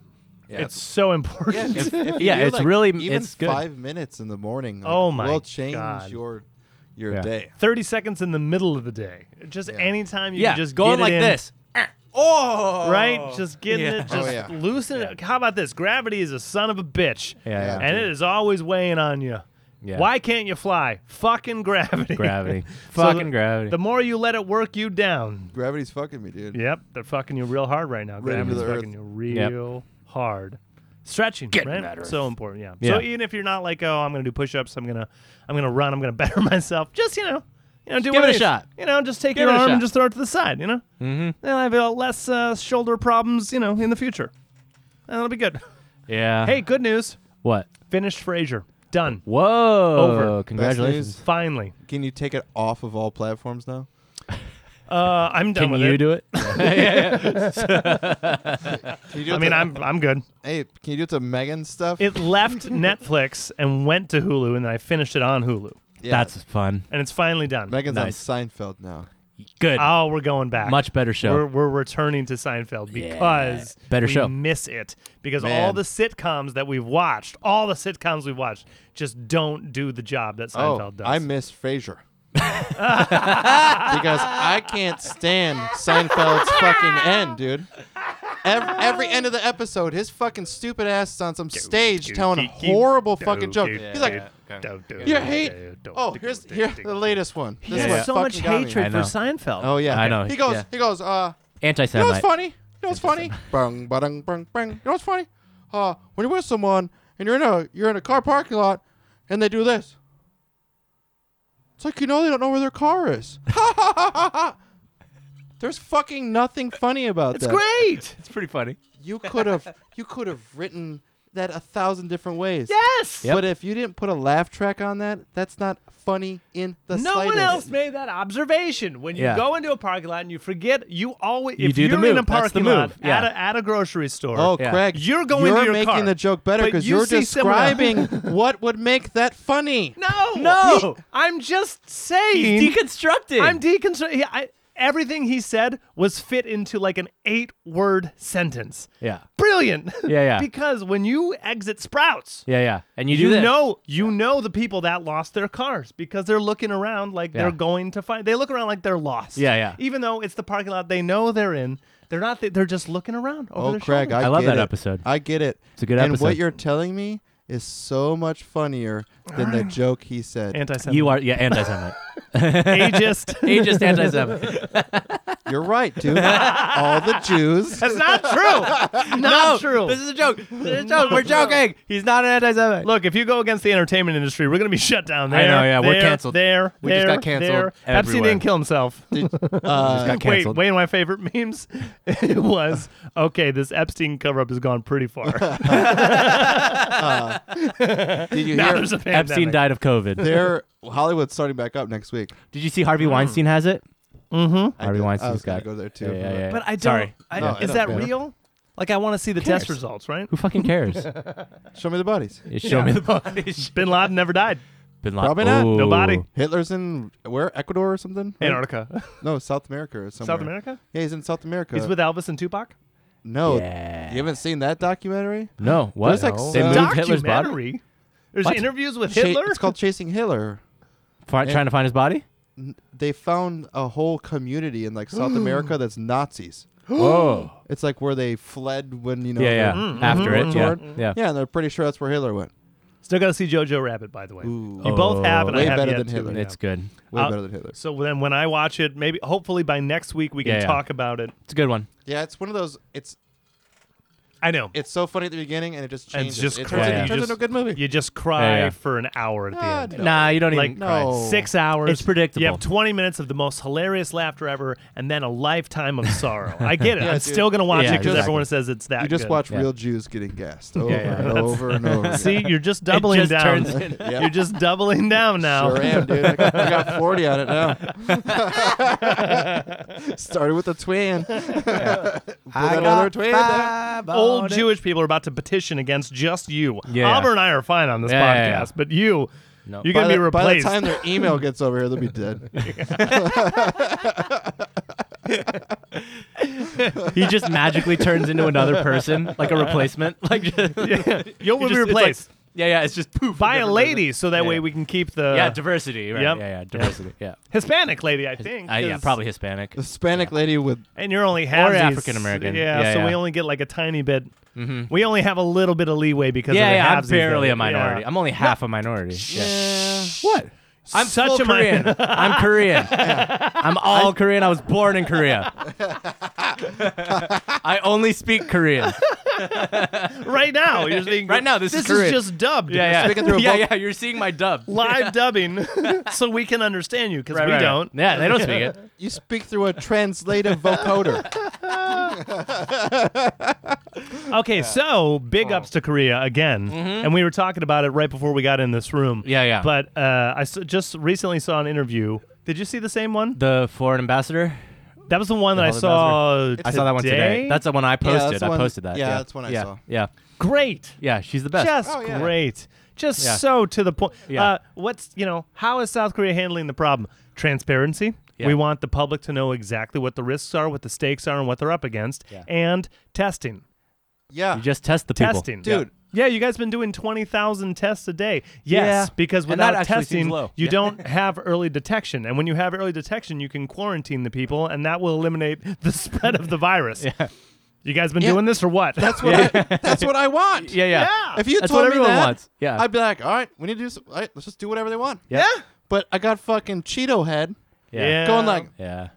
[SPEAKER 3] yeah,
[SPEAKER 1] it's so important.
[SPEAKER 3] [LAUGHS] Yeah, if- if
[SPEAKER 2] Yeah,
[SPEAKER 3] you do,
[SPEAKER 2] it's really-
[SPEAKER 3] even
[SPEAKER 2] it's good.
[SPEAKER 3] five minutes in the morning. Like,
[SPEAKER 1] Oh my
[SPEAKER 3] will change
[SPEAKER 1] God.
[SPEAKER 3] your your
[SPEAKER 2] Yeah.
[SPEAKER 3] day.
[SPEAKER 1] [LAUGHS] Thirty seconds in the middle of the day, just anytime you
[SPEAKER 2] yeah,
[SPEAKER 1] can just
[SPEAKER 2] going
[SPEAKER 1] get it
[SPEAKER 2] like
[SPEAKER 1] in,
[SPEAKER 2] this. Oh,
[SPEAKER 1] right? Just getting
[SPEAKER 2] Yeah.
[SPEAKER 1] it,
[SPEAKER 3] Oh,
[SPEAKER 1] just
[SPEAKER 3] yeah.
[SPEAKER 1] loosen it. How about this? Gravity is a son of a bitch,
[SPEAKER 2] Yeah, yeah.
[SPEAKER 1] and it is always weighing on you.
[SPEAKER 2] Yeah.
[SPEAKER 1] Why can't you fly? Fucking gravity.
[SPEAKER 2] gravity.
[SPEAKER 1] [LAUGHS] So
[SPEAKER 2] Fucking
[SPEAKER 1] the-
[SPEAKER 2] gravity.
[SPEAKER 1] The more you let it work you down.
[SPEAKER 3] Gravity's fucking me, dude.
[SPEAKER 1] Yep, they're fucking you real hard right now.
[SPEAKER 3] Right into
[SPEAKER 1] Gravity's
[SPEAKER 3] the
[SPEAKER 1] fucking
[SPEAKER 3] earth.
[SPEAKER 1] you real hard. Stretching, right?
[SPEAKER 2] that earth.
[SPEAKER 1] So important, yeah.
[SPEAKER 2] Yeah.
[SPEAKER 1] So even if you're not like, oh, I'm gonna do push-ups, I'm gonna, I'm gonna run, I'm gonna [LAUGHS] better myself. Just you know, you know, do
[SPEAKER 2] Give
[SPEAKER 1] what
[SPEAKER 2] it a
[SPEAKER 1] is.
[SPEAKER 2] shot.
[SPEAKER 1] You know, just take
[SPEAKER 2] Give
[SPEAKER 1] your
[SPEAKER 2] it a
[SPEAKER 1] arm and
[SPEAKER 2] shot.
[SPEAKER 1] just throw it to the side. You know, mm-hmm. then I have uh, less uh, shoulder problems. You know, in the future, and that'll be
[SPEAKER 2] [LAUGHS]
[SPEAKER 1] good.
[SPEAKER 2] yeah.
[SPEAKER 1] hey, good news!
[SPEAKER 2] What?
[SPEAKER 1] Finished Frasier. Done.
[SPEAKER 2] Whoa.
[SPEAKER 1] Over.
[SPEAKER 2] Congratulations.
[SPEAKER 1] Finally.
[SPEAKER 3] Can you take it off of all platforms now?
[SPEAKER 1] Uh, I'm done
[SPEAKER 2] Can
[SPEAKER 1] with
[SPEAKER 2] you
[SPEAKER 1] it.
[SPEAKER 2] do it?
[SPEAKER 3] Can you do
[SPEAKER 1] I
[SPEAKER 3] it
[SPEAKER 1] mean,
[SPEAKER 3] to-
[SPEAKER 1] I'm I'm good.
[SPEAKER 3] Hey, can you do it to Megan stuff?
[SPEAKER 1] It left
[SPEAKER 3] [LAUGHS]
[SPEAKER 1] Netflix and went to Hulu, and I finished it on Hulu,
[SPEAKER 3] Yeah.
[SPEAKER 2] That's fun.
[SPEAKER 1] and it's finally done.
[SPEAKER 3] Megan's
[SPEAKER 2] nice.
[SPEAKER 3] on Seinfeld now.
[SPEAKER 2] Good.
[SPEAKER 1] Oh, we're going back.
[SPEAKER 2] Much better show.
[SPEAKER 1] We're, we're returning to Seinfeld
[SPEAKER 2] Yeah.
[SPEAKER 1] because
[SPEAKER 2] Better
[SPEAKER 1] we
[SPEAKER 2] show.
[SPEAKER 1] miss it. Because all
[SPEAKER 3] Man.
[SPEAKER 1] the sitcoms that we've watched, all the sitcoms we've watched, just don't do the job that Seinfeld
[SPEAKER 3] oh,
[SPEAKER 1] does.
[SPEAKER 3] I
[SPEAKER 2] [LAUGHS]
[SPEAKER 3] miss Frasier. because I can't stand Seinfeld's fucking end, dude. Every, every end of the episode, his fucking stupid ass is on some stage
[SPEAKER 1] do,
[SPEAKER 3] telling a
[SPEAKER 1] do, do,
[SPEAKER 3] horrible
[SPEAKER 1] do,
[SPEAKER 3] fucking joke.
[SPEAKER 1] do,
[SPEAKER 3] He's like,
[SPEAKER 1] do, Don't do
[SPEAKER 3] you
[SPEAKER 1] it.
[SPEAKER 3] hate.
[SPEAKER 1] Don't
[SPEAKER 3] Oh,
[SPEAKER 1] do
[SPEAKER 3] here's
[SPEAKER 1] it.
[SPEAKER 3] here's the latest one. This
[SPEAKER 1] There's
[SPEAKER 3] is
[SPEAKER 2] Yeah.
[SPEAKER 3] what
[SPEAKER 1] so much
[SPEAKER 3] fucking got me.
[SPEAKER 1] hatred for
[SPEAKER 2] I know.
[SPEAKER 1] Seinfeld.
[SPEAKER 3] Oh yeah,
[SPEAKER 2] I know.
[SPEAKER 3] He goes,
[SPEAKER 2] Yeah.
[SPEAKER 3] he goes. Uh, you know what's
[SPEAKER 2] Anti-Semite.
[SPEAKER 3] funny? You know what's funny? Bang, bang, bang, bang. You know what's funny? Uh, when you're with someone and you're in a you're in a car parking lot, and they do this. It's like you know they don't know where their car is. [LAUGHS] There's fucking nothing funny about
[SPEAKER 1] it's
[SPEAKER 3] that.
[SPEAKER 1] great.
[SPEAKER 2] [LAUGHS] It's pretty funny.
[SPEAKER 3] You could have you could have written that a thousand different ways.
[SPEAKER 1] Yes.
[SPEAKER 2] Yep.
[SPEAKER 3] But if you didn't put a laugh track on that, that's not funny in the
[SPEAKER 1] No
[SPEAKER 3] slightest.
[SPEAKER 1] one else made that observation. When you
[SPEAKER 2] Yeah.
[SPEAKER 1] go into a parking lot and you forget, you always
[SPEAKER 2] You
[SPEAKER 1] if
[SPEAKER 2] do the
[SPEAKER 1] you're in a
[SPEAKER 2] move. That's the
[SPEAKER 1] parking lot
[SPEAKER 2] move. Yeah.
[SPEAKER 1] at, a, at a grocery store.
[SPEAKER 3] Oh,
[SPEAKER 2] Yeah.
[SPEAKER 3] Craig,
[SPEAKER 1] You're going
[SPEAKER 3] You're
[SPEAKER 1] to your
[SPEAKER 3] making
[SPEAKER 1] car,
[SPEAKER 3] the joke better
[SPEAKER 1] but
[SPEAKER 3] because
[SPEAKER 1] you
[SPEAKER 3] you're
[SPEAKER 1] see someone else.
[SPEAKER 3] describing what would make that funny.
[SPEAKER 1] [LAUGHS] No,
[SPEAKER 2] No!
[SPEAKER 1] He- I'm just saying.
[SPEAKER 2] He's deconstructed.
[SPEAKER 1] I'm deconstructing. I, everything he said was fit into like an eight-word sentence.
[SPEAKER 2] yeah.
[SPEAKER 1] Brilliant.
[SPEAKER 2] Yeah,
[SPEAKER 1] [LAUGHS]
[SPEAKER 2] yeah.
[SPEAKER 1] because when you exit Sprouts,
[SPEAKER 2] Yeah, yeah. And you do
[SPEAKER 1] you
[SPEAKER 2] this.
[SPEAKER 1] know you know the people that lost their cars because they're looking around like
[SPEAKER 2] Yeah.
[SPEAKER 1] they're going to find they look around like they're lost
[SPEAKER 2] Yeah, yeah.
[SPEAKER 1] even though it's the parking lot they know they're in they're not they're just looking around over
[SPEAKER 3] Oh,
[SPEAKER 1] their
[SPEAKER 3] Craig,
[SPEAKER 1] shoulder.
[SPEAKER 3] I,
[SPEAKER 2] I love
[SPEAKER 3] get
[SPEAKER 2] that
[SPEAKER 3] it.
[SPEAKER 2] episode.
[SPEAKER 3] I get it.
[SPEAKER 2] It's a good
[SPEAKER 3] and
[SPEAKER 2] episode.
[SPEAKER 3] what you're telling me is so much funnier than
[SPEAKER 1] Ah.
[SPEAKER 3] the joke he said.
[SPEAKER 1] anti-Semite
[SPEAKER 2] You are yeah anti-Semite.
[SPEAKER 1] [LAUGHS]
[SPEAKER 2] [LAUGHS]
[SPEAKER 1] ageist [LAUGHS]
[SPEAKER 2] Ageist anti-Semite.
[SPEAKER 3] You're right, dude. All the Jews.
[SPEAKER 1] That's not true.
[SPEAKER 2] no,
[SPEAKER 1] not true.
[SPEAKER 2] This is a joke. This is a
[SPEAKER 1] [LAUGHS]
[SPEAKER 2] joke. We're joking. He's not an anti-Semite.
[SPEAKER 1] Look, if you go against the entertainment industry, we're gonna be [LAUGHS] shut down. There,
[SPEAKER 2] I know, yeah, we're
[SPEAKER 1] there,
[SPEAKER 2] canceled.
[SPEAKER 1] There,
[SPEAKER 2] We just
[SPEAKER 1] there,
[SPEAKER 2] got canceled
[SPEAKER 1] There. Epstein
[SPEAKER 2] everywhere.
[SPEAKER 1] didn't kill himself.
[SPEAKER 3] Uh,
[SPEAKER 2] got
[SPEAKER 1] Wait,
[SPEAKER 2] canceled.
[SPEAKER 1] Wait, one of my favorite [LAUGHS] memes it was okay. This Epstein cover up has gone pretty
[SPEAKER 2] [LAUGHS]
[SPEAKER 1] far. [LAUGHS]
[SPEAKER 3] did you
[SPEAKER 1] now
[SPEAKER 3] hear?
[SPEAKER 1] there's
[SPEAKER 3] [LAUGHS]
[SPEAKER 1] a pandemic.
[SPEAKER 2] Epstein died of COVID.
[SPEAKER 3] They're Hollywood's starting back up next week.
[SPEAKER 2] Did you see
[SPEAKER 1] Hmm.
[SPEAKER 2] Harvey Weinstein has it?
[SPEAKER 1] Mm-hmm.
[SPEAKER 2] Harvey
[SPEAKER 3] did-
[SPEAKER 2] Weinstein's
[SPEAKER 3] I was gonna
[SPEAKER 2] got-
[SPEAKER 3] go there too.
[SPEAKER 2] Yeah, yeah, yeah.
[SPEAKER 1] But I don't.
[SPEAKER 2] Sorry.
[SPEAKER 1] I,
[SPEAKER 3] No,
[SPEAKER 1] is
[SPEAKER 3] I
[SPEAKER 1] that
[SPEAKER 3] don't-
[SPEAKER 1] real? Like I want to see the test
[SPEAKER 2] cares?
[SPEAKER 1] results, right?
[SPEAKER 2] Who fucking
[SPEAKER 1] [LAUGHS]
[SPEAKER 2] cares?
[SPEAKER 3] Show me the bodies.
[SPEAKER 2] You Show [LAUGHS] me the bodies.
[SPEAKER 1] Bin Laden never died.
[SPEAKER 2] Bin
[SPEAKER 3] Probably not.
[SPEAKER 2] Ooh.
[SPEAKER 1] Nobody.
[SPEAKER 3] Hitler's in where? Ecuador or something? Right?
[SPEAKER 1] Antarctica, [LAUGHS]
[SPEAKER 3] No, South America or somewhere.
[SPEAKER 1] South America.
[SPEAKER 3] Yeah, he's in South America.
[SPEAKER 1] He's with Elvis and Tupac.
[SPEAKER 3] no.
[SPEAKER 2] Yeah.
[SPEAKER 3] You haven't seen that documentary?
[SPEAKER 2] No. What?
[SPEAKER 3] Oh, There's like
[SPEAKER 2] they
[SPEAKER 3] some-
[SPEAKER 2] moved Hitler's body.
[SPEAKER 1] Documentary? There's
[SPEAKER 2] What?
[SPEAKER 1] interviews with
[SPEAKER 3] Cha-
[SPEAKER 1] Hitler.
[SPEAKER 3] it's called Chasing Hitler.
[SPEAKER 2] Fi- trying to find
[SPEAKER 1] [GASPS]
[SPEAKER 2] his body.
[SPEAKER 3] N- They found a whole community in like
[SPEAKER 1] [GASPS]
[SPEAKER 3] South America that's Nazis.
[SPEAKER 2] Oh.
[SPEAKER 3] It's like where they fled when you know.
[SPEAKER 2] Yeah, yeah.
[SPEAKER 3] they-
[SPEAKER 1] Mm, mm-hmm,
[SPEAKER 2] After it. Yeah.
[SPEAKER 3] Toward-
[SPEAKER 2] yeah.
[SPEAKER 3] Yeah, and they're pretty sure that's where Hitler went.
[SPEAKER 1] Still got to see Jojo Rabbit, by the way.
[SPEAKER 3] Ooh.
[SPEAKER 1] You
[SPEAKER 2] Oh.
[SPEAKER 1] both have, and I
[SPEAKER 3] Way
[SPEAKER 1] have
[SPEAKER 3] better
[SPEAKER 1] yet
[SPEAKER 3] than
[SPEAKER 1] to,
[SPEAKER 3] Hitler.
[SPEAKER 1] yeah.
[SPEAKER 2] It's good.
[SPEAKER 3] Way
[SPEAKER 1] Uh,
[SPEAKER 3] better than Hitler.
[SPEAKER 1] So then, when I watch it, maybe hopefully by next week we can
[SPEAKER 2] Yeah, yeah.
[SPEAKER 1] talk about it.
[SPEAKER 2] It's a good one.
[SPEAKER 3] Yeah, it's one of those. It's
[SPEAKER 1] I know
[SPEAKER 3] it's so funny at the beginning and it just
[SPEAKER 1] And
[SPEAKER 3] changes.
[SPEAKER 1] it's just
[SPEAKER 3] it
[SPEAKER 1] crazy.
[SPEAKER 2] You
[SPEAKER 3] turns, into- it turns
[SPEAKER 1] just-
[SPEAKER 3] into a good movie.
[SPEAKER 1] you just cry
[SPEAKER 2] Yeah, yeah.
[SPEAKER 1] for an hour at the
[SPEAKER 3] Ah,
[SPEAKER 1] end.
[SPEAKER 3] No.
[SPEAKER 2] Nah, you don't
[SPEAKER 1] Like,
[SPEAKER 2] even. cry.
[SPEAKER 3] No.
[SPEAKER 1] Six hours.
[SPEAKER 2] It's predictable.
[SPEAKER 1] You have 20 minutes of the most hilarious laughter ever, and then a lifetime of sorrow.
[SPEAKER 2] [LAUGHS]
[SPEAKER 1] I get it.
[SPEAKER 3] Yeah,
[SPEAKER 1] I'm
[SPEAKER 3] dude.
[SPEAKER 1] still gonna watch
[SPEAKER 2] Yeah,
[SPEAKER 1] it because
[SPEAKER 2] exactly.
[SPEAKER 1] everyone says it's that.
[SPEAKER 3] You just
[SPEAKER 1] good.
[SPEAKER 3] watch
[SPEAKER 2] Yeah.
[SPEAKER 3] real Jews getting gassed over
[SPEAKER 2] yeah,
[SPEAKER 3] and over
[SPEAKER 1] [LAUGHS]
[SPEAKER 3] and over. again.
[SPEAKER 1] See, you're
[SPEAKER 2] [LAUGHS]
[SPEAKER 1] just doubling
[SPEAKER 2] just
[SPEAKER 1] down.
[SPEAKER 2] turns in-
[SPEAKER 3] Yeah.
[SPEAKER 1] You're just doubling down now.
[SPEAKER 3] Sure am, dude. I got, I got 40 on it now. [LAUGHS] Started with a twin. [LAUGHS] I got another twin.
[SPEAKER 1] [LAUGHS] Old Jewish people are about to petition against just you.
[SPEAKER 2] Yeah.
[SPEAKER 1] Albert and I are fine on this
[SPEAKER 2] Yeah,
[SPEAKER 1] podcast,
[SPEAKER 2] yeah, yeah.
[SPEAKER 1] but you,
[SPEAKER 2] No.
[SPEAKER 1] you're
[SPEAKER 3] By
[SPEAKER 1] gonna be
[SPEAKER 3] the-
[SPEAKER 1] replaced.
[SPEAKER 3] By the time [LAUGHS] their email gets over here, they'll be
[SPEAKER 2] [LAUGHS]
[SPEAKER 3] dead.
[SPEAKER 2] he just magically turns into another person, like a [LAUGHS] replacement. Like just,
[SPEAKER 1] [LAUGHS] You'll
[SPEAKER 2] you
[SPEAKER 1] be
[SPEAKER 2] just- it's
[SPEAKER 1] replaced
[SPEAKER 2] like- yeah, yeah. It's just poof.
[SPEAKER 1] by a
[SPEAKER 2] different
[SPEAKER 1] lady, so that
[SPEAKER 2] Yeah,
[SPEAKER 1] way
[SPEAKER 2] yeah.
[SPEAKER 1] we can keep the
[SPEAKER 2] person. Yeah, diversity. Right.
[SPEAKER 1] Yep.
[SPEAKER 2] Yeah, yeah, diversity. Yeah.
[SPEAKER 1] Hispanic lady. I think.
[SPEAKER 2] I, uh, yeah,
[SPEAKER 1] 'cause-
[SPEAKER 2] probably Hispanic.
[SPEAKER 3] Hispanic lady with
[SPEAKER 1] And you're only half
[SPEAKER 2] African American.
[SPEAKER 1] Yeah,
[SPEAKER 2] Yeah,
[SPEAKER 1] so we
[SPEAKER 2] yeah. Mm-hmm.
[SPEAKER 1] only get like a tiny bit. We only have a little bit of leeway because
[SPEAKER 2] Yeah,
[SPEAKER 1] of the
[SPEAKER 2] yeah. I'm
[SPEAKER 1] halfsies
[SPEAKER 2] barely
[SPEAKER 1] that-
[SPEAKER 2] a minority.
[SPEAKER 1] yeah.
[SPEAKER 2] I'm only half a minority. Yeah. What? I'm
[SPEAKER 1] Such
[SPEAKER 2] full
[SPEAKER 1] a min-
[SPEAKER 2] Korean. I'm Korean. I'm all Korean. I was born in
[SPEAKER 1] [LAUGHS]
[SPEAKER 2] Korea. I only speak Korean.
[SPEAKER 1] [LAUGHS] right now.
[SPEAKER 2] [LAUGHS]
[SPEAKER 1] You're thinking,
[SPEAKER 2] Right now, this is
[SPEAKER 1] this
[SPEAKER 2] Korean.
[SPEAKER 1] is just dubbed.
[SPEAKER 2] Yeah,
[SPEAKER 3] Speaking through
[SPEAKER 2] yeah.
[SPEAKER 3] a
[SPEAKER 2] Yeah,
[SPEAKER 3] voc-
[SPEAKER 2] yeah. You're seeing my dub. [LAUGHS]
[SPEAKER 1] Live dubbing, [LAUGHS] so we can understand you because
[SPEAKER 2] Right,
[SPEAKER 1] we
[SPEAKER 2] right, right.
[SPEAKER 1] don't.
[SPEAKER 2] Yeah, they don't
[SPEAKER 1] [LAUGHS]
[SPEAKER 2] speak it.
[SPEAKER 3] you speak through a translative vocoder.
[SPEAKER 2] [LAUGHS]
[SPEAKER 1] Okay, so big ups to Korea again, and we were talking about it right before we got in this room.
[SPEAKER 2] Mm-hmm. Yeah, yeah.
[SPEAKER 1] But uh, I s- just recently saw an interview. Did you see the same one?
[SPEAKER 2] The foreign ambassador.
[SPEAKER 1] That was the one that I
[SPEAKER 2] Hollywood
[SPEAKER 1] saw.
[SPEAKER 2] I saw that one today. That's the one I posted.
[SPEAKER 3] that's
[SPEAKER 2] I
[SPEAKER 3] the one-
[SPEAKER 2] posted that.
[SPEAKER 3] yeah,
[SPEAKER 2] Yeah,
[SPEAKER 3] that's one I
[SPEAKER 2] yeah,
[SPEAKER 3] saw.
[SPEAKER 2] Yeah,
[SPEAKER 1] great.
[SPEAKER 2] yeah. She's the best.
[SPEAKER 1] Just
[SPEAKER 3] Oh, yeah.
[SPEAKER 1] great. Just
[SPEAKER 2] Yeah.
[SPEAKER 1] so to the point.
[SPEAKER 2] Yeah.
[SPEAKER 1] Uh, what's you know how is South Korea handling the problem? Transparency.
[SPEAKER 2] Yeah.
[SPEAKER 1] We want the public to know exactly what the risks are, what the stakes are, and what they're up against.
[SPEAKER 2] Yeah.
[SPEAKER 1] And testing,
[SPEAKER 3] Yeah.
[SPEAKER 2] you just test the people.
[SPEAKER 1] testing,
[SPEAKER 3] Dude.
[SPEAKER 1] Yeah. you guys been doing twenty thousand tests a day. Yes,
[SPEAKER 2] Yeah.
[SPEAKER 1] because
[SPEAKER 2] And that
[SPEAKER 1] without
[SPEAKER 2] actually seems
[SPEAKER 1] testing,
[SPEAKER 2] low.
[SPEAKER 1] you
[SPEAKER 2] Yeah.
[SPEAKER 1] don't
[SPEAKER 2] [LAUGHS]
[SPEAKER 1] have early detection. And when you have early detection, you can quarantine the people, and that will eliminate [LAUGHS] the spread of the virus. Yeah. You guys been
[SPEAKER 3] Yeah.
[SPEAKER 1] doing this or what? [LAUGHS]
[SPEAKER 3] That's what
[SPEAKER 2] [LAUGHS]
[SPEAKER 3] I, that's what I want.
[SPEAKER 2] Yeah, yeah.
[SPEAKER 1] Yeah.
[SPEAKER 3] If you
[SPEAKER 2] That's
[SPEAKER 3] told
[SPEAKER 2] what
[SPEAKER 3] me
[SPEAKER 2] everyone
[SPEAKER 3] that,
[SPEAKER 2] wants. Yeah.
[SPEAKER 3] I'd be like, all right, we need to do. Some, all right, let's just do whatever they want.
[SPEAKER 2] Yeah.
[SPEAKER 3] But I got fucking Cheeto Head
[SPEAKER 2] Yeah.
[SPEAKER 1] Yeah.
[SPEAKER 3] going like,
[SPEAKER 2] Yeah.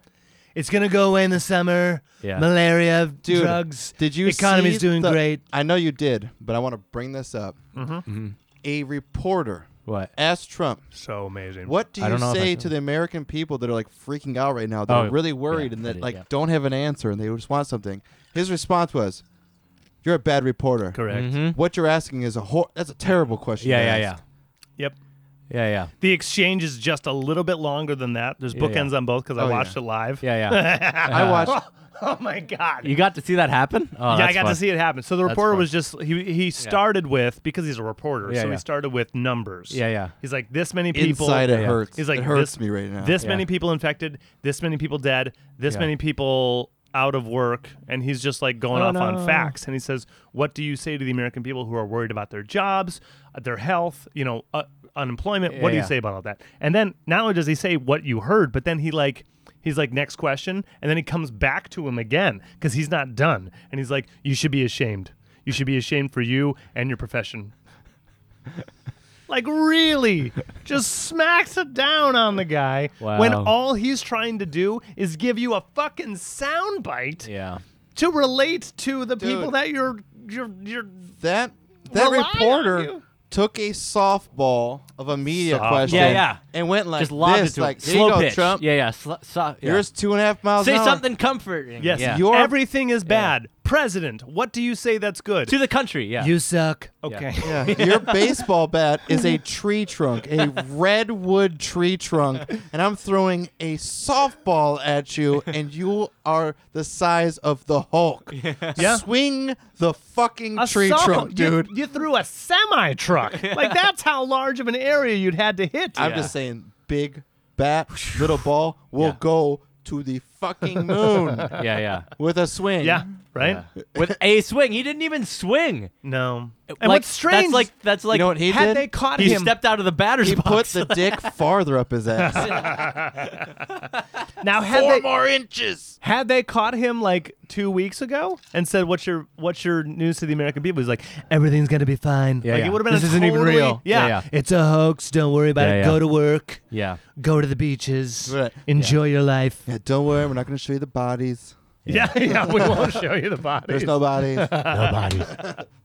[SPEAKER 1] It's gonna go away in the summer.
[SPEAKER 2] Yeah.
[SPEAKER 1] Malaria,
[SPEAKER 3] Dude,
[SPEAKER 1] drugs.
[SPEAKER 3] Did you?
[SPEAKER 1] Economy's
[SPEAKER 3] see
[SPEAKER 1] doing
[SPEAKER 3] the-
[SPEAKER 1] great.
[SPEAKER 3] I know you did, but I want to bring this up.
[SPEAKER 2] Mm-hmm.
[SPEAKER 3] A reporter
[SPEAKER 2] What?
[SPEAKER 3] asked Trump,
[SPEAKER 1] So amazing.
[SPEAKER 3] "What do
[SPEAKER 2] I
[SPEAKER 3] you
[SPEAKER 2] don't know if I
[SPEAKER 3] say
[SPEAKER 2] saw
[SPEAKER 3] to the American people that are like freaking out right now? That are
[SPEAKER 2] Oh,
[SPEAKER 3] really worried
[SPEAKER 2] yeah,
[SPEAKER 3] and
[SPEAKER 2] I
[SPEAKER 3] that
[SPEAKER 2] did,
[SPEAKER 3] like
[SPEAKER 2] yeah.
[SPEAKER 3] don't have an answer and they just want something." His response was, "You're a bad reporter.
[SPEAKER 1] Correct.
[SPEAKER 2] Mm-hmm.
[SPEAKER 3] What you're asking is a hor- that's a terrible question. to
[SPEAKER 2] Yeah, yeah, yeah.
[SPEAKER 3] ask.
[SPEAKER 2] Mm-hmm.
[SPEAKER 1] Yep.
[SPEAKER 2] Yeah, yeah.
[SPEAKER 1] The exchange is just a little bit longer than that. There's
[SPEAKER 2] Yeah,
[SPEAKER 1] bookends
[SPEAKER 2] yeah.
[SPEAKER 1] on both because I
[SPEAKER 3] Oh,
[SPEAKER 1] watched
[SPEAKER 3] yeah.
[SPEAKER 1] it live.
[SPEAKER 2] Yeah, yeah. Uh-huh.
[SPEAKER 3] I watched.
[SPEAKER 1] [LAUGHS] Oh my god.
[SPEAKER 2] You got to see that happen? Oh,
[SPEAKER 1] yeah, I
[SPEAKER 2] that's
[SPEAKER 1] got
[SPEAKER 2] fun.
[SPEAKER 1] to see it happen. So the reporter
[SPEAKER 2] fun.
[SPEAKER 1] was just he he started with because he's a reporter,
[SPEAKER 2] Yeah,
[SPEAKER 1] so
[SPEAKER 2] yeah.
[SPEAKER 1] he started with numbers.
[SPEAKER 2] Yeah, yeah.
[SPEAKER 1] He's like this many people
[SPEAKER 3] Inside it
[SPEAKER 2] yeah.
[SPEAKER 3] hurts.
[SPEAKER 1] He's like,
[SPEAKER 3] it hurts
[SPEAKER 1] this-
[SPEAKER 3] me right now.
[SPEAKER 1] this
[SPEAKER 2] Yeah.
[SPEAKER 1] many people infected, this many people dead, this
[SPEAKER 2] Yeah.
[SPEAKER 1] many people out of work, and he's just like going
[SPEAKER 2] Oh,
[SPEAKER 1] off
[SPEAKER 2] no.
[SPEAKER 1] on facts. And he says, "What do you say to the American people who are worried about their jobs, uh, their health, you know, uh, unemployment? what do
[SPEAKER 2] Yeah.
[SPEAKER 1] you say about all that?" And then not only does he say what you heard, but then he like. He's like, next question. And then he comes back to him again because he's not done. And he's like, you should be ashamed. You should be ashamed for you and your profession. Like really, just smacks it down on the guy when
[SPEAKER 2] Wow.
[SPEAKER 1] all he's trying to do is give you a fucking soundbite
[SPEAKER 2] Yeah.
[SPEAKER 1] to relate to the people
[SPEAKER 3] Dude.
[SPEAKER 1] that you're you're you're.
[SPEAKER 3] That that
[SPEAKER 1] Rely on
[SPEAKER 3] reporter
[SPEAKER 1] you.
[SPEAKER 3] took a softball of a media
[SPEAKER 1] Softball.
[SPEAKER 3] question.
[SPEAKER 2] Yeah, yeah.
[SPEAKER 3] And went like
[SPEAKER 2] Just lobbed
[SPEAKER 3] this,
[SPEAKER 2] it to
[SPEAKER 3] like
[SPEAKER 2] him.
[SPEAKER 3] "Here you
[SPEAKER 2] Slow
[SPEAKER 3] go,
[SPEAKER 2] pitch.
[SPEAKER 3] Trump.
[SPEAKER 2] Yeah, yeah. Sl- so- yeah.
[SPEAKER 3] Here's two and a half miles.
[SPEAKER 2] Say
[SPEAKER 3] an hour."
[SPEAKER 2] something comforting.
[SPEAKER 1] Yes,
[SPEAKER 2] Yeah.
[SPEAKER 3] Your-
[SPEAKER 1] everything is bad. President, what do you say that's good?
[SPEAKER 2] to the country. Yeah.
[SPEAKER 1] you suck. Okay.
[SPEAKER 3] Yeah, [LAUGHS] your baseball bat is a tree trunk, a redwood tree trunk, and I'm throwing a softball at you, and you are the size of the Hulk.
[SPEAKER 1] [LAUGHS] Yeah.
[SPEAKER 3] Swing the fucking
[SPEAKER 1] A
[SPEAKER 3] [LAUGHS] tree
[SPEAKER 1] soft-
[SPEAKER 3] trunk,
[SPEAKER 1] you-
[SPEAKER 3] dude.
[SPEAKER 1] You, threw a semi
[SPEAKER 3] [LAUGHS]
[SPEAKER 1] truck. like that's how large of an area you'd had to hit.
[SPEAKER 3] I'm
[SPEAKER 2] Yeah.
[SPEAKER 3] just saying, big bat, little ball will
[SPEAKER 2] Yeah.
[SPEAKER 3] go to the
[SPEAKER 1] [LAUGHS]
[SPEAKER 3] fucking moon
[SPEAKER 2] yeah, yeah.
[SPEAKER 3] with a swing.
[SPEAKER 1] yeah. Right.
[SPEAKER 2] With a swing, he didn't even swing.
[SPEAKER 1] No. And
[SPEAKER 2] like,
[SPEAKER 1] what's strange?
[SPEAKER 2] That's like that's like
[SPEAKER 3] know what he
[SPEAKER 1] had
[SPEAKER 3] did?
[SPEAKER 1] they caught
[SPEAKER 2] he
[SPEAKER 1] him
[SPEAKER 2] stepped out of the batter's
[SPEAKER 3] He put
[SPEAKER 2] box.
[SPEAKER 3] [LAUGHS] the dick farther up
[SPEAKER 1] [LAUGHS]
[SPEAKER 3] his ass.
[SPEAKER 1] now, had they
[SPEAKER 3] more inches.
[SPEAKER 1] had they caught him like two weeks ago and said, "What's your what's your news to the American people?" He's like, "Everything's gonna be fine."
[SPEAKER 2] Yeah,
[SPEAKER 1] like,
[SPEAKER 2] yeah.
[SPEAKER 1] It would have been
[SPEAKER 2] This
[SPEAKER 1] a
[SPEAKER 2] isn't even
[SPEAKER 1] totally-
[SPEAKER 2] real.
[SPEAKER 1] Yeah,
[SPEAKER 2] Yeah, yeah.
[SPEAKER 1] it's a hoax. Don't worry about
[SPEAKER 2] Yeah,
[SPEAKER 1] it.
[SPEAKER 2] yeah.
[SPEAKER 1] Go to work.
[SPEAKER 2] yeah.
[SPEAKER 1] Go to the beaches.
[SPEAKER 3] Right.
[SPEAKER 1] Enjoy your life.
[SPEAKER 3] Yeah, don't worry, we're not going to show you the bodies.
[SPEAKER 1] Yeah, [LAUGHS] yeah. we won't show you the body.
[SPEAKER 3] There's no
[SPEAKER 1] [LAUGHS]
[SPEAKER 3] bodies.
[SPEAKER 2] Nobody.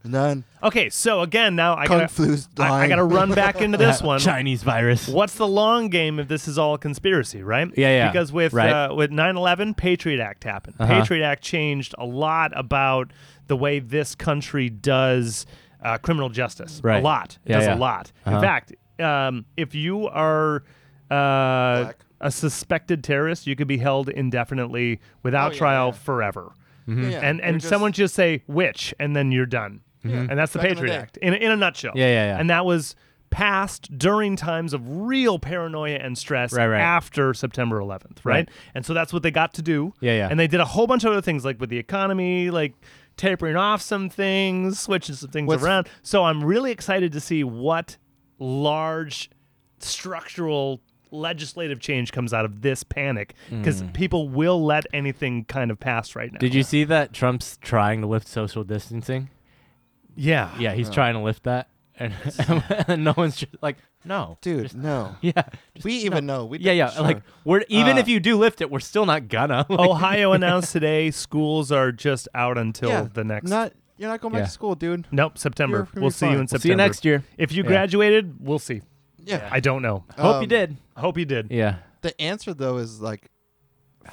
[SPEAKER 3] None.
[SPEAKER 1] Okay, so again, now I
[SPEAKER 3] Kung
[SPEAKER 1] gotta,
[SPEAKER 3] Flu's
[SPEAKER 1] I- I,
[SPEAKER 3] dying.
[SPEAKER 1] gotta run back
[SPEAKER 2] [LAUGHS]
[SPEAKER 1] into this one.
[SPEAKER 2] Chinese virus.
[SPEAKER 1] What's the long game if this is all a conspiracy, right?
[SPEAKER 2] Yeah, yeah,
[SPEAKER 1] Because with
[SPEAKER 2] right. Uh-huh.
[SPEAKER 1] uh, with 9/11, Patriot Act happened. Patriot Act changed a lot about the way this country does uh, criminal justice.
[SPEAKER 2] Right.
[SPEAKER 1] A lot. It
[SPEAKER 2] Yeah,
[SPEAKER 1] does
[SPEAKER 2] yeah.
[SPEAKER 1] a lot.
[SPEAKER 2] Uh-huh.
[SPEAKER 1] In fact, um, if you are uh, a suspected terrorist, you could be held indefinitely without
[SPEAKER 3] Oh, yeah,
[SPEAKER 1] trial
[SPEAKER 3] yeah.
[SPEAKER 1] forever.
[SPEAKER 2] Hmm.
[SPEAKER 3] Yeah, yeah.
[SPEAKER 1] and
[SPEAKER 3] You're
[SPEAKER 1] and [LAUGHS]
[SPEAKER 3] just-
[SPEAKER 1] someone just say which, and then you're done. And that's the
[SPEAKER 3] Back in the
[SPEAKER 1] Patriot
[SPEAKER 3] day.
[SPEAKER 1] Act in a, in a nutshell.
[SPEAKER 2] Yeah, yeah, yeah.
[SPEAKER 1] And that was passed during times of real paranoia and stress
[SPEAKER 2] Right, right.
[SPEAKER 1] after September 11th, right?
[SPEAKER 2] Right.
[SPEAKER 1] And so that's what they got to do.
[SPEAKER 2] Yeah, yeah.
[SPEAKER 1] And they did a whole bunch of other things, like with the economy, like tapering off some things, switching some things
[SPEAKER 3] What's-
[SPEAKER 1] around. So I'm really excited to see what large structural legislative change comes out of this panic because people will let anything kind of pass right now.
[SPEAKER 2] Mm. Did you see that Trump's trying to lift social distancing?
[SPEAKER 1] Yeah.
[SPEAKER 2] Yeah, [LAUGHS] he's trying to lift that, and, and [LAUGHS] no one's just like, no,
[SPEAKER 3] Dude, [LAUGHS] no.
[SPEAKER 2] yeah,
[SPEAKER 3] we even know. We
[SPEAKER 2] yeah, yeah.
[SPEAKER 3] sure.
[SPEAKER 2] Like we're even
[SPEAKER 3] Uh,
[SPEAKER 2] if you do lift it, we're still not gonna. [LAUGHS] Like,
[SPEAKER 1] Ohio announced today schools are just out until
[SPEAKER 3] Yeah,
[SPEAKER 1] the next.
[SPEAKER 3] Not you're not going back
[SPEAKER 2] Yeah.
[SPEAKER 3] to school, dude.
[SPEAKER 1] nope, September.
[SPEAKER 3] You're gonna
[SPEAKER 1] We'll
[SPEAKER 3] be
[SPEAKER 1] see you
[SPEAKER 3] fine.
[SPEAKER 1] in
[SPEAKER 2] We'll
[SPEAKER 1] September.
[SPEAKER 2] see you next year.
[SPEAKER 1] If you
[SPEAKER 2] Yeah.
[SPEAKER 1] graduated, we'll see.
[SPEAKER 3] Yeah.
[SPEAKER 1] I don't know.
[SPEAKER 2] Hope you
[SPEAKER 3] Um,
[SPEAKER 2] did.
[SPEAKER 1] Hope you did.
[SPEAKER 2] Yeah.
[SPEAKER 3] The answer though is like,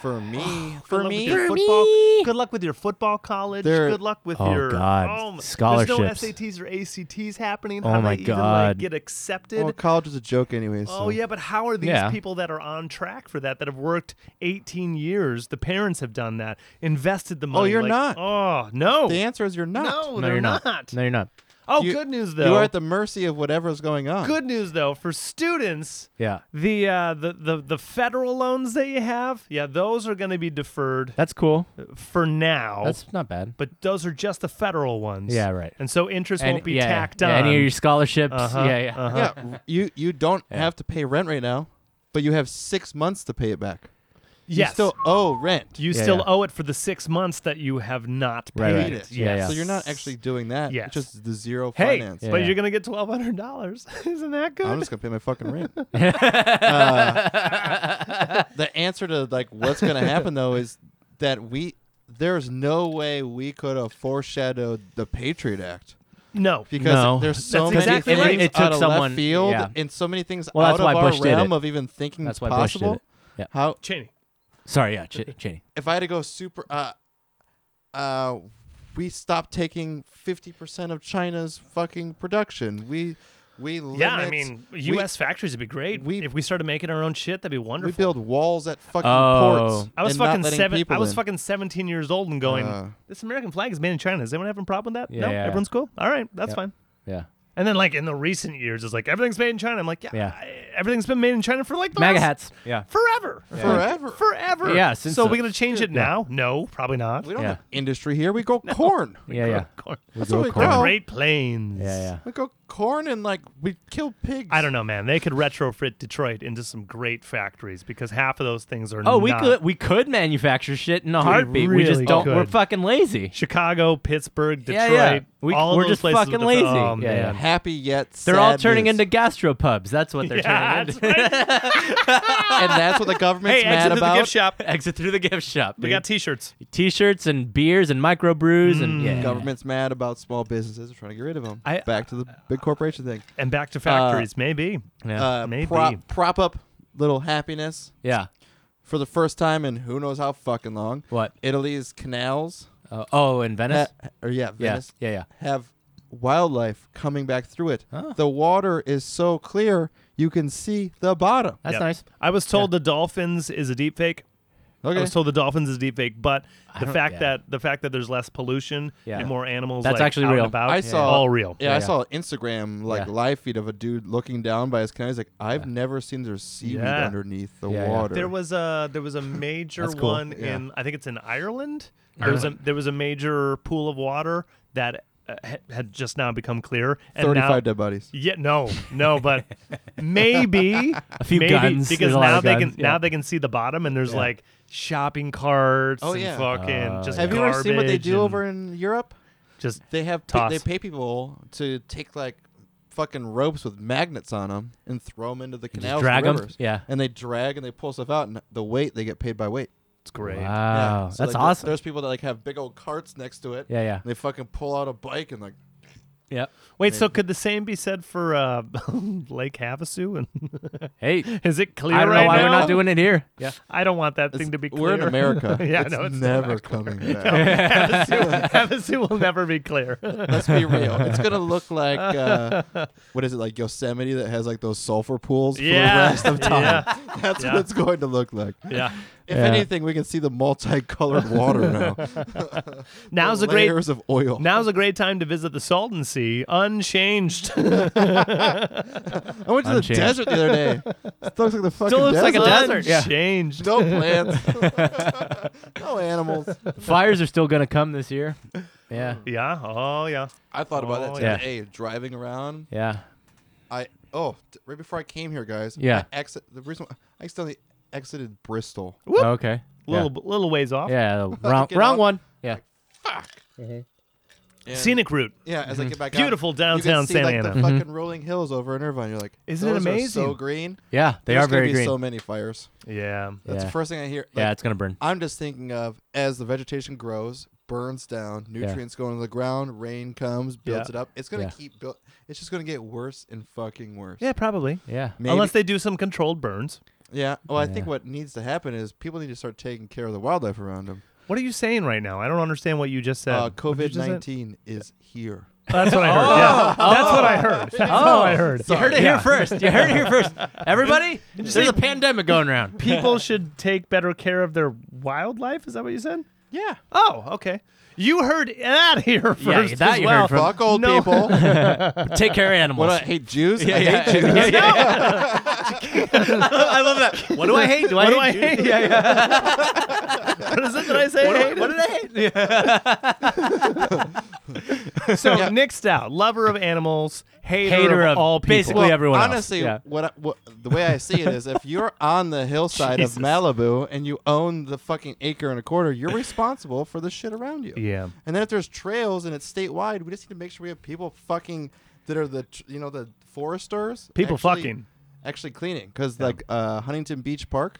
[SPEAKER 3] for me, for
[SPEAKER 1] luck
[SPEAKER 3] me,
[SPEAKER 1] with your
[SPEAKER 3] football.
[SPEAKER 1] Good luck with your football college.
[SPEAKER 3] There-
[SPEAKER 1] Good luck with
[SPEAKER 2] Oh,
[SPEAKER 1] your
[SPEAKER 2] God.
[SPEAKER 1] Oh, my-
[SPEAKER 2] Scholarships.
[SPEAKER 1] There's no SATs or ACTs happening.
[SPEAKER 2] Oh,
[SPEAKER 1] How
[SPEAKER 2] my
[SPEAKER 1] they Even, like,
[SPEAKER 2] God. Oh,
[SPEAKER 1] get accepted.
[SPEAKER 3] Well, college is a joke anyway. So.
[SPEAKER 1] Oh yeah, but how are these
[SPEAKER 2] Yeah.
[SPEAKER 1] people that are on track for that that have worked 18 years? The parents have done that, invested the money.
[SPEAKER 3] you're
[SPEAKER 1] like,
[SPEAKER 3] not.
[SPEAKER 1] Oh no,
[SPEAKER 3] The answer is you're not.
[SPEAKER 1] no,
[SPEAKER 2] No,
[SPEAKER 1] they're
[SPEAKER 2] you're not. No, you're not.
[SPEAKER 1] Oh,
[SPEAKER 3] You-
[SPEAKER 1] good news though.
[SPEAKER 3] You are at the mercy of whatever is going on.
[SPEAKER 1] Good news though for students,
[SPEAKER 2] Yeah.
[SPEAKER 1] the uh, the, the the federal loans that you have, yeah, those are going to be deferred
[SPEAKER 2] That's cool.
[SPEAKER 1] for now.
[SPEAKER 2] That's not bad.
[SPEAKER 1] but those are just the federal ones.
[SPEAKER 2] Yeah, right.
[SPEAKER 1] And so interest won't be
[SPEAKER 2] yeah,
[SPEAKER 1] tacked
[SPEAKER 2] yeah,
[SPEAKER 1] on.
[SPEAKER 2] Any of your scholarships.
[SPEAKER 1] Uh-huh,
[SPEAKER 2] yeah, yeah.
[SPEAKER 1] uh-huh.
[SPEAKER 3] Yeah. r- You you don't have to pay rent right now, but you have six months to pay it back.
[SPEAKER 1] Yes.
[SPEAKER 3] You still owe rent.
[SPEAKER 1] You
[SPEAKER 2] Yeah,
[SPEAKER 1] still
[SPEAKER 2] yeah.
[SPEAKER 1] owe it for the six months that you have not paid
[SPEAKER 2] Right,
[SPEAKER 3] right.
[SPEAKER 1] it.
[SPEAKER 2] Yeah, yeah.
[SPEAKER 3] So you're not actually doing that.
[SPEAKER 1] Yes.
[SPEAKER 3] It's just the zero
[SPEAKER 1] Hey,
[SPEAKER 3] finance.
[SPEAKER 1] but
[SPEAKER 2] Yeah.
[SPEAKER 1] you're gonna get twelve hundred dollars. [LAUGHS] Isn't that good?
[SPEAKER 3] I'm just gonna pay my fucking
[SPEAKER 2] [LAUGHS]
[SPEAKER 3] [LAUGHS] rent. Uh, the answer to like what's gonna happen though is that we there's no way we could have foreshadowed the Patriot Act
[SPEAKER 1] no.
[SPEAKER 3] because
[SPEAKER 2] No.
[SPEAKER 3] there's so
[SPEAKER 1] That's
[SPEAKER 3] many
[SPEAKER 1] exactly
[SPEAKER 3] things
[SPEAKER 1] right.
[SPEAKER 2] It took
[SPEAKER 3] out of
[SPEAKER 2] someone-
[SPEAKER 3] left field
[SPEAKER 2] yeah.
[SPEAKER 3] and so many things
[SPEAKER 2] Well,
[SPEAKER 3] out
[SPEAKER 2] that's
[SPEAKER 3] of
[SPEAKER 2] why
[SPEAKER 3] our
[SPEAKER 2] Bush did
[SPEAKER 3] realm
[SPEAKER 2] it.
[SPEAKER 3] of even thinking
[SPEAKER 2] That's why Bush did
[SPEAKER 3] possible.
[SPEAKER 2] it. Yeah.
[SPEAKER 3] How
[SPEAKER 1] Cheney.
[SPEAKER 2] Sorry, yeah, Ch- Cheney.
[SPEAKER 3] if I had to go super uh uh we stopped taking 50% of China's fucking production. We we
[SPEAKER 1] Yeah, I
[SPEAKER 3] limit-
[SPEAKER 1] mean,
[SPEAKER 3] we-
[SPEAKER 1] U.S. factories would be great.
[SPEAKER 3] we-
[SPEAKER 1] if we started making our own shit, that'd be
[SPEAKER 3] We
[SPEAKER 1] wonderful.
[SPEAKER 3] build walls at fucking
[SPEAKER 2] Oh.
[SPEAKER 3] ports.
[SPEAKER 1] I was
[SPEAKER 3] and not
[SPEAKER 1] fucking
[SPEAKER 3] letting
[SPEAKER 1] seven.
[SPEAKER 3] people
[SPEAKER 1] I was
[SPEAKER 3] in.
[SPEAKER 1] fucking seventeen years old and going.
[SPEAKER 3] Uh.
[SPEAKER 1] this American flag is made in China. Is anyone having a problem with that?
[SPEAKER 2] Yeah,
[SPEAKER 1] no,
[SPEAKER 2] yeah,
[SPEAKER 1] everyone's cool. All right, that's
[SPEAKER 2] Yeah.
[SPEAKER 1] fine.
[SPEAKER 2] Yeah.
[SPEAKER 1] And then like in the recent years, it's like everything's made in China. I'm like, yeah,
[SPEAKER 2] Yeah.
[SPEAKER 1] I- everything's been made in China for like the
[SPEAKER 2] MAGA
[SPEAKER 1] last-
[SPEAKER 2] hats. Yeah.
[SPEAKER 1] forever.
[SPEAKER 3] Forever.
[SPEAKER 1] Forever.
[SPEAKER 2] Yeah, since
[SPEAKER 1] So
[SPEAKER 2] the-
[SPEAKER 1] we gonna change it now? No, probably not.
[SPEAKER 3] We don't
[SPEAKER 2] Yeah.
[SPEAKER 3] have industry here. We grow corn.
[SPEAKER 1] We
[SPEAKER 2] Yeah,
[SPEAKER 1] grow
[SPEAKER 2] yeah.
[SPEAKER 1] corn.
[SPEAKER 3] That's
[SPEAKER 2] grow
[SPEAKER 3] what we
[SPEAKER 2] corn.
[SPEAKER 3] grow.
[SPEAKER 1] Great Plains.
[SPEAKER 2] Yeah, yeah.
[SPEAKER 3] We grow corn and like we kill pigs.
[SPEAKER 1] I don't know, man. They could retrofit Detroit into some great factories because half of those things are
[SPEAKER 2] Oh, we
[SPEAKER 1] not-
[SPEAKER 2] could we could manufacture shit in a heartbeat. we just
[SPEAKER 1] really
[SPEAKER 2] don't. We're
[SPEAKER 1] could.
[SPEAKER 2] fucking lazy.
[SPEAKER 1] Chicago, Pittsburgh,
[SPEAKER 2] Yeah,
[SPEAKER 1] Detroit.
[SPEAKER 2] yeah. We-
[SPEAKER 1] all of
[SPEAKER 2] we're
[SPEAKER 1] those
[SPEAKER 2] just
[SPEAKER 1] places
[SPEAKER 2] fucking
[SPEAKER 1] with the-
[SPEAKER 2] lazy.
[SPEAKER 1] Oh,
[SPEAKER 2] Yeah, yeah.
[SPEAKER 1] man.
[SPEAKER 3] Happy yet sad.
[SPEAKER 2] They're all turning into gastropubs. That's what they're
[SPEAKER 1] Yeah, [LAUGHS] that's
[SPEAKER 2] turning into.
[SPEAKER 1] right.
[SPEAKER 3] and
[SPEAKER 1] [LAUGHS]
[SPEAKER 3] that's what the government's
[SPEAKER 1] hey,
[SPEAKER 3] mad
[SPEAKER 1] exit to the
[SPEAKER 3] about.
[SPEAKER 1] gift shop.
[SPEAKER 2] [LAUGHS] Exit through the gift shop.
[SPEAKER 1] We
[SPEAKER 2] dude.
[SPEAKER 1] got Mm. T-shirts.
[SPEAKER 2] t-shirts and beers and microbrews and yeah.
[SPEAKER 3] Government's mad about small businesses. They're trying to get rid of them.
[SPEAKER 1] I-
[SPEAKER 3] Back to the big corporation thing.
[SPEAKER 1] And back to factories, maybe.
[SPEAKER 2] Yeah.
[SPEAKER 3] Uh,
[SPEAKER 1] Maybe.
[SPEAKER 3] Prop, prop up little happiness
[SPEAKER 2] yeah.
[SPEAKER 3] for the first time in who knows how fucking long.
[SPEAKER 2] What?
[SPEAKER 3] Italy's canals,
[SPEAKER 2] Uh, oh, in Venice.
[SPEAKER 3] ha- or yeah,
[SPEAKER 2] yeah.
[SPEAKER 3] Venice,
[SPEAKER 2] Yeah. Yeah.
[SPEAKER 3] have wildlife coming back through it.
[SPEAKER 2] Huh.
[SPEAKER 3] The water is so clear you can see the bottom.
[SPEAKER 2] That's
[SPEAKER 1] Yep.
[SPEAKER 2] nice.
[SPEAKER 1] I was told the dolphins is a deep fake. I
[SPEAKER 3] Okay.
[SPEAKER 1] was told the dolphins is a deep fake, but the
[SPEAKER 2] don't-
[SPEAKER 1] fact
[SPEAKER 2] yeah.
[SPEAKER 1] that the fact that there's less pollution
[SPEAKER 2] Yeah.
[SPEAKER 1] and more animals
[SPEAKER 2] That's
[SPEAKER 1] like,
[SPEAKER 2] actually
[SPEAKER 1] out and
[SPEAKER 2] real.
[SPEAKER 1] about,
[SPEAKER 3] I saw-
[SPEAKER 1] all real.
[SPEAKER 3] yeah,
[SPEAKER 2] Yeah,
[SPEAKER 3] I
[SPEAKER 2] yeah.
[SPEAKER 3] saw an Instagram like
[SPEAKER 2] Yeah.
[SPEAKER 3] live feed of a dude looking down by his canal. He's like, I've never seen there's seaweed
[SPEAKER 1] Yeah.
[SPEAKER 3] underneath the
[SPEAKER 2] Yeah, yeah.
[SPEAKER 3] water.
[SPEAKER 1] There was a there was a major
[SPEAKER 2] That's cool.
[SPEAKER 1] one
[SPEAKER 3] Yeah.
[SPEAKER 1] in I think it's in Ireland. There was a there was a major pool of water that uh, ha- had just now become clear and
[SPEAKER 3] thirty-five
[SPEAKER 1] now
[SPEAKER 3] dead bodies.
[SPEAKER 1] yeah, no, no, but maybe a
[SPEAKER 2] few
[SPEAKER 1] maybe,
[SPEAKER 2] guns.
[SPEAKER 1] because
[SPEAKER 2] There's a lot
[SPEAKER 1] now
[SPEAKER 2] of
[SPEAKER 1] they
[SPEAKER 2] guns,
[SPEAKER 1] can
[SPEAKER 2] yeah.
[SPEAKER 1] now they can see the bottom and there's like shopping carts
[SPEAKER 3] Oh,
[SPEAKER 1] and
[SPEAKER 3] yeah.
[SPEAKER 1] fucking
[SPEAKER 2] Oh,
[SPEAKER 1] just
[SPEAKER 2] yeah.
[SPEAKER 3] Have you ever seen what they
[SPEAKER 1] garbage
[SPEAKER 3] do
[SPEAKER 1] and
[SPEAKER 3] over in Europe?
[SPEAKER 1] just
[SPEAKER 3] They have
[SPEAKER 1] Toss.
[SPEAKER 3] they pay people to take like fucking ropes with magnets on them and throw them into the
[SPEAKER 2] just
[SPEAKER 3] canals, and
[SPEAKER 2] drag 'em?
[SPEAKER 3] rivers.
[SPEAKER 2] Yeah.
[SPEAKER 3] and they drag and they pull stuff out, and the weight they get paid by weight.
[SPEAKER 1] it's great.
[SPEAKER 2] Wow.
[SPEAKER 3] Yeah. So,
[SPEAKER 2] That's
[SPEAKER 3] like, there-
[SPEAKER 2] awesome.
[SPEAKER 3] There's people that like have big old carts next to it.
[SPEAKER 2] yeah.
[SPEAKER 3] and they fucking pull out a bike and like
[SPEAKER 2] Yeah.
[SPEAKER 1] Wait, so could the same be said for uh, [LAUGHS] Lake Havasu? And [LAUGHS]
[SPEAKER 2] Yeah. Hey.
[SPEAKER 1] is it clear
[SPEAKER 2] I don't know
[SPEAKER 1] right
[SPEAKER 2] why
[SPEAKER 1] now?
[SPEAKER 2] we're not doing it here. Yeah.
[SPEAKER 1] I don't want that thing to be clear. Oh,
[SPEAKER 3] we're
[SPEAKER 1] [LAUGHS]
[SPEAKER 3] in America.
[SPEAKER 1] yeah,
[SPEAKER 3] it's
[SPEAKER 1] no, it's
[SPEAKER 3] never
[SPEAKER 1] not clear.
[SPEAKER 3] coming
[SPEAKER 1] [LAUGHS] No,
[SPEAKER 3] back. [LAUGHS]
[SPEAKER 1] Havasu, [LAUGHS] Havasu will never be clear.
[SPEAKER 3] Let's be real. It's
[SPEAKER 1] [LAUGHS]
[SPEAKER 3] gonna look like uh, what is it like Yosemite that has like those sulfur
[SPEAKER 1] [LAUGHS]
[SPEAKER 3] pools
[SPEAKER 1] Yeah.
[SPEAKER 3] for the rest of time.
[SPEAKER 1] Yeah.
[SPEAKER 3] That's
[SPEAKER 1] Yeah.
[SPEAKER 3] what it's going to look like. [LAUGHS]
[SPEAKER 1] yeah.
[SPEAKER 3] If
[SPEAKER 2] Yeah.
[SPEAKER 3] anything, we can see the
[SPEAKER 1] [LAUGHS]
[SPEAKER 3] multicolored water now.
[SPEAKER 1] Now's
[SPEAKER 3] the
[SPEAKER 1] a great
[SPEAKER 3] layers of oil.
[SPEAKER 1] now's a great time to visit the Salton Sea unchanged.
[SPEAKER 3] I went to the
[SPEAKER 2] Unchanged.
[SPEAKER 3] desert the
[SPEAKER 1] [LAUGHS]
[SPEAKER 3] other day. Still looks like the fucking
[SPEAKER 2] Still looks like
[SPEAKER 3] desert.
[SPEAKER 2] a desert, yeah.
[SPEAKER 1] Unchanged.
[SPEAKER 3] No plants.
[SPEAKER 1] [LAUGHS]
[SPEAKER 3] [LAUGHS] no animals.
[SPEAKER 2] Fires are still gonna come this
[SPEAKER 3] [LAUGHS]
[SPEAKER 2] year. Yeah.
[SPEAKER 1] Yeah. Oh, yeah.
[SPEAKER 3] I thought about
[SPEAKER 1] Oh,
[SPEAKER 3] that
[SPEAKER 2] yeah.
[SPEAKER 3] today, driving around.
[SPEAKER 2] Yeah.
[SPEAKER 3] I oh, t- right before I came here, guys.
[SPEAKER 2] Yeah.
[SPEAKER 3] I exit the reason why- I accidentally exited Bristol.
[SPEAKER 1] Whoop.
[SPEAKER 2] Okay.
[SPEAKER 1] Little little ways off.
[SPEAKER 2] Yeah.
[SPEAKER 3] [LAUGHS]
[SPEAKER 2] yeah. Wrong.
[SPEAKER 3] Get
[SPEAKER 2] Wrong
[SPEAKER 3] off.
[SPEAKER 2] one. Yeah.
[SPEAKER 1] Mm-hmm.
[SPEAKER 3] And-
[SPEAKER 1] Scenic route.
[SPEAKER 3] Yeah, as I get back,
[SPEAKER 1] Beautiful
[SPEAKER 3] out,
[SPEAKER 1] downtown
[SPEAKER 3] you can see,
[SPEAKER 1] Santa
[SPEAKER 3] like,
[SPEAKER 1] Ana. Mm-hmm.
[SPEAKER 3] The fucking rolling hills over in Irvine. You're like,
[SPEAKER 1] Isn't it
[SPEAKER 3] "Those are so
[SPEAKER 1] amazing?"
[SPEAKER 3] green.
[SPEAKER 2] Yeah. They
[SPEAKER 3] There's
[SPEAKER 2] are very
[SPEAKER 3] gonna be
[SPEAKER 2] green.
[SPEAKER 3] So many fires.
[SPEAKER 1] Yeah.
[SPEAKER 3] That's
[SPEAKER 2] Yeah.
[SPEAKER 3] the first thing I hear.
[SPEAKER 2] yeah.
[SPEAKER 3] Like,
[SPEAKER 2] It's gonna burn.
[SPEAKER 3] I'm just thinking of as the vegetation grows, burns down, nutrients go into the ground, rain comes, builds
[SPEAKER 1] Yeah.
[SPEAKER 3] it up. It's gonna
[SPEAKER 2] Yeah.
[SPEAKER 3] keep built. It's just gonna get worse and fucking worse.
[SPEAKER 1] Yeah, probably.
[SPEAKER 2] Yeah.
[SPEAKER 3] [LAUGHS]
[SPEAKER 2] [LAUGHS]
[SPEAKER 3] Maybe-
[SPEAKER 1] Unless they do some controlled burns.
[SPEAKER 3] yeah. Well, I
[SPEAKER 2] Yeah.
[SPEAKER 3] think what needs to happen is people need to start taking care of the wildlife around them.
[SPEAKER 1] What are you saying right now? I don't understand what you just said.
[SPEAKER 3] Uh,
[SPEAKER 1] What did you
[SPEAKER 3] COVID
[SPEAKER 1] just say?
[SPEAKER 3] nineteen is here.
[SPEAKER 1] That's what I heard.
[SPEAKER 2] [LAUGHS]
[SPEAKER 1] Yeah. That's what I heard. That's
[SPEAKER 2] Oh.
[SPEAKER 1] what I heard.
[SPEAKER 2] You heard it
[SPEAKER 1] Yeah.
[SPEAKER 2] here first. You heard it
[SPEAKER 3] [LAUGHS]
[SPEAKER 2] here first. Everybody, there's a pandemic going around.
[SPEAKER 1] People should take better care of their wildlife. Is that what you said?
[SPEAKER 3] Yeah.
[SPEAKER 1] Oh, okay. You heard that here first.
[SPEAKER 2] Yeah, that
[SPEAKER 1] as
[SPEAKER 2] you
[SPEAKER 1] well.
[SPEAKER 2] heard from-
[SPEAKER 3] Fuck old
[SPEAKER 1] No.
[SPEAKER 3] people.
[SPEAKER 1] [LAUGHS]
[SPEAKER 2] Take care of
[SPEAKER 3] [LAUGHS]
[SPEAKER 2] animals.
[SPEAKER 3] what do I hate Jews?
[SPEAKER 2] yeah,
[SPEAKER 3] I
[SPEAKER 2] yeah,
[SPEAKER 3] hate Jews.
[SPEAKER 2] yeah, yeah.
[SPEAKER 3] [LAUGHS]
[SPEAKER 2] I love that. What do I hate? Do I
[SPEAKER 1] What do I
[SPEAKER 2] hate?
[SPEAKER 1] hate?
[SPEAKER 2] you?
[SPEAKER 1] Yeah, [LAUGHS] what is it that I say?
[SPEAKER 2] What, do I-
[SPEAKER 1] hated?
[SPEAKER 2] what did I hate?
[SPEAKER 1] [LAUGHS]
[SPEAKER 2] [LAUGHS]
[SPEAKER 1] So
[SPEAKER 3] Yeah.
[SPEAKER 1] Nick's out. Lover of animals, hater,
[SPEAKER 2] Hater
[SPEAKER 1] of,
[SPEAKER 2] of
[SPEAKER 1] all people.
[SPEAKER 2] basically every- everyone else.
[SPEAKER 3] honestly,
[SPEAKER 2] Yeah.
[SPEAKER 3] what, I, what the way I see it is, if you're on the hillside of
[SPEAKER 1] [LAUGHS] Jesus.
[SPEAKER 3] Malibu and you own the fucking acre and a quarter,
[SPEAKER 1] [LAUGHS]
[SPEAKER 3] you're responsible for the shit around you.
[SPEAKER 1] yeah.
[SPEAKER 3] And then if there's trails and it's statewide, we just need to make sure we have people fucking that are the tr- you know the foresters
[SPEAKER 1] People
[SPEAKER 3] actually-
[SPEAKER 1] fucking.
[SPEAKER 3] actually cleaning because like uh, Huntington Beach Park.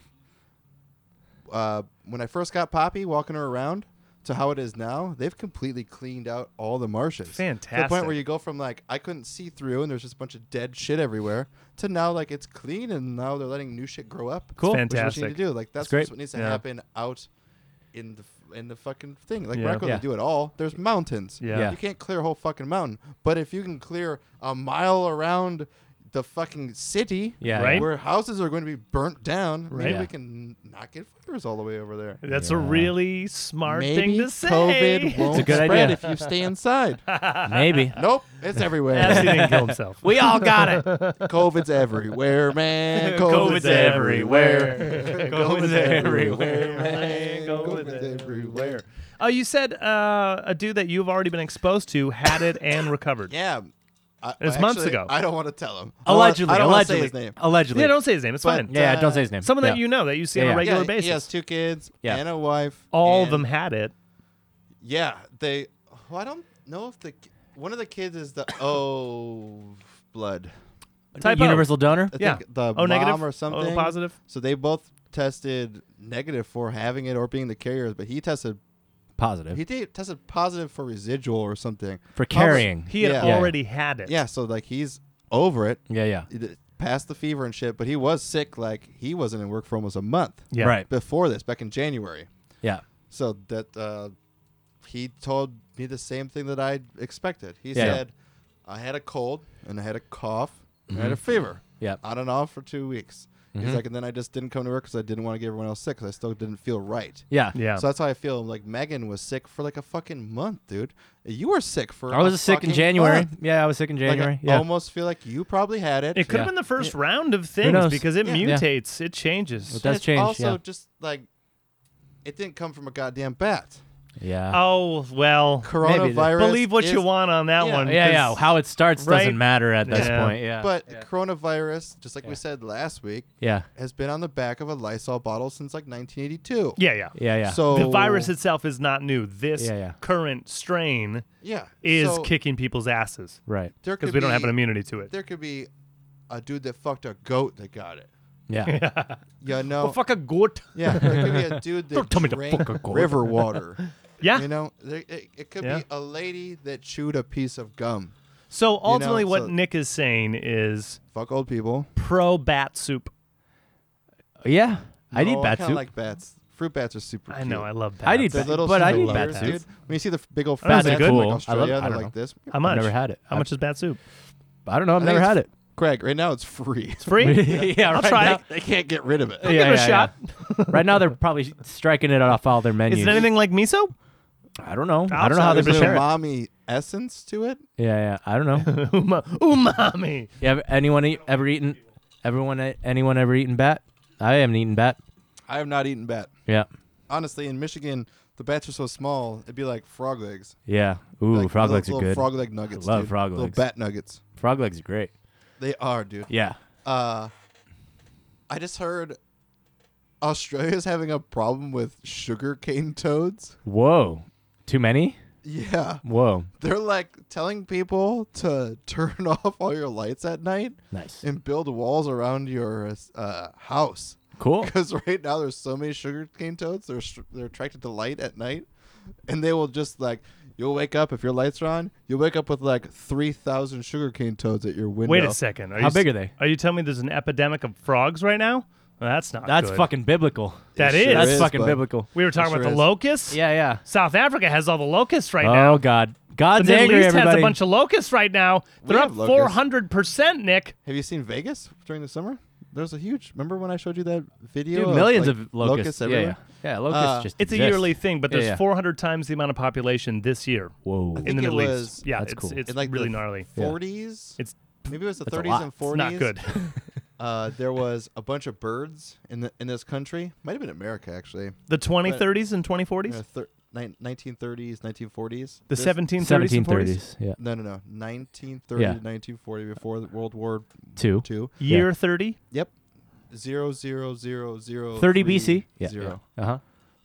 [SPEAKER 3] Uh, when I first got Poppy walking her around to how it is now, they've completely cleaned out all the marshes. To the point
[SPEAKER 1] Fantastic.
[SPEAKER 3] where you go from like I couldn't see through and there's just a bunch of dead shit everywhere to now like it's clean and now they're letting new shit grow up.
[SPEAKER 2] Cool.
[SPEAKER 3] Which is what you need
[SPEAKER 1] Fantastic.
[SPEAKER 3] to do. Like that's,
[SPEAKER 2] great.
[SPEAKER 3] what needs to
[SPEAKER 1] Yeah.
[SPEAKER 3] happen out in the f- in the fucking thing. Like
[SPEAKER 1] Yeah.
[SPEAKER 3] we're not going
[SPEAKER 2] Yeah.
[SPEAKER 3] to do it all. There's mountains.
[SPEAKER 1] Yeah.
[SPEAKER 2] Yeah.
[SPEAKER 3] You can't clear a whole fucking mountain, but if you can clear a mile around the fucking city.
[SPEAKER 2] Yeah.
[SPEAKER 1] Right?
[SPEAKER 3] Where houses are going to be burnt down. Maybe
[SPEAKER 2] Right.
[SPEAKER 3] we can not get fires all the way over there.
[SPEAKER 1] That's a
[SPEAKER 2] Yeah.
[SPEAKER 1] really smart thing
[SPEAKER 3] Maybe
[SPEAKER 1] to say. [LAUGHS]
[SPEAKER 3] COVID won't
[SPEAKER 2] good
[SPEAKER 3] spread
[SPEAKER 2] idea.
[SPEAKER 3] if you stay inside.
[SPEAKER 2] Maybe.
[SPEAKER 3] nope, it's
[SPEAKER 1] Ashley
[SPEAKER 3] everywhere.
[SPEAKER 1] didn't kill himself.
[SPEAKER 3] [LAUGHS]
[SPEAKER 2] We all
[SPEAKER 1] [LAUGHS]
[SPEAKER 2] got it.
[SPEAKER 3] COVID's everywhere, man. COVID's,
[SPEAKER 1] COVID's everywhere. [LAUGHS]
[SPEAKER 3] everywhere. [LAUGHS]
[SPEAKER 1] COVID's
[SPEAKER 2] everywhere,
[SPEAKER 1] man. COVID's
[SPEAKER 3] COVID's everywhere.
[SPEAKER 1] Oh, you said uh, a dude that you've already been exposed to had it and recovered.
[SPEAKER 3] Yeah. I,
[SPEAKER 1] It was months ago.
[SPEAKER 3] I don't want to tell him. I don't wanna-
[SPEAKER 2] Allegedly.
[SPEAKER 3] I don't wanna
[SPEAKER 2] allegedly.
[SPEAKER 3] say his name.
[SPEAKER 2] Allegedly.
[SPEAKER 1] Yeah, don't say his name. It's
[SPEAKER 3] But-
[SPEAKER 1] fine.
[SPEAKER 2] Yeah,
[SPEAKER 3] Uh,
[SPEAKER 2] don't say his name.
[SPEAKER 1] Someone that
[SPEAKER 2] Yeah.
[SPEAKER 1] you know that you see
[SPEAKER 2] Yeah,
[SPEAKER 1] on
[SPEAKER 2] yeah.
[SPEAKER 1] a regular
[SPEAKER 3] yeah,
[SPEAKER 1] basis.
[SPEAKER 3] He has two kids
[SPEAKER 2] Yeah.
[SPEAKER 3] and a wife.
[SPEAKER 1] All of
[SPEAKER 3] and-
[SPEAKER 1] them had it.
[SPEAKER 3] Yeah, they. Well, I don't know if the ki- one of the kids
[SPEAKER 1] [COUGHS]
[SPEAKER 3] is the O blood.
[SPEAKER 1] Type O.
[SPEAKER 2] universal donor.
[SPEAKER 3] I
[SPEAKER 1] Yeah.
[SPEAKER 3] think the
[SPEAKER 1] O
[SPEAKER 3] mom
[SPEAKER 1] negative
[SPEAKER 3] or something.
[SPEAKER 1] O positive.
[SPEAKER 3] So they both tested negative for having it or being the carriers, but he tested
[SPEAKER 2] Positive
[SPEAKER 3] he did, tested positive for residual or something.
[SPEAKER 2] for carrying.
[SPEAKER 1] He had
[SPEAKER 3] Yeah.
[SPEAKER 2] Yeah.
[SPEAKER 1] already had it.
[SPEAKER 3] Yeah, so like he's over it,
[SPEAKER 2] yeah, yeah,
[SPEAKER 3] it- past the fever and shit, but he was sick. Like he wasn't in work for almost a month
[SPEAKER 1] Yeah.
[SPEAKER 2] Right.
[SPEAKER 3] before this, back in January.
[SPEAKER 2] Yeah.
[SPEAKER 3] So that uh, he told me the same thing that I expected. He
[SPEAKER 2] Yeah.
[SPEAKER 3] said, "I had a cold and I had a cough and I had a
[SPEAKER 2] Mm-hmm.
[SPEAKER 3] fever.
[SPEAKER 2] Yep.
[SPEAKER 3] on and off for two weeks."
[SPEAKER 2] Mm-hmm.
[SPEAKER 3] He's like, and then I just didn't come to work because I didn't want to get everyone else sick because I still didn't feel right.
[SPEAKER 2] Yeah.
[SPEAKER 1] Yeah.
[SPEAKER 3] So that's how I feel. Like Megan was sick for like a fucking month, dude. You were sick for.
[SPEAKER 2] I
[SPEAKER 3] a
[SPEAKER 2] was sick in
[SPEAKER 3] fucking
[SPEAKER 2] January.
[SPEAKER 3] month.
[SPEAKER 2] Yeah, I was sick in
[SPEAKER 3] Like, I
[SPEAKER 2] January. yeah.
[SPEAKER 3] almost feel like you probably had it.
[SPEAKER 1] it could
[SPEAKER 2] Yeah.
[SPEAKER 1] have been the first round of things
[SPEAKER 2] knows?
[SPEAKER 1] because it
[SPEAKER 3] Yeah.
[SPEAKER 2] Yeah.
[SPEAKER 1] mutates, it changes.
[SPEAKER 2] It does
[SPEAKER 3] it's
[SPEAKER 2] change.
[SPEAKER 3] Also,
[SPEAKER 2] yeah.
[SPEAKER 3] just like it didn't come from a goddamn bat.
[SPEAKER 2] Yeah.
[SPEAKER 1] Oh well,
[SPEAKER 2] Maybe the-
[SPEAKER 3] Coronavirus.
[SPEAKER 1] believe what you
[SPEAKER 3] is-
[SPEAKER 1] want on that
[SPEAKER 3] Yeah.
[SPEAKER 1] one.
[SPEAKER 2] yeah, yeah.
[SPEAKER 1] 'cause-
[SPEAKER 2] How it starts
[SPEAKER 1] Right?
[SPEAKER 2] doesn't matter at this
[SPEAKER 1] Yeah.
[SPEAKER 2] point. Yeah.
[SPEAKER 3] But
[SPEAKER 2] yeah.
[SPEAKER 3] coronavirus, just like we said last week,
[SPEAKER 2] yeah,
[SPEAKER 3] has been on the back of a Lysol bottle since like 1982.
[SPEAKER 1] yeah, yeah.
[SPEAKER 2] yeah, yeah.
[SPEAKER 3] So
[SPEAKER 1] The virus itself is not new. This
[SPEAKER 2] Yeah, yeah.
[SPEAKER 1] current strain
[SPEAKER 3] yeah
[SPEAKER 1] is
[SPEAKER 3] so
[SPEAKER 1] kicking people's asses
[SPEAKER 2] right.
[SPEAKER 3] there
[SPEAKER 1] because
[SPEAKER 3] could
[SPEAKER 1] we don't
[SPEAKER 3] be-
[SPEAKER 1] have an immunity to it.
[SPEAKER 3] There could be a dude that fucked a goat that got it.
[SPEAKER 2] Yeah.
[SPEAKER 3] Yeah, no.
[SPEAKER 1] Well, fuck a goat.
[SPEAKER 3] Yeah, there
[SPEAKER 2] [LAUGHS]
[SPEAKER 3] could be a dude that
[SPEAKER 2] Don't tell me to
[SPEAKER 3] drank
[SPEAKER 2] fuck a goat.
[SPEAKER 3] river water.
[SPEAKER 2] [LAUGHS]
[SPEAKER 1] Yeah.
[SPEAKER 3] You know, there, it, it could
[SPEAKER 1] Yeah.
[SPEAKER 3] be a lady that chewed a piece of gum.
[SPEAKER 1] So ultimately, what
[SPEAKER 3] so-
[SPEAKER 1] Nick is saying is
[SPEAKER 3] Fuck old people.
[SPEAKER 1] pro bat soup.
[SPEAKER 2] yeah. I'd eat
[SPEAKER 3] No,
[SPEAKER 2] bat
[SPEAKER 3] kinda
[SPEAKER 2] soup.
[SPEAKER 3] like bats. Fruit bats are super.
[SPEAKER 1] I know,
[SPEAKER 3] cute.
[SPEAKER 1] I love that.
[SPEAKER 2] I'd eat
[SPEAKER 3] They're
[SPEAKER 2] bat-
[SPEAKER 3] little
[SPEAKER 2] but I'd eat
[SPEAKER 3] single-layers,
[SPEAKER 2] bat
[SPEAKER 3] dude.
[SPEAKER 2] soup. Oh,
[SPEAKER 3] When you see the f- big old
[SPEAKER 1] I don't
[SPEAKER 3] fat
[SPEAKER 1] think
[SPEAKER 3] bats
[SPEAKER 1] it's
[SPEAKER 3] in,
[SPEAKER 2] cool. I
[SPEAKER 3] like
[SPEAKER 2] love-
[SPEAKER 3] Australia,
[SPEAKER 2] I
[SPEAKER 3] they're
[SPEAKER 2] don't
[SPEAKER 3] like this.
[SPEAKER 1] How much?
[SPEAKER 2] I've never had it.
[SPEAKER 1] How
[SPEAKER 2] I've-
[SPEAKER 1] much is bat soup?
[SPEAKER 2] I don't know. I've
[SPEAKER 3] I think
[SPEAKER 2] never
[SPEAKER 3] it's
[SPEAKER 2] had it.
[SPEAKER 3] Greg, right now it's free.
[SPEAKER 1] It's free. [LAUGHS]
[SPEAKER 2] yeah,
[SPEAKER 1] I'll
[SPEAKER 2] right
[SPEAKER 1] try
[SPEAKER 2] now-
[SPEAKER 1] it.
[SPEAKER 3] they can't get rid of it.
[SPEAKER 1] Give
[SPEAKER 2] Yeah,
[SPEAKER 1] it a
[SPEAKER 2] yeah,
[SPEAKER 1] shot.
[SPEAKER 2] Right now, they're probably striking it off all their menus.
[SPEAKER 1] Is it anything like miso? [LAUGHS]
[SPEAKER 2] I don't know. I
[SPEAKER 1] Outside
[SPEAKER 2] don't know how they
[SPEAKER 1] of the
[SPEAKER 2] prepare it.
[SPEAKER 3] umami essence to it.
[SPEAKER 2] Yeah, yeah. I don't know.
[SPEAKER 1] [LAUGHS] Uma- umami.
[SPEAKER 2] You have anyone eat, ever eaten? Everyone, anyone ever eaten bat? I haven't eaten bat.
[SPEAKER 3] I have not eaten bat.
[SPEAKER 2] Yeah,
[SPEAKER 3] Honestly, in Michigan, the bats are so small, it'd be like frog legs.
[SPEAKER 2] yeah. Ooh,
[SPEAKER 3] Like
[SPEAKER 2] frog
[SPEAKER 3] little-
[SPEAKER 2] legs are
[SPEAKER 3] little
[SPEAKER 2] good.
[SPEAKER 3] Frog leg nuggets.
[SPEAKER 2] love
[SPEAKER 3] dude.
[SPEAKER 2] frog legs.
[SPEAKER 3] Little bat nuggets.
[SPEAKER 2] frog legs are great.
[SPEAKER 3] They are, dude.
[SPEAKER 2] Yeah.
[SPEAKER 3] Uh, I just heard Australia's [LAUGHS] having a problem with sugarcane toads.
[SPEAKER 2] Whoa. Too many?
[SPEAKER 3] Yeah. [LAUGHS]
[SPEAKER 2] Whoa.
[SPEAKER 3] They're like telling people to [LAUGHS] turn off all your lights at night
[SPEAKER 2] Nice.
[SPEAKER 3] and build walls around your uh, house.
[SPEAKER 2] Cool.
[SPEAKER 3] Because right now there's so many sugarcane toads, they're str- they're attracted to light at night, and they will just like you'll wake up if your lights are on, you'll wake up with like three thousand sugarcane toads at your window.
[SPEAKER 1] Wait a second. Are
[SPEAKER 2] How
[SPEAKER 1] you
[SPEAKER 2] big
[SPEAKER 1] s-
[SPEAKER 2] are they?
[SPEAKER 1] Are you telling me there's an epidemic of frogs right now? Well, that's not.
[SPEAKER 2] That's
[SPEAKER 1] good.
[SPEAKER 2] fucking biblical.
[SPEAKER 1] That
[SPEAKER 3] It sure
[SPEAKER 2] That's
[SPEAKER 3] is,
[SPEAKER 2] fucking
[SPEAKER 3] bud.
[SPEAKER 2] biblical.
[SPEAKER 1] We were talking
[SPEAKER 3] It
[SPEAKER 1] about
[SPEAKER 3] sure
[SPEAKER 1] the
[SPEAKER 3] is.
[SPEAKER 1] locusts.
[SPEAKER 2] Yeah, yeah.
[SPEAKER 1] South Africa has all the locusts right now.
[SPEAKER 2] Oh God. God's
[SPEAKER 1] The Middle
[SPEAKER 2] angry,
[SPEAKER 1] East
[SPEAKER 2] everybody.
[SPEAKER 1] has a bunch of locusts right now. They're up
[SPEAKER 3] have locusts.
[SPEAKER 1] four hundred percent, Nick.
[SPEAKER 3] Have you seen Vegas during the summer? There's a huge. Remember when I showed you that video?
[SPEAKER 2] Dude,
[SPEAKER 3] of,
[SPEAKER 2] millions
[SPEAKER 3] like,
[SPEAKER 2] of locusts. yeah, yeah.
[SPEAKER 3] everywhere?
[SPEAKER 2] Yeah, locusts
[SPEAKER 3] Uh,
[SPEAKER 2] just
[SPEAKER 1] It's a
[SPEAKER 2] exist.
[SPEAKER 1] yearly thing, but
[SPEAKER 2] Yeah,
[SPEAKER 1] there's
[SPEAKER 2] yeah.
[SPEAKER 1] four hundred times the amount of population this year
[SPEAKER 2] Whoa.
[SPEAKER 1] in
[SPEAKER 3] think
[SPEAKER 1] the
[SPEAKER 3] it
[SPEAKER 1] Middle
[SPEAKER 3] was-
[SPEAKER 1] East. Yeah,
[SPEAKER 2] That's
[SPEAKER 1] it's
[SPEAKER 2] cool.
[SPEAKER 1] it's
[SPEAKER 3] In like
[SPEAKER 1] really
[SPEAKER 3] the
[SPEAKER 1] gnarly.
[SPEAKER 2] Yeah.
[SPEAKER 3] 40s.
[SPEAKER 1] It's
[SPEAKER 3] Maybe it was the
[SPEAKER 2] That's a
[SPEAKER 3] 30s
[SPEAKER 2] lot.
[SPEAKER 3] and
[SPEAKER 2] It's
[SPEAKER 3] 40s.
[SPEAKER 1] it's not
[SPEAKER 3] [LAUGHS]
[SPEAKER 1] good. [LAUGHS]
[SPEAKER 3] Uh, there was a bunch of birds in the in this country. Might have been America actually.
[SPEAKER 1] the 2030s and 2040s,
[SPEAKER 3] Uh, thir- nine- 1930s, 1940s.
[SPEAKER 1] the
[SPEAKER 3] This-
[SPEAKER 1] 1730s, and 40s,
[SPEAKER 2] 1730s. Yeah.
[SPEAKER 3] No, no, no. 1930
[SPEAKER 2] Yeah.
[SPEAKER 3] to 1940 before the World War
[SPEAKER 2] Two.
[SPEAKER 3] Two.
[SPEAKER 2] Yeah.
[SPEAKER 1] year 30.
[SPEAKER 3] Yep. Zero zero zero zero.
[SPEAKER 2] 30
[SPEAKER 3] three,
[SPEAKER 2] BC. Yeah.
[SPEAKER 3] Zero.
[SPEAKER 2] Uh huh.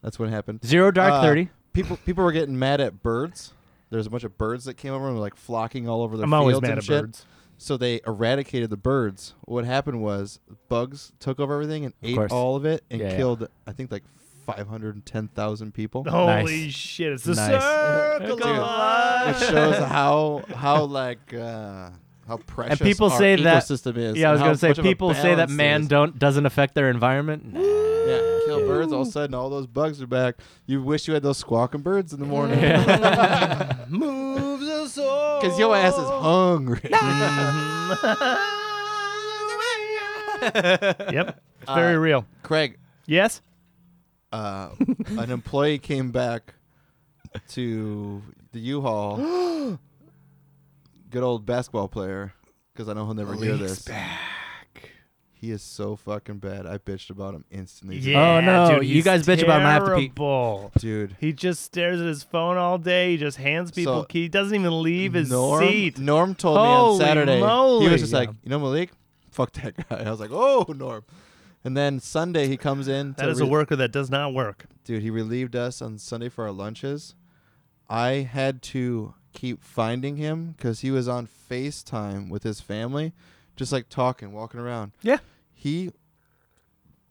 [SPEAKER 3] That's what happened.
[SPEAKER 2] Zero dark
[SPEAKER 3] Uh,
[SPEAKER 2] 30.
[SPEAKER 3] People people were getting mad at birds. There's a bunch of birds that came over and were like flocking all over the
[SPEAKER 1] I'm
[SPEAKER 3] fields
[SPEAKER 1] always mad
[SPEAKER 3] and
[SPEAKER 1] at
[SPEAKER 3] shit.
[SPEAKER 1] birds.
[SPEAKER 3] So they eradicated the birds. What happened was bugs took over everything and ate
[SPEAKER 2] course.
[SPEAKER 3] all of it and
[SPEAKER 2] Yeah, yeah.
[SPEAKER 3] killed I think like 510,000
[SPEAKER 2] [LAUGHS]
[SPEAKER 3] people.
[SPEAKER 2] Oh,
[SPEAKER 1] Holy shit! It's the
[SPEAKER 2] Nice.
[SPEAKER 1] circle of
[SPEAKER 3] Dude. Which
[SPEAKER 1] life.
[SPEAKER 3] shows how how like uh how precious
[SPEAKER 2] people
[SPEAKER 3] our
[SPEAKER 2] say that-
[SPEAKER 3] ecosystem is.
[SPEAKER 2] Yeah, I was
[SPEAKER 3] going
[SPEAKER 2] gonna say
[SPEAKER 3] to
[SPEAKER 2] people say that man
[SPEAKER 3] does
[SPEAKER 2] don't doesn't affect their environment. Nah.
[SPEAKER 3] Yeah, kill birds. All of a sudden, all those bugs are back. You wish you had those squawking birds in the morning. [LAUGHS]
[SPEAKER 1] moves us all. [LAUGHS]
[SPEAKER 3] Because your ass is hungry.
[SPEAKER 1] Yep.
[SPEAKER 3] [LAUGHS]
[SPEAKER 1] It's very real.
[SPEAKER 3] Craig,
[SPEAKER 1] Yes?
[SPEAKER 3] uh, an employee came back to the U-Haul. Good old basketball player, because I know he'll never hear this. He is so fucking bad. I bitched about him instantly, today.
[SPEAKER 1] Yeah,
[SPEAKER 2] Oh, no,
[SPEAKER 1] dude,
[SPEAKER 2] you
[SPEAKER 1] he's
[SPEAKER 2] guys bitch about him, I have to pee.
[SPEAKER 1] terrible.
[SPEAKER 3] dude.
[SPEAKER 1] He just stares at his phone all day. He just hands people
[SPEAKER 3] So-
[SPEAKER 1] keys. He doesn't even leave his
[SPEAKER 3] Norm,
[SPEAKER 1] seat.
[SPEAKER 3] Norm told me on
[SPEAKER 1] Holy
[SPEAKER 3] Saturday. He
[SPEAKER 1] moly.
[SPEAKER 3] was just like, you know, Malik, fuck that guy. [LAUGHS] I was like, oh, Norm. And then Sunday he comes in.
[SPEAKER 1] That
[SPEAKER 3] to
[SPEAKER 1] is a
[SPEAKER 3] re-
[SPEAKER 1] worker that does not work.
[SPEAKER 3] dude. He relieved us on Sunday for our lunches. I had to keep finding him because he was on FaceTime with his family, just like talking, walking around.
[SPEAKER 1] Yeah.
[SPEAKER 3] He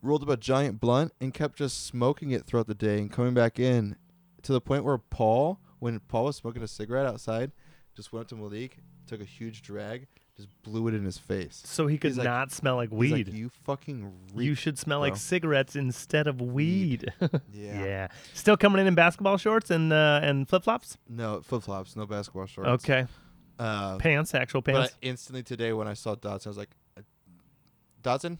[SPEAKER 3] rolled up a giant blunt and kept just smoking it throughout the day and coming back in to the point where Paul, when Paul was smoking a cigarette outside, just went up to Malik, took a huge drag, just blew it in his face.
[SPEAKER 1] So he could
[SPEAKER 3] He's like-
[SPEAKER 1] not smell like
[SPEAKER 3] He's
[SPEAKER 1] weed.
[SPEAKER 3] like, you fucking reek.
[SPEAKER 1] you should smell like
[SPEAKER 3] bro."
[SPEAKER 1] cigarettes instead of weed. [LAUGHS]
[SPEAKER 3] Yeah.
[SPEAKER 1] yeah. Still coming in in basketball shorts and uh, and flip flops.
[SPEAKER 3] No flip flops, no basketball shorts.
[SPEAKER 1] Okay.
[SPEAKER 3] Uh,
[SPEAKER 1] Pants, actual
[SPEAKER 3] But
[SPEAKER 1] pants.
[SPEAKER 3] I instantly today, when I saw Dotson, I was like, "Uh, Dotson,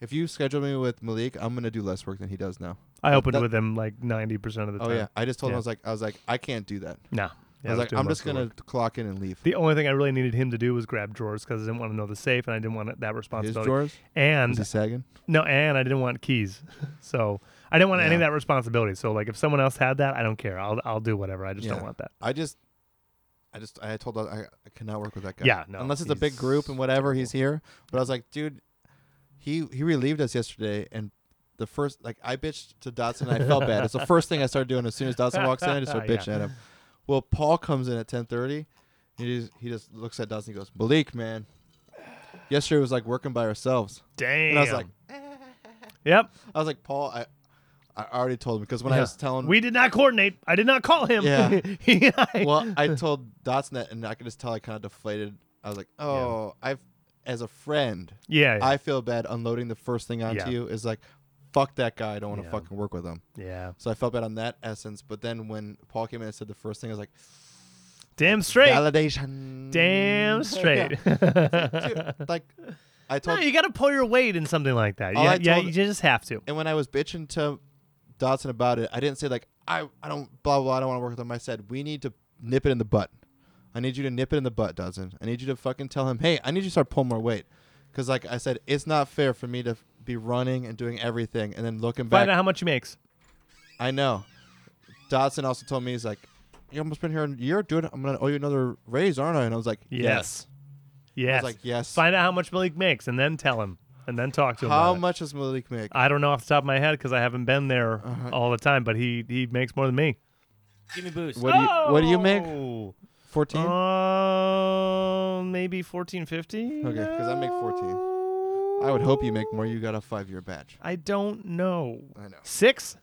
[SPEAKER 3] if you schedule me with Malik, I'm gonna do less work than he does now.
[SPEAKER 1] I, opened
[SPEAKER 3] that-
[SPEAKER 1] with him like ninety percent of the
[SPEAKER 3] Oh
[SPEAKER 1] time.
[SPEAKER 3] yeah, I just told him
[SPEAKER 1] Yeah.
[SPEAKER 3] I was like, I was like, I can't do that.
[SPEAKER 1] No. Yeah,
[SPEAKER 3] I was like,
[SPEAKER 1] doing
[SPEAKER 3] I'm
[SPEAKER 1] most
[SPEAKER 3] just
[SPEAKER 1] of the
[SPEAKER 3] gonna
[SPEAKER 1] work.
[SPEAKER 3] clock in and leave.
[SPEAKER 1] The only thing I really needed him to do was grab drawers because I didn't want to know the safe and I didn't want that
[SPEAKER 3] His
[SPEAKER 1] responsibility.
[SPEAKER 3] drawers
[SPEAKER 1] And
[SPEAKER 3] is he sagging?
[SPEAKER 1] No, and I didn't want keys, [LAUGHS] so I didn't want any of
[SPEAKER 3] Yeah.
[SPEAKER 1] that responsibility. So like, if someone else had that, I don't care. I'll I'll do whatever. I just don't
[SPEAKER 3] Yeah.
[SPEAKER 1] want that.
[SPEAKER 3] I just, I just, I told Dotson I, I cannot work with that guy.
[SPEAKER 1] Yeah, no,
[SPEAKER 3] unless it's a big group
[SPEAKER 1] he's
[SPEAKER 3] and whatever, he's here. But I was like, dude, he he relieved us yesterday and. The first, like, I bitched to Dotson. and I felt bad. It's the first thing I started doing as soon as Dotson walks in. I just
[SPEAKER 1] [LAUGHS]
[SPEAKER 3] start
[SPEAKER 1] Yeah.
[SPEAKER 3] bitching at him. Well, Paul comes in at ten thirty. He just, he just looks at Dawson and goes, Malik, man. Yesterday was like working by ourselves.
[SPEAKER 1] Damn.
[SPEAKER 3] And I was like,
[SPEAKER 1] Yep.
[SPEAKER 3] I was like, Paul, I, I already told him because when I
[SPEAKER 1] Yeah.
[SPEAKER 3] was telling,
[SPEAKER 1] We did not coordinate. I did not call him.
[SPEAKER 3] Yeah.
[SPEAKER 1] [LAUGHS] He- I-
[SPEAKER 3] [LAUGHS] well,
[SPEAKER 1] [LAUGHS]
[SPEAKER 3] I told Dotson that, and I could just tell I kind of deflated. I was like, oh, I've, as a friend,
[SPEAKER 1] yeah. Yeah.
[SPEAKER 3] I feel bad unloading the first thing onto
[SPEAKER 1] Yeah.
[SPEAKER 3] you is like, fuck that guy. I don't want to
[SPEAKER 1] Yeah.
[SPEAKER 3] fucking work with him.
[SPEAKER 1] yeah.
[SPEAKER 3] So I felt bad on that essence. But then when Paul came in and said the first thing, I was like,
[SPEAKER 1] Damn straight.
[SPEAKER 3] validation.
[SPEAKER 1] Damn
[SPEAKER 3] [LAUGHS] Yeah.
[SPEAKER 1] straight.
[SPEAKER 3] Dude, like,
[SPEAKER 1] [LAUGHS]
[SPEAKER 3] I
[SPEAKER 1] no,
[SPEAKER 3] told
[SPEAKER 1] you got to pull your weight in something like that.
[SPEAKER 3] All
[SPEAKER 1] yeah.
[SPEAKER 3] I
[SPEAKER 1] Yeah.
[SPEAKER 3] told-
[SPEAKER 1] You just have to.
[SPEAKER 3] And when I was bitching to Dodson about it, I didn't say like I I don't blah blah I don't want to work with him. I said we need to nip it in the butt. I need you to nip it in the butt, Dodson. I need you to fucking tell him, hey, I need you to start pulling more weight, because like I said, it's not fair for me to f- be running and doing everything and then looking
[SPEAKER 1] Find out
[SPEAKER 3] back.
[SPEAKER 1] how much he makes.
[SPEAKER 3] I know. Dodson also told me he's like, you almost been here a year, dude. I'm gonna owe you another raise, aren't I? And I was like,
[SPEAKER 1] Yes.
[SPEAKER 3] yes. I
[SPEAKER 1] Yes.
[SPEAKER 3] was like, yes.
[SPEAKER 1] Find out how much Malik makes, and then tell him, and then talk to him.
[SPEAKER 3] How
[SPEAKER 1] about it.
[SPEAKER 3] much does Malik make?
[SPEAKER 2] Uh,
[SPEAKER 1] I don't know off the top of my head because I haven't been there
[SPEAKER 3] Uh-huh.
[SPEAKER 1] all the time, but he he makes more than me.
[SPEAKER 2] Give me boost.
[SPEAKER 3] What do you What do you make?
[SPEAKER 1] Oh.
[SPEAKER 3] Fourteen.
[SPEAKER 1] Uh, maybe fourteen fifty.
[SPEAKER 3] Okay, 'cause I make 14. I would hope you make more. You got a five-year badge.
[SPEAKER 1] I don't know.
[SPEAKER 3] I know.
[SPEAKER 1] Six.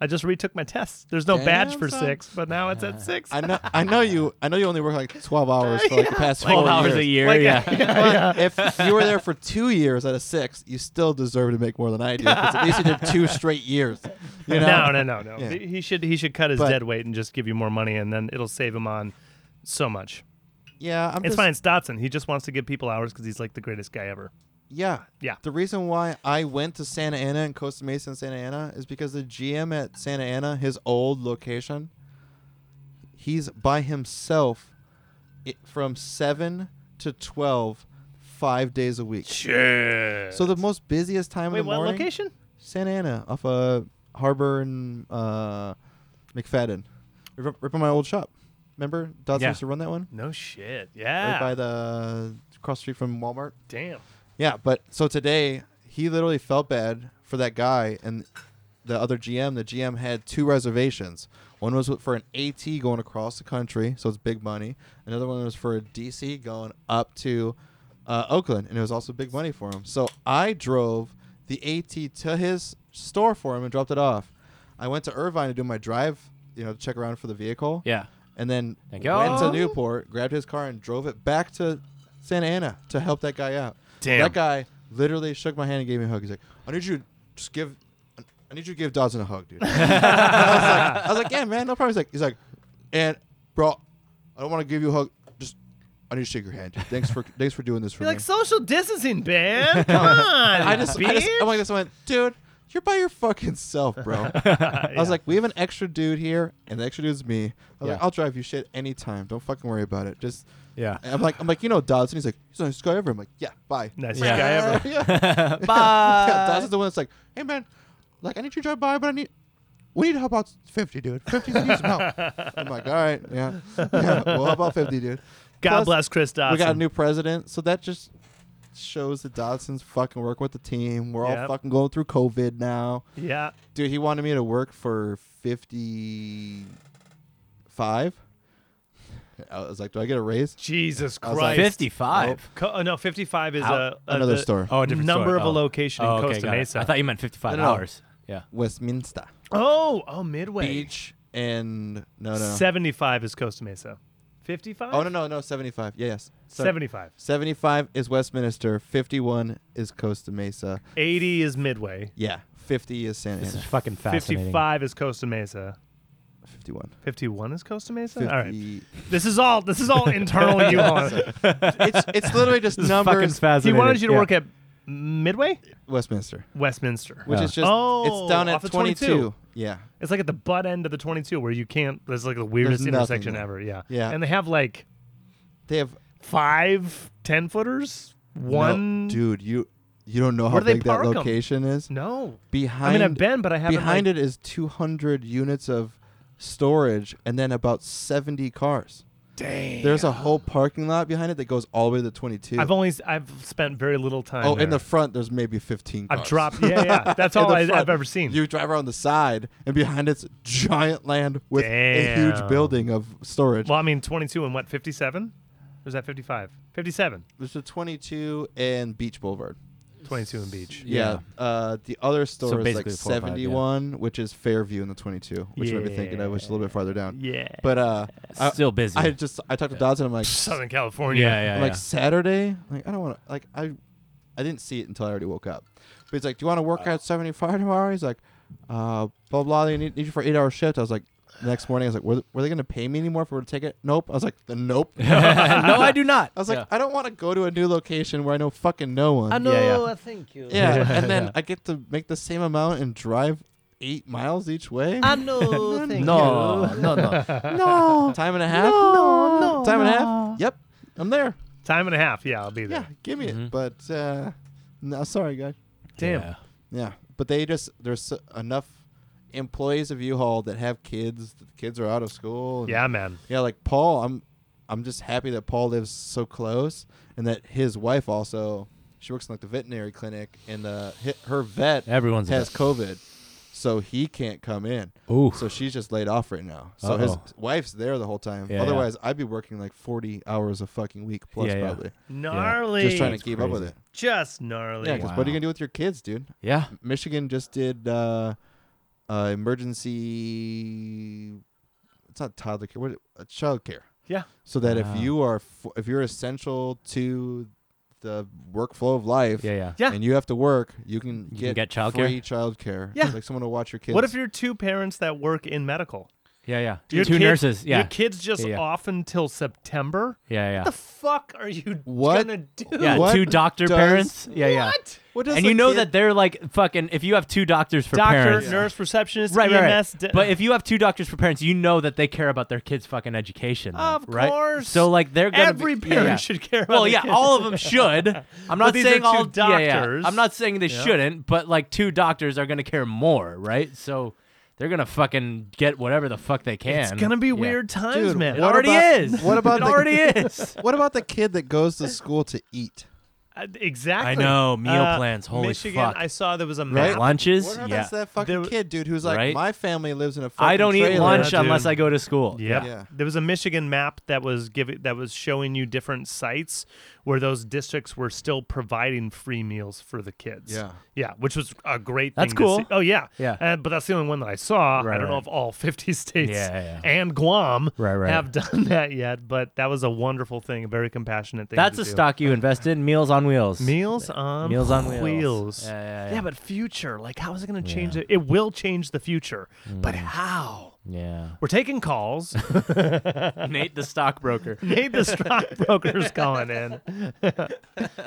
[SPEAKER 1] I just retook my test. There's no badge
[SPEAKER 3] Damn,
[SPEAKER 1] for
[SPEAKER 3] son.
[SPEAKER 1] six, but now it's
[SPEAKER 3] [LAUGHS]
[SPEAKER 1] at six.
[SPEAKER 3] I know, I know you. I know you only work like
[SPEAKER 2] [LAUGHS]
[SPEAKER 3] twelve hours for like the past
[SPEAKER 2] Twelve
[SPEAKER 3] four
[SPEAKER 2] hours
[SPEAKER 3] years.
[SPEAKER 2] a year.
[SPEAKER 1] Like,
[SPEAKER 2] [LAUGHS] yeah.
[SPEAKER 1] [LAUGHS]
[SPEAKER 3] [LAUGHS] But if you were there for two years out of six, you still deserve to make more than I do. 'cause at least you
[SPEAKER 2] [LAUGHS]
[SPEAKER 3] did two straight years. You know?
[SPEAKER 1] No, no, no, no.
[SPEAKER 3] Yeah.
[SPEAKER 1] He he should he should cut his
[SPEAKER 3] But-
[SPEAKER 1] dead weight and just give you more money, and then it'll save him on so much.
[SPEAKER 3] Yeah, I'm
[SPEAKER 1] It's
[SPEAKER 3] just,
[SPEAKER 1] fine. It's Dotson. He just wants to give people hours because he's like the greatest guy ever.
[SPEAKER 3] Yeah,
[SPEAKER 1] Yeah.
[SPEAKER 3] The reason why I went to Santa Ana and Costa Mesa and Santa Ana is because the GM at Santa Ana, his old location, he's by himself i from seven to twelve, five days a week.
[SPEAKER 1] Sure.
[SPEAKER 3] So the most busiest time
[SPEAKER 1] Wait,
[SPEAKER 3] in the
[SPEAKER 1] what
[SPEAKER 3] morning.
[SPEAKER 1] location?
[SPEAKER 3] Santa Ana off uh, Harbor and uh, McFadden. Rip, rip on my old shop. Remember, Dodson
[SPEAKER 2] Yeah.
[SPEAKER 3] used to run that one
[SPEAKER 1] No shit.
[SPEAKER 3] right
[SPEAKER 1] Yeah.
[SPEAKER 3] by the cross street from Walmart.
[SPEAKER 1] Damn.
[SPEAKER 3] Yeah, but so today he literally felt bad for that guy and the other GM. The GM had two reservations. One was for an AT going across the country, so it's big money. Another one was for a DC going up to uh, Oakland, and it was also big money for him. So I drove the AT to his store for him and dropped it off. I went to Irvine to do my drive, you know, to check around for the vehicle,
[SPEAKER 2] yeah.
[SPEAKER 3] and then
[SPEAKER 2] Thank
[SPEAKER 3] went to
[SPEAKER 2] you.
[SPEAKER 3] Newport, grabbed his car, and drove it back to Santa Ana to help that guy out.
[SPEAKER 1] Damn.
[SPEAKER 3] That guy literally shook my hand and gave me a hug. He's like, I need you to just give, I need you to give Dodson a hug, dude. [LAUGHS] I, was like, I was like, yeah, man, no problem. He's like, he's like, and bro, I don't want to give you a hug. Just I need to shake your hand. Thanks for thanks for doing this for
[SPEAKER 1] You're
[SPEAKER 3] me.
[SPEAKER 1] like social distancing,
[SPEAKER 3] [LAUGHS]
[SPEAKER 1] man. Come on,
[SPEAKER 3] I just, I just,
[SPEAKER 1] bitch."
[SPEAKER 3] I'm like this. I went, dude, you're by your fucking self, [LAUGHS] bro. I was
[SPEAKER 1] Yeah.
[SPEAKER 3] like, we have an extra dude here, and the extra dude's me. I was like,
[SPEAKER 2] Yeah.
[SPEAKER 3] I'll drive you shit anytime. Don't fucking worry about it. Just,
[SPEAKER 2] Yeah.
[SPEAKER 3] I'm like, I'm like, you know, Dodson. He's like, he's the nicest guy ever. I'm like, yeah, bye.
[SPEAKER 1] Nicest
[SPEAKER 2] Yeah.
[SPEAKER 1] guy ever.
[SPEAKER 3] yeah. [LAUGHS] yeah,
[SPEAKER 2] Bye.
[SPEAKER 3] Dodson's the one that's like, hey man, like I need you to drive by, but I need. We need to help out 50, dude. 50 needs some help. I'm like, all right, yeah. [LAUGHS] yeah we'll help out 50, dude.
[SPEAKER 1] God
[SPEAKER 3] Plus,
[SPEAKER 1] bless Chris Dawson.
[SPEAKER 3] We got a new president, so that just shows that Dodson's fucking work with the team. We're all
[SPEAKER 1] Yep.
[SPEAKER 3] fucking going through COVID now.
[SPEAKER 1] yeah.
[SPEAKER 3] Dude, he wanted me to work for 55. I was like, do I get a raise?
[SPEAKER 1] Jesus
[SPEAKER 3] I was like,
[SPEAKER 1] Christ.
[SPEAKER 2] 55.
[SPEAKER 1] Co- oh, no, 55 is
[SPEAKER 2] Out-
[SPEAKER 1] a, a
[SPEAKER 3] Another
[SPEAKER 1] the
[SPEAKER 3] store.
[SPEAKER 2] Oh, a different
[SPEAKER 1] number
[SPEAKER 2] store.
[SPEAKER 1] of a
[SPEAKER 2] Oh.
[SPEAKER 1] location
[SPEAKER 2] Oh,
[SPEAKER 1] in
[SPEAKER 2] okay,
[SPEAKER 1] Costa
[SPEAKER 2] got it.
[SPEAKER 1] Mesa.
[SPEAKER 2] I thought you meant 55
[SPEAKER 3] No, no.
[SPEAKER 2] hours. Yeah.
[SPEAKER 3] Westminster
[SPEAKER 1] oh, oh, Midway.
[SPEAKER 3] Beach and no, no.
[SPEAKER 1] 75 is Costa Mesa. 55?
[SPEAKER 3] oh, no, no, no, 75. Yeah, yes. Sorry.
[SPEAKER 1] 75.
[SPEAKER 3] 75 is Westminster. 51 is Costa Mesa.
[SPEAKER 1] 80 is Midway.
[SPEAKER 3] Yeah, 50 is Santa
[SPEAKER 2] This
[SPEAKER 3] Ana.
[SPEAKER 2] is fucking fascinating.
[SPEAKER 1] 55 is Costa Mesa.
[SPEAKER 3] 51.
[SPEAKER 1] 51 is Costa Mesa?
[SPEAKER 3] 50.
[SPEAKER 1] All right. This is all this is all
[SPEAKER 3] [LAUGHS]
[SPEAKER 1] internal you want.
[SPEAKER 3] it's, it's literally
[SPEAKER 2] [LAUGHS]
[SPEAKER 3] just
[SPEAKER 2] This is fucking
[SPEAKER 3] numbers.
[SPEAKER 1] He
[SPEAKER 2] fascinating.
[SPEAKER 1] wanted you to
[SPEAKER 2] Yeah.
[SPEAKER 1] work at Midway?
[SPEAKER 3] Westminster,
[SPEAKER 1] Westminster.
[SPEAKER 3] which
[SPEAKER 2] Yeah.
[SPEAKER 3] is just,
[SPEAKER 1] Oh,
[SPEAKER 3] it's down
[SPEAKER 1] off
[SPEAKER 3] at
[SPEAKER 1] of
[SPEAKER 3] 22.
[SPEAKER 1] 22.
[SPEAKER 3] Yeah.
[SPEAKER 1] It's like at the butt end of the 22 where you can't there's like the weirdest
[SPEAKER 3] nothing
[SPEAKER 1] intersection
[SPEAKER 3] there.
[SPEAKER 1] ever, yeah.
[SPEAKER 3] Yeah.
[SPEAKER 1] And they have like
[SPEAKER 3] They have
[SPEAKER 1] five 10 footers? One
[SPEAKER 3] No, dude, you you don't know how
[SPEAKER 1] Where do they
[SPEAKER 3] big that
[SPEAKER 1] park 'em?
[SPEAKER 3] location is.
[SPEAKER 1] No. I
[SPEAKER 3] Behind
[SPEAKER 1] mean I've been but I haven't
[SPEAKER 3] behind
[SPEAKER 1] like,
[SPEAKER 3] it is 200 units of storage and then about 70 cars.
[SPEAKER 1] Dang.
[SPEAKER 3] There's a whole parking lot behind it that goes all the way to 22.
[SPEAKER 1] I've only s- I've spent very little time.
[SPEAKER 3] oh,
[SPEAKER 1] there.
[SPEAKER 3] in the front there's maybe 15 cars.
[SPEAKER 1] I've dropped. Yeah,
[SPEAKER 3] [LAUGHS]
[SPEAKER 1] yeah. That's
[SPEAKER 3] In
[SPEAKER 1] all
[SPEAKER 3] the
[SPEAKER 1] I,
[SPEAKER 3] front,
[SPEAKER 1] I've ever seen.
[SPEAKER 3] You drive around the side and behind it's giant land with a huge
[SPEAKER 1] Damn.
[SPEAKER 3] building of storage.
[SPEAKER 1] well, I mean, 22 and what? 57? Or is that 55? 57.
[SPEAKER 3] There's a 22 and Beach Boulevard.
[SPEAKER 1] 22 and Beach.
[SPEAKER 3] Yeah. Uh, the other store is like
[SPEAKER 2] basically four or five, yeah.
[SPEAKER 3] 71, which is Fairview in the 22, which you might be thinking of, which is a little bit farther down.
[SPEAKER 1] Yeah.
[SPEAKER 3] But uh, I,
[SPEAKER 2] Still busy.
[SPEAKER 3] I just I talked to
[SPEAKER 2] [LAUGHS]
[SPEAKER 3] Dodson. I'm like,
[SPEAKER 1] Southern
[SPEAKER 2] yeah,
[SPEAKER 1] California.
[SPEAKER 2] yeah, yeah.
[SPEAKER 3] I'm like Saturday. Like I don't want to. Like I, I didn't see it until I already woke up. But he's like, "Do you want to
[SPEAKER 2] Uh.
[SPEAKER 3] work at 75 tomorrow?" He's like, "Uh, blah blah. They need, need you for eight hour shift." I was like, the next morning, I was like, "Were, were they going to pay me anymore for a ticket?" Nope. I was like, "The nope."
[SPEAKER 2] [LAUGHS]
[SPEAKER 3] I
[SPEAKER 2] no, I do not.
[SPEAKER 3] was like, "I don't want to go to a new location where I know fucking no one."
[SPEAKER 2] know, Yeah, yeah.
[SPEAKER 4] I think uh, you.
[SPEAKER 3] yeah,
[SPEAKER 2] Yeah.
[SPEAKER 3] and then I get to make the same amount and drive eight miles each way.
[SPEAKER 2] Um,
[SPEAKER 4] I
[SPEAKER 2] [LAUGHS]
[SPEAKER 4] know. thank
[SPEAKER 2] no,
[SPEAKER 4] you.
[SPEAKER 2] no, no.
[SPEAKER 3] no, time and a half.
[SPEAKER 2] No, no,
[SPEAKER 3] time and a
[SPEAKER 2] no.
[SPEAKER 3] half. Yep, I'm there.
[SPEAKER 1] Time and a half. Yeah, I'll be there.
[SPEAKER 3] Yeah, give me
[SPEAKER 2] Mhm.
[SPEAKER 3] it. But uh, no, sorry, guy.
[SPEAKER 1] Damn.
[SPEAKER 2] Yeah.
[SPEAKER 3] Yeah, but they just there's s- enough employees of U-Haul that have kids. The kids are out of school. and-
[SPEAKER 1] Yeah, man.
[SPEAKER 3] yeah. Like Paul, I'm I'm just happy that Paul lives so close and that his wife also she works in like the veterinary clinic and the hi- her vet
[SPEAKER 2] Everyone's a
[SPEAKER 3] has
[SPEAKER 2] vet.
[SPEAKER 3] COVID, so he can't come in.
[SPEAKER 2] Ooh.
[SPEAKER 3] So she's just laid off right now. So his
[SPEAKER 2] Uh-oh.
[SPEAKER 3] wife's there the whole time.
[SPEAKER 2] Yeah, yeah.
[SPEAKER 3] Otherwise, I'd be working like 40 hours a fucking week plus
[SPEAKER 2] Yeah, yeah.
[SPEAKER 3] probably.
[SPEAKER 1] Gnarly.
[SPEAKER 3] Just trying to keep up
[SPEAKER 2] crazy.
[SPEAKER 3] with it.
[SPEAKER 1] Just gnarly.
[SPEAKER 3] Yeah, because what are
[SPEAKER 2] Wow.
[SPEAKER 3] you gonna do with your kids, dude?
[SPEAKER 2] Yeah.
[SPEAKER 3] Michigan just did uh, uh, emergency. It's not toddler care. What? Uh, child care.
[SPEAKER 1] Yeah.
[SPEAKER 3] So that
[SPEAKER 2] Wow.
[SPEAKER 3] if you are f- if you're essential to the workflow of life,
[SPEAKER 2] Yeah, yeah.
[SPEAKER 1] Yeah.
[SPEAKER 3] and you have to work, you can
[SPEAKER 2] You
[SPEAKER 3] get,
[SPEAKER 2] can get childcare?
[SPEAKER 3] free child care.
[SPEAKER 1] Yeah.
[SPEAKER 3] Like someone to watch your kids.
[SPEAKER 1] What if you're two parents that work in medical?
[SPEAKER 2] Yeah, yeah.
[SPEAKER 1] Your
[SPEAKER 2] Two
[SPEAKER 1] kid-
[SPEAKER 2] nurses. Yeah.
[SPEAKER 1] Your kid's just
[SPEAKER 2] Yeah, yeah.
[SPEAKER 1] off until September?
[SPEAKER 2] yeah, yeah.
[SPEAKER 1] What the fuck are you
[SPEAKER 3] What?
[SPEAKER 1] gonna do?
[SPEAKER 2] yeah,
[SPEAKER 3] What
[SPEAKER 2] two doctor
[SPEAKER 3] does-
[SPEAKER 2] parents. Yeah, yeah.
[SPEAKER 1] What?
[SPEAKER 3] What does
[SPEAKER 2] And
[SPEAKER 3] the
[SPEAKER 2] you know
[SPEAKER 3] kid-
[SPEAKER 2] that they're like fucking. If you have two doctors for
[SPEAKER 1] Doctor,
[SPEAKER 2] parents,
[SPEAKER 1] nurse, E receptionist,
[SPEAKER 2] right, right, right.
[SPEAKER 1] EMS.
[SPEAKER 2] But if you have two doctors for parents, you know that they care about their kids' fucking education. though,
[SPEAKER 1] Of
[SPEAKER 2] right?
[SPEAKER 1] course.
[SPEAKER 2] So like they're gonna
[SPEAKER 1] every
[SPEAKER 2] be, yeah,
[SPEAKER 1] parent
[SPEAKER 2] yeah.
[SPEAKER 1] should care about
[SPEAKER 2] [LAUGHS] Well,
[SPEAKER 1] the
[SPEAKER 2] yeah,
[SPEAKER 1] kid.
[SPEAKER 2] all of
[SPEAKER 1] [LAUGHS]
[SPEAKER 2] them should. I'm not
[SPEAKER 1] these are
[SPEAKER 2] saying
[SPEAKER 1] two
[SPEAKER 2] all yeah, yeah.
[SPEAKER 1] doctors.
[SPEAKER 2] I'm not saying they
[SPEAKER 1] Yeah.
[SPEAKER 2] shouldn't, but like two doctors are gonna care more, right? So they're gonna fucking get whatever the fuck they can.
[SPEAKER 1] It's gonna be
[SPEAKER 2] Yeah.
[SPEAKER 1] weird times,
[SPEAKER 3] Dude,
[SPEAKER 1] man.
[SPEAKER 2] It
[SPEAKER 3] What
[SPEAKER 2] already
[SPEAKER 3] about-
[SPEAKER 1] [LAUGHS]
[SPEAKER 2] is.
[SPEAKER 3] what about
[SPEAKER 2] it
[SPEAKER 3] the-
[SPEAKER 2] already is?
[SPEAKER 3] What about the kid that goes to school to eat?
[SPEAKER 1] Uh, Exactly. Uh,
[SPEAKER 2] I know, meal plans, holy
[SPEAKER 1] Michigan,
[SPEAKER 2] fuck.
[SPEAKER 1] I saw there was a
[SPEAKER 2] Right?
[SPEAKER 1] map.
[SPEAKER 2] Lunches.
[SPEAKER 3] What happens
[SPEAKER 2] yeah.
[SPEAKER 3] to that fucking
[SPEAKER 1] There-
[SPEAKER 3] kid, dude, who's like,
[SPEAKER 2] Right?
[SPEAKER 3] my family lives in a fucking
[SPEAKER 2] I don't eat
[SPEAKER 3] trailer."
[SPEAKER 2] lunch
[SPEAKER 1] Yeah, dude.
[SPEAKER 2] unless I go to school.
[SPEAKER 1] Yep.
[SPEAKER 3] Yeah.
[SPEAKER 1] There was a Michigan map that was giving that was showing you different sites where those districts were still providing free meals for the kids.
[SPEAKER 3] Yeah.
[SPEAKER 1] Yeah, which was a great
[SPEAKER 2] That's
[SPEAKER 1] thing
[SPEAKER 2] cool.
[SPEAKER 1] to see. Oh yeah.
[SPEAKER 2] Yeah.
[SPEAKER 1] Uh, but that's the only one that I saw.
[SPEAKER 2] Right,
[SPEAKER 1] I don't know
[SPEAKER 2] right.
[SPEAKER 1] if all 50 states
[SPEAKER 2] Yeah, yeah.
[SPEAKER 1] and Guam
[SPEAKER 2] Right, right.
[SPEAKER 1] have [LAUGHS] done that yet, but that was a wonderful thing, a very compassionate thing.
[SPEAKER 2] That's
[SPEAKER 1] to
[SPEAKER 2] a
[SPEAKER 1] do.
[SPEAKER 2] stock you invest in. Meals on Wheels.
[SPEAKER 1] Meals on
[SPEAKER 2] Meals on Wheels.
[SPEAKER 1] wheels.
[SPEAKER 2] Yeah, yeah, yeah. Mm.
[SPEAKER 1] but future, like how is it going to change it? It will change the future, but how?
[SPEAKER 2] Yeah.
[SPEAKER 1] We're taking calls.
[SPEAKER 2] [LAUGHS] Nate the stockbroker.
[SPEAKER 1] Nate the
[SPEAKER 2] [LAUGHS]
[SPEAKER 1] stockbroker's calling in.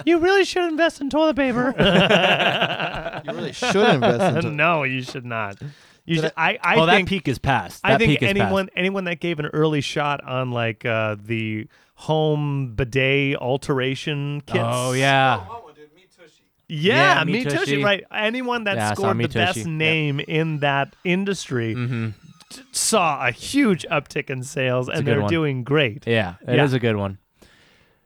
[SPEAKER 1] you really should invest in toilet
[SPEAKER 2] [LAUGHS]
[SPEAKER 1] paper.
[SPEAKER 3] You really should
[SPEAKER 1] [LAUGHS]
[SPEAKER 3] invest into
[SPEAKER 1] no, you should not. You
[SPEAKER 3] Did
[SPEAKER 1] should, I, I
[SPEAKER 2] well,
[SPEAKER 1] think
[SPEAKER 2] oh, that peak is past.
[SPEAKER 1] I
[SPEAKER 2] That
[SPEAKER 1] think
[SPEAKER 2] peak is
[SPEAKER 1] anyone anyone that gave an early shot on like uh, the home bidet alteration
[SPEAKER 2] past.
[SPEAKER 1] kits.
[SPEAKER 2] Oh yeah.
[SPEAKER 1] yeah,
[SPEAKER 2] Yeah,
[SPEAKER 1] Me
[SPEAKER 2] Me
[SPEAKER 1] Tushy,
[SPEAKER 2] Tushy.
[SPEAKER 1] right? Anyone that
[SPEAKER 2] Yeah, I saw
[SPEAKER 1] scored
[SPEAKER 2] Me
[SPEAKER 1] the best
[SPEAKER 2] Tushy. Yeah. Mm-hmm.
[SPEAKER 1] name in that industry t- saw a huge uptick in sales, and
[SPEAKER 2] good
[SPEAKER 1] they're
[SPEAKER 2] one.
[SPEAKER 1] doing great.
[SPEAKER 2] Yeah, it is
[SPEAKER 1] Yeah.
[SPEAKER 2] a good one.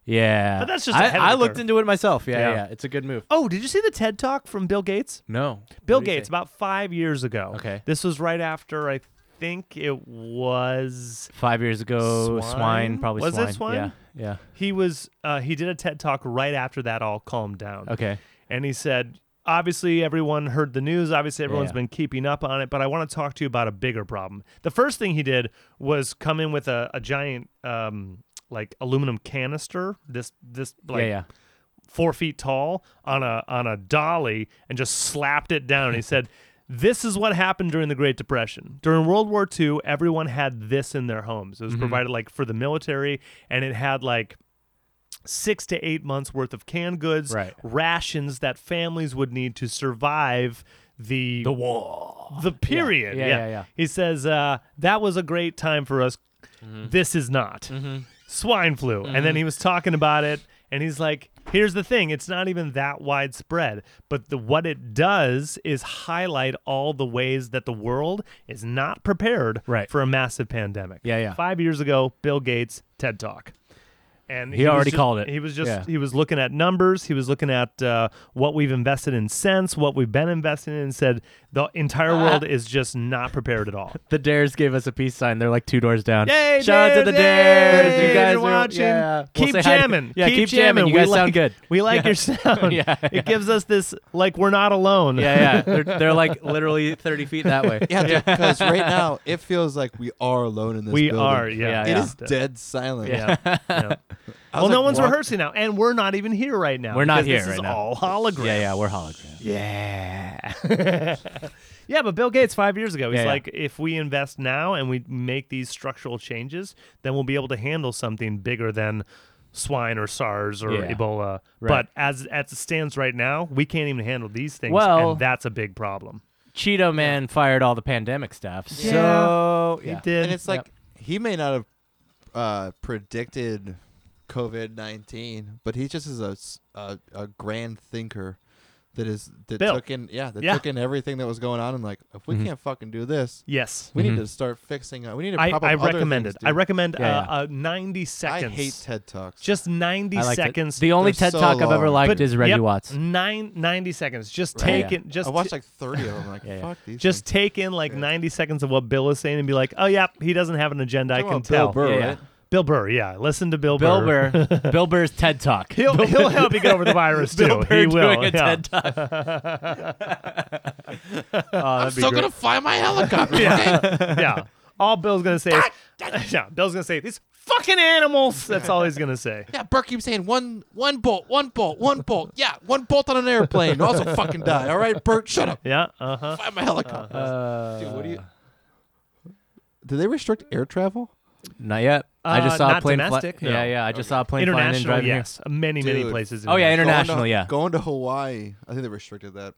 [SPEAKER 2] Yeah.
[SPEAKER 1] But that's just
[SPEAKER 2] I,
[SPEAKER 1] ahead of
[SPEAKER 2] I
[SPEAKER 1] the
[SPEAKER 2] looked
[SPEAKER 1] curve.
[SPEAKER 2] into it myself. Yeah,
[SPEAKER 1] Yeah.
[SPEAKER 2] yeah, It's a good move.
[SPEAKER 1] Oh, did you see the TED Talk from Bill Gates?
[SPEAKER 2] No.
[SPEAKER 1] Bill
[SPEAKER 2] What do you
[SPEAKER 1] Gates
[SPEAKER 2] think?
[SPEAKER 1] about five years ago.
[SPEAKER 2] Okay.
[SPEAKER 1] This was right after I think it was
[SPEAKER 2] Five years ago, swine,
[SPEAKER 1] Swine?
[SPEAKER 2] probably
[SPEAKER 1] Was
[SPEAKER 2] swine.
[SPEAKER 1] it swine?
[SPEAKER 2] Yeah.
[SPEAKER 1] he was uh, he did a TED Talk right after that all calmed down.
[SPEAKER 2] Yeah. Okay.
[SPEAKER 1] And he said, obviously everyone heard the news, obviously everyone's
[SPEAKER 2] Yeah.
[SPEAKER 1] been keeping up on it, but I want to talk to you about a bigger problem. The first thing he did was come in with a, a giant um like aluminum canister, this this like
[SPEAKER 2] yeah, yeah.
[SPEAKER 1] four feet tall on a on a dolly and just slapped it down. he
[SPEAKER 2] [LAUGHS]
[SPEAKER 1] said, "This is what happened during the Great Depression. During World War II, everyone had this in their homes. It
[SPEAKER 2] Mm-hmm.
[SPEAKER 1] was provided like for the military, and it had like." Six to eight months worth of canned goods,
[SPEAKER 2] Right.
[SPEAKER 1] rations that families would need to survive the
[SPEAKER 2] The wall.
[SPEAKER 1] the period.
[SPEAKER 2] Yeah, yeah, yeah.
[SPEAKER 1] He says uh, that was a great time for us. This is not swine flu. And then he was talking about it, and he's like, "Here's the thing: it's not even that widespread, but the what it does is highlight all the ways that the world is not prepared
[SPEAKER 2] Right.
[SPEAKER 1] for a massive pandemic."
[SPEAKER 2] Yeah, yeah.
[SPEAKER 1] Five years ago, Bill Gates TED Talk. And
[SPEAKER 2] He
[SPEAKER 1] was
[SPEAKER 2] already
[SPEAKER 1] ju-
[SPEAKER 2] called it.
[SPEAKER 1] He was just
[SPEAKER 2] Yeah.
[SPEAKER 1] he was looking at numbers. He was looking at uh, what we've invested in since, what we've been investing in, and said the entire world is just not prepared at all.
[SPEAKER 2] The Dares gave us a peace sign. They're like two doors down.
[SPEAKER 1] Yay,
[SPEAKER 2] Shout out to the
[SPEAKER 1] Dares!
[SPEAKER 2] Dares. You guys
[SPEAKER 1] You're
[SPEAKER 2] are-
[SPEAKER 1] watching.
[SPEAKER 2] yeah. We'll
[SPEAKER 1] Keep
[SPEAKER 2] say hi to-
[SPEAKER 1] jamming.
[SPEAKER 2] yeah, keep, jamming. You
[SPEAKER 1] We
[SPEAKER 2] guys
[SPEAKER 1] like,
[SPEAKER 2] sound good.
[SPEAKER 1] We like
[SPEAKER 2] [LAUGHS]
[SPEAKER 1] your sound.
[SPEAKER 2] Yeah, yeah.
[SPEAKER 1] It gives us this like we're not alone.
[SPEAKER 2] [LAUGHS] Yeah, yeah. They're, they're like literally 30 feet that way.
[SPEAKER 3] Yeah, because right now it feels like we are alone in this.
[SPEAKER 1] [LAUGHS] we
[SPEAKER 3] building.
[SPEAKER 1] are. Yeah,
[SPEAKER 2] Yeah,
[SPEAKER 3] It
[SPEAKER 2] yeah.
[SPEAKER 3] is dead silent.
[SPEAKER 1] Yeah.
[SPEAKER 2] [LAUGHS]
[SPEAKER 1] yeah.
[SPEAKER 3] I
[SPEAKER 1] Well,
[SPEAKER 3] was
[SPEAKER 1] no
[SPEAKER 3] like,
[SPEAKER 1] one's
[SPEAKER 3] walk-
[SPEAKER 1] rehearsing now, and we're not even here right now.
[SPEAKER 2] We're not
[SPEAKER 1] because
[SPEAKER 2] here
[SPEAKER 1] this
[SPEAKER 2] right
[SPEAKER 1] is
[SPEAKER 2] now.
[SPEAKER 1] All hologram.
[SPEAKER 2] Yeah, yeah. We're hologram.
[SPEAKER 1] Yeah. yeah, but Bill Gates five years ago, he's
[SPEAKER 2] Yeah, yeah.
[SPEAKER 1] like, if we invest now and we make these structural changes, then we'll be able to handle something bigger than swine or SARS or
[SPEAKER 2] Yeah.
[SPEAKER 1] Ebola.
[SPEAKER 2] Right.
[SPEAKER 1] But as as it stands right now, we can't even handle these things.
[SPEAKER 2] Well-
[SPEAKER 1] and that's a big problem.
[SPEAKER 2] Cheeto Man fired all the pandemic stuff.
[SPEAKER 1] Yeah.
[SPEAKER 2] So yeah.
[SPEAKER 1] He did.
[SPEAKER 3] And it's like he may not have uh, predicted COVID nineteen, but he just is a, s- a- a grand thinker that is that
[SPEAKER 1] Bill.
[SPEAKER 3] took in yeah that
[SPEAKER 1] Yeah. Mm-hmm.
[SPEAKER 3] took in everything that was going on and like if we can't fucking do this,
[SPEAKER 1] yes.
[SPEAKER 3] we
[SPEAKER 2] Mhm.
[SPEAKER 3] need to start fixing. Uh, we need to.
[SPEAKER 1] Mm-hmm. I,
[SPEAKER 3] prop up
[SPEAKER 1] I
[SPEAKER 3] other
[SPEAKER 1] recommend it.
[SPEAKER 3] things,
[SPEAKER 1] I
[SPEAKER 3] dude.
[SPEAKER 1] recommend
[SPEAKER 2] Yeah,
[SPEAKER 1] uh, uh, 90
[SPEAKER 3] I
[SPEAKER 1] seconds.
[SPEAKER 3] hate TED talks.
[SPEAKER 1] Just 90
[SPEAKER 2] I liked it.
[SPEAKER 1] seconds.
[SPEAKER 2] The only
[SPEAKER 3] They're
[SPEAKER 2] TED
[SPEAKER 3] so
[SPEAKER 2] Talk I've ever
[SPEAKER 3] long.
[SPEAKER 2] liked
[SPEAKER 1] But-
[SPEAKER 2] is Reggie
[SPEAKER 1] yep,
[SPEAKER 2] Watts.
[SPEAKER 1] Nine, 90 seconds. Just
[SPEAKER 2] Right.
[SPEAKER 1] take it. Just
[SPEAKER 3] I
[SPEAKER 1] t-
[SPEAKER 3] watched like thirty of them.
[SPEAKER 1] [LAUGHS]
[SPEAKER 3] Like
[SPEAKER 2] Yeah, yeah.
[SPEAKER 3] fuck these.
[SPEAKER 1] just
[SPEAKER 3] things.
[SPEAKER 1] take in like 90 seconds of what Bill is saying and be like, oh, yeah, he doesn't have an agenda. I
[SPEAKER 3] Talking
[SPEAKER 1] can tell.
[SPEAKER 3] about Bill Burr,
[SPEAKER 2] Yeah, yeah.
[SPEAKER 3] right?
[SPEAKER 1] Bill Burr, yeah. Listen to Bill,
[SPEAKER 2] Bill
[SPEAKER 1] Burr.
[SPEAKER 3] [LAUGHS]
[SPEAKER 2] Burr. Bill Burr's TED
[SPEAKER 1] [LAUGHS]
[SPEAKER 2] Talk.
[SPEAKER 1] He'll, he'll help you get over the virus, too.
[SPEAKER 2] [LAUGHS] Bill Burr
[SPEAKER 1] he will.
[SPEAKER 2] doing a
[SPEAKER 1] yeah.
[SPEAKER 2] TED Talk.
[SPEAKER 1] [LAUGHS]
[SPEAKER 2] [LAUGHS]
[SPEAKER 3] I'm still gonna fly
[SPEAKER 1] [LAUGHS]
[SPEAKER 3] my helicopter.
[SPEAKER 1] yeah. All Bill's going to say [LAUGHS] is, yeah, Bill's going to say, these fucking animals. That's all he's going to say.
[SPEAKER 3] Yeah, Burke keeps saying one one bolt, one bolt, one bolt. Yeah, one bolt on an airplane. Also fucking die. All right, Burke, shut up.
[SPEAKER 1] Yeah. Uh huh.
[SPEAKER 3] Fly my helicopter.
[SPEAKER 1] Uh-huh.
[SPEAKER 2] Uh,
[SPEAKER 3] Dude, what do you? Do they restrict air travel?
[SPEAKER 2] Not yet. I
[SPEAKER 1] Uh,
[SPEAKER 2] just saw
[SPEAKER 1] not
[SPEAKER 2] a plane fly-
[SPEAKER 1] domestic, no.
[SPEAKER 2] Yeah, yeah. I just saw a plane flying in
[SPEAKER 1] International,
[SPEAKER 2] driving
[SPEAKER 1] yes. Many, many
[SPEAKER 3] Dude.
[SPEAKER 1] places.
[SPEAKER 2] Oh,
[SPEAKER 1] international.
[SPEAKER 2] yeah, International,
[SPEAKER 3] going to,
[SPEAKER 2] yeah.
[SPEAKER 3] Going to Hawaii. I think they restricted that.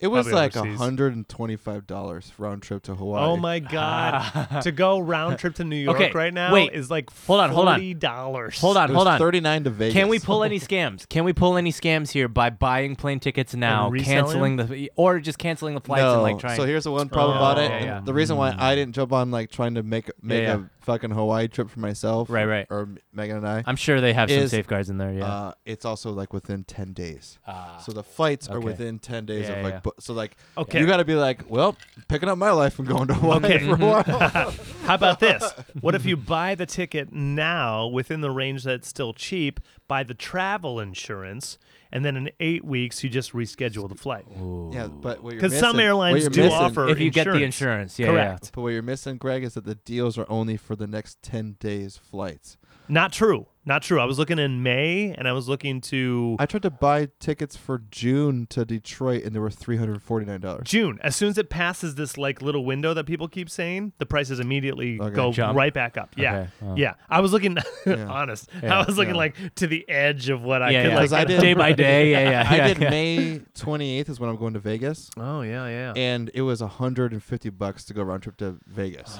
[SPEAKER 3] It was
[SPEAKER 1] Probably
[SPEAKER 3] like
[SPEAKER 1] overseas.
[SPEAKER 3] hundred and twenty-five dollars round trip to Hawaii.
[SPEAKER 1] Oh my [LAUGHS]
[SPEAKER 2] [LAUGHS]
[SPEAKER 1] god! to go round trip to New York
[SPEAKER 2] Okay,
[SPEAKER 1] right now
[SPEAKER 2] wait.
[SPEAKER 1] is like
[SPEAKER 2] Hold on, hold on.
[SPEAKER 1] forty dollars.
[SPEAKER 2] here. Hold
[SPEAKER 3] It
[SPEAKER 2] on,
[SPEAKER 3] was
[SPEAKER 2] hold on.
[SPEAKER 3] Thirty-nine to Vegas.
[SPEAKER 2] Can we pull any scams? Can we pull any scams here by buying plane tickets now,
[SPEAKER 1] reselling
[SPEAKER 2] canceling the or just canceling the flights and
[SPEAKER 3] No.
[SPEAKER 2] like trying?
[SPEAKER 3] so here's the one problem
[SPEAKER 1] Oh,
[SPEAKER 3] about it.
[SPEAKER 1] yeah,
[SPEAKER 3] and
[SPEAKER 2] yeah.
[SPEAKER 3] The reason why I didn't jump on like trying to make make
[SPEAKER 2] yeah.
[SPEAKER 3] a fucking Hawaii trip for myself,
[SPEAKER 2] Right, right.
[SPEAKER 3] or Megan and I,
[SPEAKER 2] I'm sure they have some
[SPEAKER 3] is,
[SPEAKER 2] safeguards in there. Yeah.
[SPEAKER 3] Uh, it's also like within ten days.
[SPEAKER 2] Ah.
[SPEAKER 3] so the flights are
[SPEAKER 2] okay.
[SPEAKER 3] within ten days
[SPEAKER 2] Yeah,
[SPEAKER 3] of like
[SPEAKER 2] yeah.
[SPEAKER 3] bu- so like
[SPEAKER 1] Okay.
[SPEAKER 3] you got to be like well picking up my life and going to Hawaii
[SPEAKER 1] Okay.
[SPEAKER 3] for a while.
[SPEAKER 2] [LAUGHS]
[SPEAKER 1] How about this? What if you buy the ticket now within the range that's still cheap, buy the travel insurance, and then in eight weeks you just reschedule the flight?
[SPEAKER 3] yeah, but what you're
[SPEAKER 1] Because some
[SPEAKER 3] missing- what
[SPEAKER 1] airlines
[SPEAKER 3] you're
[SPEAKER 1] do
[SPEAKER 3] missing- [LAUGHS]
[SPEAKER 1] offer
[SPEAKER 2] if you get the insurance, yeah,
[SPEAKER 1] Correct.
[SPEAKER 3] But what you're missing, Greg, is that the deals are only for the next ten days flights.
[SPEAKER 1] Not true. Not true. I was looking in May and I was looking to
[SPEAKER 3] I tried to buy tickets for June to Detroit, and they were three hundred forty nine dollars.
[SPEAKER 1] June. As soon as it passes this like little window that people keep saying, the prices immediately
[SPEAKER 3] Okay.
[SPEAKER 1] go
[SPEAKER 2] Jump.
[SPEAKER 1] right back up. Yeah.
[SPEAKER 2] Okay. Oh.
[SPEAKER 1] Yeah. I was looking [LAUGHS]
[SPEAKER 3] Yeah.
[SPEAKER 1] honest.
[SPEAKER 2] Yeah.
[SPEAKER 1] I was looking
[SPEAKER 3] Yeah.
[SPEAKER 1] like to the edge of what I
[SPEAKER 2] yeah,
[SPEAKER 1] could
[SPEAKER 2] yeah.
[SPEAKER 1] like
[SPEAKER 3] 'Cause I did-
[SPEAKER 2] day by day. Yeah, yeah.
[SPEAKER 3] [LAUGHS] I
[SPEAKER 2] yeah,
[SPEAKER 3] did
[SPEAKER 2] yeah.
[SPEAKER 3] May twenty eighth is when I'm going to Vegas,
[SPEAKER 1] Oh yeah, yeah.
[SPEAKER 3] and it was hundred and fifty bucks to go round trip to
[SPEAKER 2] [SIGHS]
[SPEAKER 3] Vegas.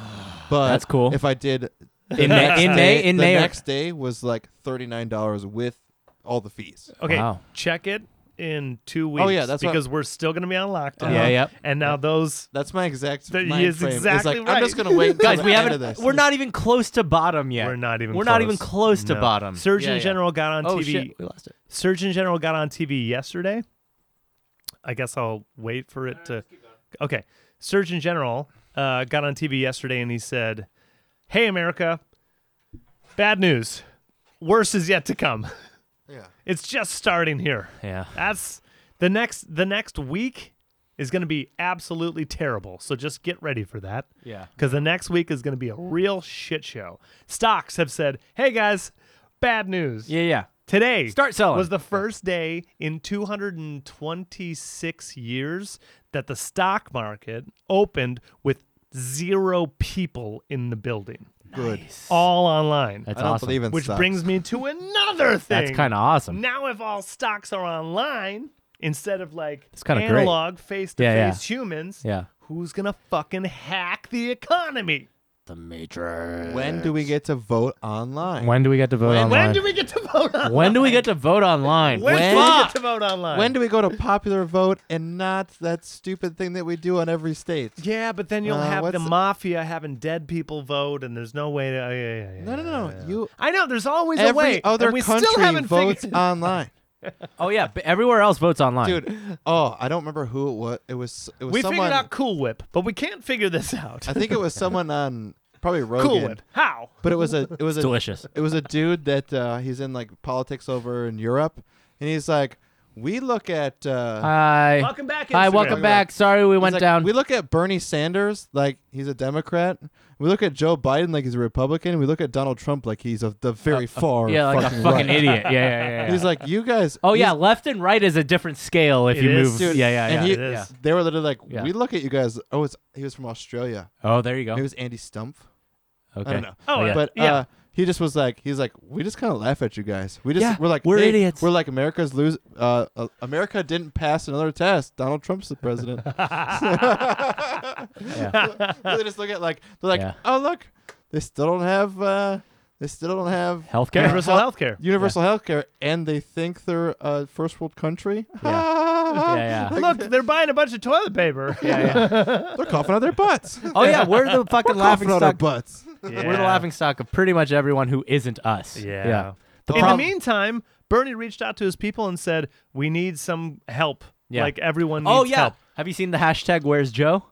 [SPEAKER 3] But
[SPEAKER 2] That's cool.
[SPEAKER 3] If I did
[SPEAKER 2] [LAUGHS]
[SPEAKER 3] the
[SPEAKER 2] in May,
[SPEAKER 3] next
[SPEAKER 2] in May,
[SPEAKER 3] day-
[SPEAKER 2] in
[SPEAKER 3] the
[SPEAKER 2] May. or-
[SPEAKER 3] next day was like thirty nine dollars with all the fees.
[SPEAKER 1] okay.
[SPEAKER 2] Wow.
[SPEAKER 1] Check it in two weeks.
[SPEAKER 3] Oh, yeah, that's what-
[SPEAKER 1] because we're still gonna be on lockdown.
[SPEAKER 2] Yeah, yep.
[SPEAKER 1] And now those
[SPEAKER 3] That's my exact
[SPEAKER 1] That
[SPEAKER 3] mind
[SPEAKER 1] is
[SPEAKER 3] frame. It's
[SPEAKER 1] exactly
[SPEAKER 3] like, I'm just
[SPEAKER 1] right.
[SPEAKER 3] gonna wait. till
[SPEAKER 2] Guys,
[SPEAKER 3] the
[SPEAKER 2] we
[SPEAKER 3] end of
[SPEAKER 2] haven't.
[SPEAKER 3] this.
[SPEAKER 2] We're not even close to bottom yet.
[SPEAKER 1] we're not even
[SPEAKER 2] We're
[SPEAKER 1] close.
[SPEAKER 2] not even close to
[SPEAKER 1] No.
[SPEAKER 2] bottom.
[SPEAKER 1] Surgeon
[SPEAKER 2] Yeah, yeah.
[SPEAKER 1] General got on
[SPEAKER 2] Oh
[SPEAKER 1] TV
[SPEAKER 2] shit, we lost it.
[SPEAKER 1] Surgeon General got on TV yesterday. I guess I'll wait for it to. Okay. Surgeon General uh, got on TV yesterday and he said, Hey, America, bad news. Worse is yet to come.
[SPEAKER 3] Yeah.
[SPEAKER 1] It's just starting here.
[SPEAKER 2] Yeah.
[SPEAKER 1] That's the next the next week is going to be absolutely terrible. So just get ready for that
[SPEAKER 2] Yeah.
[SPEAKER 1] because the next week is going to be a real shit show. Stocks have said, "Hey guys, bad news.
[SPEAKER 2] Yeah. Yeah.
[SPEAKER 1] Today
[SPEAKER 2] Start selling.
[SPEAKER 1] was the first day in 226 years that the stock market opened with zero people in the building,
[SPEAKER 3] Good.
[SPEAKER 1] all online.
[SPEAKER 2] That's
[SPEAKER 3] I don't
[SPEAKER 2] awesome.
[SPEAKER 3] believe in
[SPEAKER 1] which
[SPEAKER 3] stocks.
[SPEAKER 1] brings me to another thing.
[SPEAKER 2] That's kind of awesome.
[SPEAKER 1] now if all stocks are online instead of like
[SPEAKER 2] It's kinda great.
[SPEAKER 1] analog face to
[SPEAKER 2] Yeah,
[SPEAKER 1] face humans,
[SPEAKER 2] Yeah.
[SPEAKER 1] who's gonna fucking hack the economy?
[SPEAKER 2] The Matrix.
[SPEAKER 3] When do we get to vote online?
[SPEAKER 2] When do we get to vote
[SPEAKER 3] When-
[SPEAKER 2] online?
[SPEAKER 1] When do we get to vote online?
[SPEAKER 2] When do we get to vote online?
[SPEAKER 1] When, do we get
[SPEAKER 2] Fuck.
[SPEAKER 1] to vote online?
[SPEAKER 3] When do we go to popular vote and not that stupid thing that we do on every state?
[SPEAKER 1] Yeah, but then you'll
[SPEAKER 3] Uh,
[SPEAKER 1] have the
[SPEAKER 3] what's-
[SPEAKER 1] mafia having dead people vote, and there's no way to. oh, Yeah, yeah, yeah,
[SPEAKER 3] No, no,
[SPEAKER 1] yeah,
[SPEAKER 3] no.
[SPEAKER 1] yeah.
[SPEAKER 3] You
[SPEAKER 1] I know. There's always a way.
[SPEAKER 3] every
[SPEAKER 1] and
[SPEAKER 3] other
[SPEAKER 1] we
[SPEAKER 3] country
[SPEAKER 1] still haven't [LAUGHS]
[SPEAKER 2] [LAUGHS]
[SPEAKER 3] votes
[SPEAKER 1] figured-
[SPEAKER 3] online,
[SPEAKER 2] Oh yeah, but everywhere else votes online.
[SPEAKER 3] dude. Oh, I don't remember who it was. It was it was
[SPEAKER 1] We
[SPEAKER 3] someone.
[SPEAKER 1] figured out Cool Whip, but we can't figure this out.
[SPEAKER 3] I think it was someone on probably Rogan.
[SPEAKER 1] cool Whip. How?
[SPEAKER 3] But it was a it was a
[SPEAKER 2] delicious.
[SPEAKER 3] it was a dude that uh, he's in like politics over in Europe, and he's like, we look at. Uh,
[SPEAKER 2] Hi.
[SPEAKER 1] Welcome back.
[SPEAKER 2] Hi,
[SPEAKER 1] Instagram.
[SPEAKER 2] welcome back. Sorry we
[SPEAKER 3] He's
[SPEAKER 2] went
[SPEAKER 3] like,
[SPEAKER 2] down.
[SPEAKER 3] We look at Bernie Sanders like he's a Democrat. We look at Joe Biden like he's a Republican. We look at Donald Trump like he's a, the very far.
[SPEAKER 2] Uh, yeah, like
[SPEAKER 3] fucking
[SPEAKER 2] a fucking
[SPEAKER 3] right.
[SPEAKER 2] idiot.
[SPEAKER 3] [LAUGHS]
[SPEAKER 2] Yeah, yeah, yeah. yeah.
[SPEAKER 3] He's like, you guys.
[SPEAKER 2] oh
[SPEAKER 3] you-
[SPEAKER 2] yeah, left and right is a different scale if
[SPEAKER 1] It
[SPEAKER 2] you
[SPEAKER 1] is,
[SPEAKER 2] move.
[SPEAKER 3] dude.
[SPEAKER 2] Yeah, yeah, yeah.
[SPEAKER 3] And he-
[SPEAKER 1] it is.
[SPEAKER 2] yeah.
[SPEAKER 3] They were literally like,
[SPEAKER 2] Yeah.
[SPEAKER 3] we look at you guys. Oh, it's he was from Australia.
[SPEAKER 2] Oh, there you go.
[SPEAKER 3] Maybe it was Andy Stump.
[SPEAKER 2] Okay.
[SPEAKER 3] I don't know.
[SPEAKER 1] Oh,
[SPEAKER 2] Oh,
[SPEAKER 1] yeah.
[SPEAKER 2] yeah.
[SPEAKER 3] But uh, he just was like, he's like, we just kind of laugh at you guys. We just
[SPEAKER 2] Yeah,
[SPEAKER 3] we're like
[SPEAKER 2] we're
[SPEAKER 3] "Hey,
[SPEAKER 2] idiots."
[SPEAKER 3] We're like America's lose. Uh, uh, America didn't pass another test. Donald Trump's
[SPEAKER 2] [LAUGHS]
[SPEAKER 3] the president. [LAUGHS] they just look at like they're like,
[SPEAKER 2] Yeah.
[SPEAKER 3] oh look, they still don't have. Uh, they still don't have
[SPEAKER 2] Healthcare.
[SPEAKER 1] Universal healthcare.
[SPEAKER 3] [LAUGHS] universal health care, and they think they're a first world country.
[SPEAKER 2] Yeah,
[SPEAKER 3] [LAUGHS]
[SPEAKER 2] yeah.
[SPEAKER 1] Look, they're buying a bunch of toilet paper.
[SPEAKER 2] yeah, yeah.
[SPEAKER 3] they're coughing out
[SPEAKER 2] [LAUGHS]
[SPEAKER 3] their butts.
[SPEAKER 2] Oh yeah, we're
[SPEAKER 1] [LAUGHS]
[SPEAKER 2] the fucking laughing
[SPEAKER 3] coughing out our
[SPEAKER 2] stock.
[SPEAKER 3] butts.
[SPEAKER 2] We're the laughing stock of pretty much everyone who isn't us.
[SPEAKER 1] Yeah.
[SPEAKER 2] The
[SPEAKER 1] In
[SPEAKER 2] problem-
[SPEAKER 1] the meantime, Bernie reached out to his people and said, "We need some help.
[SPEAKER 2] Yeah.
[SPEAKER 1] Like everyone needs
[SPEAKER 2] oh yeah.
[SPEAKER 1] help.
[SPEAKER 2] Have you seen the hashtag Where's Joe?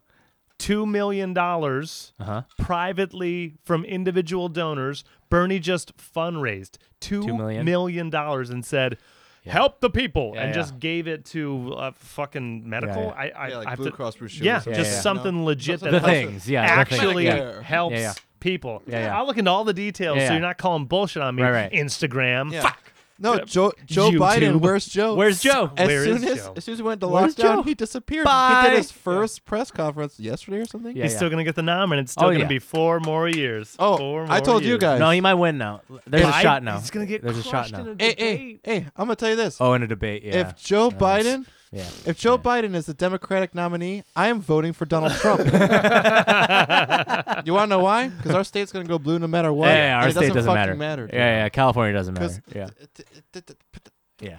[SPEAKER 1] Two million dollars
[SPEAKER 2] Uh huh.
[SPEAKER 1] privately from individual donors. Bernie just fundraised two
[SPEAKER 2] Two million?
[SPEAKER 1] million dollars and said, "Help the people,"
[SPEAKER 2] Yeah,
[SPEAKER 1] and
[SPEAKER 2] yeah.
[SPEAKER 1] just gave it to uh, fucking medical.
[SPEAKER 2] yeah.
[SPEAKER 1] I, I,
[SPEAKER 3] Yeah, like
[SPEAKER 1] I have
[SPEAKER 3] Blue
[SPEAKER 1] to,
[SPEAKER 3] Cross Blue Shield or
[SPEAKER 1] Yeah,
[SPEAKER 3] something,
[SPEAKER 1] just
[SPEAKER 2] you know?
[SPEAKER 1] something legit that
[SPEAKER 3] The
[SPEAKER 1] helps-
[SPEAKER 2] things, yeah, the things,
[SPEAKER 1] actually
[SPEAKER 3] yeah.
[SPEAKER 1] helps
[SPEAKER 2] Yeah, yeah.
[SPEAKER 1] people.
[SPEAKER 2] Yeah, yeah.
[SPEAKER 1] I'll look into all the details
[SPEAKER 2] Yeah,
[SPEAKER 1] so
[SPEAKER 2] yeah.
[SPEAKER 1] you're not calling bullshit on me.
[SPEAKER 2] Right, right.
[SPEAKER 1] Instagram.
[SPEAKER 3] Yeah.
[SPEAKER 1] Fuck.
[SPEAKER 3] No, Joe Joe
[SPEAKER 1] YouTube.
[SPEAKER 3] Biden. Where's Joe?
[SPEAKER 2] Where's Joe?
[SPEAKER 3] As
[SPEAKER 1] Where
[SPEAKER 3] soon
[SPEAKER 1] is
[SPEAKER 3] as
[SPEAKER 1] Joe?
[SPEAKER 3] as soon as we went to
[SPEAKER 2] Where's Joe?
[SPEAKER 3] lockdown, he disappeared. He
[SPEAKER 2] Bye.
[SPEAKER 3] did his first press conference yesterday or something.
[SPEAKER 2] Yeah,
[SPEAKER 1] He's
[SPEAKER 2] yeah.
[SPEAKER 1] still gonna get the nom, and it's still
[SPEAKER 2] Oh,
[SPEAKER 1] gonna
[SPEAKER 2] yeah.
[SPEAKER 1] be four more years.
[SPEAKER 3] Oh,
[SPEAKER 1] Four
[SPEAKER 3] I
[SPEAKER 1] more
[SPEAKER 3] told you
[SPEAKER 1] years.
[SPEAKER 3] guys.
[SPEAKER 2] No, he might win now. There's a
[SPEAKER 1] I-
[SPEAKER 2] shot now.
[SPEAKER 1] He's gonna get
[SPEAKER 2] There's a shot
[SPEAKER 1] crushed
[SPEAKER 2] now.
[SPEAKER 1] in a
[SPEAKER 3] hey, hey,
[SPEAKER 1] debate.
[SPEAKER 3] hey! I'm gonna tell you this.
[SPEAKER 2] Oh, in a debate. Yeah.
[SPEAKER 3] If Joe Biden,
[SPEAKER 1] [LAUGHS]
[SPEAKER 2] yeah.
[SPEAKER 3] if Joe Biden is the Democratic nominee, I am voting for Donald
[SPEAKER 2] [LAUGHS]
[SPEAKER 3] Trump. you want to know why? Because our state's gonna go blue no matter what.
[SPEAKER 2] Yeah, yeah,
[SPEAKER 3] and
[SPEAKER 2] our
[SPEAKER 3] it
[SPEAKER 2] state
[SPEAKER 3] doesn't,
[SPEAKER 2] doesn't matter.
[SPEAKER 3] fucking matter.
[SPEAKER 2] yeah, yeah, California doesn't matter.
[SPEAKER 3] Because
[SPEAKER 2] Yeah, yeah.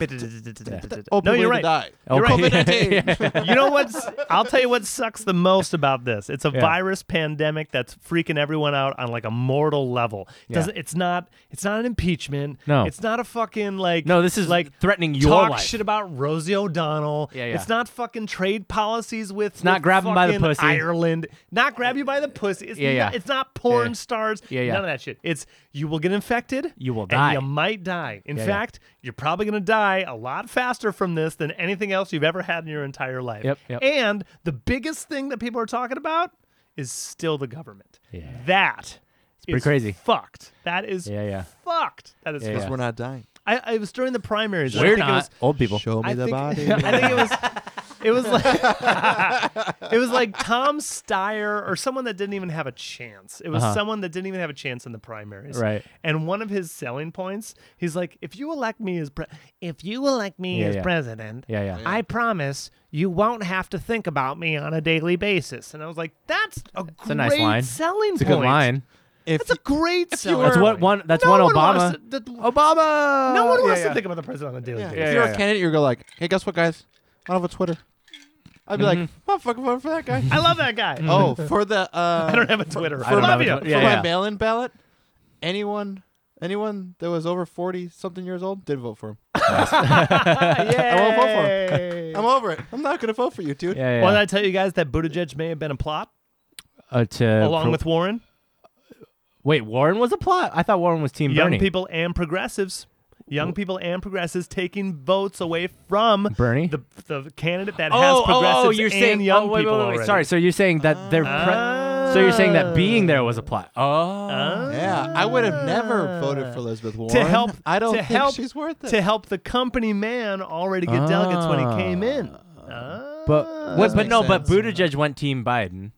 [SPEAKER 1] No, you're right.
[SPEAKER 2] [LAUGHS]
[SPEAKER 3] Die.
[SPEAKER 1] [LAUGHS]
[SPEAKER 2] Oh,
[SPEAKER 1] You're right.
[SPEAKER 3] COVID-19.
[SPEAKER 1] You know what's? I'll tell you what sucks the most about this. It's a
[SPEAKER 2] Yeah.
[SPEAKER 1] virus pandemic that's freaking everyone out on like a mortal level. It
[SPEAKER 2] Yeah.
[SPEAKER 1] Doesn't it's not it's not an impeachment.
[SPEAKER 2] No.
[SPEAKER 1] it's not a fucking like
[SPEAKER 2] No, this is
[SPEAKER 1] like
[SPEAKER 2] like threatening your
[SPEAKER 1] talk
[SPEAKER 2] life.
[SPEAKER 1] shit about Rosie O'Donnell.
[SPEAKER 2] Yeah, yeah.
[SPEAKER 1] It's not fucking trade policies with. It's
[SPEAKER 2] not grab 'em by the pussy.
[SPEAKER 1] Ireland. Not grab you by the pussy. It's
[SPEAKER 2] Yeah, yeah.
[SPEAKER 1] Not, it's not porn
[SPEAKER 2] yeah.
[SPEAKER 1] stars.
[SPEAKER 2] Yeah, yeah.
[SPEAKER 1] None of that shit. It's you will get infected.
[SPEAKER 2] You will
[SPEAKER 1] and
[SPEAKER 2] die.
[SPEAKER 1] you might die. In
[SPEAKER 2] Yeah, yeah.
[SPEAKER 1] fact, you're probably going to die a lot faster from this than anything else you've ever had in your entire life.
[SPEAKER 2] Yep, yep.
[SPEAKER 1] And the biggest thing that people are talking about is still the government.
[SPEAKER 2] Yeah.
[SPEAKER 1] That
[SPEAKER 2] It's pretty
[SPEAKER 1] is
[SPEAKER 2] crazy.
[SPEAKER 1] Fucked. That is
[SPEAKER 2] Yeah, yeah.
[SPEAKER 1] fucked. That is.
[SPEAKER 2] Yeah,
[SPEAKER 1] fucked.
[SPEAKER 3] Because we're not dying.
[SPEAKER 1] I, I was during the primaries. and I
[SPEAKER 2] We're
[SPEAKER 1] think it
[SPEAKER 2] not
[SPEAKER 1] was-
[SPEAKER 2] old people.
[SPEAKER 3] Show me
[SPEAKER 1] I
[SPEAKER 3] the
[SPEAKER 1] think- [LAUGHS]
[SPEAKER 3] body.
[SPEAKER 1] I think it was it was like [LAUGHS] it was like Tom Steyer or someone that didn't even have a chance. It was
[SPEAKER 2] Uh-huh.
[SPEAKER 1] someone that didn't even have a chance in the primaries.
[SPEAKER 2] Right.
[SPEAKER 1] And one of his selling points, he's like, if you elect me as pre- if you elect me
[SPEAKER 2] Yeah,
[SPEAKER 1] as
[SPEAKER 2] yeah.
[SPEAKER 1] president,
[SPEAKER 2] Yeah, yeah.
[SPEAKER 1] I promise you won't have to think about me on a daily basis. And I was like, that's a great
[SPEAKER 2] a nice line.
[SPEAKER 1] selling
[SPEAKER 2] It's a
[SPEAKER 1] point.
[SPEAKER 2] good line.
[SPEAKER 3] If
[SPEAKER 1] That's a great
[SPEAKER 3] you
[SPEAKER 1] selling
[SPEAKER 3] were-
[SPEAKER 2] That's
[SPEAKER 1] point.
[SPEAKER 2] what one. That's
[SPEAKER 1] No
[SPEAKER 2] one
[SPEAKER 1] one
[SPEAKER 2] Obama.
[SPEAKER 1] wants to- that-
[SPEAKER 2] Obama.
[SPEAKER 1] no one
[SPEAKER 2] Yeah,
[SPEAKER 1] wants
[SPEAKER 2] yeah.
[SPEAKER 1] to think about the president on a daily
[SPEAKER 3] Yeah.
[SPEAKER 1] basis.
[SPEAKER 3] if you're
[SPEAKER 2] yeah.
[SPEAKER 3] a candidate, you're gonna go like, hey, guess what, guys? I don't have a Twitter. I'd be like, motherfucker, vote for that guy.
[SPEAKER 1] I love that
[SPEAKER 2] [LAUGHS]
[SPEAKER 1] guy.
[SPEAKER 3] oh, for the uh,
[SPEAKER 1] I don't have a Twitter.
[SPEAKER 2] I
[SPEAKER 1] I
[SPEAKER 2] don't
[SPEAKER 1] love
[SPEAKER 2] have a
[SPEAKER 1] you.
[SPEAKER 2] Twitter.
[SPEAKER 3] for
[SPEAKER 2] Yeah,
[SPEAKER 3] my
[SPEAKER 2] yeah.
[SPEAKER 3] mail-in ballot. Anyone, anyone that was over forty something years old did vote for him.
[SPEAKER 1] yeah.
[SPEAKER 3] I won't vote for I'm over it. I'm not gonna vote for you, dude.
[SPEAKER 2] Yeah, yeah.
[SPEAKER 1] Well, did I tell you guys that Buttigieg may have been a plot
[SPEAKER 2] Uh, to
[SPEAKER 1] along
[SPEAKER 2] pro-
[SPEAKER 1] with Warren?
[SPEAKER 2] wait, Warren was a plot. I thought Warren was Team
[SPEAKER 1] Young
[SPEAKER 2] Bernie.
[SPEAKER 1] people and progressives. Young people and progressives taking votes away from
[SPEAKER 2] Bernie?
[SPEAKER 1] the the candidate that
[SPEAKER 2] oh,
[SPEAKER 1] has
[SPEAKER 2] oh,
[SPEAKER 1] progressives
[SPEAKER 2] oh, you're
[SPEAKER 1] and
[SPEAKER 2] saying
[SPEAKER 1] young
[SPEAKER 2] oh, wait,
[SPEAKER 1] people.
[SPEAKER 2] wait, wait,
[SPEAKER 1] already.
[SPEAKER 2] Sorry, so you're saying that they're. Pre- so you're saying that being there was a plot. Oh.
[SPEAKER 1] Ah.
[SPEAKER 3] Yeah, I would have never voted for Elizabeth Warren.
[SPEAKER 1] help-
[SPEAKER 3] I don't
[SPEAKER 1] to
[SPEAKER 3] think
[SPEAKER 1] help-
[SPEAKER 3] she's worth it.
[SPEAKER 1] Ah. to help the company man already get delegates when he came in. Ah.
[SPEAKER 2] But what, Ah. but
[SPEAKER 3] makes
[SPEAKER 2] no, but
[SPEAKER 3] sense.
[SPEAKER 2] Buttigieg went Team Biden.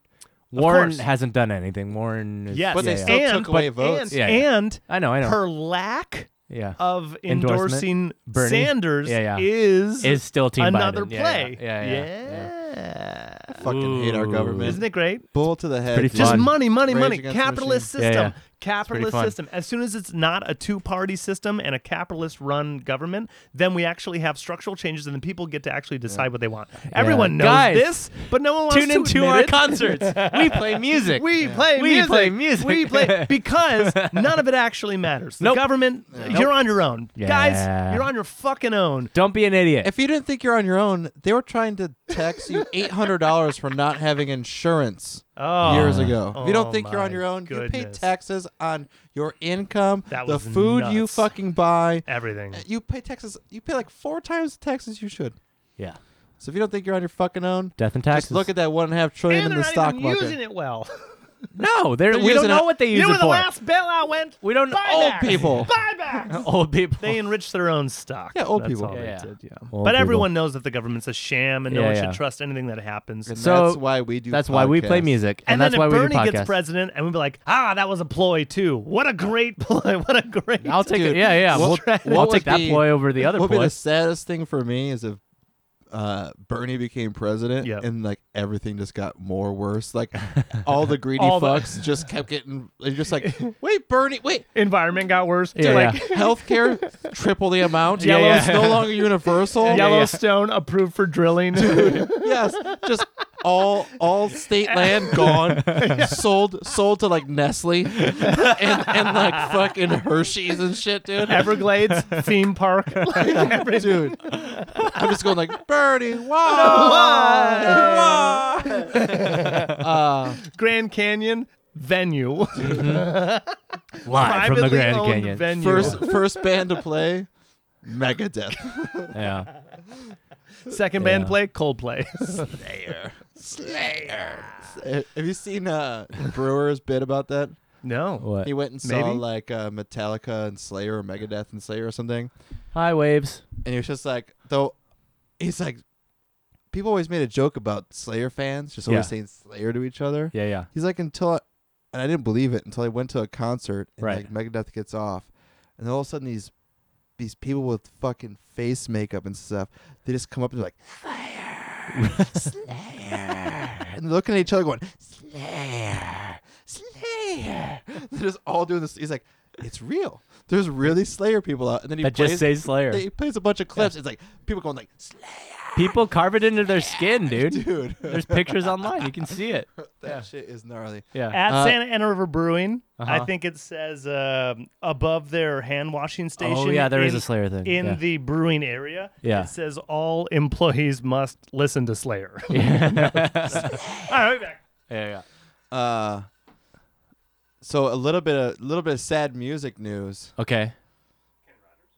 [SPEAKER 2] Warren
[SPEAKER 1] course.
[SPEAKER 2] hasn't done anything. Warren is.
[SPEAKER 1] Yes,
[SPEAKER 3] But they
[SPEAKER 2] yeah,
[SPEAKER 3] still
[SPEAKER 2] yeah.
[SPEAKER 1] and,
[SPEAKER 3] took away
[SPEAKER 1] but-
[SPEAKER 3] votes.
[SPEAKER 1] And,
[SPEAKER 2] Yeah, yeah.
[SPEAKER 1] and
[SPEAKER 2] I know, I know.
[SPEAKER 1] her lack
[SPEAKER 2] yeah.
[SPEAKER 1] of
[SPEAKER 2] Endorsement?
[SPEAKER 1] endorsing
[SPEAKER 2] Bernie?
[SPEAKER 1] Sanders
[SPEAKER 2] Yeah, yeah.
[SPEAKER 1] is
[SPEAKER 2] is still Team
[SPEAKER 1] another
[SPEAKER 2] Biden.
[SPEAKER 1] play.
[SPEAKER 2] Yeah, yeah. yeah, yeah, yeah.
[SPEAKER 1] Yeah.
[SPEAKER 3] Fucking hate our
[SPEAKER 2] Ooh.
[SPEAKER 3] government.
[SPEAKER 1] Isn't it great?
[SPEAKER 3] Bull to the head.
[SPEAKER 2] pretty
[SPEAKER 3] dude.
[SPEAKER 1] Just
[SPEAKER 2] Fun.
[SPEAKER 1] money, money,
[SPEAKER 3] Rage
[SPEAKER 1] money.
[SPEAKER 3] Against the
[SPEAKER 1] Capitalist
[SPEAKER 2] Machine. Yeah,
[SPEAKER 1] system.
[SPEAKER 2] yeah.
[SPEAKER 1] Capitalist
[SPEAKER 2] fun.
[SPEAKER 1] system. As soon as it's not a two party system and a capitalist run government, then we actually have structural changes and then people get to actually decide what they want. Everyone knows
[SPEAKER 2] Guys,
[SPEAKER 1] this, but no one wants
[SPEAKER 2] Tune
[SPEAKER 1] to
[SPEAKER 2] into
[SPEAKER 1] admit
[SPEAKER 2] our
[SPEAKER 1] it.
[SPEAKER 2] concerts. we play
[SPEAKER 1] [LAUGHS]
[SPEAKER 2] music.
[SPEAKER 1] We play
[SPEAKER 2] [LAUGHS] We
[SPEAKER 1] music.
[SPEAKER 2] play music.
[SPEAKER 1] We
[SPEAKER 2] [LAUGHS]
[SPEAKER 1] play because none of it actually matters. The
[SPEAKER 2] Nope.
[SPEAKER 1] government, you're on your own, guys.
[SPEAKER 2] Yeah.
[SPEAKER 1] You're on your fucking own.
[SPEAKER 2] Don't be an idiot.
[SPEAKER 3] If you didn't think you're on your own, they were trying to tax you eight hundred dollars for not having insurance
[SPEAKER 1] Oh,
[SPEAKER 3] years ago. if you
[SPEAKER 1] Oh
[SPEAKER 3] don't think you're on
[SPEAKER 1] my
[SPEAKER 3] your own, you pay
[SPEAKER 1] goodness.
[SPEAKER 3] taxes on your income,
[SPEAKER 1] That
[SPEAKER 3] the
[SPEAKER 1] was
[SPEAKER 3] food you
[SPEAKER 1] nuts.
[SPEAKER 3] fucking buy.
[SPEAKER 1] everything.
[SPEAKER 3] You pay taxes. You pay like four times the taxes you should.
[SPEAKER 2] yeah.
[SPEAKER 3] So if you don't think you're on your fucking own,
[SPEAKER 2] Death and
[SPEAKER 3] just
[SPEAKER 2] taxes.
[SPEAKER 3] look at that one and a half trillion
[SPEAKER 1] And
[SPEAKER 3] in
[SPEAKER 1] they're
[SPEAKER 3] the
[SPEAKER 1] not
[SPEAKER 3] stock
[SPEAKER 1] even
[SPEAKER 3] market.
[SPEAKER 1] using it [LAUGHS] well.
[SPEAKER 2] no, they're,
[SPEAKER 3] They're
[SPEAKER 2] we don't
[SPEAKER 3] using
[SPEAKER 2] know
[SPEAKER 3] it-
[SPEAKER 2] what they
[SPEAKER 1] You
[SPEAKER 2] use
[SPEAKER 1] know where
[SPEAKER 2] it
[SPEAKER 1] the
[SPEAKER 2] for.
[SPEAKER 1] last bailout went?
[SPEAKER 2] we don't know.
[SPEAKER 1] Buybacks.
[SPEAKER 3] Old people.
[SPEAKER 1] [LAUGHS] Buybacks.
[SPEAKER 2] [LAUGHS] Old people.
[SPEAKER 1] They enriched their own stock.
[SPEAKER 3] Yeah, old
[SPEAKER 1] That's
[SPEAKER 3] people.
[SPEAKER 1] all they
[SPEAKER 2] Yeah, yeah.
[SPEAKER 1] did, yeah.
[SPEAKER 2] Old
[SPEAKER 1] but
[SPEAKER 2] people.
[SPEAKER 1] everyone knows that the government's a sham, and no
[SPEAKER 2] Yeah,
[SPEAKER 1] one
[SPEAKER 2] yeah.
[SPEAKER 1] should trust anything that happens.
[SPEAKER 3] And
[SPEAKER 1] And,
[SPEAKER 2] So,
[SPEAKER 3] that's why we do.
[SPEAKER 2] That's why we play
[SPEAKER 3] podcasts.
[SPEAKER 2] music, and, that's
[SPEAKER 1] then
[SPEAKER 2] why
[SPEAKER 1] if
[SPEAKER 2] we do
[SPEAKER 1] Bernie
[SPEAKER 2] podcasts.
[SPEAKER 1] gets president, and we'd be like, "Ah, that was a ploy too. What a great [LAUGHS] ploy! What a great."
[SPEAKER 2] I'll take
[SPEAKER 3] Dude,
[SPEAKER 2] it. Yeah, yeah.
[SPEAKER 3] what-
[SPEAKER 2] We'll,
[SPEAKER 3] what
[SPEAKER 2] I'll
[SPEAKER 3] would
[SPEAKER 2] take that
[SPEAKER 3] be-
[SPEAKER 2] ploy over the other
[SPEAKER 3] What would be
[SPEAKER 2] ploy.
[SPEAKER 3] the saddest thing for me is if uh, Bernie became president
[SPEAKER 1] Yep.
[SPEAKER 3] and like everything just got more worse.
[SPEAKER 1] [LAUGHS]
[SPEAKER 3] Like all the greedy
[SPEAKER 1] All the-
[SPEAKER 3] fucks just kept getting. They're just
[SPEAKER 1] [LAUGHS]
[SPEAKER 3] like, wait, Bernie, wait.
[SPEAKER 1] Environment got worse.
[SPEAKER 2] Yeah,
[SPEAKER 1] like
[SPEAKER 2] yeah.
[SPEAKER 3] Healthcare triple the amount.
[SPEAKER 2] Yeah,
[SPEAKER 3] Yellow
[SPEAKER 2] yeah.
[SPEAKER 3] is no longer
[SPEAKER 1] [LAUGHS]
[SPEAKER 3] universal.
[SPEAKER 2] Yeah, yeah.
[SPEAKER 1] Yellowstone approved for
[SPEAKER 2] [LAUGHS]
[SPEAKER 1] drilling.
[SPEAKER 3] Yes, just all all state land gone, sold sold to like Nestle [LAUGHS] and, and like fucking Hershey's and shit, dude.
[SPEAKER 1] Everglades theme
[SPEAKER 2] [LAUGHS]
[SPEAKER 1] park. Like, every-
[SPEAKER 3] dude. I'm just going like Bernie, why? why? Uh,
[SPEAKER 1] Grand Canyon venue. [LAUGHS]
[SPEAKER 2] Live from the
[SPEAKER 1] Privately
[SPEAKER 2] Grand
[SPEAKER 1] owned
[SPEAKER 2] Canyon.
[SPEAKER 1] Venue.
[SPEAKER 2] [LAUGHS]
[SPEAKER 3] first first band to play, Megadeth.
[SPEAKER 2] Yeah.
[SPEAKER 1] Second band
[SPEAKER 2] Yeah.
[SPEAKER 1] play, Coldplay. [LAUGHS]
[SPEAKER 3] Slayer, Slayer. Have you seen uh, Brewer's bit about that?
[SPEAKER 1] no.
[SPEAKER 2] What?
[SPEAKER 3] He went and saw
[SPEAKER 1] Maybe.
[SPEAKER 3] like uh, Metallica and Slayer, or Megadeth and Slayer, or something.
[SPEAKER 2] Hi, waves.
[SPEAKER 3] and he was just like, though, he's like, people always made a joke about Slayer fans, just always
[SPEAKER 2] Yeah.
[SPEAKER 3] saying Slayer to each other.
[SPEAKER 2] Yeah, yeah.
[SPEAKER 3] He's like, until, I, and I didn't believe it until I went to a concert and
[SPEAKER 2] Right.
[SPEAKER 3] like Megadeth gets off, and all of a sudden these, these people with fucking face makeup and stuff, they just come up and they're like, Slayer, [LAUGHS] Slayer, and they're looking at each other going, Slayer, Slayer. They're just all doing this. He's like. It's real. There's really Slayer people out, and then he
[SPEAKER 2] That
[SPEAKER 3] plays
[SPEAKER 2] just says Slayer.
[SPEAKER 3] he plays a bunch of clips. It's like people going like, "Slayer,
[SPEAKER 2] People carve it into their skin, dude.
[SPEAKER 3] dude."
[SPEAKER 2] There's pictures online. You can see it.
[SPEAKER 3] that shit is gnarly.
[SPEAKER 2] Yeah.
[SPEAKER 1] At
[SPEAKER 3] Uh,
[SPEAKER 1] Santa Ana River Brewing, I
[SPEAKER 2] Uh-huh.
[SPEAKER 1] think it says um, above their hand washing station.
[SPEAKER 2] Oh yeah, there
[SPEAKER 1] in,
[SPEAKER 2] is a Slayer thing.
[SPEAKER 1] in
[SPEAKER 2] yeah.
[SPEAKER 1] the brewing area.
[SPEAKER 2] Yeah.
[SPEAKER 1] It says all employees must listen to
[SPEAKER 2] [LAUGHS]
[SPEAKER 1] Slayer. all right, I'll be back.
[SPEAKER 2] yeah, yeah.
[SPEAKER 3] Uh, so a little bit of a little bit of sad music news.
[SPEAKER 2] Okay.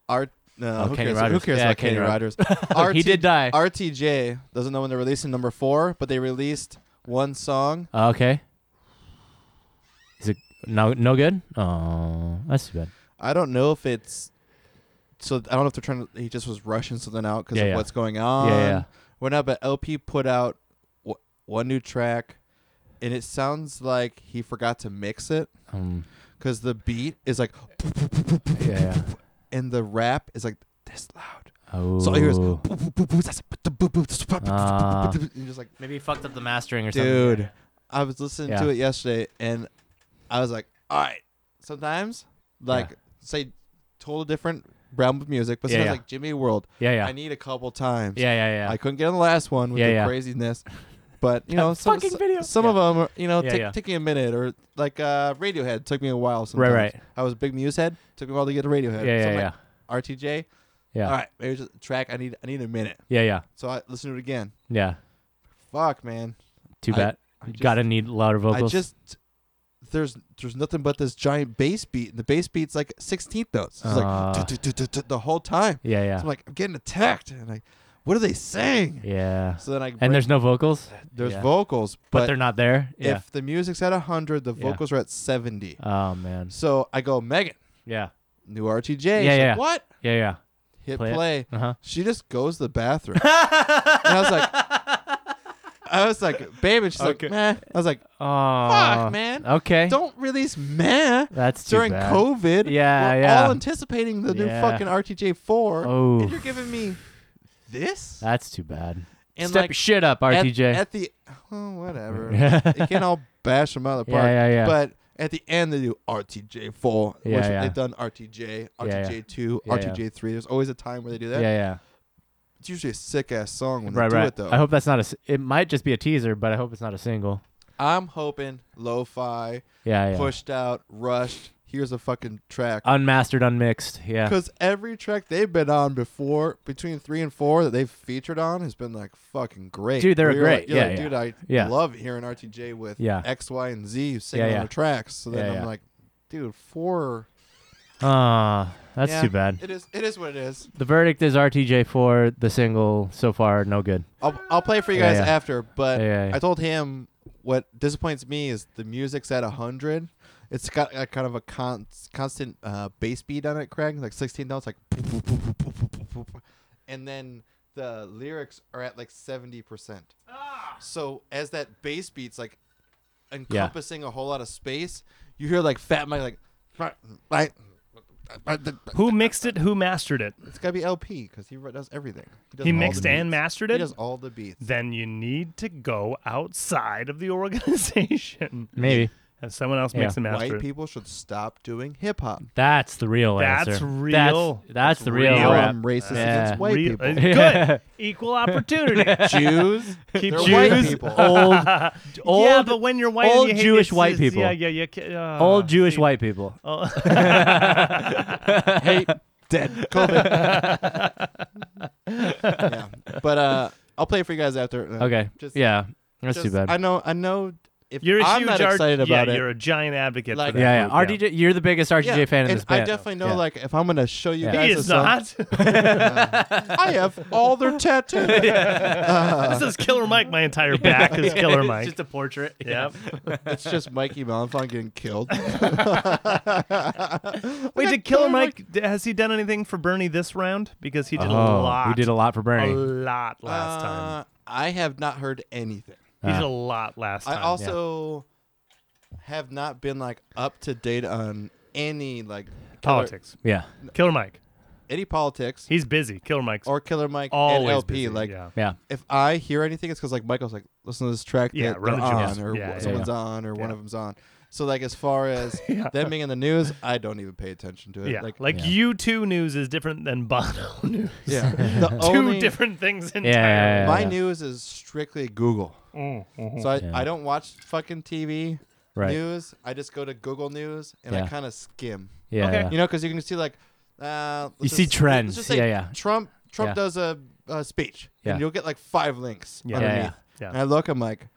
[SPEAKER 3] Art. No,
[SPEAKER 2] Oh,
[SPEAKER 3] who,
[SPEAKER 2] Kenny
[SPEAKER 3] cares? who
[SPEAKER 2] Rogers.
[SPEAKER 3] cares
[SPEAKER 2] Yeah,
[SPEAKER 3] about
[SPEAKER 2] Kenny
[SPEAKER 3] Kenny Rogers?
[SPEAKER 2] [LAUGHS] He
[SPEAKER 3] RT
[SPEAKER 2] did die.
[SPEAKER 3] RTJ doesn't know when they're releasing number four, but they released one song.
[SPEAKER 2] Okay. Uh, Is it No, no good. Oh, that's too bad.
[SPEAKER 3] I don't know if it's. So I don't know if they're trying to. He just was rushing something out because
[SPEAKER 2] Yeah,
[SPEAKER 3] of
[SPEAKER 2] yeah.
[SPEAKER 3] what's going on.
[SPEAKER 2] yeah, yeah.
[SPEAKER 3] We're not, but LP put out w- one new track, and it sounds like he forgot to mix it
[SPEAKER 2] Um,
[SPEAKER 3] because the beat is like,
[SPEAKER 2] yeah, [LAUGHS] yeah.
[SPEAKER 3] and the rap is like this loud.
[SPEAKER 2] Oh.
[SPEAKER 3] So all you hear is
[SPEAKER 2] Ah.
[SPEAKER 3] and just like,
[SPEAKER 2] maybe he fucked up the mastering or something.
[SPEAKER 3] dude. I was listening
[SPEAKER 2] Yeah.
[SPEAKER 3] to it yesterday, and I was like, all right. Sometimes, like, say, total different realm of music, but
[SPEAKER 2] Yeah,
[SPEAKER 3] sometimes
[SPEAKER 2] yeah.
[SPEAKER 3] like Jimmy World,
[SPEAKER 2] Yeah, yeah,
[SPEAKER 3] I need a couple times.
[SPEAKER 2] yeah, yeah, yeah.
[SPEAKER 3] I couldn't get on the last one with
[SPEAKER 2] Yeah,
[SPEAKER 3] the
[SPEAKER 2] yeah.
[SPEAKER 3] craziness. But you
[SPEAKER 2] [LAUGHS]
[SPEAKER 3] know,
[SPEAKER 2] That
[SPEAKER 3] some,
[SPEAKER 2] fucking
[SPEAKER 3] so-
[SPEAKER 2] video.
[SPEAKER 3] some of them, are, you know,
[SPEAKER 2] Yeah,
[SPEAKER 3] take,
[SPEAKER 2] yeah.
[SPEAKER 3] taking a minute, or like uh, Radiohead took me a while. Sometimes.
[SPEAKER 2] right.
[SPEAKER 3] I was a big Muse head. Took me a while to get to Radiohead.
[SPEAKER 2] yeah, yeah,
[SPEAKER 3] so I'm
[SPEAKER 2] yeah,
[SPEAKER 3] like, RTJ.
[SPEAKER 2] yeah,
[SPEAKER 3] All right, maybe just a track. I need, I need a minute.
[SPEAKER 2] yeah, yeah,
[SPEAKER 3] So I listened to it again.
[SPEAKER 2] yeah.
[SPEAKER 3] Fuck, man.
[SPEAKER 2] Too
[SPEAKER 3] I-
[SPEAKER 2] bad.
[SPEAKER 3] I
[SPEAKER 2] You
[SPEAKER 3] just-
[SPEAKER 2] Gotta need louder vocals.
[SPEAKER 3] I just there's there's nothing but this giant bass beat, and the bass beat's like 16th notes. It's like
[SPEAKER 2] Ah.
[SPEAKER 3] "Du-du-du-du-du" the whole time.
[SPEAKER 2] yeah, yeah,
[SPEAKER 3] So I'm like, I'm getting attacked, and like, what are they saying?
[SPEAKER 2] yeah.
[SPEAKER 3] So then I break-
[SPEAKER 2] And there's no vocals,
[SPEAKER 3] there's
[SPEAKER 2] yeah.
[SPEAKER 3] vocals,
[SPEAKER 2] but,
[SPEAKER 3] but,
[SPEAKER 2] they're not there. Yeah.
[SPEAKER 3] if the music's at 100, the
[SPEAKER 2] Yeah.
[SPEAKER 3] vocals are at 70.
[SPEAKER 2] oh man.
[SPEAKER 3] So I go, Megan,
[SPEAKER 2] Yeah.
[SPEAKER 3] new RTJ. Yeah,
[SPEAKER 2] yeah.
[SPEAKER 3] what?
[SPEAKER 2] Yeah, yeah.
[SPEAKER 3] Hit
[SPEAKER 2] Play
[SPEAKER 3] play.
[SPEAKER 2] it. Uh huh.
[SPEAKER 3] She just goes to the bathroom, and I was like, I was like, babe, and she's
[SPEAKER 2] Okay.
[SPEAKER 3] like, meh. I was like,
[SPEAKER 2] Oh.
[SPEAKER 3] fuck, man.
[SPEAKER 2] Okay.
[SPEAKER 3] Don't release meh.
[SPEAKER 2] That's too
[SPEAKER 3] during
[SPEAKER 2] bad.
[SPEAKER 3] COVID.
[SPEAKER 2] Yeah,
[SPEAKER 3] we're
[SPEAKER 2] yeah.
[SPEAKER 3] All anticipating the new
[SPEAKER 2] Yeah.
[SPEAKER 3] fucking RTJ four, and
[SPEAKER 2] Oh,
[SPEAKER 3] you're giving me this.
[SPEAKER 2] that's too bad.
[SPEAKER 3] and
[SPEAKER 2] Step
[SPEAKER 3] like,
[SPEAKER 2] your shit up,
[SPEAKER 3] at-
[SPEAKER 2] RTJ.
[SPEAKER 3] At, the
[SPEAKER 2] [LAUGHS]
[SPEAKER 3] oh, whatever. you can't all bash them out of the
[SPEAKER 2] Yeah,
[SPEAKER 3] park.
[SPEAKER 2] yeah, yeah.
[SPEAKER 3] But at the end they do RTJ four,
[SPEAKER 2] Yeah,
[SPEAKER 3] which
[SPEAKER 2] yeah.
[SPEAKER 3] they've done RTJ, RTJ
[SPEAKER 2] yeah.
[SPEAKER 3] two,
[SPEAKER 2] Yeah, yeah.
[SPEAKER 3] RTJ three. There's always a time where they do
[SPEAKER 2] yeah,
[SPEAKER 3] that.
[SPEAKER 2] yeah.
[SPEAKER 3] It's usually a sick ass song when
[SPEAKER 2] Right,
[SPEAKER 3] they do
[SPEAKER 2] right.
[SPEAKER 3] it though.
[SPEAKER 2] I hope that's not a. s- It might just be a teaser, but I hope it's not a single.
[SPEAKER 3] I'm hoping lo-fi,
[SPEAKER 2] Yeah, yeah.
[SPEAKER 3] pushed out, rushed. Here's a fucking track.
[SPEAKER 2] Unmastered, unmixed. Yeah.
[SPEAKER 3] Because every track they've been on before, between three and four that they've featured on, has been like fucking great.
[SPEAKER 2] Dude, they're
[SPEAKER 3] Where you're
[SPEAKER 2] great.
[SPEAKER 3] like- you're
[SPEAKER 2] Yeah,
[SPEAKER 3] like,
[SPEAKER 2] yeah.
[SPEAKER 3] dude, I
[SPEAKER 2] Yeah.
[SPEAKER 3] love hearing RTJ with
[SPEAKER 2] Yeah.
[SPEAKER 3] X, Y, and Z singing
[SPEAKER 2] Yeah, yeah.
[SPEAKER 3] on the tracks. So then
[SPEAKER 2] Yeah,
[SPEAKER 3] I'm
[SPEAKER 2] yeah.
[SPEAKER 3] like, dude, four.
[SPEAKER 2] Ah, that's
[SPEAKER 3] Yeah,
[SPEAKER 2] too bad.
[SPEAKER 3] It is. It is what it is.
[SPEAKER 2] The verdict is RTJ for the single so far, no good.
[SPEAKER 3] I'll I'll play for you
[SPEAKER 2] Yeah,
[SPEAKER 3] guys
[SPEAKER 2] yeah.
[SPEAKER 3] after. But
[SPEAKER 2] Yeah, yeah.
[SPEAKER 3] I told him what disappoints me is the music's at hundred. It's got a kind of a con- constant uh, bass beat on it, Craig. Like sixteen notes, like, boop, boop, boop, boop, boop, boop, boop, boop. and then the lyrics are at like seventy percent. So as that bass beat's like encompassing a whole lot of space, you hear like Fat Mike like, "Right, right, right, right."
[SPEAKER 1] Who mixed it? Who mastered it?
[SPEAKER 3] it's gotta be LP because he does everything. does
[SPEAKER 1] He
[SPEAKER 3] all the
[SPEAKER 1] mixed and
[SPEAKER 3] beats.
[SPEAKER 1] mastered
[SPEAKER 3] He
[SPEAKER 1] it?
[SPEAKER 3] does all the beats.
[SPEAKER 1] Then you need to go outside of the [LAUGHS] organization.
[SPEAKER 2] Maybe
[SPEAKER 1] Have someone else
[SPEAKER 2] Mm. Yeah.
[SPEAKER 1] mix and master
[SPEAKER 3] White
[SPEAKER 1] it.
[SPEAKER 3] people should stop doing hip hop.
[SPEAKER 2] that's the real
[SPEAKER 1] That's
[SPEAKER 2] answer.
[SPEAKER 1] real.
[SPEAKER 2] That's, that's the real,
[SPEAKER 1] real.
[SPEAKER 2] rap.
[SPEAKER 3] I'm racist
[SPEAKER 2] Yeah.
[SPEAKER 3] against white
[SPEAKER 1] Real-
[SPEAKER 3] people.
[SPEAKER 1] uh,
[SPEAKER 2] [LAUGHS]
[SPEAKER 1] Good. [LAUGHS] Equal opportunity.
[SPEAKER 3] Jews,
[SPEAKER 1] [LAUGHS] Keep
[SPEAKER 3] they're white
[SPEAKER 1] Jews. Oh.
[SPEAKER 3] people.
[SPEAKER 2] [LAUGHS] old, old,
[SPEAKER 1] yeah, but when you're white, and
[SPEAKER 2] old
[SPEAKER 1] you hate
[SPEAKER 2] Jewish
[SPEAKER 1] it's-
[SPEAKER 2] white
[SPEAKER 1] it's-
[SPEAKER 2] people.
[SPEAKER 1] Yeah, yeah, yeah. ca- Uh, [LAUGHS]
[SPEAKER 2] old Jewish
[SPEAKER 1] see.
[SPEAKER 2] white people.
[SPEAKER 1] Oh.
[SPEAKER 3] hate,
[SPEAKER 2] [LAUGHS]
[SPEAKER 3] dead, COVID. yeah. But uh, I'll play it for you guys after. Uh,
[SPEAKER 2] Okay.
[SPEAKER 3] Just-
[SPEAKER 2] yeah, that's
[SPEAKER 3] just-
[SPEAKER 2] too bad.
[SPEAKER 3] I know. I know. If
[SPEAKER 1] You're a
[SPEAKER 3] I'm
[SPEAKER 1] huge
[SPEAKER 3] not
[SPEAKER 1] R-
[SPEAKER 3] excited
[SPEAKER 1] yeah,
[SPEAKER 3] about it.
[SPEAKER 1] You're a giant advocate
[SPEAKER 3] Like-
[SPEAKER 1] for that.
[SPEAKER 2] yeah, yeah.
[SPEAKER 1] group,
[SPEAKER 2] RTJ, you're the biggest RTJ
[SPEAKER 3] Yeah,
[SPEAKER 2] fan in
[SPEAKER 3] and
[SPEAKER 2] this band.
[SPEAKER 3] I definitely know.
[SPEAKER 2] Yeah.
[SPEAKER 3] Like, if I'm gonna show you
[SPEAKER 2] Yeah.
[SPEAKER 1] He
[SPEAKER 3] guys,
[SPEAKER 1] is
[SPEAKER 3] a song-
[SPEAKER 1] not. [LAUGHS]
[SPEAKER 3] I have all their tattoos.
[SPEAKER 1] this is Killer Mike. My entire back is
[SPEAKER 2] [LAUGHS]
[SPEAKER 1] Killer Mike.
[SPEAKER 2] just a portrait.
[SPEAKER 1] Yep.
[SPEAKER 3] it's just Mikey Malifant getting killed.
[SPEAKER 1] Wait, did Killer Mike? d- Has he done anything for Bernie this round? Because he did a
[SPEAKER 2] Oh,
[SPEAKER 1] lot.
[SPEAKER 2] he did a lot for
[SPEAKER 1] a
[SPEAKER 3] Oh,
[SPEAKER 2] Bernie.
[SPEAKER 1] lot last time.
[SPEAKER 3] Uh, I have not heard anything.
[SPEAKER 1] He did
[SPEAKER 2] Ah.
[SPEAKER 1] a lot last time.
[SPEAKER 3] I also have not been like up to date on any like killer-
[SPEAKER 1] politics.
[SPEAKER 2] yeah,
[SPEAKER 1] Killer Mike.
[SPEAKER 3] any politics,
[SPEAKER 1] He's busy. Killer Mike's
[SPEAKER 3] or Killer Mike and
[SPEAKER 1] always
[SPEAKER 3] LP.
[SPEAKER 1] busy,
[SPEAKER 3] like
[SPEAKER 1] yeah.
[SPEAKER 2] yeah,
[SPEAKER 3] if I hear anything, it's because like Michael's like listen to this track
[SPEAKER 1] Yeah,
[SPEAKER 3] that
[SPEAKER 1] run
[SPEAKER 3] they're
[SPEAKER 1] the jewels.
[SPEAKER 3] on, or
[SPEAKER 1] Yeah, yeah,
[SPEAKER 3] someone's on, or one
[SPEAKER 1] Yeah.
[SPEAKER 3] of them's on. So like as
[SPEAKER 1] [LAUGHS]
[SPEAKER 3] far as them being in the news, I don't even pay attention to it.
[SPEAKER 1] Yeah, like,
[SPEAKER 3] Like, like
[SPEAKER 2] Yeah.
[SPEAKER 1] U two news is different than Bono [LAUGHS] news.
[SPEAKER 3] yeah, the
[SPEAKER 1] Two
[SPEAKER 3] only,
[SPEAKER 1] different things entirely.
[SPEAKER 2] yeah,
[SPEAKER 3] My news is strictly Google.
[SPEAKER 1] Mm, mhm.
[SPEAKER 3] So I,
[SPEAKER 2] Yeah.
[SPEAKER 3] I don't watch fucking TV
[SPEAKER 2] right.
[SPEAKER 3] news. I just go to Google News and
[SPEAKER 2] Yeah.
[SPEAKER 3] I kind of skim.
[SPEAKER 2] Yeah,
[SPEAKER 1] Okay.
[SPEAKER 2] [LAUGHS] yeah.
[SPEAKER 3] You know, because you can see like, uh, let's
[SPEAKER 2] You
[SPEAKER 3] just-
[SPEAKER 2] see
[SPEAKER 3] let's
[SPEAKER 2] trends.
[SPEAKER 3] just say
[SPEAKER 2] Yeah, yeah.
[SPEAKER 3] Trump. Trump
[SPEAKER 2] Yeah.
[SPEAKER 3] does a, a speech,
[SPEAKER 2] Yeah.
[SPEAKER 3] and you'll get like five links
[SPEAKER 1] Yeah.
[SPEAKER 3] underneath.
[SPEAKER 2] Yeah,
[SPEAKER 1] yeah.
[SPEAKER 3] And I look, I'm like,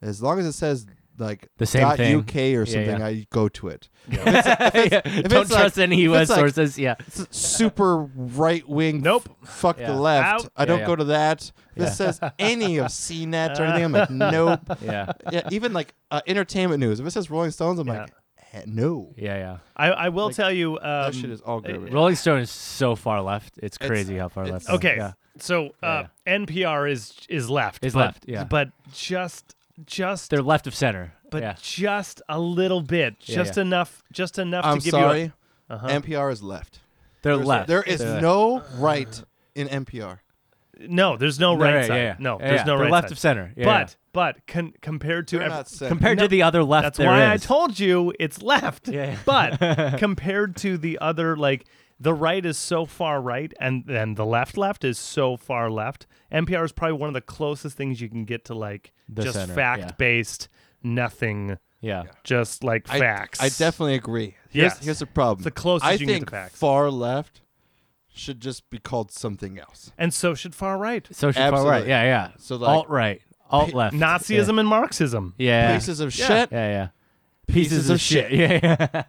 [SPEAKER 3] as long as it says like
[SPEAKER 2] The same
[SPEAKER 3] dot
[SPEAKER 2] thing.
[SPEAKER 3] UK
[SPEAKER 2] Yeah,
[SPEAKER 3] or something,
[SPEAKER 2] yeah.
[SPEAKER 3] I go to it.
[SPEAKER 2] [LAUGHS]
[SPEAKER 3] it's
[SPEAKER 2] Don't
[SPEAKER 3] like-
[SPEAKER 2] trust any
[SPEAKER 3] if
[SPEAKER 2] U.S.
[SPEAKER 3] it's like-
[SPEAKER 2] sources.
[SPEAKER 3] [LAUGHS]
[SPEAKER 2] Yeah,
[SPEAKER 3] S- Super right wing.
[SPEAKER 1] Nope.
[SPEAKER 3] Fuck
[SPEAKER 2] Yeah.
[SPEAKER 3] the left.
[SPEAKER 1] Out.
[SPEAKER 3] I don't
[SPEAKER 2] Yeah, yeah.
[SPEAKER 3] go to that.
[SPEAKER 2] Yeah.
[SPEAKER 3] This says any of
[SPEAKER 2] [LAUGHS]
[SPEAKER 3] CNET or anything. I'm like, nope.
[SPEAKER 2] yeah.
[SPEAKER 3] Yeah, even like uh, entertainment news. If it says Rolling Stones, I'm
[SPEAKER 1] Yeah.
[SPEAKER 3] like, eh, no.
[SPEAKER 2] Yeah, yeah.
[SPEAKER 1] I, I will
[SPEAKER 3] Like,
[SPEAKER 1] tell you. Um,
[SPEAKER 3] that shit is all garbage.
[SPEAKER 2] Rolling Stone is so far left. It's
[SPEAKER 3] It's-
[SPEAKER 2] crazy how far
[SPEAKER 3] it's-
[SPEAKER 2] left. they are.
[SPEAKER 1] okay.
[SPEAKER 2] Yeah.
[SPEAKER 1] So uh, NPR is is left.
[SPEAKER 2] Is
[SPEAKER 1] but-
[SPEAKER 2] left, yeah.
[SPEAKER 1] But just just
[SPEAKER 2] They're left of center.
[SPEAKER 1] but
[SPEAKER 2] yeah.
[SPEAKER 1] just a little bit,
[SPEAKER 2] Yeah,
[SPEAKER 1] just
[SPEAKER 2] yeah.
[SPEAKER 1] enough, just enough
[SPEAKER 3] I'm
[SPEAKER 1] to give
[SPEAKER 3] sorry.
[SPEAKER 1] you. A, uh-huh.
[SPEAKER 3] NPR is left.
[SPEAKER 2] They're
[SPEAKER 3] There's-
[SPEAKER 2] left.
[SPEAKER 3] There is
[SPEAKER 2] They're left.
[SPEAKER 3] no right in NPR.
[SPEAKER 1] no, there's no
[SPEAKER 2] No,
[SPEAKER 1] right,
[SPEAKER 2] yeah,
[SPEAKER 1] side.
[SPEAKER 2] yeah.
[SPEAKER 1] No,
[SPEAKER 2] Yeah,
[SPEAKER 1] there's
[SPEAKER 2] yeah.
[SPEAKER 1] no
[SPEAKER 2] They're
[SPEAKER 1] right
[SPEAKER 2] left
[SPEAKER 1] side.
[SPEAKER 2] of center. Yeah,
[SPEAKER 1] but but con- compared to
[SPEAKER 3] They're
[SPEAKER 1] ev-
[SPEAKER 3] not
[SPEAKER 2] yeah.
[SPEAKER 3] center.
[SPEAKER 2] compared
[SPEAKER 1] No,
[SPEAKER 2] to the other left,
[SPEAKER 1] that's
[SPEAKER 2] there
[SPEAKER 1] why I
[SPEAKER 2] is.
[SPEAKER 1] told you it's left.
[SPEAKER 2] Yeah. [LAUGHS]
[SPEAKER 1] But compared to the other, like the right is so far right, and then the left left is so far left. NPR is probably one of the closest things you can get to like
[SPEAKER 2] The
[SPEAKER 1] just
[SPEAKER 2] center, yeah.
[SPEAKER 1] fact based, nothing,
[SPEAKER 2] Yeah.
[SPEAKER 1] just like
[SPEAKER 3] I-
[SPEAKER 1] facts.
[SPEAKER 3] I definitely agree. Here's,
[SPEAKER 1] Yes.
[SPEAKER 3] here's the problem.
[SPEAKER 1] It's the closest
[SPEAKER 3] I
[SPEAKER 1] you can
[SPEAKER 3] think
[SPEAKER 1] get to facts.
[SPEAKER 3] far left should just be called something else.
[SPEAKER 1] and so should far right.
[SPEAKER 2] Social far right.
[SPEAKER 3] Absolutely.
[SPEAKER 2] Yeah, yeah.
[SPEAKER 3] So, like,
[SPEAKER 2] alt right, alt left,
[SPEAKER 1] Nazism and Marxism.
[SPEAKER 2] Yeah. Yeah.
[SPEAKER 3] Pieces of
[SPEAKER 1] Yeah.
[SPEAKER 3] shit.
[SPEAKER 2] yeah, yeah.
[SPEAKER 3] Pieces of
[SPEAKER 2] Yeah, [LAUGHS] yeah. yeah,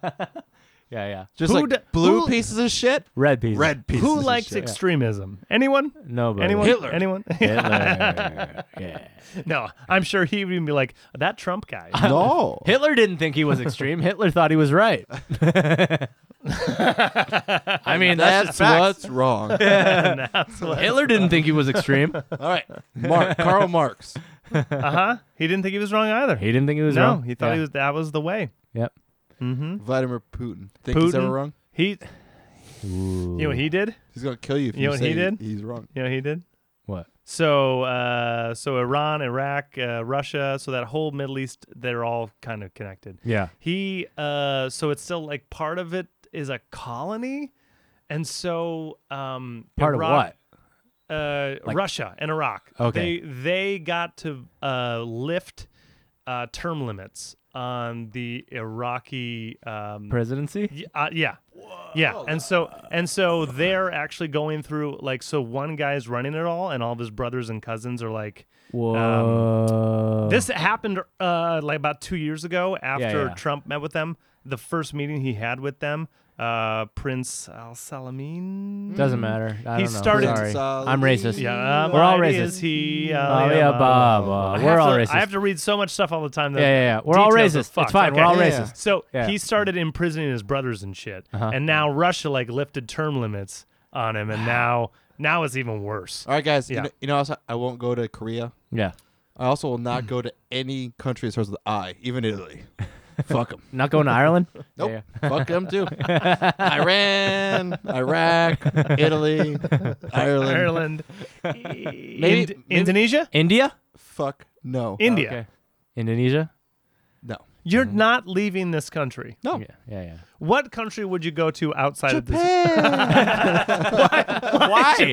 [SPEAKER 2] yeah.
[SPEAKER 3] Just
[SPEAKER 1] Who
[SPEAKER 3] like
[SPEAKER 1] d-
[SPEAKER 3] blue
[SPEAKER 1] who-
[SPEAKER 3] pieces
[SPEAKER 1] [LAUGHS]
[SPEAKER 3] of shit,
[SPEAKER 2] Red pieces.
[SPEAKER 3] red pieces.
[SPEAKER 1] Who
[SPEAKER 3] of
[SPEAKER 1] likes
[SPEAKER 3] shit.
[SPEAKER 1] extremism? Anyone?
[SPEAKER 2] Nobody.
[SPEAKER 1] Anyone?
[SPEAKER 3] Hitler.
[SPEAKER 1] Anyone? [LAUGHS]
[SPEAKER 2] [LAUGHS] Hitler. yeah.
[SPEAKER 1] no, I'm sure he would even be like that Trump
[SPEAKER 2] [LAUGHS]
[SPEAKER 1] guy.
[SPEAKER 3] No.
[SPEAKER 2] Hitler didn't think he was extreme. Hitler thought he was [LAUGHS] right. I mean, that's,
[SPEAKER 3] That's
[SPEAKER 2] what
[SPEAKER 1] [LAUGHS]
[SPEAKER 3] what's wrong.
[SPEAKER 2] Hitler didn't think he was extreme.
[SPEAKER 3] All right, Mark Karl Marx.
[SPEAKER 1] Uh huh. He didn't think he was wrong either.
[SPEAKER 2] He didn't think he was
[SPEAKER 1] no,
[SPEAKER 2] wrong.
[SPEAKER 1] he thought
[SPEAKER 2] Yeah.
[SPEAKER 1] he was that was the way.
[SPEAKER 2] Yep.
[SPEAKER 1] Mm-hmm.
[SPEAKER 3] Vladimir Putin. Think he's
[SPEAKER 1] Putin?
[SPEAKER 3] ever wrong?
[SPEAKER 1] He, you know, what he did.
[SPEAKER 3] He's gonna kill you if
[SPEAKER 1] You
[SPEAKER 3] you,
[SPEAKER 1] know what
[SPEAKER 3] say
[SPEAKER 1] he did?
[SPEAKER 3] he's wrong.
[SPEAKER 1] You know, what he did.
[SPEAKER 2] What?
[SPEAKER 1] So, uh, so Iran, Iraq, uh, Russia, so that whole Middle East, they're all kind of connected.
[SPEAKER 2] Yeah.
[SPEAKER 1] He, uh, so it's still like part of it is a colony, and so um,
[SPEAKER 2] Part
[SPEAKER 1] Iraq,
[SPEAKER 2] of what?
[SPEAKER 1] uh,
[SPEAKER 2] Like-
[SPEAKER 1] Russia and Iraq.
[SPEAKER 2] Okay.
[SPEAKER 1] They they got to uh, lift uh, term limits on the Iraqi. Um,
[SPEAKER 2] Presidency?
[SPEAKER 1] y- uh, yeah. Yeah, and so and so they're actually going through like so one guy's running it all, and all of his brothers and cousins are like.
[SPEAKER 2] Whoa.
[SPEAKER 1] This happened uh, like about two years ago after
[SPEAKER 2] yeah.
[SPEAKER 1] Trump met with them. The first meeting he had with them, uh, Prince Al Salameen.
[SPEAKER 2] doesn't matter. I
[SPEAKER 1] He
[SPEAKER 2] don't know.
[SPEAKER 1] started-
[SPEAKER 2] Sorry.
[SPEAKER 3] Solid.
[SPEAKER 2] I'm racist.
[SPEAKER 1] Yeah,
[SPEAKER 2] We're all
[SPEAKER 1] right,
[SPEAKER 2] racist.
[SPEAKER 1] Is he?
[SPEAKER 2] Oh, yeah, Bob.
[SPEAKER 1] I
[SPEAKER 2] Uh, We're
[SPEAKER 1] have
[SPEAKER 2] all
[SPEAKER 1] to-
[SPEAKER 2] racist.
[SPEAKER 1] I have to read so much stuff all the time. That
[SPEAKER 2] yeah, yeah, yeah. We're all
[SPEAKER 1] details are
[SPEAKER 2] racist. It's
[SPEAKER 1] fucked.
[SPEAKER 2] fine. We're all
[SPEAKER 1] Okay.
[SPEAKER 3] Yeah.
[SPEAKER 2] racist.
[SPEAKER 1] So
[SPEAKER 2] Yeah.
[SPEAKER 1] he started imprisoning his brothers and shit, and now Russia like lifted term limits on him, and now now it's even worse.
[SPEAKER 3] All right, guys.
[SPEAKER 1] Yeah.
[SPEAKER 3] You, know, you know, also, I won't go to Korea.
[SPEAKER 2] Yeah.
[SPEAKER 3] I also will not go to any country that starts with I, even Italy. Fuck them.
[SPEAKER 2] Not [LAUGHS] going to Ireland?
[SPEAKER 3] Nope.
[SPEAKER 2] Yeah,
[SPEAKER 3] Fuck them too.
[SPEAKER 1] [LAUGHS]
[SPEAKER 3] Iran, Iraq, Italy, Ireland.
[SPEAKER 1] Ireland,
[SPEAKER 3] Maybe-
[SPEAKER 1] Ind- Indonesia,
[SPEAKER 2] India?
[SPEAKER 3] Fuck no. Uh,
[SPEAKER 1] India.
[SPEAKER 2] Okay. Indonesia?
[SPEAKER 3] no.
[SPEAKER 1] You're not leaving this country.
[SPEAKER 3] No.
[SPEAKER 2] Yeah, yeah, yeah.
[SPEAKER 1] What country would you go to outside of [LAUGHS]
[SPEAKER 2] Why?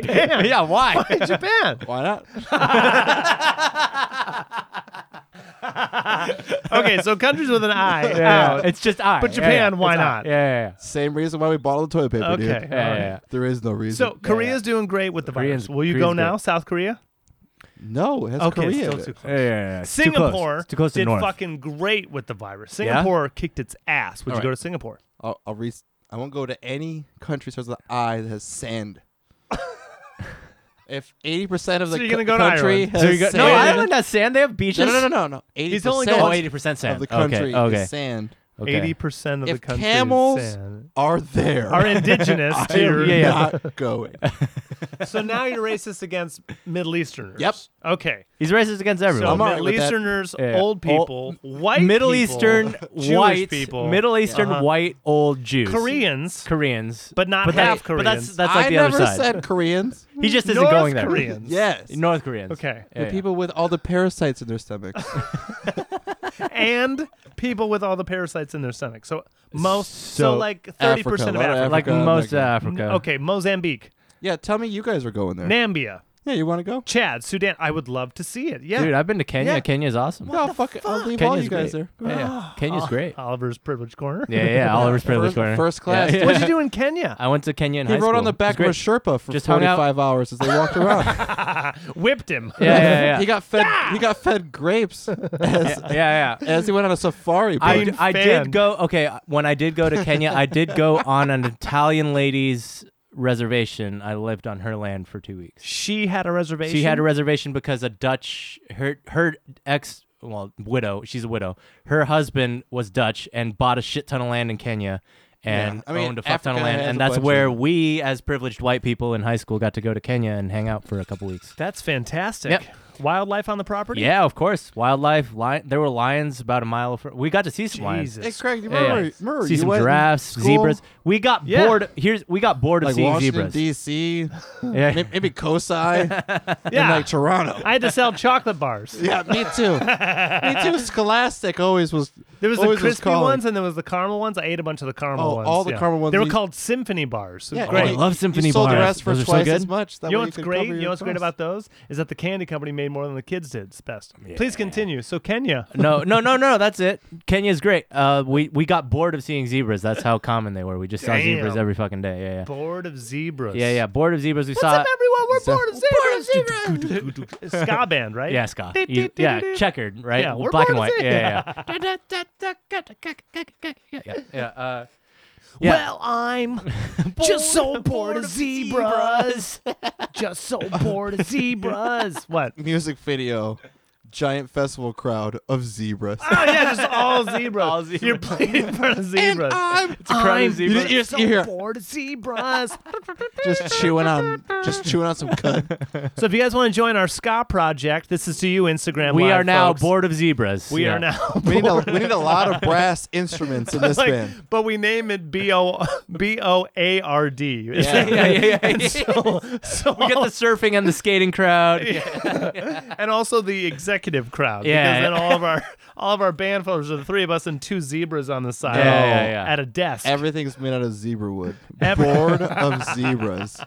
[SPEAKER 2] Yeah, why?
[SPEAKER 1] this? [LAUGHS] Japan.
[SPEAKER 3] [LAUGHS] Why not?
[SPEAKER 1] Okay, so countries with an I.
[SPEAKER 2] Yeah,
[SPEAKER 1] out.
[SPEAKER 2] [LAUGHS] it's just I.
[SPEAKER 1] But
[SPEAKER 2] Yeah,
[SPEAKER 1] Japan,
[SPEAKER 2] yeah.
[SPEAKER 1] why
[SPEAKER 2] It's I.
[SPEAKER 1] not?
[SPEAKER 2] Yeah, yeah,
[SPEAKER 3] Same reason why we bottled toilet paper,
[SPEAKER 1] Okay.
[SPEAKER 3] dude.
[SPEAKER 2] yeah. yeah, yeah, yeah.
[SPEAKER 3] There is no reason.
[SPEAKER 1] So Korea's doing great with the
[SPEAKER 2] Koreans-
[SPEAKER 1] virus. Will you go
[SPEAKER 2] Korea's
[SPEAKER 1] now,
[SPEAKER 2] great.
[SPEAKER 1] South Korea?
[SPEAKER 3] no, it has
[SPEAKER 1] Okay,
[SPEAKER 3] Korea.
[SPEAKER 1] still
[SPEAKER 3] in it.
[SPEAKER 1] too close.
[SPEAKER 2] Yeah, yeah, yeah. It's too close.
[SPEAKER 1] Singapore
[SPEAKER 2] It's too close to
[SPEAKER 1] did
[SPEAKER 2] north.
[SPEAKER 1] fucking great with the virus.
[SPEAKER 2] Yeah?
[SPEAKER 1] Singapore kicked its ass. Would you
[SPEAKER 3] All
[SPEAKER 1] go
[SPEAKER 3] right.
[SPEAKER 1] to Singapore?
[SPEAKER 3] I'll, I'll re- I won't go to any country that starts with I that
[SPEAKER 1] [LAUGHS]
[SPEAKER 3] has sand. if eighty percent of the
[SPEAKER 1] So you're
[SPEAKER 3] co-
[SPEAKER 1] gonna go to
[SPEAKER 3] country
[SPEAKER 1] Ireland.
[SPEAKER 3] has
[SPEAKER 2] So you got,
[SPEAKER 3] sand,
[SPEAKER 2] no, Ireland has sand. They have beaches.
[SPEAKER 3] no, no, no, no, no. Eighty
[SPEAKER 1] He's only
[SPEAKER 3] percent
[SPEAKER 1] going
[SPEAKER 2] Oh, 80% sand.
[SPEAKER 3] of the country
[SPEAKER 2] Okay, okay.
[SPEAKER 3] is sand.
[SPEAKER 2] okay.
[SPEAKER 1] Eighty percent of
[SPEAKER 3] If
[SPEAKER 1] the country is
[SPEAKER 3] camels
[SPEAKER 1] sand.
[SPEAKER 3] Are
[SPEAKER 2] [LAUGHS]
[SPEAKER 3] there?
[SPEAKER 1] are
[SPEAKER 3] [LAUGHS]
[SPEAKER 1] indigenous
[SPEAKER 3] I
[SPEAKER 1] to your.
[SPEAKER 3] am
[SPEAKER 2] Yeah, yeah. [LAUGHS]
[SPEAKER 3] not going.
[SPEAKER 1] So now you're racist against Middle Easterners.
[SPEAKER 3] Yep.
[SPEAKER 1] Okay.
[SPEAKER 2] He's racist against
[SPEAKER 1] So
[SPEAKER 2] everyone.
[SPEAKER 3] I'm all right
[SPEAKER 1] Middle
[SPEAKER 3] with that.
[SPEAKER 1] Easterners,
[SPEAKER 2] Yeah.
[SPEAKER 1] old
[SPEAKER 2] All-
[SPEAKER 1] people, white
[SPEAKER 2] Middle
[SPEAKER 1] people,
[SPEAKER 2] Eastern
[SPEAKER 1] [LAUGHS] Jewish
[SPEAKER 2] white
[SPEAKER 1] people,
[SPEAKER 2] Middle Eastern
[SPEAKER 1] Uh-huh.
[SPEAKER 2] white old Jews.
[SPEAKER 1] Koreans,
[SPEAKER 2] Koreans.
[SPEAKER 1] but not
[SPEAKER 2] that-
[SPEAKER 1] half
[SPEAKER 2] But
[SPEAKER 1] Koreans.
[SPEAKER 2] that's that's like
[SPEAKER 3] I
[SPEAKER 2] the
[SPEAKER 3] never
[SPEAKER 2] other side. [LAUGHS]
[SPEAKER 3] said Koreans.
[SPEAKER 2] he just isn't
[SPEAKER 1] North
[SPEAKER 2] going there.
[SPEAKER 1] Koreans.
[SPEAKER 3] yes,
[SPEAKER 2] North Koreans.
[SPEAKER 1] Okay.
[SPEAKER 2] Yeah,
[SPEAKER 3] the
[SPEAKER 2] yeah.
[SPEAKER 3] people with all the parasites in their stomachs.
[SPEAKER 2] [LAUGHS]
[SPEAKER 1] and people with all the parasites in their stomach. So most, so,
[SPEAKER 2] So
[SPEAKER 1] like thirty percent of
[SPEAKER 3] Africa, a lot of
[SPEAKER 1] Africa.
[SPEAKER 2] like
[SPEAKER 3] Africa,
[SPEAKER 2] most
[SPEAKER 3] like-
[SPEAKER 2] Africa.
[SPEAKER 1] Okay, Mozambique,
[SPEAKER 3] yeah, tell me you guys are going there.
[SPEAKER 1] Nambia,
[SPEAKER 3] yeah, you want to go?
[SPEAKER 1] Chad, Sudan. I would love to see it. Yeah,
[SPEAKER 2] Dude, I've been to Kenya.
[SPEAKER 1] Yeah.
[SPEAKER 2] Kenya's awesome.
[SPEAKER 3] no, fuck it. I'll leave all
[SPEAKER 2] Kenya's
[SPEAKER 3] you guys
[SPEAKER 2] great.
[SPEAKER 3] there.
[SPEAKER 2] Yeah, yeah.
[SPEAKER 1] Ah.
[SPEAKER 2] Kenya's great.
[SPEAKER 1] Oliver's privileged corner.
[SPEAKER 2] Yeah, yeah. Oliver's privileged
[SPEAKER 3] First-
[SPEAKER 2] corner.
[SPEAKER 3] first
[SPEAKER 2] Yeah,
[SPEAKER 3] class.
[SPEAKER 1] [LAUGHS]
[SPEAKER 2] yeah.
[SPEAKER 1] What'd you do in Kenya?
[SPEAKER 2] I went to Kenya in
[SPEAKER 3] He
[SPEAKER 2] high
[SPEAKER 3] rode
[SPEAKER 2] school.
[SPEAKER 3] on the back
[SPEAKER 2] It's
[SPEAKER 3] of a
[SPEAKER 2] great.
[SPEAKER 3] Sherpa for
[SPEAKER 2] Just hung out.
[SPEAKER 3] 45 hours as
[SPEAKER 2] [LAUGHS]
[SPEAKER 3] they walked around.
[SPEAKER 1] Whipped him. [LAUGHS]
[SPEAKER 2] Yeah, yeah, yeah.
[SPEAKER 3] he got fed. He
[SPEAKER 2] [LAUGHS]
[SPEAKER 3] got fed grapes as,
[SPEAKER 2] yeah,
[SPEAKER 3] [LAUGHS]
[SPEAKER 2] yeah.
[SPEAKER 3] as he went on a safari.
[SPEAKER 2] I,
[SPEAKER 3] bro.
[SPEAKER 2] d- I
[SPEAKER 1] fan.
[SPEAKER 2] did go. Okay, when I did go to Kenya, I did
[SPEAKER 3] [LAUGHS]
[SPEAKER 2] go on an Italian lady's reservation. I lived on her land for two weeks.
[SPEAKER 1] She had a reservation.
[SPEAKER 2] She had a reservation because a Dutch her her ex well, widow. She's a widow. Her husband was Dutch and bought a shit ton of land in Kenya and
[SPEAKER 3] Yeah. I mean,
[SPEAKER 2] owned a fuck ton
[SPEAKER 3] Africa
[SPEAKER 2] of land.
[SPEAKER 3] has
[SPEAKER 2] And
[SPEAKER 3] a
[SPEAKER 2] that's
[SPEAKER 3] bunch
[SPEAKER 2] where we, as privileged white people in high school, got to go to Kenya and hang out for a couple weeks.
[SPEAKER 1] That's fantastic.
[SPEAKER 2] Yep.
[SPEAKER 1] Wildlife on the property.
[SPEAKER 2] Yeah, of course. Wildlife. Lion, there were lions about a mile. Fr- we got to see some lions.
[SPEAKER 1] Jesus.
[SPEAKER 3] Craig,
[SPEAKER 2] Yeah, yeah.
[SPEAKER 3] remember, remember
[SPEAKER 2] see
[SPEAKER 3] you
[SPEAKER 2] some
[SPEAKER 3] went in
[SPEAKER 2] giraffes,
[SPEAKER 3] school,
[SPEAKER 2] zebras. We got
[SPEAKER 1] Yeah.
[SPEAKER 2] bored. Here's we got bored of
[SPEAKER 3] like
[SPEAKER 2] seeing
[SPEAKER 3] Washington
[SPEAKER 2] zebras. [LAUGHS]
[SPEAKER 3] D.C.,
[SPEAKER 2] Yeah.
[SPEAKER 3] may- maybe Cosi, and
[SPEAKER 1] Yeah.
[SPEAKER 2] [LAUGHS]
[SPEAKER 3] like Toronto.
[SPEAKER 1] I had to sell chocolate bars.
[SPEAKER 3] [LAUGHS] yeah, me too.
[SPEAKER 2] [LAUGHS]
[SPEAKER 3] me too. Scholastic always was.
[SPEAKER 1] There was
[SPEAKER 3] always
[SPEAKER 1] the crispy
[SPEAKER 3] calling.
[SPEAKER 1] ones and there was the caramel ones. I ate a bunch of the caramel
[SPEAKER 3] Oh,
[SPEAKER 1] ones.
[SPEAKER 3] all the
[SPEAKER 1] yeah.
[SPEAKER 3] caramel ones
[SPEAKER 1] They were
[SPEAKER 3] we-
[SPEAKER 1] called symphony bars. They're
[SPEAKER 3] Yeah,
[SPEAKER 2] Oh, I
[SPEAKER 1] great.
[SPEAKER 3] and
[SPEAKER 2] love
[SPEAKER 3] you-
[SPEAKER 2] symphony
[SPEAKER 3] you sold
[SPEAKER 2] bars.
[SPEAKER 3] the rest for
[SPEAKER 2] Those are so
[SPEAKER 3] twice
[SPEAKER 2] good.
[SPEAKER 3] as much.
[SPEAKER 1] you
[SPEAKER 3] That
[SPEAKER 1] know
[SPEAKER 3] way
[SPEAKER 1] what's
[SPEAKER 3] could
[SPEAKER 1] great?
[SPEAKER 3] cover
[SPEAKER 1] You
[SPEAKER 3] your
[SPEAKER 1] know what's great
[SPEAKER 3] costs.
[SPEAKER 1] about those is that the candy company made more than the kids did. It's the best. Please continue. So Kenya.
[SPEAKER 2] no, no, no, no. That's it. Kenya's great. Uh, we we got bored of seeing zebras. That's how common they were. We just saw
[SPEAKER 1] Damn.
[SPEAKER 2] zebras every fucking day. Yeah, yeah,
[SPEAKER 1] Bored of zebras.
[SPEAKER 2] yeah, yeah. Bored of zebras. We
[SPEAKER 1] What's
[SPEAKER 2] saw.
[SPEAKER 1] up, everyone? We're bored of zebras.
[SPEAKER 2] Bored of zebras.
[SPEAKER 1] [LAUGHS] Ska band, right?
[SPEAKER 2] yeah, Scott. You- yeah, checkered, right?
[SPEAKER 1] Yeah, we're
[SPEAKER 2] Black and
[SPEAKER 1] bored
[SPEAKER 2] white.
[SPEAKER 1] of
[SPEAKER 2] Yeah, yeah,
[SPEAKER 1] [LAUGHS]
[SPEAKER 2] yeah. yeah, yeah. Uh, yeah.
[SPEAKER 1] Well,
[SPEAKER 2] [LAUGHS]
[SPEAKER 1] I'm just so bored of zebras.
[SPEAKER 2] [LAUGHS]
[SPEAKER 1] just so bored of zebras. What?
[SPEAKER 3] music video, giant festival crowd of zebras.
[SPEAKER 1] Oh yeah, just all zebras. [LAUGHS] You're playing in front
[SPEAKER 2] [LAUGHS]
[SPEAKER 1] of [LAUGHS] zebras.
[SPEAKER 3] I'm
[SPEAKER 2] a crowd of zebras.
[SPEAKER 1] You're so
[SPEAKER 3] You're-
[SPEAKER 1] bored of zebras. [LAUGHS]
[SPEAKER 3] just chewing on, just chewing on some cut.
[SPEAKER 1] [LAUGHS] so if you guys want to join our ska project, this is to you, Instagram.
[SPEAKER 2] we
[SPEAKER 1] Live,
[SPEAKER 2] are now
[SPEAKER 1] folks.
[SPEAKER 2] bored of zebras.
[SPEAKER 1] We
[SPEAKER 2] Yeah.
[SPEAKER 1] are now.
[SPEAKER 3] We need, a, we need a lot of brass instruments in
[SPEAKER 1] [LAUGHS]
[SPEAKER 3] this
[SPEAKER 1] Like,
[SPEAKER 3] band.
[SPEAKER 1] but we name it B O B O A R D.
[SPEAKER 2] [LAUGHS]
[SPEAKER 1] [LAUGHS]
[SPEAKER 2] Yeah, yeah, yeah, yeah.
[SPEAKER 1] So, so
[SPEAKER 2] we got the surfing and the skating crowd.
[SPEAKER 1] and also the executive crowd.
[SPEAKER 2] Yeah.
[SPEAKER 1] Because then all of our [LAUGHS] all of our band followers are the three of us and two zebras on the side.
[SPEAKER 2] Yeah, yeah, yeah.
[SPEAKER 1] At a desk.
[SPEAKER 3] Everything's made out of zebra wood.
[SPEAKER 1] Every-
[SPEAKER 3] Board of zebras.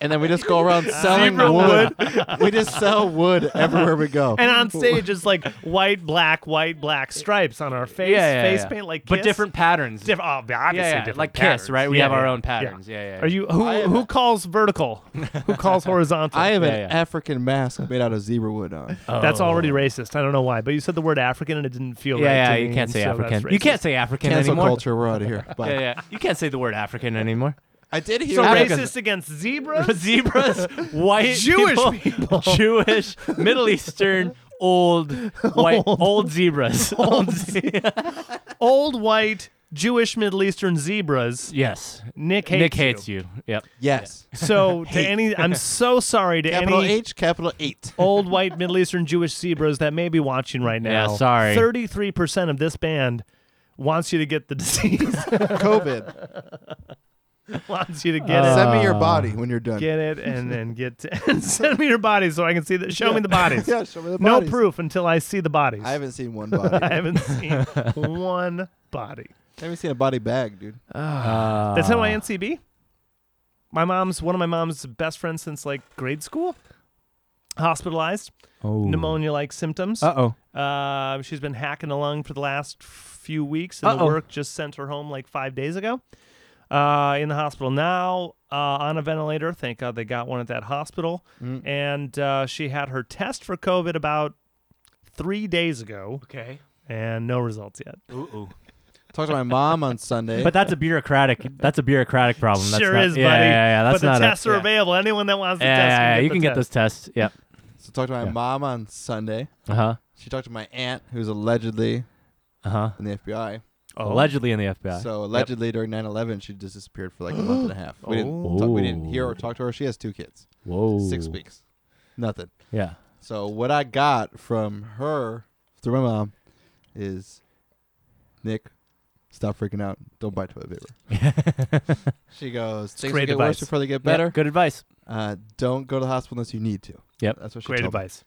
[SPEAKER 3] And then we just go around selling
[SPEAKER 1] Zebra
[SPEAKER 3] wood. we just sell wood everywhere we go.
[SPEAKER 1] and on stage it's like white, black, white, black stripes on our face,
[SPEAKER 2] yeah, yeah,
[SPEAKER 1] face
[SPEAKER 2] yeah.
[SPEAKER 1] paint, like
[SPEAKER 2] but
[SPEAKER 1] Kiss.
[SPEAKER 2] different patterns.
[SPEAKER 1] Diff- oh, obviously
[SPEAKER 2] yeah, yeah.
[SPEAKER 1] different
[SPEAKER 2] like
[SPEAKER 1] patterns.
[SPEAKER 2] Kiss, right? We
[SPEAKER 1] Yeah,
[SPEAKER 2] have our
[SPEAKER 1] yeah,
[SPEAKER 2] own
[SPEAKER 1] yeah.
[SPEAKER 2] patterns. Yeah, yeah. yeah.
[SPEAKER 1] Are you who
[SPEAKER 3] I have
[SPEAKER 1] who
[SPEAKER 3] a-
[SPEAKER 1] calls vertical? Who
[SPEAKER 2] [LAUGHS]
[SPEAKER 1] calls horizontal?
[SPEAKER 3] I have an
[SPEAKER 2] Yeah, yeah.
[SPEAKER 3] African mask made out of zebra wood on.
[SPEAKER 1] That's
[SPEAKER 2] Oh.
[SPEAKER 1] already racist. I don't know why, but you said the word African and it didn't feel right.
[SPEAKER 2] Yeah,
[SPEAKER 1] to
[SPEAKER 2] yeah. You
[SPEAKER 1] me,
[SPEAKER 2] can't say
[SPEAKER 1] so that's
[SPEAKER 2] African. You
[SPEAKER 1] racist.
[SPEAKER 2] can't say African
[SPEAKER 3] Cancel
[SPEAKER 2] anymore.
[SPEAKER 3] culture, we're out of here. Bye.
[SPEAKER 2] Yeah, yeah. You can't say the
[SPEAKER 1] [LAUGHS]
[SPEAKER 2] word African anymore. [LAUGHS]
[SPEAKER 3] I did hear
[SPEAKER 1] So
[SPEAKER 3] African-
[SPEAKER 1] racist against zebras.
[SPEAKER 2] Zebras, white
[SPEAKER 1] Jewish
[SPEAKER 2] people,
[SPEAKER 1] people.
[SPEAKER 2] [LAUGHS] Jewish, Middle Eastern, old white, old, zebras. [LAUGHS] Old ze-
[SPEAKER 1] old white Jewish Middle Eastern zebras.
[SPEAKER 2] yes.
[SPEAKER 1] Nick hates
[SPEAKER 2] Nick
[SPEAKER 1] you.
[SPEAKER 2] hates you. Yep.
[SPEAKER 3] Yes.
[SPEAKER 2] [LAUGHS]
[SPEAKER 1] So to any, I'm so sorry to
[SPEAKER 3] Capital
[SPEAKER 1] any
[SPEAKER 3] H, capital eight.
[SPEAKER 1] [LAUGHS] old white Middle Eastern Jewish zebras that may be watching right now.
[SPEAKER 2] Yeah, sorry.
[SPEAKER 1] Thirty-three percent of this band wants you to get the [LAUGHS] disease.
[SPEAKER 3] COVID.
[SPEAKER 1] wants you to get it.
[SPEAKER 2] Uh,
[SPEAKER 1] Uh,
[SPEAKER 3] Send me your body when you're done.
[SPEAKER 1] Get it and then get to, [LAUGHS] and send me your bodies so I can see that. Show me the bodies.
[SPEAKER 3] [LAUGHS] [LAUGHS] Yeah, show me the
[SPEAKER 1] No
[SPEAKER 3] bodies.
[SPEAKER 1] proof until I see the bodies.
[SPEAKER 3] I haven't seen one body.
[SPEAKER 1] [LAUGHS] I
[SPEAKER 3] I
[SPEAKER 1] haven't seen one body.
[SPEAKER 3] haven't seen a body bag, dude.
[SPEAKER 2] Uh,
[SPEAKER 1] Ah. That's how I NCB. My mom's one of my mom's best friends since like grade school. Hospitalized,
[SPEAKER 2] oh.
[SPEAKER 1] pneumonia-like symptoms.
[SPEAKER 2] Uh oh.
[SPEAKER 1] Uh, she's been hacking a lung for the last few weeks, and the
[SPEAKER 2] Uh-oh.
[SPEAKER 1] work just sent her home like five days ago. Uh, in the hospital now, uh, on a ventilator. Thank God they got one at that hospital.
[SPEAKER 2] Mm.
[SPEAKER 1] And uh, she had her test for COVID about three days ago,
[SPEAKER 2] Okay.
[SPEAKER 1] and no results yet.
[SPEAKER 2] Ooh, ooh.
[SPEAKER 3] Talked to my mom on Sunday.
[SPEAKER 2] But that's a bureaucratic. That's a bureaucratic problem. That's
[SPEAKER 1] sure
[SPEAKER 2] not,
[SPEAKER 1] is,
[SPEAKER 2] yeah,
[SPEAKER 1] buddy.
[SPEAKER 2] Yeah, yeah, That's
[SPEAKER 1] but
[SPEAKER 2] not
[SPEAKER 1] the tests
[SPEAKER 2] a,
[SPEAKER 1] are
[SPEAKER 2] yeah.
[SPEAKER 1] available. Anyone that wants the
[SPEAKER 2] Yeah,
[SPEAKER 1] test,
[SPEAKER 2] yeah, yeah,
[SPEAKER 1] can
[SPEAKER 2] you can get
[SPEAKER 1] the test.
[SPEAKER 2] those tests. Yep.
[SPEAKER 3] so talked to my
[SPEAKER 2] Yeah.
[SPEAKER 3] mom on Sunday.
[SPEAKER 2] Uh huh.
[SPEAKER 3] She talked to my aunt, who's allegedly
[SPEAKER 2] Uh huh.
[SPEAKER 3] in the FBI.
[SPEAKER 1] Oh.
[SPEAKER 2] Allegedly in the FBI.
[SPEAKER 3] So allegedly during 9/11, she just disappeared for like a
[SPEAKER 1] [GASPS]
[SPEAKER 3] month and a half.
[SPEAKER 1] Oh.
[SPEAKER 3] We didn't, talk, we didn't hear or talk to her. She has two kids,
[SPEAKER 2] Whoa.
[SPEAKER 3] six weeks, nothing.
[SPEAKER 2] Yeah.
[SPEAKER 3] So what I got from her through my mom is, Nick, stop freaking out. Don't buy toilet paper.
[SPEAKER 1] [LAUGHS]
[SPEAKER 3] she goes, things will
[SPEAKER 1] great
[SPEAKER 3] get
[SPEAKER 1] advice.
[SPEAKER 3] worse before they get
[SPEAKER 2] Yeah,
[SPEAKER 3] better.
[SPEAKER 2] good advice.
[SPEAKER 3] Uh, don't go to the hospital unless you need to.
[SPEAKER 2] Yep.
[SPEAKER 3] That's what she
[SPEAKER 1] Great
[SPEAKER 3] told me.
[SPEAKER 1] advice.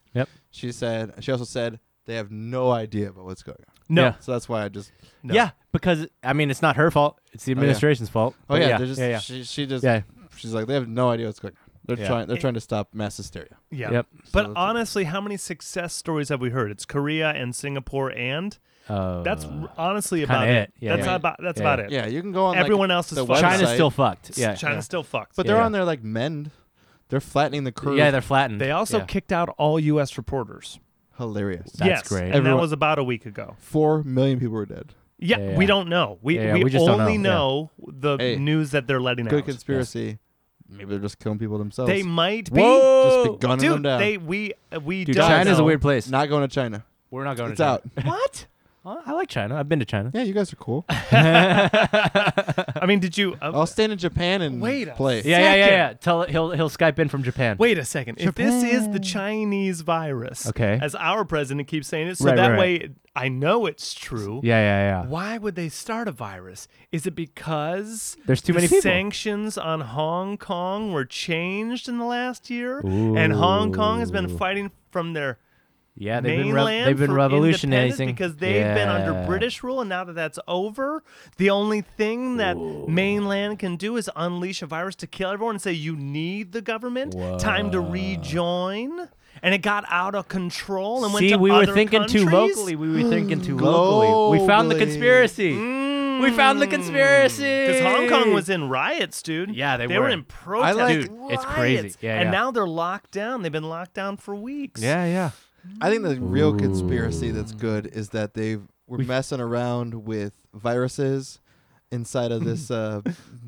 [SPEAKER 3] She said. She also said they have no idea about what's going on.
[SPEAKER 1] No.
[SPEAKER 2] Yeah.
[SPEAKER 3] So that's why I just.
[SPEAKER 1] No.
[SPEAKER 2] Yeah, because I mean, it's not her fault. It's the
[SPEAKER 3] yeah.
[SPEAKER 2] administration's fault.
[SPEAKER 3] Oh
[SPEAKER 2] But
[SPEAKER 3] yeah,
[SPEAKER 2] yeah,
[SPEAKER 3] they're just.
[SPEAKER 2] yeah, yeah.
[SPEAKER 3] She, she just.
[SPEAKER 2] Yeah.
[SPEAKER 3] She's like they have no idea what's going on. They're
[SPEAKER 2] Yeah.
[SPEAKER 3] trying. They're trying to stop mass hysteria.
[SPEAKER 1] Yeah.
[SPEAKER 2] Yep.
[SPEAKER 1] But
[SPEAKER 3] that's-
[SPEAKER 1] honestly, how many success stories have we heard? It's Korea and Singapore, and
[SPEAKER 2] Uh,
[SPEAKER 1] that's r- honestly
[SPEAKER 2] kinda
[SPEAKER 1] about it.
[SPEAKER 2] it. Yeah,
[SPEAKER 1] that's
[SPEAKER 2] yeah.
[SPEAKER 1] about that's
[SPEAKER 2] Yeah,
[SPEAKER 1] about
[SPEAKER 2] yeah.
[SPEAKER 1] it.
[SPEAKER 3] Yeah, you can go on. like,
[SPEAKER 1] Everyone else is
[SPEAKER 3] the
[SPEAKER 1] fucked.
[SPEAKER 2] China's
[SPEAKER 3] website.
[SPEAKER 2] still fucked. Yeah,
[SPEAKER 1] Yeah, China's still fucked.
[SPEAKER 3] but
[SPEAKER 2] yeah,
[SPEAKER 3] they're
[SPEAKER 2] yeah.
[SPEAKER 3] on there like mend. They're flattening the
[SPEAKER 2] yeah.
[SPEAKER 3] curve.
[SPEAKER 2] yeah, they're flattened.
[SPEAKER 1] they also
[SPEAKER 2] Yeah.
[SPEAKER 1] kicked out all U.S. reporters.
[SPEAKER 3] hilarious.
[SPEAKER 2] That's
[SPEAKER 1] yes,
[SPEAKER 2] great.
[SPEAKER 1] And that
[SPEAKER 3] Everyone-
[SPEAKER 1] was about a week ago.
[SPEAKER 3] Four million people were dead.
[SPEAKER 1] Yeah,
[SPEAKER 2] Yeah,
[SPEAKER 1] we
[SPEAKER 2] yeah.
[SPEAKER 1] don't know. We
[SPEAKER 2] Yeah, yeah,
[SPEAKER 1] we,
[SPEAKER 2] we just don't
[SPEAKER 1] only
[SPEAKER 2] know.
[SPEAKER 1] know the
[SPEAKER 3] Hey,
[SPEAKER 1] news that they're letting
[SPEAKER 3] Good
[SPEAKER 1] out.
[SPEAKER 3] conspiracy. Maybe they're just killing people themselves.
[SPEAKER 1] They might be.
[SPEAKER 2] Whoa,
[SPEAKER 3] just be gunning
[SPEAKER 1] Dude,
[SPEAKER 3] them down.
[SPEAKER 1] they we we
[SPEAKER 2] dude,
[SPEAKER 1] don't
[SPEAKER 2] China's
[SPEAKER 1] know.
[SPEAKER 2] a weird place.
[SPEAKER 3] Not going to China.
[SPEAKER 2] We're not going
[SPEAKER 3] It's
[SPEAKER 2] to China. [LAUGHS]
[SPEAKER 3] out.
[SPEAKER 2] What? Well, I like China. I've been to China.
[SPEAKER 3] Yeah, you guys
[SPEAKER 1] [LAUGHS]
[SPEAKER 3] are cool.
[SPEAKER 1] I mean, did
[SPEAKER 3] [LAUGHS]
[SPEAKER 1] you? Uh,
[SPEAKER 3] I'll stand in Japan and
[SPEAKER 1] Wait a
[SPEAKER 3] play.
[SPEAKER 2] Yeah, yeah, yeah,
[SPEAKER 1] Second.
[SPEAKER 2] yeah. Tell he'll he'll Skype in from Japan.
[SPEAKER 1] wait a second. If this is the
[SPEAKER 2] Japan.
[SPEAKER 1] Chinese virus,
[SPEAKER 2] Okay.
[SPEAKER 1] as our president keeps saying it, so
[SPEAKER 2] Right,
[SPEAKER 1] that
[SPEAKER 2] right,
[SPEAKER 1] way
[SPEAKER 2] right.
[SPEAKER 1] I know it's true.
[SPEAKER 2] Yeah, yeah, yeah.
[SPEAKER 1] Why would they start a virus? Is it because
[SPEAKER 2] There's too
[SPEAKER 1] the
[SPEAKER 2] many people.
[SPEAKER 1] Sanctions on Hong Kong were changed in the last year, and Hong Kong has been
[SPEAKER 2] Ooh.
[SPEAKER 1] fighting from their
[SPEAKER 2] yeah, they've been
[SPEAKER 1] mainland
[SPEAKER 2] rev- they've been
[SPEAKER 1] for
[SPEAKER 2] revolutionizing
[SPEAKER 1] independence because they've been under
[SPEAKER 2] Yeah.
[SPEAKER 1] British rule, and now that that's over, the only thing that mainland can do is unleash a virus to kill everyone and say you need the government. Time to rejoin, and it got out of control and went
[SPEAKER 2] See,
[SPEAKER 1] to
[SPEAKER 2] we were
[SPEAKER 1] other
[SPEAKER 2] thinking
[SPEAKER 1] countries.
[SPEAKER 2] too locally. We were thinking too locally. We found the
[SPEAKER 3] Globally.
[SPEAKER 2] conspiracy.
[SPEAKER 1] Mm.
[SPEAKER 2] We found the conspiracy.
[SPEAKER 1] Because Hong Kong was in riots, dude.
[SPEAKER 2] Yeah, they
[SPEAKER 1] they were.
[SPEAKER 2] were.
[SPEAKER 1] in protest.
[SPEAKER 2] like-
[SPEAKER 1] riots.
[SPEAKER 2] Dude, it's crazy. Yeah,
[SPEAKER 1] and
[SPEAKER 2] yeah.
[SPEAKER 1] now they're locked down. They've been locked down for weeks.
[SPEAKER 2] Yeah, yeah.
[SPEAKER 3] I think the real conspiracy that's good is that they were messing around with viruses inside
[SPEAKER 1] [LAUGHS]
[SPEAKER 3] of this uh,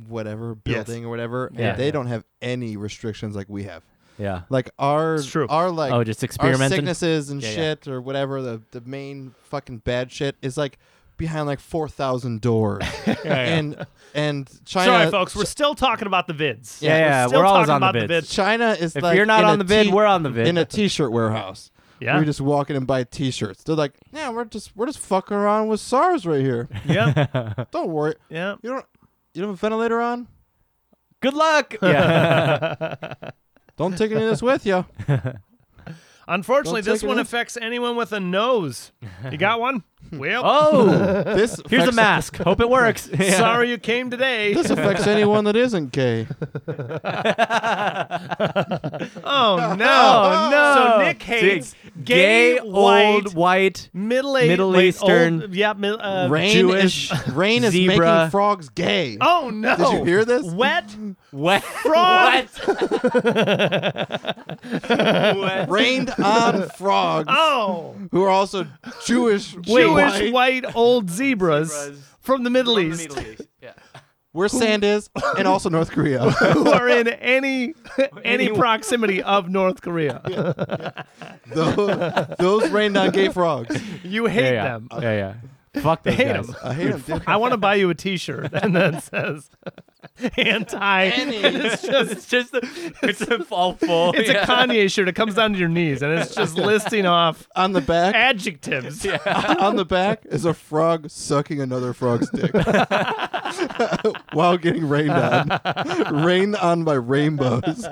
[SPEAKER 3] whatever
[SPEAKER 1] Yes.
[SPEAKER 3] building or whatever,
[SPEAKER 2] Yeah.
[SPEAKER 3] and they
[SPEAKER 2] Yeah.
[SPEAKER 3] don't have any restrictions like we have.
[SPEAKER 2] Yeah.
[SPEAKER 3] Like our
[SPEAKER 1] It's true.
[SPEAKER 3] our like
[SPEAKER 2] oh, just
[SPEAKER 3] our
[SPEAKER 2] experimenting.
[SPEAKER 3] sicknesses and
[SPEAKER 2] Yeah, yeah.
[SPEAKER 3] shit or whatever the the main fucking bad shit is like behind like four thousand
[SPEAKER 2] [LAUGHS]
[SPEAKER 3] doors and and China.
[SPEAKER 1] Sorry, folks. We're still talking about the vids.
[SPEAKER 2] Yeah, yeah,
[SPEAKER 1] Still
[SPEAKER 2] we're always
[SPEAKER 1] talking
[SPEAKER 2] on the
[SPEAKER 1] about
[SPEAKER 2] vids.
[SPEAKER 3] China is
[SPEAKER 2] If
[SPEAKER 3] like
[SPEAKER 2] you're not
[SPEAKER 3] in
[SPEAKER 2] on the
[SPEAKER 3] a
[SPEAKER 2] vid,
[SPEAKER 3] T-
[SPEAKER 2] we're on the vid.
[SPEAKER 3] in a t-shirt warehouse.
[SPEAKER 1] Yeah.
[SPEAKER 3] We just walk in and buy T-shirts. They're like, yeah, we're just we're just fucking around with SARS right here.
[SPEAKER 1] [LAUGHS]
[SPEAKER 2] [LAUGHS]
[SPEAKER 1] yeah.
[SPEAKER 3] Don't worry,
[SPEAKER 1] Yeah.
[SPEAKER 3] you don't you don't have a ventilator on.
[SPEAKER 2] Good luck. [LAUGHS] [LAUGHS] Yeah.
[SPEAKER 3] [LAUGHS] Don't take any of this with you.
[SPEAKER 1] Unfortunately,
[SPEAKER 3] Don't
[SPEAKER 1] this
[SPEAKER 3] take it
[SPEAKER 1] one
[SPEAKER 3] in.
[SPEAKER 1] affects anyone with a nose. You got
[SPEAKER 2] [LAUGHS]
[SPEAKER 1] one? Well, [LAUGHS]
[SPEAKER 2] oh,
[SPEAKER 3] This
[SPEAKER 2] here's a
[SPEAKER 3] affects-
[SPEAKER 2] mask. Hope it works. Yeah.
[SPEAKER 1] sorry you came
[SPEAKER 2] [LAUGHS]
[SPEAKER 1] today.
[SPEAKER 3] [LAUGHS] This affects anyone that isn't gay.
[SPEAKER 2] [LAUGHS]
[SPEAKER 1] Oh no,
[SPEAKER 2] Oh no.
[SPEAKER 1] So Nick hates
[SPEAKER 2] Dude,
[SPEAKER 1] gay, white,
[SPEAKER 2] old white
[SPEAKER 1] middle aged,
[SPEAKER 2] Middle Eastern,
[SPEAKER 1] yeah, mid, [LAUGHS] uh,
[SPEAKER 3] Rain
[SPEAKER 2] Jewish
[SPEAKER 3] is rain is
[SPEAKER 2] zebra.
[SPEAKER 3] making frogs gay.
[SPEAKER 1] Oh no!
[SPEAKER 3] Did you hear this?
[SPEAKER 2] [LAUGHS]
[SPEAKER 1] Wet
[SPEAKER 2] wet
[SPEAKER 1] Frog.
[SPEAKER 2] [LAUGHS] Wet.
[SPEAKER 3] Rained
[SPEAKER 1] [LAUGHS]
[SPEAKER 3] on frogs
[SPEAKER 1] oh
[SPEAKER 3] who are also Jewish.
[SPEAKER 1] Jewish
[SPEAKER 3] white.
[SPEAKER 1] white old zebras,
[SPEAKER 2] Zebras.
[SPEAKER 1] from the Middle East
[SPEAKER 3] Where sand is, and also
[SPEAKER 1] [LAUGHS]
[SPEAKER 3] North Korea. [LAUGHS]
[SPEAKER 1] who are in any [LAUGHS] any
[SPEAKER 2] Anyone.
[SPEAKER 1] proximity of North Korea.
[SPEAKER 3] those, those rained on gay frogs.
[SPEAKER 1] You
[SPEAKER 2] Yeah,
[SPEAKER 1] hate
[SPEAKER 2] yeah.
[SPEAKER 1] them.
[SPEAKER 2] Yeah, yeah. Fuck those
[SPEAKER 1] hate
[SPEAKER 2] guys.
[SPEAKER 1] them.
[SPEAKER 3] I hate them.
[SPEAKER 1] I want to buy you a T-shirt and that says [LAUGHS] anti.
[SPEAKER 2] [LAUGHS] It's just, it's just, the, it's a fall full.
[SPEAKER 1] [LAUGHS] It's a Kanye shirt. It comes down to your knees and it's
[SPEAKER 2] [LAUGHS]
[SPEAKER 1] just listing off
[SPEAKER 3] On the back,
[SPEAKER 1] adjectives.
[SPEAKER 3] [LAUGHS] on the back is a frog sucking another frog's dick [LAUGHS] while getting rained
[SPEAKER 1] [LAUGHS]
[SPEAKER 3] on. Rained on by rainbows.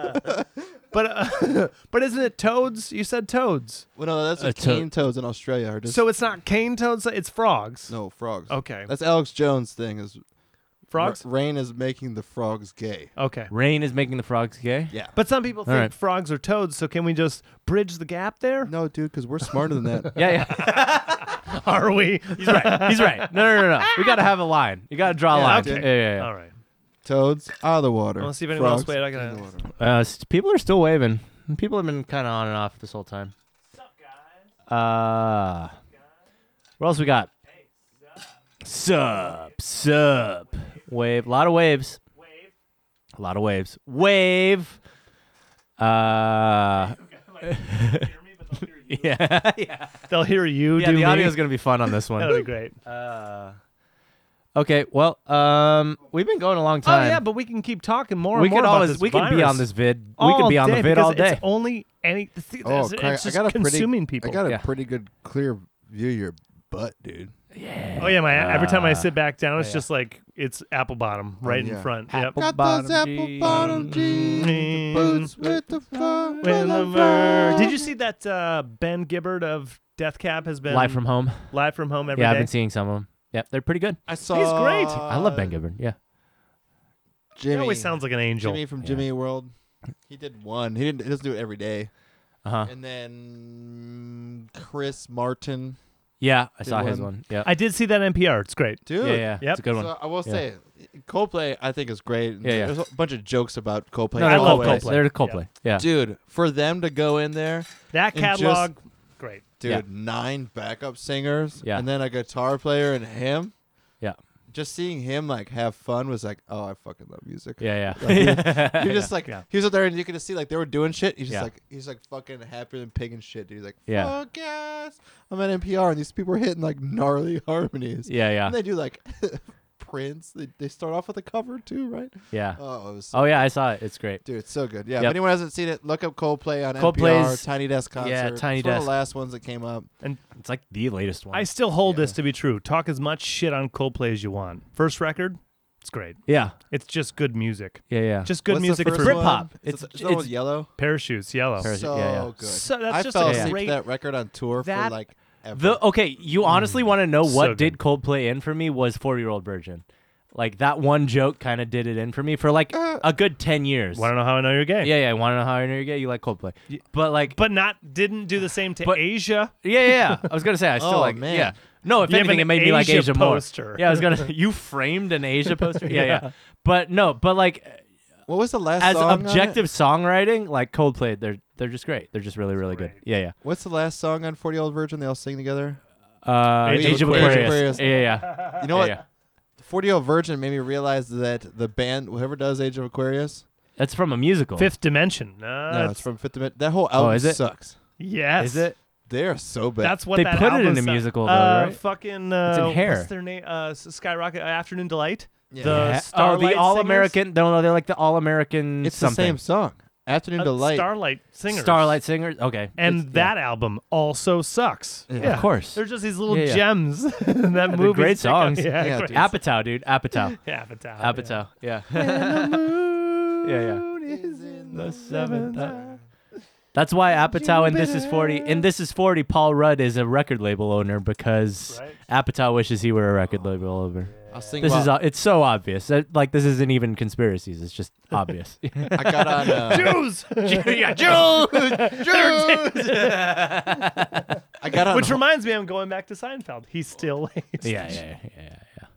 [SPEAKER 1] But uh, [LAUGHS] but isn't it toads? You said toads.
[SPEAKER 3] Well, no, that's
[SPEAKER 2] A
[SPEAKER 3] what
[SPEAKER 2] to-
[SPEAKER 3] cane toads in Australia are just
[SPEAKER 1] So it's not cane toads. It's frogs.
[SPEAKER 3] no frogs.
[SPEAKER 1] Okay.
[SPEAKER 3] That's Alex Jones' thing. Is
[SPEAKER 1] frogs.
[SPEAKER 3] r- rain is making the frogs gay?
[SPEAKER 1] Okay.
[SPEAKER 2] Rain is making the frogs gay.
[SPEAKER 3] Yeah.
[SPEAKER 1] But some people
[SPEAKER 2] All
[SPEAKER 1] think
[SPEAKER 2] right.
[SPEAKER 1] frogs are toads. So can we just bridge the gap there?
[SPEAKER 3] No, dude, because we're smarter than that.
[SPEAKER 2] Yeah, yeah.
[SPEAKER 1] [LAUGHS] Are we?
[SPEAKER 2] He's right. He's right. No, no, no, no. We gotta have a line. You gotta draw a
[SPEAKER 1] Yeah,
[SPEAKER 2] line.
[SPEAKER 1] okay.
[SPEAKER 2] Yeah, yeah,
[SPEAKER 1] [LAUGHS]
[SPEAKER 2] yeah.
[SPEAKER 1] All right.
[SPEAKER 3] Toads out of the water.
[SPEAKER 1] Let's see if anyone else
[SPEAKER 3] Frogs
[SPEAKER 1] played. I gotta-
[SPEAKER 3] in the water.
[SPEAKER 2] Uh, s- people are still waving. People have been kind of on and off this whole time. Uh, what else we got? Sup, sup. Wave. A lot of waves. A lot of waves. Wave. [LAUGHS] Uh, [LAUGHS] yeah, yeah.
[SPEAKER 1] They'll hear you.
[SPEAKER 2] yeah
[SPEAKER 1] do
[SPEAKER 2] the
[SPEAKER 1] me.
[SPEAKER 2] audio's going to be fun on this
[SPEAKER 1] That'll be [LAUGHS]
[SPEAKER 2] [LAUGHS] one.
[SPEAKER 1] great.
[SPEAKER 2] Uh, okay, well, um, we've been going a long
[SPEAKER 1] Oh
[SPEAKER 2] time.
[SPEAKER 1] yeah, but we can keep talking more.
[SPEAKER 2] we
[SPEAKER 1] and more
[SPEAKER 2] could
[SPEAKER 1] about
[SPEAKER 2] always
[SPEAKER 1] this
[SPEAKER 2] we could be
[SPEAKER 1] virus
[SPEAKER 2] on this vid. We
[SPEAKER 1] all
[SPEAKER 2] could be on the
[SPEAKER 1] day
[SPEAKER 2] vid all
[SPEAKER 1] because
[SPEAKER 2] day.
[SPEAKER 1] It's only any. th-
[SPEAKER 3] Oh,
[SPEAKER 1] it's,
[SPEAKER 3] crap,
[SPEAKER 1] it's
[SPEAKER 3] I
[SPEAKER 1] just
[SPEAKER 3] got a pretty-
[SPEAKER 1] consuming people.
[SPEAKER 3] I got a
[SPEAKER 2] Yeah.
[SPEAKER 3] pretty good clear view of your butt, dude.
[SPEAKER 1] Oh yeah, my
[SPEAKER 3] Ah.
[SPEAKER 1] every time I sit back down, it's
[SPEAKER 2] yeah.
[SPEAKER 1] just like it's apple bottom right in
[SPEAKER 3] Oh, yeah.
[SPEAKER 1] front.
[SPEAKER 2] Apple
[SPEAKER 1] Yep.
[SPEAKER 3] Got
[SPEAKER 2] bottom
[SPEAKER 3] those apple
[SPEAKER 2] jeans.
[SPEAKER 3] bottom jeans, the boots with the fur,
[SPEAKER 1] Mm.
[SPEAKER 3] with
[SPEAKER 1] With
[SPEAKER 3] the
[SPEAKER 1] the
[SPEAKER 3] fur.
[SPEAKER 1] Did you see that uh, Ben Gibbard of Death Cab has been
[SPEAKER 2] Live from home.
[SPEAKER 1] live from home every day? Uh,
[SPEAKER 2] yeah, I've been seeing some of them. Yeah, they're pretty good.
[SPEAKER 3] I saw.
[SPEAKER 1] great.
[SPEAKER 2] I love Ben Gibbard. Yeah.
[SPEAKER 3] Jimmy.
[SPEAKER 1] He always sounds like an angel.
[SPEAKER 3] Jimmy from
[SPEAKER 2] Yeah.
[SPEAKER 3] Jimmy World. He did one. He didn't. He doesn't do it every day.
[SPEAKER 2] Uh huh.
[SPEAKER 3] And then Chris Martin,
[SPEAKER 2] Yeah, I
[SPEAKER 3] Did
[SPEAKER 2] saw his
[SPEAKER 3] one.
[SPEAKER 2] one. Yeah.
[SPEAKER 1] I did see that NPR. It's great.
[SPEAKER 3] dude.
[SPEAKER 2] yeah, yeah.
[SPEAKER 1] Yep.
[SPEAKER 2] It's a good one.
[SPEAKER 3] So I will
[SPEAKER 2] Yeah.
[SPEAKER 3] say, Coldplay I think is great.
[SPEAKER 2] Yeah, yeah.
[SPEAKER 3] There's a bunch of jokes about Coldplay.
[SPEAKER 1] No, I
[SPEAKER 3] as
[SPEAKER 1] love
[SPEAKER 3] always.
[SPEAKER 1] Coldplay.
[SPEAKER 2] They're Coldplay. Yeah.
[SPEAKER 3] Dude, for them to go in there,
[SPEAKER 1] That
[SPEAKER 3] And just-
[SPEAKER 1] catalog, great.
[SPEAKER 3] dude,
[SPEAKER 2] Yeah.
[SPEAKER 3] nine backup singers,
[SPEAKER 2] Yeah.
[SPEAKER 3] and then a guitar player and him.
[SPEAKER 2] Yeah.
[SPEAKER 3] Just seeing him like have fun was like, oh, I fucking love music.
[SPEAKER 2] Yeah,
[SPEAKER 1] [LAUGHS]
[SPEAKER 2] yeah.
[SPEAKER 3] Like, [LAUGHS] he- he was just like
[SPEAKER 1] Yeah.
[SPEAKER 3] he was up there and you could just see like they were doing shit. He's just
[SPEAKER 2] Yeah.
[SPEAKER 3] like he's like fucking happier than pig and shit, dude. He's like,
[SPEAKER 2] Yeah.
[SPEAKER 3] fuck yes, I'm at NPR and these people are hitting like gnarly [LAUGHS] harmonies.
[SPEAKER 2] Yeah, yeah,
[SPEAKER 3] And they do like [LAUGHS] Prince. They, they start off with a cover too, right?
[SPEAKER 2] yeah.
[SPEAKER 3] Oh, it was
[SPEAKER 2] Oh yeah, I saw it. It's great.
[SPEAKER 3] Dude, it's so good. Yeah.
[SPEAKER 2] Yep.
[SPEAKER 3] If anyone hasn't seen it, look up Coldplay on
[SPEAKER 2] Coldplay's-
[SPEAKER 3] NPR. Tiny Desk concert.
[SPEAKER 2] yeah, Tiny
[SPEAKER 3] it's One of
[SPEAKER 2] Desk.
[SPEAKER 3] the last ones that came up.
[SPEAKER 2] It's like the latest one.
[SPEAKER 1] I still hold this
[SPEAKER 3] Yeah.
[SPEAKER 1] to be true. Talk as much shit on Coldplay as you want. First record, it's great.
[SPEAKER 2] yeah,
[SPEAKER 1] It's just good music.
[SPEAKER 2] yeah, yeah.
[SPEAKER 1] Just good
[SPEAKER 3] What's the
[SPEAKER 1] music.
[SPEAKER 3] first
[SPEAKER 1] through.
[SPEAKER 3] one?
[SPEAKER 2] Britpop. It's-
[SPEAKER 3] It's, it's, the one with
[SPEAKER 2] it's-
[SPEAKER 3] yellow.
[SPEAKER 1] Parachutes, yellow.
[SPEAKER 2] Parachute.
[SPEAKER 3] So
[SPEAKER 2] yeah, yeah.
[SPEAKER 3] good.
[SPEAKER 1] So- that's
[SPEAKER 3] I
[SPEAKER 1] just
[SPEAKER 3] fell
[SPEAKER 1] a
[SPEAKER 3] asleep
[SPEAKER 1] great-
[SPEAKER 3] to that record on tour
[SPEAKER 1] That-
[SPEAKER 3] for like ever.
[SPEAKER 2] The okay, you honestly want to know what
[SPEAKER 1] Mm. so
[SPEAKER 2] did Coldplay in for me was Four Year Old Virgin. Like that one joke kind of did it in for me for like
[SPEAKER 1] Uh,
[SPEAKER 2] a good ten years.
[SPEAKER 1] Want to know how I know you're gay? [LAUGHS]
[SPEAKER 2] Yeah, yeah. Want to know how I know you're gay? You like Coldplay, but like,
[SPEAKER 1] But not didn't do
[SPEAKER 2] [SIGHS]
[SPEAKER 1] the same to
[SPEAKER 2] But-
[SPEAKER 1] Asia.
[SPEAKER 2] yeah, yeah, yeah. I was
[SPEAKER 1] [LAUGHS]
[SPEAKER 2] gonna say I still
[SPEAKER 3] Oh,
[SPEAKER 2] like,
[SPEAKER 3] man.
[SPEAKER 2] yeah. No, if
[SPEAKER 1] You have
[SPEAKER 2] anything,
[SPEAKER 1] an
[SPEAKER 2] it made me like
[SPEAKER 1] Asia
[SPEAKER 2] Asia
[SPEAKER 1] poster.
[SPEAKER 2] more. Yeah, I
[SPEAKER 1] [LAUGHS]
[SPEAKER 2] was gonna. You framed an Asia poster. Yeah, yeah. But no, but like
[SPEAKER 3] what was the last
[SPEAKER 2] as
[SPEAKER 3] song? on it?
[SPEAKER 2] objective songwriting, like Coldplay, they're they're just great. They're just really, really good.
[SPEAKER 1] great.
[SPEAKER 2] Yeah,
[SPEAKER 3] What's the last song on 40 Year Old Virgin? They all sing together.
[SPEAKER 2] yeah. Uh,
[SPEAKER 1] Age
[SPEAKER 2] Age,
[SPEAKER 1] of
[SPEAKER 2] of
[SPEAKER 1] Aquarius.
[SPEAKER 2] Aquarius.
[SPEAKER 3] Aquarius.
[SPEAKER 2] Yeah, yeah.
[SPEAKER 3] You know what?
[SPEAKER 2] Yeah, yeah.
[SPEAKER 3] 40 Year Old Virgin made me realize that the band, whoever does Age of Aquarius,
[SPEAKER 2] That's from a musical.
[SPEAKER 1] Fifth Dimension. No,
[SPEAKER 3] no, it's
[SPEAKER 1] that's-
[SPEAKER 3] from Fifth Dimension. That whole album
[SPEAKER 2] Oh, is it?
[SPEAKER 3] sucks.
[SPEAKER 1] yes.
[SPEAKER 2] Is it?
[SPEAKER 3] They're so bad.
[SPEAKER 1] That's what
[SPEAKER 2] They
[SPEAKER 1] that
[SPEAKER 2] put it
[SPEAKER 1] album
[SPEAKER 2] in a
[SPEAKER 1] sound-
[SPEAKER 2] musical, though,
[SPEAKER 1] uh,
[SPEAKER 2] right?
[SPEAKER 1] Fucking uh,
[SPEAKER 2] It's in Hair.
[SPEAKER 1] What's their name? Uh, S- Skyrocket uh, Afternoon Delight.
[SPEAKER 3] Yeah.
[SPEAKER 1] The
[SPEAKER 2] Yeah.
[SPEAKER 1] Starlight
[SPEAKER 2] oh, the
[SPEAKER 1] Singers?
[SPEAKER 2] All American. No, no, they're like the All American.
[SPEAKER 3] it's the
[SPEAKER 2] something.
[SPEAKER 3] same song. Afternoon
[SPEAKER 1] Uh,
[SPEAKER 3] Delight.
[SPEAKER 1] Starlight Singers.
[SPEAKER 2] Starlight Singers. Okay.
[SPEAKER 1] And
[SPEAKER 3] It's-
[SPEAKER 1] that album also sucks. Yeah.
[SPEAKER 2] Of course.
[SPEAKER 1] They're just these little
[SPEAKER 2] Yeah, yeah.
[SPEAKER 1] gems [LAUGHS] in that
[SPEAKER 2] they're
[SPEAKER 1] movie.
[SPEAKER 2] great songs.
[SPEAKER 1] [LAUGHS] Yeah,
[SPEAKER 3] Yeah,
[SPEAKER 1] great.
[SPEAKER 3] dude.
[SPEAKER 2] Apatow, dude. Apatow.
[SPEAKER 1] Yeah, Apatow. Oh, Yeah.
[SPEAKER 2] Apatow. Yeah. [LAUGHS] yeah, yeah. The seventh. hour. That's why Apatow and This Is 40 and This Is 40 Paul Rudd is a record label owner because
[SPEAKER 1] Right.
[SPEAKER 2] Apatow wishes he were a record label owner.
[SPEAKER 3] I'll sing
[SPEAKER 2] This
[SPEAKER 3] about-
[SPEAKER 2] is uh, it's so obvious. That, like this isn't even conspiracies. It's just obvious.
[SPEAKER 3] I got on.
[SPEAKER 1] [LAUGHS]
[SPEAKER 3] [LAUGHS] Uh,
[SPEAKER 2] [LAUGHS]
[SPEAKER 1] Jews!
[SPEAKER 2] yeah, Jules.
[SPEAKER 3] I got on.
[SPEAKER 1] Which reminds me, I'm going back to Seinfeld. He's still [LAUGHS] late.
[SPEAKER 2] yeah, yeah, yeah, yeah, yeah.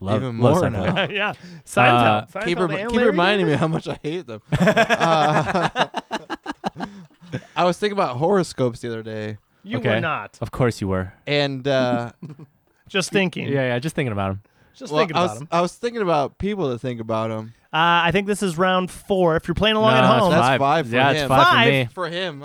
[SPEAKER 2] Love,
[SPEAKER 3] Even
[SPEAKER 2] love
[SPEAKER 3] more
[SPEAKER 2] Seinfeld.
[SPEAKER 3] now.
[SPEAKER 1] [LAUGHS] yeah.
[SPEAKER 2] Uh,
[SPEAKER 1] Seinfeld. Seinfeld
[SPEAKER 3] keep, rem-
[SPEAKER 1] and
[SPEAKER 3] keep
[SPEAKER 1] Larry
[SPEAKER 3] reminding
[SPEAKER 1] David.
[SPEAKER 3] me how much I hate them. Uh, [LAUGHS] I was thinking about horoscopes the other day,
[SPEAKER 1] You
[SPEAKER 2] Okay.
[SPEAKER 1] were not.
[SPEAKER 2] Of course you were.
[SPEAKER 3] and uh,
[SPEAKER 1] Just thinking.
[SPEAKER 2] Yeah, yeah. Just thinking about him.
[SPEAKER 1] Just
[SPEAKER 3] well,
[SPEAKER 1] thinking
[SPEAKER 3] I,
[SPEAKER 1] about
[SPEAKER 3] was,
[SPEAKER 1] him.
[SPEAKER 3] I was thinking about people to think about them.
[SPEAKER 1] Uh, I think this is round four. If you're playing along
[SPEAKER 2] No,
[SPEAKER 1] at home,
[SPEAKER 2] it's
[SPEAKER 3] That's five for
[SPEAKER 2] yeah, it's
[SPEAKER 3] him.
[SPEAKER 2] five,
[SPEAKER 1] Five?
[SPEAKER 2] for me.
[SPEAKER 3] For him,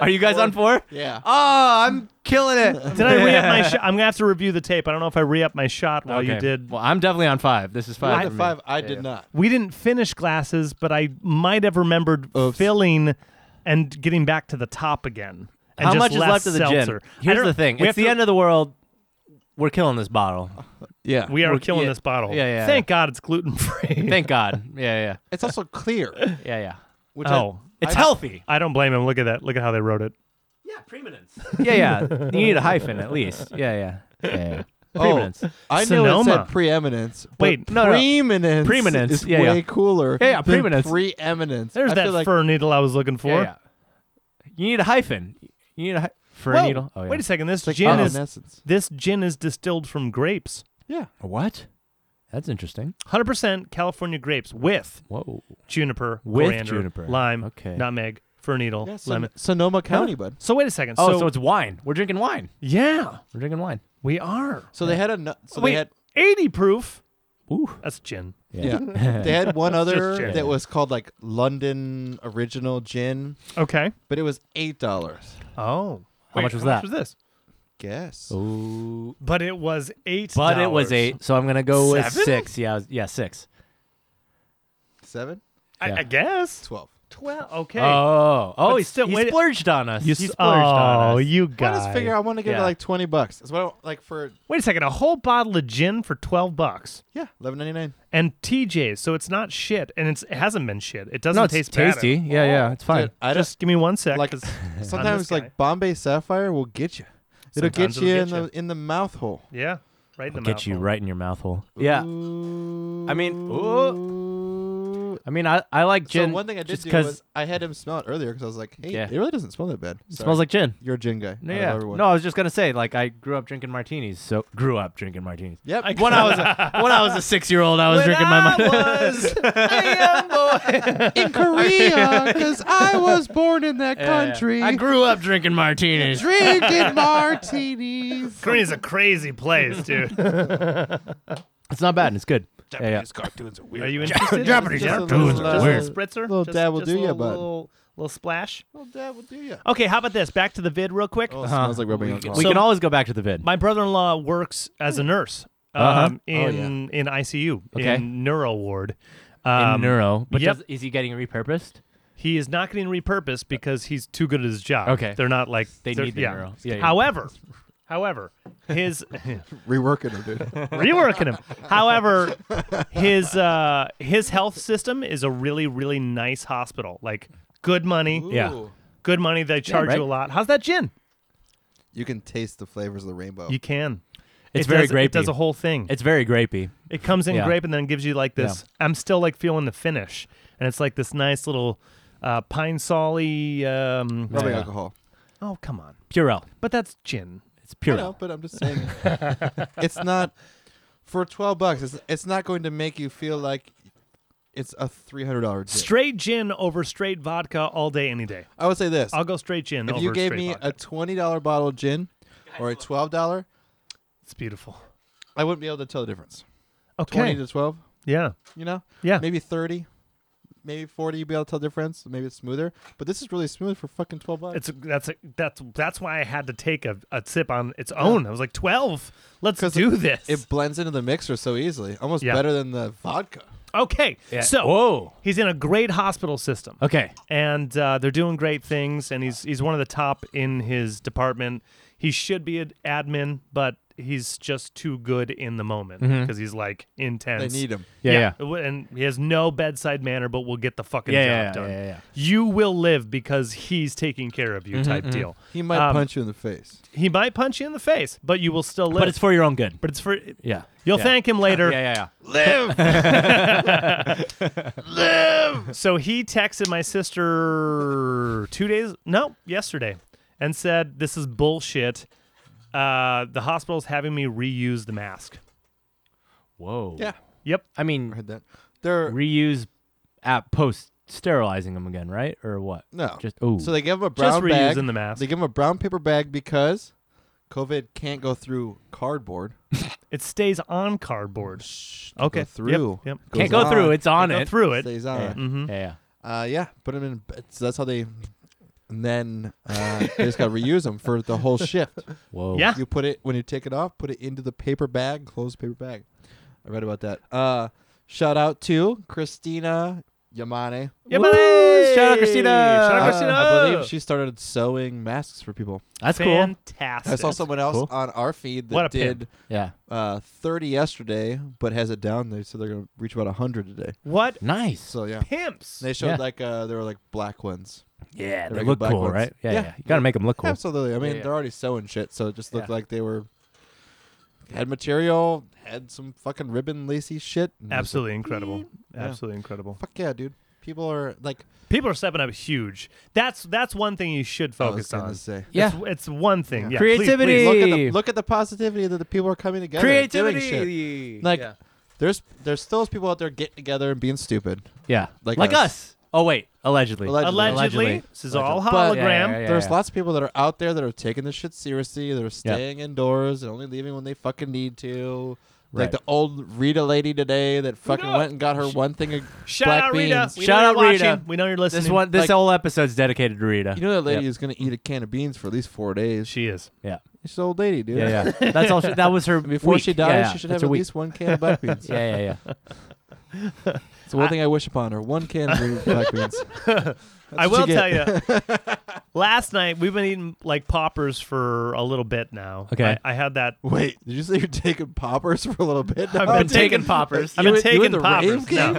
[SPEAKER 2] Are you guys on four?
[SPEAKER 3] Yeah.
[SPEAKER 2] Oh, I'm killing it.
[SPEAKER 1] did I
[SPEAKER 2] [LAUGHS]
[SPEAKER 1] re up my shot? I'm gonna have to review the tape. I don't know if I re up my shot while you
[SPEAKER 2] Okay.
[SPEAKER 1] did.
[SPEAKER 2] Well, I'm definitely on five. This is
[SPEAKER 3] You're
[SPEAKER 2] five.
[SPEAKER 3] the
[SPEAKER 2] for me.
[SPEAKER 3] five. I did not.
[SPEAKER 1] We didn't finish glasses, but I might have remembered
[SPEAKER 3] Oops.
[SPEAKER 1] filling and getting back to the top again. And
[SPEAKER 2] How
[SPEAKER 1] just
[SPEAKER 2] much is
[SPEAKER 1] less
[SPEAKER 2] left of the
[SPEAKER 1] seltzer.
[SPEAKER 2] gin?
[SPEAKER 1] I
[SPEAKER 2] Here's
[SPEAKER 1] don't-
[SPEAKER 2] the thing.
[SPEAKER 1] We
[SPEAKER 2] It's the
[SPEAKER 1] have to-
[SPEAKER 2] end of the world. We're killing this bottle.
[SPEAKER 3] Yeah.
[SPEAKER 1] We are
[SPEAKER 2] We're-
[SPEAKER 1] killing
[SPEAKER 2] yeah,
[SPEAKER 1] this bottle.
[SPEAKER 2] yeah, yeah.
[SPEAKER 1] Thank God it's gluten
[SPEAKER 2] [LAUGHS]
[SPEAKER 1] free.
[SPEAKER 2] Thank God. Yeah,
[SPEAKER 3] It's also clear.
[SPEAKER 2] [LAUGHS] yeah, yeah, yeah.
[SPEAKER 3] Which I-
[SPEAKER 1] Oh,
[SPEAKER 2] It's
[SPEAKER 3] I-
[SPEAKER 2] healthy.
[SPEAKER 1] I don't blame him. Look at that. Look at how they wrote it.
[SPEAKER 2] Yeah, preeminence. Yeah, yeah. You need a hyphen at least. Yeah, yeah, yeah. yeah. Preeminence.
[SPEAKER 3] I knew it
[SPEAKER 1] Sonoma.
[SPEAKER 3] said preeminence. but
[SPEAKER 1] Wait,
[SPEAKER 2] no, no.
[SPEAKER 3] preeminence.
[SPEAKER 2] Preeminence,
[SPEAKER 3] is
[SPEAKER 2] yeah,
[SPEAKER 3] way
[SPEAKER 2] yeah.
[SPEAKER 3] cooler.
[SPEAKER 2] Yeah, yeah,
[SPEAKER 3] than
[SPEAKER 2] preeminence.
[SPEAKER 3] Preeminence.
[SPEAKER 1] There's
[SPEAKER 3] I
[SPEAKER 1] that
[SPEAKER 3] feel like
[SPEAKER 1] fur needle I was looking for.
[SPEAKER 2] Yeah, yeah. You need a hyphen. You need a hy- for
[SPEAKER 1] Whoa,
[SPEAKER 2] a needle. Oh yeah.
[SPEAKER 1] Wait a second. This
[SPEAKER 3] it's like
[SPEAKER 1] gin is
[SPEAKER 3] essence.
[SPEAKER 1] this gin is distilled from grapes.
[SPEAKER 3] Yeah.
[SPEAKER 2] What? That's interesting.
[SPEAKER 1] 100% California grapes with
[SPEAKER 2] Whoa.
[SPEAKER 1] juniper,
[SPEAKER 2] With
[SPEAKER 1] coriander,
[SPEAKER 2] juniper.
[SPEAKER 1] lime,
[SPEAKER 2] Okay.
[SPEAKER 1] nutmeg, fir needle,
[SPEAKER 3] yeah Son-
[SPEAKER 1] Oh, lemon.
[SPEAKER 3] Sonoma County, bud.
[SPEAKER 1] So wait a second.
[SPEAKER 2] Oh,
[SPEAKER 1] so,
[SPEAKER 2] so, it's wine. We're drinking wine.
[SPEAKER 1] yeah,
[SPEAKER 2] We're drinking wine.
[SPEAKER 1] we are.
[SPEAKER 3] So they had a. nu- So
[SPEAKER 1] wait,
[SPEAKER 3] they had.
[SPEAKER 1] 80 proof.
[SPEAKER 2] Ooh.
[SPEAKER 1] That's gin.
[SPEAKER 3] Yeah.
[SPEAKER 2] [LAUGHS]
[SPEAKER 3] they had one other
[SPEAKER 1] gin.
[SPEAKER 3] that was called like London Original Gin,
[SPEAKER 1] Okay.
[SPEAKER 3] but it was eight dollars.
[SPEAKER 1] Oh.
[SPEAKER 2] How
[SPEAKER 1] Wait,
[SPEAKER 2] much was that?
[SPEAKER 1] Much was this?
[SPEAKER 3] Guess.
[SPEAKER 2] Oh. Ooh.
[SPEAKER 1] But it was eight.
[SPEAKER 2] But it was eight, so I'm gonna go with
[SPEAKER 1] Seven?
[SPEAKER 2] six. Yeah, I was- yeah, six.
[SPEAKER 3] Seven?
[SPEAKER 1] I,
[SPEAKER 2] Yeah.
[SPEAKER 1] I guess.
[SPEAKER 3] Twelve.
[SPEAKER 1] Twelve. Okay.
[SPEAKER 2] Oh, oh,
[SPEAKER 1] But
[SPEAKER 2] he,
[SPEAKER 1] still-
[SPEAKER 2] he
[SPEAKER 1] wait-
[SPEAKER 2] splurged on us.
[SPEAKER 1] you
[SPEAKER 2] he
[SPEAKER 1] s-
[SPEAKER 2] splurged
[SPEAKER 1] oh,
[SPEAKER 2] on us.
[SPEAKER 1] you
[SPEAKER 3] I
[SPEAKER 1] guys.
[SPEAKER 3] just figure I want to get
[SPEAKER 2] Yeah.
[SPEAKER 3] to like twenty bucks. That's what I, like for
[SPEAKER 1] Wait a second. A whole bottle of gin for 12 bucks.
[SPEAKER 3] yeah, eleven ninety nine.
[SPEAKER 1] And TJ's, so it's not shit, and it's, it hasn't been shit. It doesn't
[SPEAKER 2] no, it's
[SPEAKER 1] taste bad at
[SPEAKER 2] tasty. Yeah, yeah, it's fine.
[SPEAKER 3] Dude, I just
[SPEAKER 1] Just give me one sec.
[SPEAKER 2] [LAUGHS]
[SPEAKER 3] Like,
[SPEAKER 1] 'cause-
[SPEAKER 3] sometimes
[SPEAKER 1] guy.
[SPEAKER 3] like Bombay Sapphire will get you. It'll
[SPEAKER 1] Sometimes it'll
[SPEAKER 3] get you
[SPEAKER 1] get
[SPEAKER 3] in
[SPEAKER 1] ya.
[SPEAKER 3] the in the mouth hole.
[SPEAKER 1] yeah, right in the
[SPEAKER 2] Get you
[SPEAKER 1] mouthful.
[SPEAKER 2] right in your mouth hole. Yeah, I mean,
[SPEAKER 3] Ooh.
[SPEAKER 2] I mean, I, I like gin.
[SPEAKER 3] so one thing I did
[SPEAKER 2] just
[SPEAKER 3] do
[SPEAKER 2] 'cause
[SPEAKER 3] was I had him smell it earlier because I was like, hey,
[SPEAKER 2] Yeah.
[SPEAKER 3] it really doesn't smell that bad.
[SPEAKER 2] it smells like gin.
[SPEAKER 3] you're a gin guy.
[SPEAKER 2] No,
[SPEAKER 3] out of
[SPEAKER 2] yeah.
[SPEAKER 3] everyone.
[SPEAKER 2] No, I was just gonna say, like, I grew up drinking martinis. So grew up drinking martinis.
[SPEAKER 3] Yep.
[SPEAKER 2] When I was a, when I was a six year old, I was drinking my
[SPEAKER 3] I
[SPEAKER 2] martinis.
[SPEAKER 3] was a young boy [LAUGHS] in Korea
[SPEAKER 2] [LAUGHS]
[SPEAKER 3] because I was born in that country.
[SPEAKER 2] I grew up drinking martinis. [LAUGHS]
[SPEAKER 3] drinking martinis.
[SPEAKER 1] Korea's a crazy place,
[SPEAKER 3] [LAUGHS]
[SPEAKER 1] dude.
[SPEAKER 2] It's not bad. and It's good. Yeah, yeah.
[SPEAKER 4] Japanese cartoons are weird.
[SPEAKER 1] Are you interested?
[SPEAKER 3] Japanese
[SPEAKER 1] Just a
[SPEAKER 3] cartoons
[SPEAKER 1] little-
[SPEAKER 3] are
[SPEAKER 1] just a
[SPEAKER 3] weird.
[SPEAKER 1] Spritzer,
[SPEAKER 3] Little
[SPEAKER 1] just,
[SPEAKER 3] dab will
[SPEAKER 1] just
[SPEAKER 3] do
[SPEAKER 1] a
[SPEAKER 3] ya,
[SPEAKER 1] little,
[SPEAKER 3] bud.
[SPEAKER 1] Little, little splash.
[SPEAKER 3] Well, Dad, we'll do you.
[SPEAKER 1] Okay, how about this? Back to the vid real quick.
[SPEAKER 3] Oh, it smells like rubbing alcohol.
[SPEAKER 2] Uh-huh. we
[SPEAKER 1] So-
[SPEAKER 2] can always go back to the vid.
[SPEAKER 1] My brother-in-law works as a nurse um,
[SPEAKER 2] Uh-huh. Oh,
[SPEAKER 1] in in ICU
[SPEAKER 2] Okay.
[SPEAKER 1] in neuro ward.
[SPEAKER 2] in
[SPEAKER 1] Um,
[SPEAKER 2] neuro, but
[SPEAKER 1] yep.
[SPEAKER 2] does, is he getting repurposed?
[SPEAKER 1] He is not getting repurposed because he's too good at his job.
[SPEAKER 2] Okay.
[SPEAKER 1] they're not like
[SPEAKER 2] They
[SPEAKER 1] they're-
[SPEAKER 2] need the
[SPEAKER 1] yeah.
[SPEAKER 2] neuro. Yeah, yeah.
[SPEAKER 1] However, however, his [LAUGHS]
[SPEAKER 3] Reworking them, dude.
[SPEAKER 1] reworking him. However, his uh, his health system is a really really nice hospital. Like good money,
[SPEAKER 2] Yeah.
[SPEAKER 3] Ooh.
[SPEAKER 1] good money. They charge
[SPEAKER 2] right.
[SPEAKER 1] you a lot. How's that gin?
[SPEAKER 3] You can taste the flavors of the rainbow.
[SPEAKER 1] You can.
[SPEAKER 2] It's
[SPEAKER 1] it
[SPEAKER 2] very
[SPEAKER 1] does, It does
[SPEAKER 2] grapey.
[SPEAKER 1] a whole thing.
[SPEAKER 2] It's very grapey.
[SPEAKER 1] It comes in
[SPEAKER 2] Yeah.
[SPEAKER 1] grape and then gives you like this. I'm still like feeling the finish, and it's like this nice little uh, pine solly. Um,
[SPEAKER 3] rubbing
[SPEAKER 2] Yeah.
[SPEAKER 3] alcohol.
[SPEAKER 1] Oh come on!
[SPEAKER 2] Purell.
[SPEAKER 1] But that's gin.
[SPEAKER 2] It's
[SPEAKER 3] I know,
[SPEAKER 2] Purell.
[SPEAKER 3] but I'm just saying,
[SPEAKER 1] [LAUGHS]
[SPEAKER 3] it's not for twelve bucks. It's it's not going to make you feel like it's a three hundred dollar.
[SPEAKER 1] Straight gin over straight vodka all day, any day.
[SPEAKER 3] I would say this:
[SPEAKER 1] I'll go straight gin.
[SPEAKER 3] if
[SPEAKER 1] over
[SPEAKER 3] you gave
[SPEAKER 1] straight
[SPEAKER 3] me
[SPEAKER 1] vodka.
[SPEAKER 3] a twenty dollar bottle of gin or a twelve dollar,
[SPEAKER 1] it's beautiful.
[SPEAKER 3] I wouldn't be able to tell the difference. Twenty
[SPEAKER 1] Okay.
[SPEAKER 3] to twelve,
[SPEAKER 1] Yeah.
[SPEAKER 3] you know,
[SPEAKER 1] Yeah.
[SPEAKER 3] maybe thirty, maybe forty. You'd be able to tell the difference. Maybe it's smoother, but this is really smooth for fucking twelve bucks.
[SPEAKER 1] It's that's that's that's why I had to take a, a sip on its own. I was like twelve. Let's do this.
[SPEAKER 3] It blends into the mixer so easily, almost
[SPEAKER 1] Yeah.
[SPEAKER 3] better than the vodka.
[SPEAKER 1] okay.
[SPEAKER 2] Yeah.
[SPEAKER 1] So
[SPEAKER 2] whoa.
[SPEAKER 1] he's in a great hospital system.
[SPEAKER 2] Okay.
[SPEAKER 1] and uh, they're doing great things. And he's he's one of the top in his department. He should be an admin, but he's just too good in the moment because he's like
[SPEAKER 3] Mm-hmm. They
[SPEAKER 1] intense.
[SPEAKER 3] need them.
[SPEAKER 2] Yeah. Yeah.
[SPEAKER 1] it would- and he has no bedside manner, but will get the fucking
[SPEAKER 2] Yeah,
[SPEAKER 1] job
[SPEAKER 2] yeah, yeah,
[SPEAKER 1] done.
[SPEAKER 2] yeah, yeah.
[SPEAKER 1] You will live because he's taking care of you, type deal.
[SPEAKER 3] He might
[SPEAKER 1] Um,
[SPEAKER 3] punch you in the face.
[SPEAKER 1] He might punch you in the face, but you will still live.
[SPEAKER 2] But it's for your own good.
[SPEAKER 1] but it's for
[SPEAKER 2] Yeah.
[SPEAKER 1] you'll
[SPEAKER 2] Yeah. [LAUGHS]
[SPEAKER 1] thank him later.
[SPEAKER 2] Yeah. Yeah. Yeah.
[SPEAKER 1] So he texted my sister two days, no, yesterday, and said, This is bullshit. Uh, the hospital's having me reuse the mask.
[SPEAKER 2] Whoa.
[SPEAKER 3] Yeah,
[SPEAKER 1] Yep.
[SPEAKER 2] I
[SPEAKER 3] I
[SPEAKER 2] mean,
[SPEAKER 3] heard that. They're
[SPEAKER 2] reuse at post sterilizing them again, right? Or what?
[SPEAKER 3] no.
[SPEAKER 2] Just oh.
[SPEAKER 3] So they give him a
[SPEAKER 1] Just
[SPEAKER 3] brown
[SPEAKER 1] reusing
[SPEAKER 3] bag.
[SPEAKER 1] the mask.
[SPEAKER 3] They give him a brown paper bag because COVID can't go through cardboard.
[SPEAKER 1] It stays on cardboard.
[SPEAKER 3] It'll
[SPEAKER 1] Okay.
[SPEAKER 3] go through.
[SPEAKER 1] Yep. yep.
[SPEAKER 2] can't go through. It's on
[SPEAKER 1] Go
[SPEAKER 2] it.
[SPEAKER 1] through it.
[SPEAKER 3] Stays on.
[SPEAKER 2] Yeah.
[SPEAKER 1] hmm
[SPEAKER 2] Yeah. yeah.
[SPEAKER 3] Uh, yeah. Put them in. So that's how they. And then uh, they just gotta reuse them for the whole shift.
[SPEAKER 2] Whoa.
[SPEAKER 1] Yeah.
[SPEAKER 3] You put it when you take it off. Put it into the paper bag. Closed paper bag. I read about that. Uh, shout out to Christina Yamane.
[SPEAKER 1] Yeah,
[SPEAKER 2] Woo!
[SPEAKER 1] buddy!
[SPEAKER 2] Shout out Christina!
[SPEAKER 1] Shout out
[SPEAKER 2] Uh,
[SPEAKER 1] Christina!
[SPEAKER 3] I believe she started sewing masks for people.
[SPEAKER 2] That's cool.
[SPEAKER 1] Fantastic.
[SPEAKER 3] I saw someone else
[SPEAKER 2] Cool.
[SPEAKER 3] on our feed that
[SPEAKER 1] What a
[SPEAKER 3] did
[SPEAKER 1] pimp.
[SPEAKER 2] Yeah.
[SPEAKER 3] uh, 30 yesterday, but has it down. They said they're gonna reach about 100 today.
[SPEAKER 1] What
[SPEAKER 2] Nice.
[SPEAKER 3] So yeah,
[SPEAKER 1] pimps?
[SPEAKER 3] they showed
[SPEAKER 2] Yeah.
[SPEAKER 3] like uh, there were like black ones.
[SPEAKER 2] Yeah. They
[SPEAKER 3] Like
[SPEAKER 2] look
[SPEAKER 3] black
[SPEAKER 2] cool,
[SPEAKER 3] ones.
[SPEAKER 2] right? Yeah.
[SPEAKER 3] Yeah.
[SPEAKER 2] Yeah. You gotta make them look cool.
[SPEAKER 3] Absolutely. I mean,
[SPEAKER 2] yeah.
[SPEAKER 3] they're already sewing shit, so it just looked
[SPEAKER 2] Yeah.
[SPEAKER 3] like they were had material, had some fucking ribbon lacy shit. and it was like,
[SPEAKER 1] Absolutely incredible.
[SPEAKER 3] Yeah.
[SPEAKER 1] Absolutely incredible.
[SPEAKER 3] Fuck yeah, dude. People are like
[SPEAKER 1] People are stepping up huge. That's that's one thing you should
[SPEAKER 3] I
[SPEAKER 1] focus
[SPEAKER 3] was gonna
[SPEAKER 1] on.
[SPEAKER 3] say.
[SPEAKER 2] Yeah.
[SPEAKER 1] It's, it's one thing. Yeah.
[SPEAKER 3] Yeah.
[SPEAKER 1] please, please.
[SPEAKER 2] Creativity.
[SPEAKER 3] Look at, the,
[SPEAKER 2] Hey.
[SPEAKER 3] look at the positivity that the people are coming together. and doing shit.
[SPEAKER 2] Creativity.
[SPEAKER 3] Like there's there's still those people out there getting together and being stupid.
[SPEAKER 2] Yeah.
[SPEAKER 3] Like
[SPEAKER 2] like
[SPEAKER 3] us.
[SPEAKER 2] us. Oh wait. Allegedly.
[SPEAKER 3] Allegedly.
[SPEAKER 1] Allegedly,
[SPEAKER 2] Allegedly.
[SPEAKER 1] this is all hologram.
[SPEAKER 3] But-
[SPEAKER 2] Yeah, yeah, yeah, yeah,
[SPEAKER 3] There's
[SPEAKER 2] yeah.
[SPEAKER 3] lots of people that are out there that are taking this shit seriously. They're staying indoors and only leaving when they fucking need to. Like
[SPEAKER 2] Right.
[SPEAKER 3] the old Rita lady today that fucking
[SPEAKER 1] knows?
[SPEAKER 3] went and got her one
[SPEAKER 2] [LAUGHS]
[SPEAKER 3] thing of
[SPEAKER 1] Shout
[SPEAKER 3] black
[SPEAKER 1] out
[SPEAKER 3] beans.
[SPEAKER 1] Rita. We
[SPEAKER 2] Shout
[SPEAKER 1] know
[SPEAKER 2] out
[SPEAKER 1] you're
[SPEAKER 2] Rita.
[SPEAKER 1] watching. We know you're listening.
[SPEAKER 2] This one. This
[SPEAKER 3] like-
[SPEAKER 2] whole episode's dedicated to Rita.
[SPEAKER 3] You know that lady
[SPEAKER 2] Yep.
[SPEAKER 3] is gonna eat a can of beans for at least four days.
[SPEAKER 1] she is.
[SPEAKER 2] Yeah.
[SPEAKER 3] She's an old lady, dude.
[SPEAKER 2] Yeah. Yeah. That's all. She, that was her.
[SPEAKER 3] [LAUGHS] Before
[SPEAKER 2] week.
[SPEAKER 3] she dies,
[SPEAKER 2] Yeah, yeah.
[SPEAKER 3] she should
[SPEAKER 2] That's
[SPEAKER 3] have
[SPEAKER 2] her
[SPEAKER 3] at
[SPEAKER 2] week.
[SPEAKER 3] least one can of
[SPEAKER 1] [LAUGHS]
[SPEAKER 2] [LAUGHS]
[SPEAKER 3] black beans.
[SPEAKER 2] Yeah. Yeah. Yeah.
[SPEAKER 3] It's the one thing I wish upon her. One can of black
[SPEAKER 2] [LAUGHS]
[SPEAKER 3] beans.
[SPEAKER 1] I will
[SPEAKER 3] what you
[SPEAKER 1] tell you. last night we've been eating like poppers for a little bit now.
[SPEAKER 2] Okay.
[SPEAKER 1] I, I had that.
[SPEAKER 3] Wait, did you say you're taking poppers for a little bit?
[SPEAKER 1] I've
[SPEAKER 3] now?
[SPEAKER 1] been taking
[SPEAKER 2] poppers.
[SPEAKER 1] I've been
[SPEAKER 3] You at- you at
[SPEAKER 1] taking
[SPEAKER 3] the
[SPEAKER 1] poppers.
[SPEAKER 3] rave game?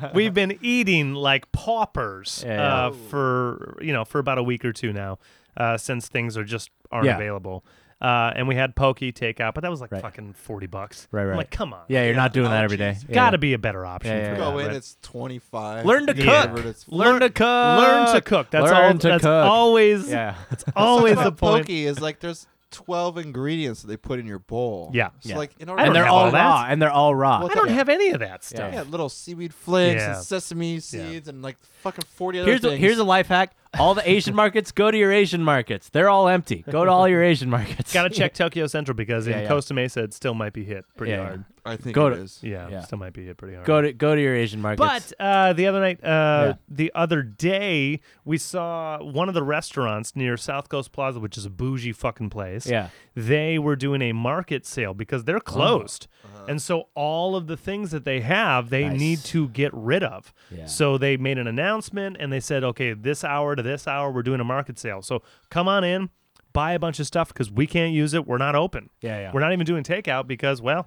[SPEAKER 2] [LAUGHS]
[SPEAKER 1] No. we've been eating like poppers
[SPEAKER 2] Yeah, yeah.
[SPEAKER 1] Uh, for you know for about a week or two now, uh, since things are just aren't
[SPEAKER 2] Yeah.
[SPEAKER 1] available. Uh, and we had pokey takeout, but that was like
[SPEAKER 2] Right.
[SPEAKER 1] fucking forty bucks.
[SPEAKER 2] Right,
[SPEAKER 1] I'm
[SPEAKER 2] right.
[SPEAKER 1] like, come on.
[SPEAKER 2] Yeah, you're not doing that every day.
[SPEAKER 1] There's
[SPEAKER 2] Yeah,
[SPEAKER 1] Gotta
[SPEAKER 2] yeah.
[SPEAKER 1] be a better option.
[SPEAKER 2] Yeah, yeah,
[SPEAKER 1] for
[SPEAKER 2] yeah.
[SPEAKER 1] that,
[SPEAKER 3] Go in,
[SPEAKER 1] right?
[SPEAKER 3] it's twenty five.
[SPEAKER 2] Learn to
[SPEAKER 1] Yeah.
[SPEAKER 2] cook. Learn to cook.
[SPEAKER 1] Learn to cook. That's
[SPEAKER 2] Learn
[SPEAKER 1] all.
[SPEAKER 2] to
[SPEAKER 1] that's
[SPEAKER 2] cook.
[SPEAKER 1] always.
[SPEAKER 2] Yeah.
[SPEAKER 1] It's [LAUGHS] always the
[SPEAKER 3] about
[SPEAKER 1] point.
[SPEAKER 3] pokey is like there's 12 ingredients that they put in your bowl.
[SPEAKER 1] Yeah.
[SPEAKER 3] So
[SPEAKER 2] Yeah.
[SPEAKER 3] like in order
[SPEAKER 1] I
[SPEAKER 2] And
[SPEAKER 1] don't
[SPEAKER 2] they're
[SPEAKER 1] have
[SPEAKER 2] all
[SPEAKER 1] all that.
[SPEAKER 2] raw. And they're all raw.
[SPEAKER 3] Well,
[SPEAKER 1] I don't
[SPEAKER 3] Yeah.
[SPEAKER 1] have any of that stuff.
[SPEAKER 3] yeah, little seaweed flakes
[SPEAKER 1] Yeah.
[SPEAKER 3] and sesame seeds and like fucking 40 other
[SPEAKER 2] Here's a,
[SPEAKER 3] things.
[SPEAKER 2] here's a life hack. All the
[SPEAKER 1] [LAUGHS]
[SPEAKER 2] Asian markets, go to your Asian markets. They're all empty. Go to all your Asian markets.
[SPEAKER 1] Got to check Tokyo Central because
[SPEAKER 2] Yeah,
[SPEAKER 1] in
[SPEAKER 2] yeah.
[SPEAKER 1] Costa Mesa it still might be hit pretty
[SPEAKER 2] Yeah, yeah.
[SPEAKER 1] hard.
[SPEAKER 3] I think
[SPEAKER 2] Go
[SPEAKER 3] it
[SPEAKER 2] to-
[SPEAKER 3] is.
[SPEAKER 1] Yeah,
[SPEAKER 2] Yeah.
[SPEAKER 1] still might be hit pretty hard.
[SPEAKER 2] [LAUGHS] Go to go to your Asian markets.
[SPEAKER 1] But uh, the other night, uh,
[SPEAKER 2] Yeah.
[SPEAKER 1] the other day, we saw one of the restaurants near South Coast Plaza, which is a bougie fucking place.
[SPEAKER 2] yeah, Uh-huh.
[SPEAKER 1] They were doing a market sale because they're closed. And so all of the things that they have, they
[SPEAKER 2] Nice.
[SPEAKER 1] need to get rid of.
[SPEAKER 2] Yeah.
[SPEAKER 1] So they made an announcement and they said, okay, this hour to this hour, we're doing a market sale. So come on in, buy a bunch of stuff because we can't use it. We're not open.
[SPEAKER 2] yeah, yeah.
[SPEAKER 1] We're not even doing takeout because, well,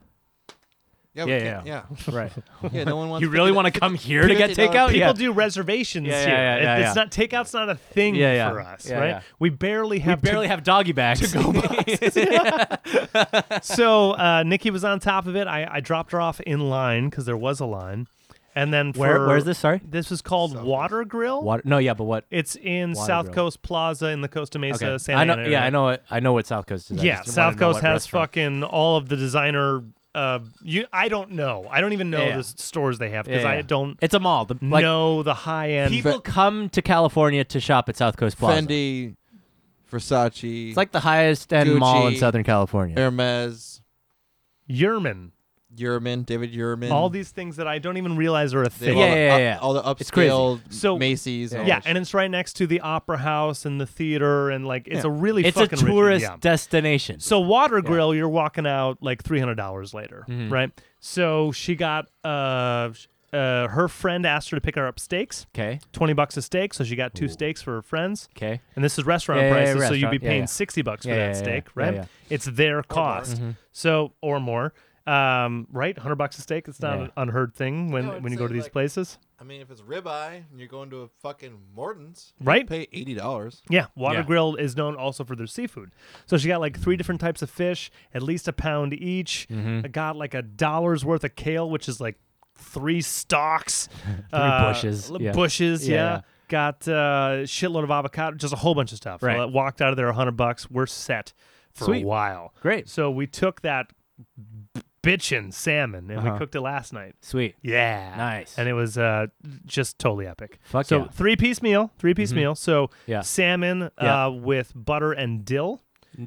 [SPEAKER 3] Yeah, we
[SPEAKER 2] Yeah,
[SPEAKER 3] can't- yeah,
[SPEAKER 1] [LAUGHS]
[SPEAKER 2] right.
[SPEAKER 3] Yeah,
[SPEAKER 2] [LAUGHS]
[SPEAKER 3] No one wants.
[SPEAKER 2] You really want to come here to get
[SPEAKER 3] $50
[SPEAKER 2] takeout?
[SPEAKER 1] Oh, people
[SPEAKER 2] Yeah.
[SPEAKER 1] do reservations
[SPEAKER 2] Yeah, yeah,
[SPEAKER 1] here.
[SPEAKER 2] yeah,
[SPEAKER 1] It-
[SPEAKER 2] yeah,
[SPEAKER 1] it's
[SPEAKER 2] yeah.
[SPEAKER 1] not takeout's not a thing
[SPEAKER 2] Yeah, yeah.
[SPEAKER 1] for us,
[SPEAKER 2] Yeah,
[SPEAKER 1] right?
[SPEAKER 2] yeah.
[SPEAKER 1] We barely
[SPEAKER 2] We
[SPEAKER 1] have [LAUGHS]
[SPEAKER 2] barely have doggy bags. [LAUGHS]
[SPEAKER 1] to- so uh, Nikki was on top of it. I, I dropped her off in line because there was a line, and then for,
[SPEAKER 2] Where where's this? Sorry.
[SPEAKER 1] This is called
[SPEAKER 3] South
[SPEAKER 1] Water Grill.
[SPEAKER 2] Water. No, yeah, but what?
[SPEAKER 1] It's in
[SPEAKER 2] Water
[SPEAKER 1] South
[SPEAKER 2] Grill.
[SPEAKER 1] Coast Plaza in the Costa Mesa,
[SPEAKER 2] Okay.
[SPEAKER 1] Santa
[SPEAKER 2] I know.
[SPEAKER 1] Ana
[SPEAKER 2] Yeah,
[SPEAKER 1] area.
[SPEAKER 2] I know. It, I know what South Coast is. I
[SPEAKER 1] Yeah,
[SPEAKER 2] just wanted
[SPEAKER 1] South
[SPEAKER 2] to know
[SPEAKER 1] Coast
[SPEAKER 2] what
[SPEAKER 1] has
[SPEAKER 2] restaurant.
[SPEAKER 1] fucking all of the designer. Uh, you, I don't know. I don't even know
[SPEAKER 2] Yeah, yeah.
[SPEAKER 1] the s- stores they have because
[SPEAKER 2] Yeah, yeah.
[SPEAKER 1] I don't
[SPEAKER 2] It's a mall. The, like
[SPEAKER 1] know the high end.
[SPEAKER 2] people come to California to shop at South Coast Plaza.
[SPEAKER 3] Fendi, Versace,
[SPEAKER 2] It's like the highest end mall in
[SPEAKER 3] Gucci.
[SPEAKER 2] Southern California.
[SPEAKER 3] Hermes,
[SPEAKER 1] Yerman.
[SPEAKER 3] Yerman, David Yerman.
[SPEAKER 1] all these things that I don't even realize are a
[SPEAKER 3] they have
[SPEAKER 1] thing.
[SPEAKER 2] Yeah,
[SPEAKER 3] all the
[SPEAKER 2] yeah, yeah.
[SPEAKER 3] up- All the
[SPEAKER 2] It's crazy.
[SPEAKER 3] upscale
[SPEAKER 1] So-
[SPEAKER 3] Macy's. and all
[SPEAKER 1] Yeah,
[SPEAKER 3] that
[SPEAKER 1] and it's right next to the opera house and the theater, and like it's
[SPEAKER 3] Yeah.
[SPEAKER 1] a really
[SPEAKER 2] it's a
[SPEAKER 1] fucking rich-
[SPEAKER 2] tourist
[SPEAKER 1] yeah.
[SPEAKER 2] destination.
[SPEAKER 1] So Water Grill, you're walking out like three hundred dollars later,
[SPEAKER 2] Mhm.
[SPEAKER 1] right? So she got uh, sh- uh, her friend asked her to pick her up steaks,
[SPEAKER 2] okay.
[SPEAKER 1] twenty bucks a steak. So she got two steaks for her friends,
[SPEAKER 2] Okay.
[SPEAKER 1] and this is restaurant
[SPEAKER 2] Yeah, yeah, yeah,
[SPEAKER 1] prices, so you'd be
[SPEAKER 2] restaurant. Yeah,
[SPEAKER 1] paying
[SPEAKER 2] yeah.
[SPEAKER 1] sixty bucks
[SPEAKER 2] Yeah,
[SPEAKER 1] for
[SPEAKER 2] yeah,
[SPEAKER 1] that
[SPEAKER 2] yeah,
[SPEAKER 1] steak,
[SPEAKER 2] yeah,
[SPEAKER 1] right?
[SPEAKER 2] yeah. Mm-hmm.
[SPEAKER 1] It's their cost, so or more. Um, right, hundred bucks a steak. It's not
[SPEAKER 2] Yeah.
[SPEAKER 1] an unheard thing when
[SPEAKER 3] Yeah, I'd
[SPEAKER 1] when you go
[SPEAKER 3] say,
[SPEAKER 1] to these
[SPEAKER 3] like-
[SPEAKER 1] places,
[SPEAKER 3] I mean, if it's ribeye and you're going to a fucking Morton's,
[SPEAKER 2] Mm-hmm.
[SPEAKER 1] right?
[SPEAKER 3] pay eighty dollars.
[SPEAKER 1] Yeah, Water
[SPEAKER 2] Yeah.
[SPEAKER 1] Grill is known also for their seafood. So she got like three different types of fish, at least a pound each.
[SPEAKER 2] Mm-hmm.
[SPEAKER 1] I got like a dollar's worth of kale, which is like three
[SPEAKER 2] [LAUGHS]
[SPEAKER 1] stalks, three
[SPEAKER 2] bushes, yeah.
[SPEAKER 1] bushes, yeah.
[SPEAKER 2] Yeah, yeah.
[SPEAKER 1] Got uh, shitload of avocado, just a whole bunch of stuff.
[SPEAKER 2] Right.
[SPEAKER 1] I walked out of there a hundred bucks. We're set for a
[SPEAKER 2] Sweet.
[SPEAKER 1] while.
[SPEAKER 2] Great.
[SPEAKER 1] So we took that bitchin' salmon and we
[SPEAKER 2] Uh-huh.
[SPEAKER 1] cooked it last night.
[SPEAKER 2] Sweet.
[SPEAKER 1] Yeah.
[SPEAKER 2] Nice.
[SPEAKER 1] Ah. And it was uh, just totally epic.
[SPEAKER 2] Fuck
[SPEAKER 1] so
[SPEAKER 2] yeah. Mm-hmm.
[SPEAKER 1] three piece meal, three piece meal. So
[SPEAKER 2] Yeah.
[SPEAKER 1] salmon
[SPEAKER 2] Yeah.
[SPEAKER 1] uh, with butter and dill.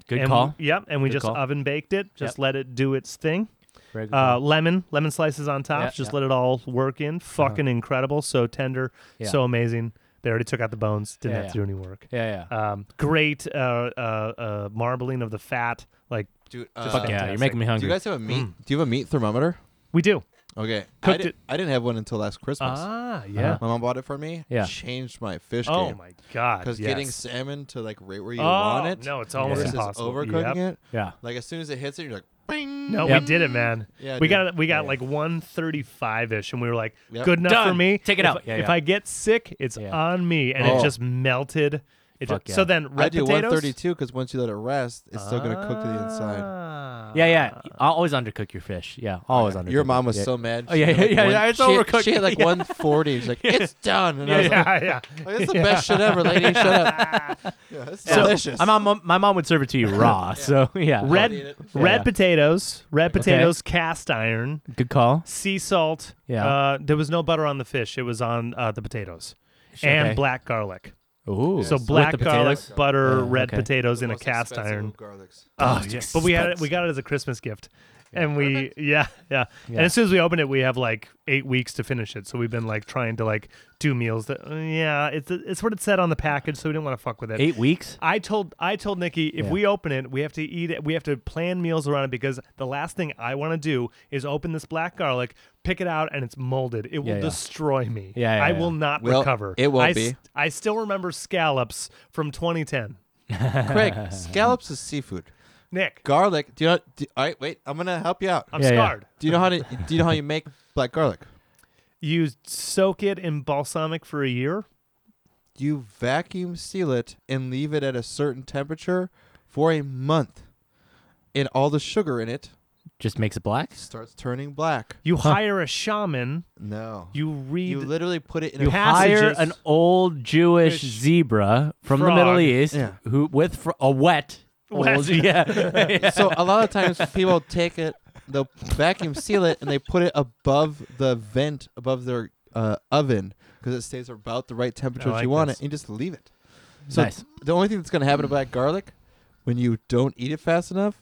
[SPEAKER 2] Good
[SPEAKER 1] and
[SPEAKER 2] call.
[SPEAKER 1] We, yep. And we
[SPEAKER 2] Good
[SPEAKER 1] just
[SPEAKER 2] call.
[SPEAKER 1] oven baked it. Just
[SPEAKER 2] Yep.
[SPEAKER 1] let it do its thing.
[SPEAKER 2] Very good
[SPEAKER 1] Uh,
[SPEAKER 2] call.
[SPEAKER 1] lemon, lemon slices on top.
[SPEAKER 2] Yeah,
[SPEAKER 1] just
[SPEAKER 2] yeah. Uh-huh.
[SPEAKER 1] let it all work in. Fucking incredible. So tender.
[SPEAKER 2] Yeah.
[SPEAKER 1] So amazing. They already took out the bones. Didn't
[SPEAKER 2] Yeah,
[SPEAKER 1] have to do any work.
[SPEAKER 2] yeah, yeah.
[SPEAKER 1] Um, great uh, uh, uh, marbling of the fat. Like
[SPEAKER 3] Dude,
[SPEAKER 1] Fuck
[SPEAKER 2] Fuck
[SPEAKER 3] uh,
[SPEAKER 2] yeah. You're
[SPEAKER 1] fantastic.
[SPEAKER 2] making me
[SPEAKER 3] do
[SPEAKER 2] hungry. Mm.
[SPEAKER 3] you guys have a meat? Do you have a meat thermometer?
[SPEAKER 1] we do.
[SPEAKER 3] Okay, I,
[SPEAKER 1] Cooked
[SPEAKER 3] did,
[SPEAKER 1] it.
[SPEAKER 3] I didn't have one until last Christmas.
[SPEAKER 2] Uh-huh.
[SPEAKER 1] Ah, yeah.
[SPEAKER 3] My mom bought it for me.
[SPEAKER 2] Yeah.
[SPEAKER 3] changed my fish
[SPEAKER 1] Oh
[SPEAKER 3] game
[SPEAKER 1] my god.
[SPEAKER 3] because
[SPEAKER 1] yes.
[SPEAKER 3] getting salmon to like right where you
[SPEAKER 1] oh,
[SPEAKER 3] want it
[SPEAKER 1] No, it's almost
[SPEAKER 3] versus
[SPEAKER 1] impossible.
[SPEAKER 3] overcooking
[SPEAKER 1] Yep.
[SPEAKER 3] it.
[SPEAKER 2] yeah.
[SPEAKER 3] Like as soon as it hits it, you're like, bing.
[SPEAKER 1] No,
[SPEAKER 2] Yep.
[SPEAKER 1] we did it, man.
[SPEAKER 3] Yeah,
[SPEAKER 1] we
[SPEAKER 3] dude.
[SPEAKER 1] got we got like 135 ish, and we were like,
[SPEAKER 3] Yep.
[SPEAKER 1] good enough for
[SPEAKER 2] Done.
[SPEAKER 1] me.
[SPEAKER 2] Take it
[SPEAKER 1] if,
[SPEAKER 2] out. Yeah,
[SPEAKER 1] if
[SPEAKER 2] yeah.
[SPEAKER 1] I get sick, it's
[SPEAKER 2] Yeah.
[SPEAKER 1] on me, and it
[SPEAKER 3] Oh.
[SPEAKER 1] just melted. It
[SPEAKER 2] Fuck
[SPEAKER 1] just, So
[SPEAKER 2] yeah.
[SPEAKER 1] then, red
[SPEAKER 3] I do
[SPEAKER 1] potatoes.
[SPEAKER 3] 132 because once you let it rest, it's still gonna cook to the
[SPEAKER 1] Ah.
[SPEAKER 3] inside.
[SPEAKER 2] Yeah,
[SPEAKER 1] Uh,
[SPEAKER 2] yeah. I'll always undercook your fish. Yeah, always undercook.
[SPEAKER 3] Your mom was
[SPEAKER 2] it.
[SPEAKER 3] so mad.
[SPEAKER 2] Oh, yeah,
[SPEAKER 3] She had, like,
[SPEAKER 2] yeah, yeah,
[SPEAKER 3] one-
[SPEAKER 2] yeah, it's
[SPEAKER 3] she had-
[SPEAKER 2] overcooked.
[SPEAKER 3] She
[SPEAKER 1] [LAUGHS]
[SPEAKER 3] had like
[SPEAKER 2] Yeah.
[SPEAKER 3] 140. She's like, it's done. And I
[SPEAKER 1] Yeah,
[SPEAKER 3] was like,
[SPEAKER 1] [LAUGHS] yeah, yeah.
[SPEAKER 3] like, it's the best shit ever, lady. Shut up.
[SPEAKER 1] [LAUGHS]
[SPEAKER 3] Yeah, it's
[SPEAKER 2] So,
[SPEAKER 3] delicious.
[SPEAKER 2] My mom, my mom would serve it to you raw. So yeah.
[SPEAKER 1] Red,
[SPEAKER 3] eat it.
[SPEAKER 1] red
[SPEAKER 2] Yeah.
[SPEAKER 1] potatoes, red potatoes, cast iron,
[SPEAKER 2] Good call.
[SPEAKER 1] sea salt.
[SPEAKER 2] Yeah.
[SPEAKER 1] Uh, there was no butter on the fish; it was on uh, the potatoes, and
[SPEAKER 2] Okay.
[SPEAKER 1] black garlic.
[SPEAKER 2] Ooh.
[SPEAKER 1] So
[SPEAKER 2] With
[SPEAKER 1] black
[SPEAKER 2] the
[SPEAKER 1] garlic,
[SPEAKER 2] potatoes?
[SPEAKER 1] butter,
[SPEAKER 2] Yeah,
[SPEAKER 1] red
[SPEAKER 2] okay.
[SPEAKER 1] potatoes
[SPEAKER 3] The
[SPEAKER 1] in a
[SPEAKER 3] most
[SPEAKER 1] cast
[SPEAKER 3] expensive
[SPEAKER 1] iron. [LAUGHS]
[SPEAKER 3] garlics.
[SPEAKER 1] Oh,
[SPEAKER 2] That's
[SPEAKER 1] yeah. But we had it,
[SPEAKER 2] expensive.
[SPEAKER 1] we got it as a Christmas gift. And
[SPEAKER 3] Oh,
[SPEAKER 1] we yeah, yeah, And as soon as we open it, we have like 8 weeks to finish it. So we've been like trying to like do meals that uh, yeah, it's it's what it said on the package, so we didn't want to fuck with it.
[SPEAKER 2] Eight weeks.
[SPEAKER 1] I told I told Nikki if
[SPEAKER 2] Yeah.
[SPEAKER 1] we open it, we have to eat it. We have to plan meals around it because the last thing I want to do is open this black garlic, pick it out, and it's molded. It will
[SPEAKER 2] Yeah, yeah.
[SPEAKER 1] destroy me.
[SPEAKER 2] Yeah, yeah,
[SPEAKER 1] I
[SPEAKER 2] yeah.
[SPEAKER 1] will not
[SPEAKER 3] Well,
[SPEAKER 1] recover.
[SPEAKER 3] it won't
[SPEAKER 1] I s-
[SPEAKER 3] be.
[SPEAKER 1] I still remember scallops from 2010.
[SPEAKER 3] Craig, scallops is seafood.
[SPEAKER 1] Nick,
[SPEAKER 3] Garlic. Do you know? Do, all right, wait. I'm gonna help you out.
[SPEAKER 1] I'm
[SPEAKER 2] Yeah, yeah.
[SPEAKER 1] scarred.
[SPEAKER 3] Do you know
[SPEAKER 1] [LAUGHS]
[SPEAKER 3] how to? Do you know how you make black garlic?
[SPEAKER 1] You soak it in balsamic for a year.
[SPEAKER 3] You vacuum seal it and leave it at a certain temperature for a month, and all the sugar in it
[SPEAKER 2] Just makes it black.
[SPEAKER 3] starts turning black.
[SPEAKER 1] You hire a shaman.
[SPEAKER 3] No, you,
[SPEAKER 1] You read.
[SPEAKER 3] literally put it in
[SPEAKER 1] You
[SPEAKER 3] a
[SPEAKER 1] have-
[SPEAKER 2] Hire
[SPEAKER 1] Passages.
[SPEAKER 2] an old Jewish
[SPEAKER 1] Fish.
[SPEAKER 2] zebra from the Middle
[SPEAKER 1] Frog.
[SPEAKER 2] East
[SPEAKER 3] Yeah.
[SPEAKER 2] who with fr- a wet.
[SPEAKER 1] Wet.
[SPEAKER 2] Old, [LAUGHS] yeah.
[SPEAKER 1] [LAUGHS]
[SPEAKER 2] yeah.
[SPEAKER 3] so a lot of times people take it, they'll vacuum seal it, and they put it above the vent above their uh, oven because it stays about the right temperature
[SPEAKER 1] I
[SPEAKER 3] that
[SPEAKER 1] like
[SPEAKER 3] you want
[SPEAKER 1] this.
[SPEAKER 3] it, and you just leave it. So
[SPEAKER 2] Nice.
[SPEAKER 3] the only thing that's going to happen to black garlic when you don't eat it fast enough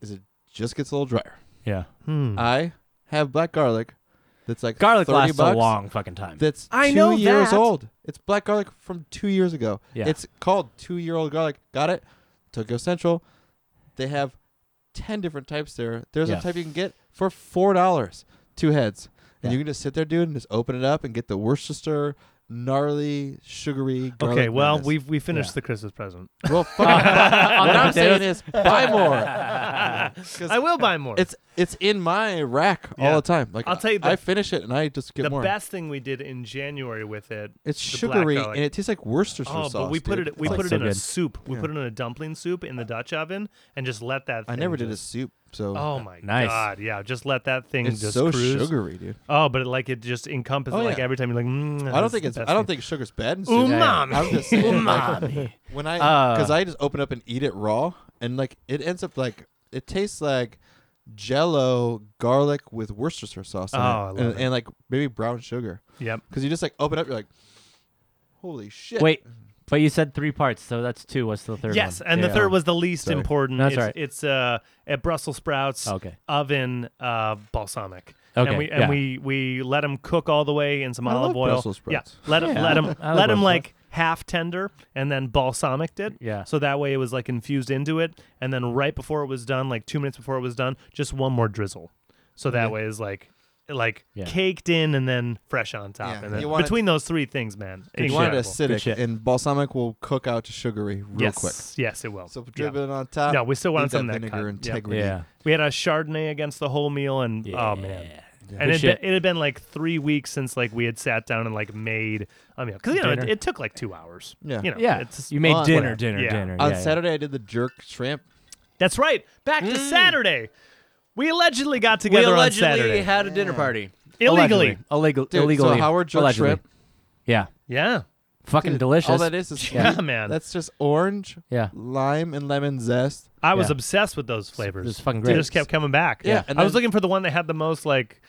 [SPEAKER 3] is it just gets a little drier.
[SPEAKER 2] Yeah.
[SPEAKER 1] Hmm.
[SPEAKER 3] I have black garlic that's like
[SPEAKER 2] Mm-hmm. Garlic
[SPEAKER 3] 30
[SPEAKER 2] lasts
[SPEAKER 3] bucks
[SPEAKER 2] a long fucking time.
[SPEAKER 3] That's
[SPEAKER 1] I
[SPEAKER 3] two
[SPEAKER 1] know
[SPEAKER 3] years
[SPEAKER 1] that.
[SPEAKER 3] old. It's black garlic from two years ago.
[SPEAKER 2] Yeah.
[SPEAKER 3] It's called two year old garlic. Got it? Tokyo Central. They have ten different types there. There's
[SPEAKER 2] Yeah.
[SPEAKER 3] a type you can get for four dollars. Two heads. And
[SPEAKER 2] Yeah.
[SPEAKER 3] you can just sit there, dude, and just open it up and get the Worcester gnarly, sugary garlic.
[SPEAKER 1] Okay, well,
[SPEAKER 3] madness.
[SPEAKER 1] we've we finished
[SPEAKER 2] Yeah.
[SPEAKER 1] the Christmas present.
[SPEAKER 3] [LAUGHS] Well, fuck. what
[SPEAKER 1] [LAUGHS]
[SPEAKER 3] I'm saying is buy more.
[SPEAKER 1] I will buy more.
[SPEAKER 3] It's it's in my rack
[SPEAKER 1] Yeah.
[SPEAKER 3] all the time. Like
[SPEAKER 1] I'll tell you the-
[SPEAKER 3] I finish it and I just get
[SPEAKER 1] the
[SPEAKER 3] more.
[SPEAKER 1] best thing we did in January with it.
[SPEAKER 3] it's
[SPEAKER 1] the black
[SPEAKER 3] sugary
[SPEAKER 1] garlic.
[SPEAKER 3] and it tastes like Worcestershire
[SPEAKER 1] Oh,
[SPEAKER 3] sauce.
[SPEAKER 1] but we put
[SPEAKER 3] dude.
[SPEAKER 1] it we
[SPEAKER 3] It's
[SPEAKER 1] put
[SPEAKER 3] like
[SPEAKER 1] it
[SPEAKER 2] so
[SPEAKER 1] in a
[SPEAKER 2] good.
[SPEAKER 1] soup. We
[SPEAKER 3] Yeah. Uh,
[SPEAKER 1] put it in a dumpling soup in the Dutch oven and just let that.
[SPEAKER 3] I
[SPEAKER 1] thing
[SPEAKER 3] never did a
[SPEAKER 1] just-
[SPEAKER 3] soup, so
[SPEAKER 1] Oh my
[SPEAKER 2] Nice.
[SPEAKER 1] god! Yeah, just let that thing
[SPEAKER 3] it's
[SPEAKER 1] just
[SPEAKER 3] so
[SPEAKER 1] cruise.
[SPEAKER 3] sugary, dude.
[SPEAKER 1] Oh, but it, like it just encompasses
[SPEAKER 3] Oh,
[SPEAKER 1] like
[SPEAKER 3] yeah.
[SPEAKER 1] every time you're like. Mm,
[SPEAKER 3] I don't think it's. I don't think sugar's bad. In soup.
[SPEAKER 1] umami.
[SPEAKER 3] I'm just saying, like,
[SPEAKER 2] Umami.
[SPEAKER 3] [LAUGHS] when I
[SPEAKER 2] Uh.
[SPEAKER 3] because I just open up and eat it raw, and like it ends up like it tastes like Jello garlic with Worcestershire sauce, in
[SPEAKER 1] Oh, I love
[SPEAKER 3] it, and,
[SPEAKER 1] it.
[SPEAKER 3] and like maybe brown sugar.
[SPEAKER 1] Yep.
[SPEAKER 3] Because you just like open up, you're like, holy shit!
[SPEAKER 2] Wait, but you said three parts, so that's two. What's the third
[SPEAKER 1] Yes,
[SPEAKER 2] one?
[SPEAKER 1] and the
[SPEAKER 2] Yeah.
[SPEAKER 1] third was the least
[SPEAKER 3] Sorry.
[SPEAKER 1] important.
[SPEAKER 2] That's
[SPEAKER 1] it's,
[SPEAKER 2] all right.
[SPEAKER 1] It's uh, at Brussels sprouts
[SPEAKER 2] Okay.
[SPEAKER 1] oven uh, balsamic.
[SPEAKER 2] Okay,
[SPEAKER 1] And we and
[SPEAKER 2] yeah.
[SPEAKER 1] we we let them cook all the way in some
[SPEAKER 3] I
[SPEAKER 1] olive
[SPEAKER 3] love
[SPEAKER 1] oil.
[SPEAKER 3] Brussels sprouts.
[SPEAKER 1] Yeah. Let them
[SPEAKER 2] Yeah,
[SPEAKER 1] let
[SPEAKER 2] I
[SPEAKER 1] them
[SPEAKER 2] love- I love
[SPEAKER 1] let them
[SPEAKER 2] Brussels
[SPEAKER 1] like half tender and then balsamic it.
[SPEAKER 2] Yeah.
[SPEAKER 1] So that way it was like infused into it and then right before it was done, like 2 minutes before it was done, just one more drizzle. So that way is like like
[SPEAKER 2] Yeah.
[SPEAKER 1] caked in and then fresh on top.
[SPEAKER 3] Yeah,
[SPEAKER 1] And then
[SPEAKER 3] you want it-
[SPEAKER 1] between those three things, man.
[SPEAKER 3] You want it
[SPEAKER 1] incredible.
[SPEAKER 2] Good
[SPEAKER 3] acidic,
[SPEAKER 2] shit.
[SPEAKER 3] and balsamic will cook out to sugary real
[SPEAKER 1] yes,
[SPEAKER 3] quick.
[SPEAKER 1] Yes, it will.
[SPEAKER 3] So
[SPEAKER 1] Yeah.
[SPEAKER 3] drip it on top.
[SPEAKER 1] No, we still
[SPEAKER 3] leave
[SPEAKER 1] wanted some of
[SPEAKER 3] Uh, that
[SPEAKER 1] that
[SPEAKER 3] vinegar
[SPEAKER 1] cut. Yeah.
[SPEAKER 3] integrity.
[SPEAKER 2] Yeah.
[SPEAKER 1] We had a Chardonnay against the whole meal, and oh man, and it,
[SPEAKER 2] shit.
[SPEAKER 1] it had been like three weeks since like we had sat down and like made a meal because you know it,
[SPEAKER 2] Dinner.
[SPEAKER 1] it took like two hours.
[SPEAKER 3] Yeah.
[SPEAKER 1] you know,
[SPEAKER 2] yeah.
[SPEAKER 1] It's,
[SPEAKER 2] you made
[SPEAKER 3] on-
[SPEAKER 2] dinner,
[SPEAKER 1] whatever.
[SPEAKER 2] dinner,
[SPEAKER 1] Yeah.
[SPEAKER 2] dinner.
[SPEAKER 3] On
[SPEAKER 2] yeah, yeah.
[SPEAKER 3] Saturday, I did the jerk shrimp.
[SPEAKER 1] that's right. Back to
[SPEAKER 2] Mm.
[SPEAKER 1] Saturday, we allegedly got together on Saturday
[SPEAKER 2] had a dinner party
[SPEAKER 1] illegally.
[SPEAKER 2] Illegal,
[SPEAKER 3] Dude,
[SPEAKER 2] illegally.
[SPEAKER 3] So Howard jerk
[SPEAKER 2] Allegedly.
[SPEAKER 3] shrimp.
[SPEAKER 2] Yeah,
[SPEAKER 1] Yeah,
[SPEAKER 2] fucking
[SPEAKER 3] Dude,
[SPEAKER 2] delicious.
[SPEAKER 3] All that is [LAUGHS] is
[SPEAKER 1] yeah,
[SPEAKER 3] sweet.
[SPEAKER 1] man.
[SPEAKER 3] That's just orange,
[SPEAKER 2] yeah,
[SPEAKER 3] lime, and lemon zest.
[SPEAKER 1] I was
[SPEAKER 2] yeah.
[SPEAKER 1] obsessed with those flavors.
[SPEAKER 2] it's fucking
[SPEAKER 1] They
[SPEAKER 2] great.
[SPEAKER 1] just kept coming back.
[SPEAKER 3] Yeah, and
[SPEAKER 1] I was
[SPEAKER 3] then-
[SPEAKER 1] looking for the one that had the most like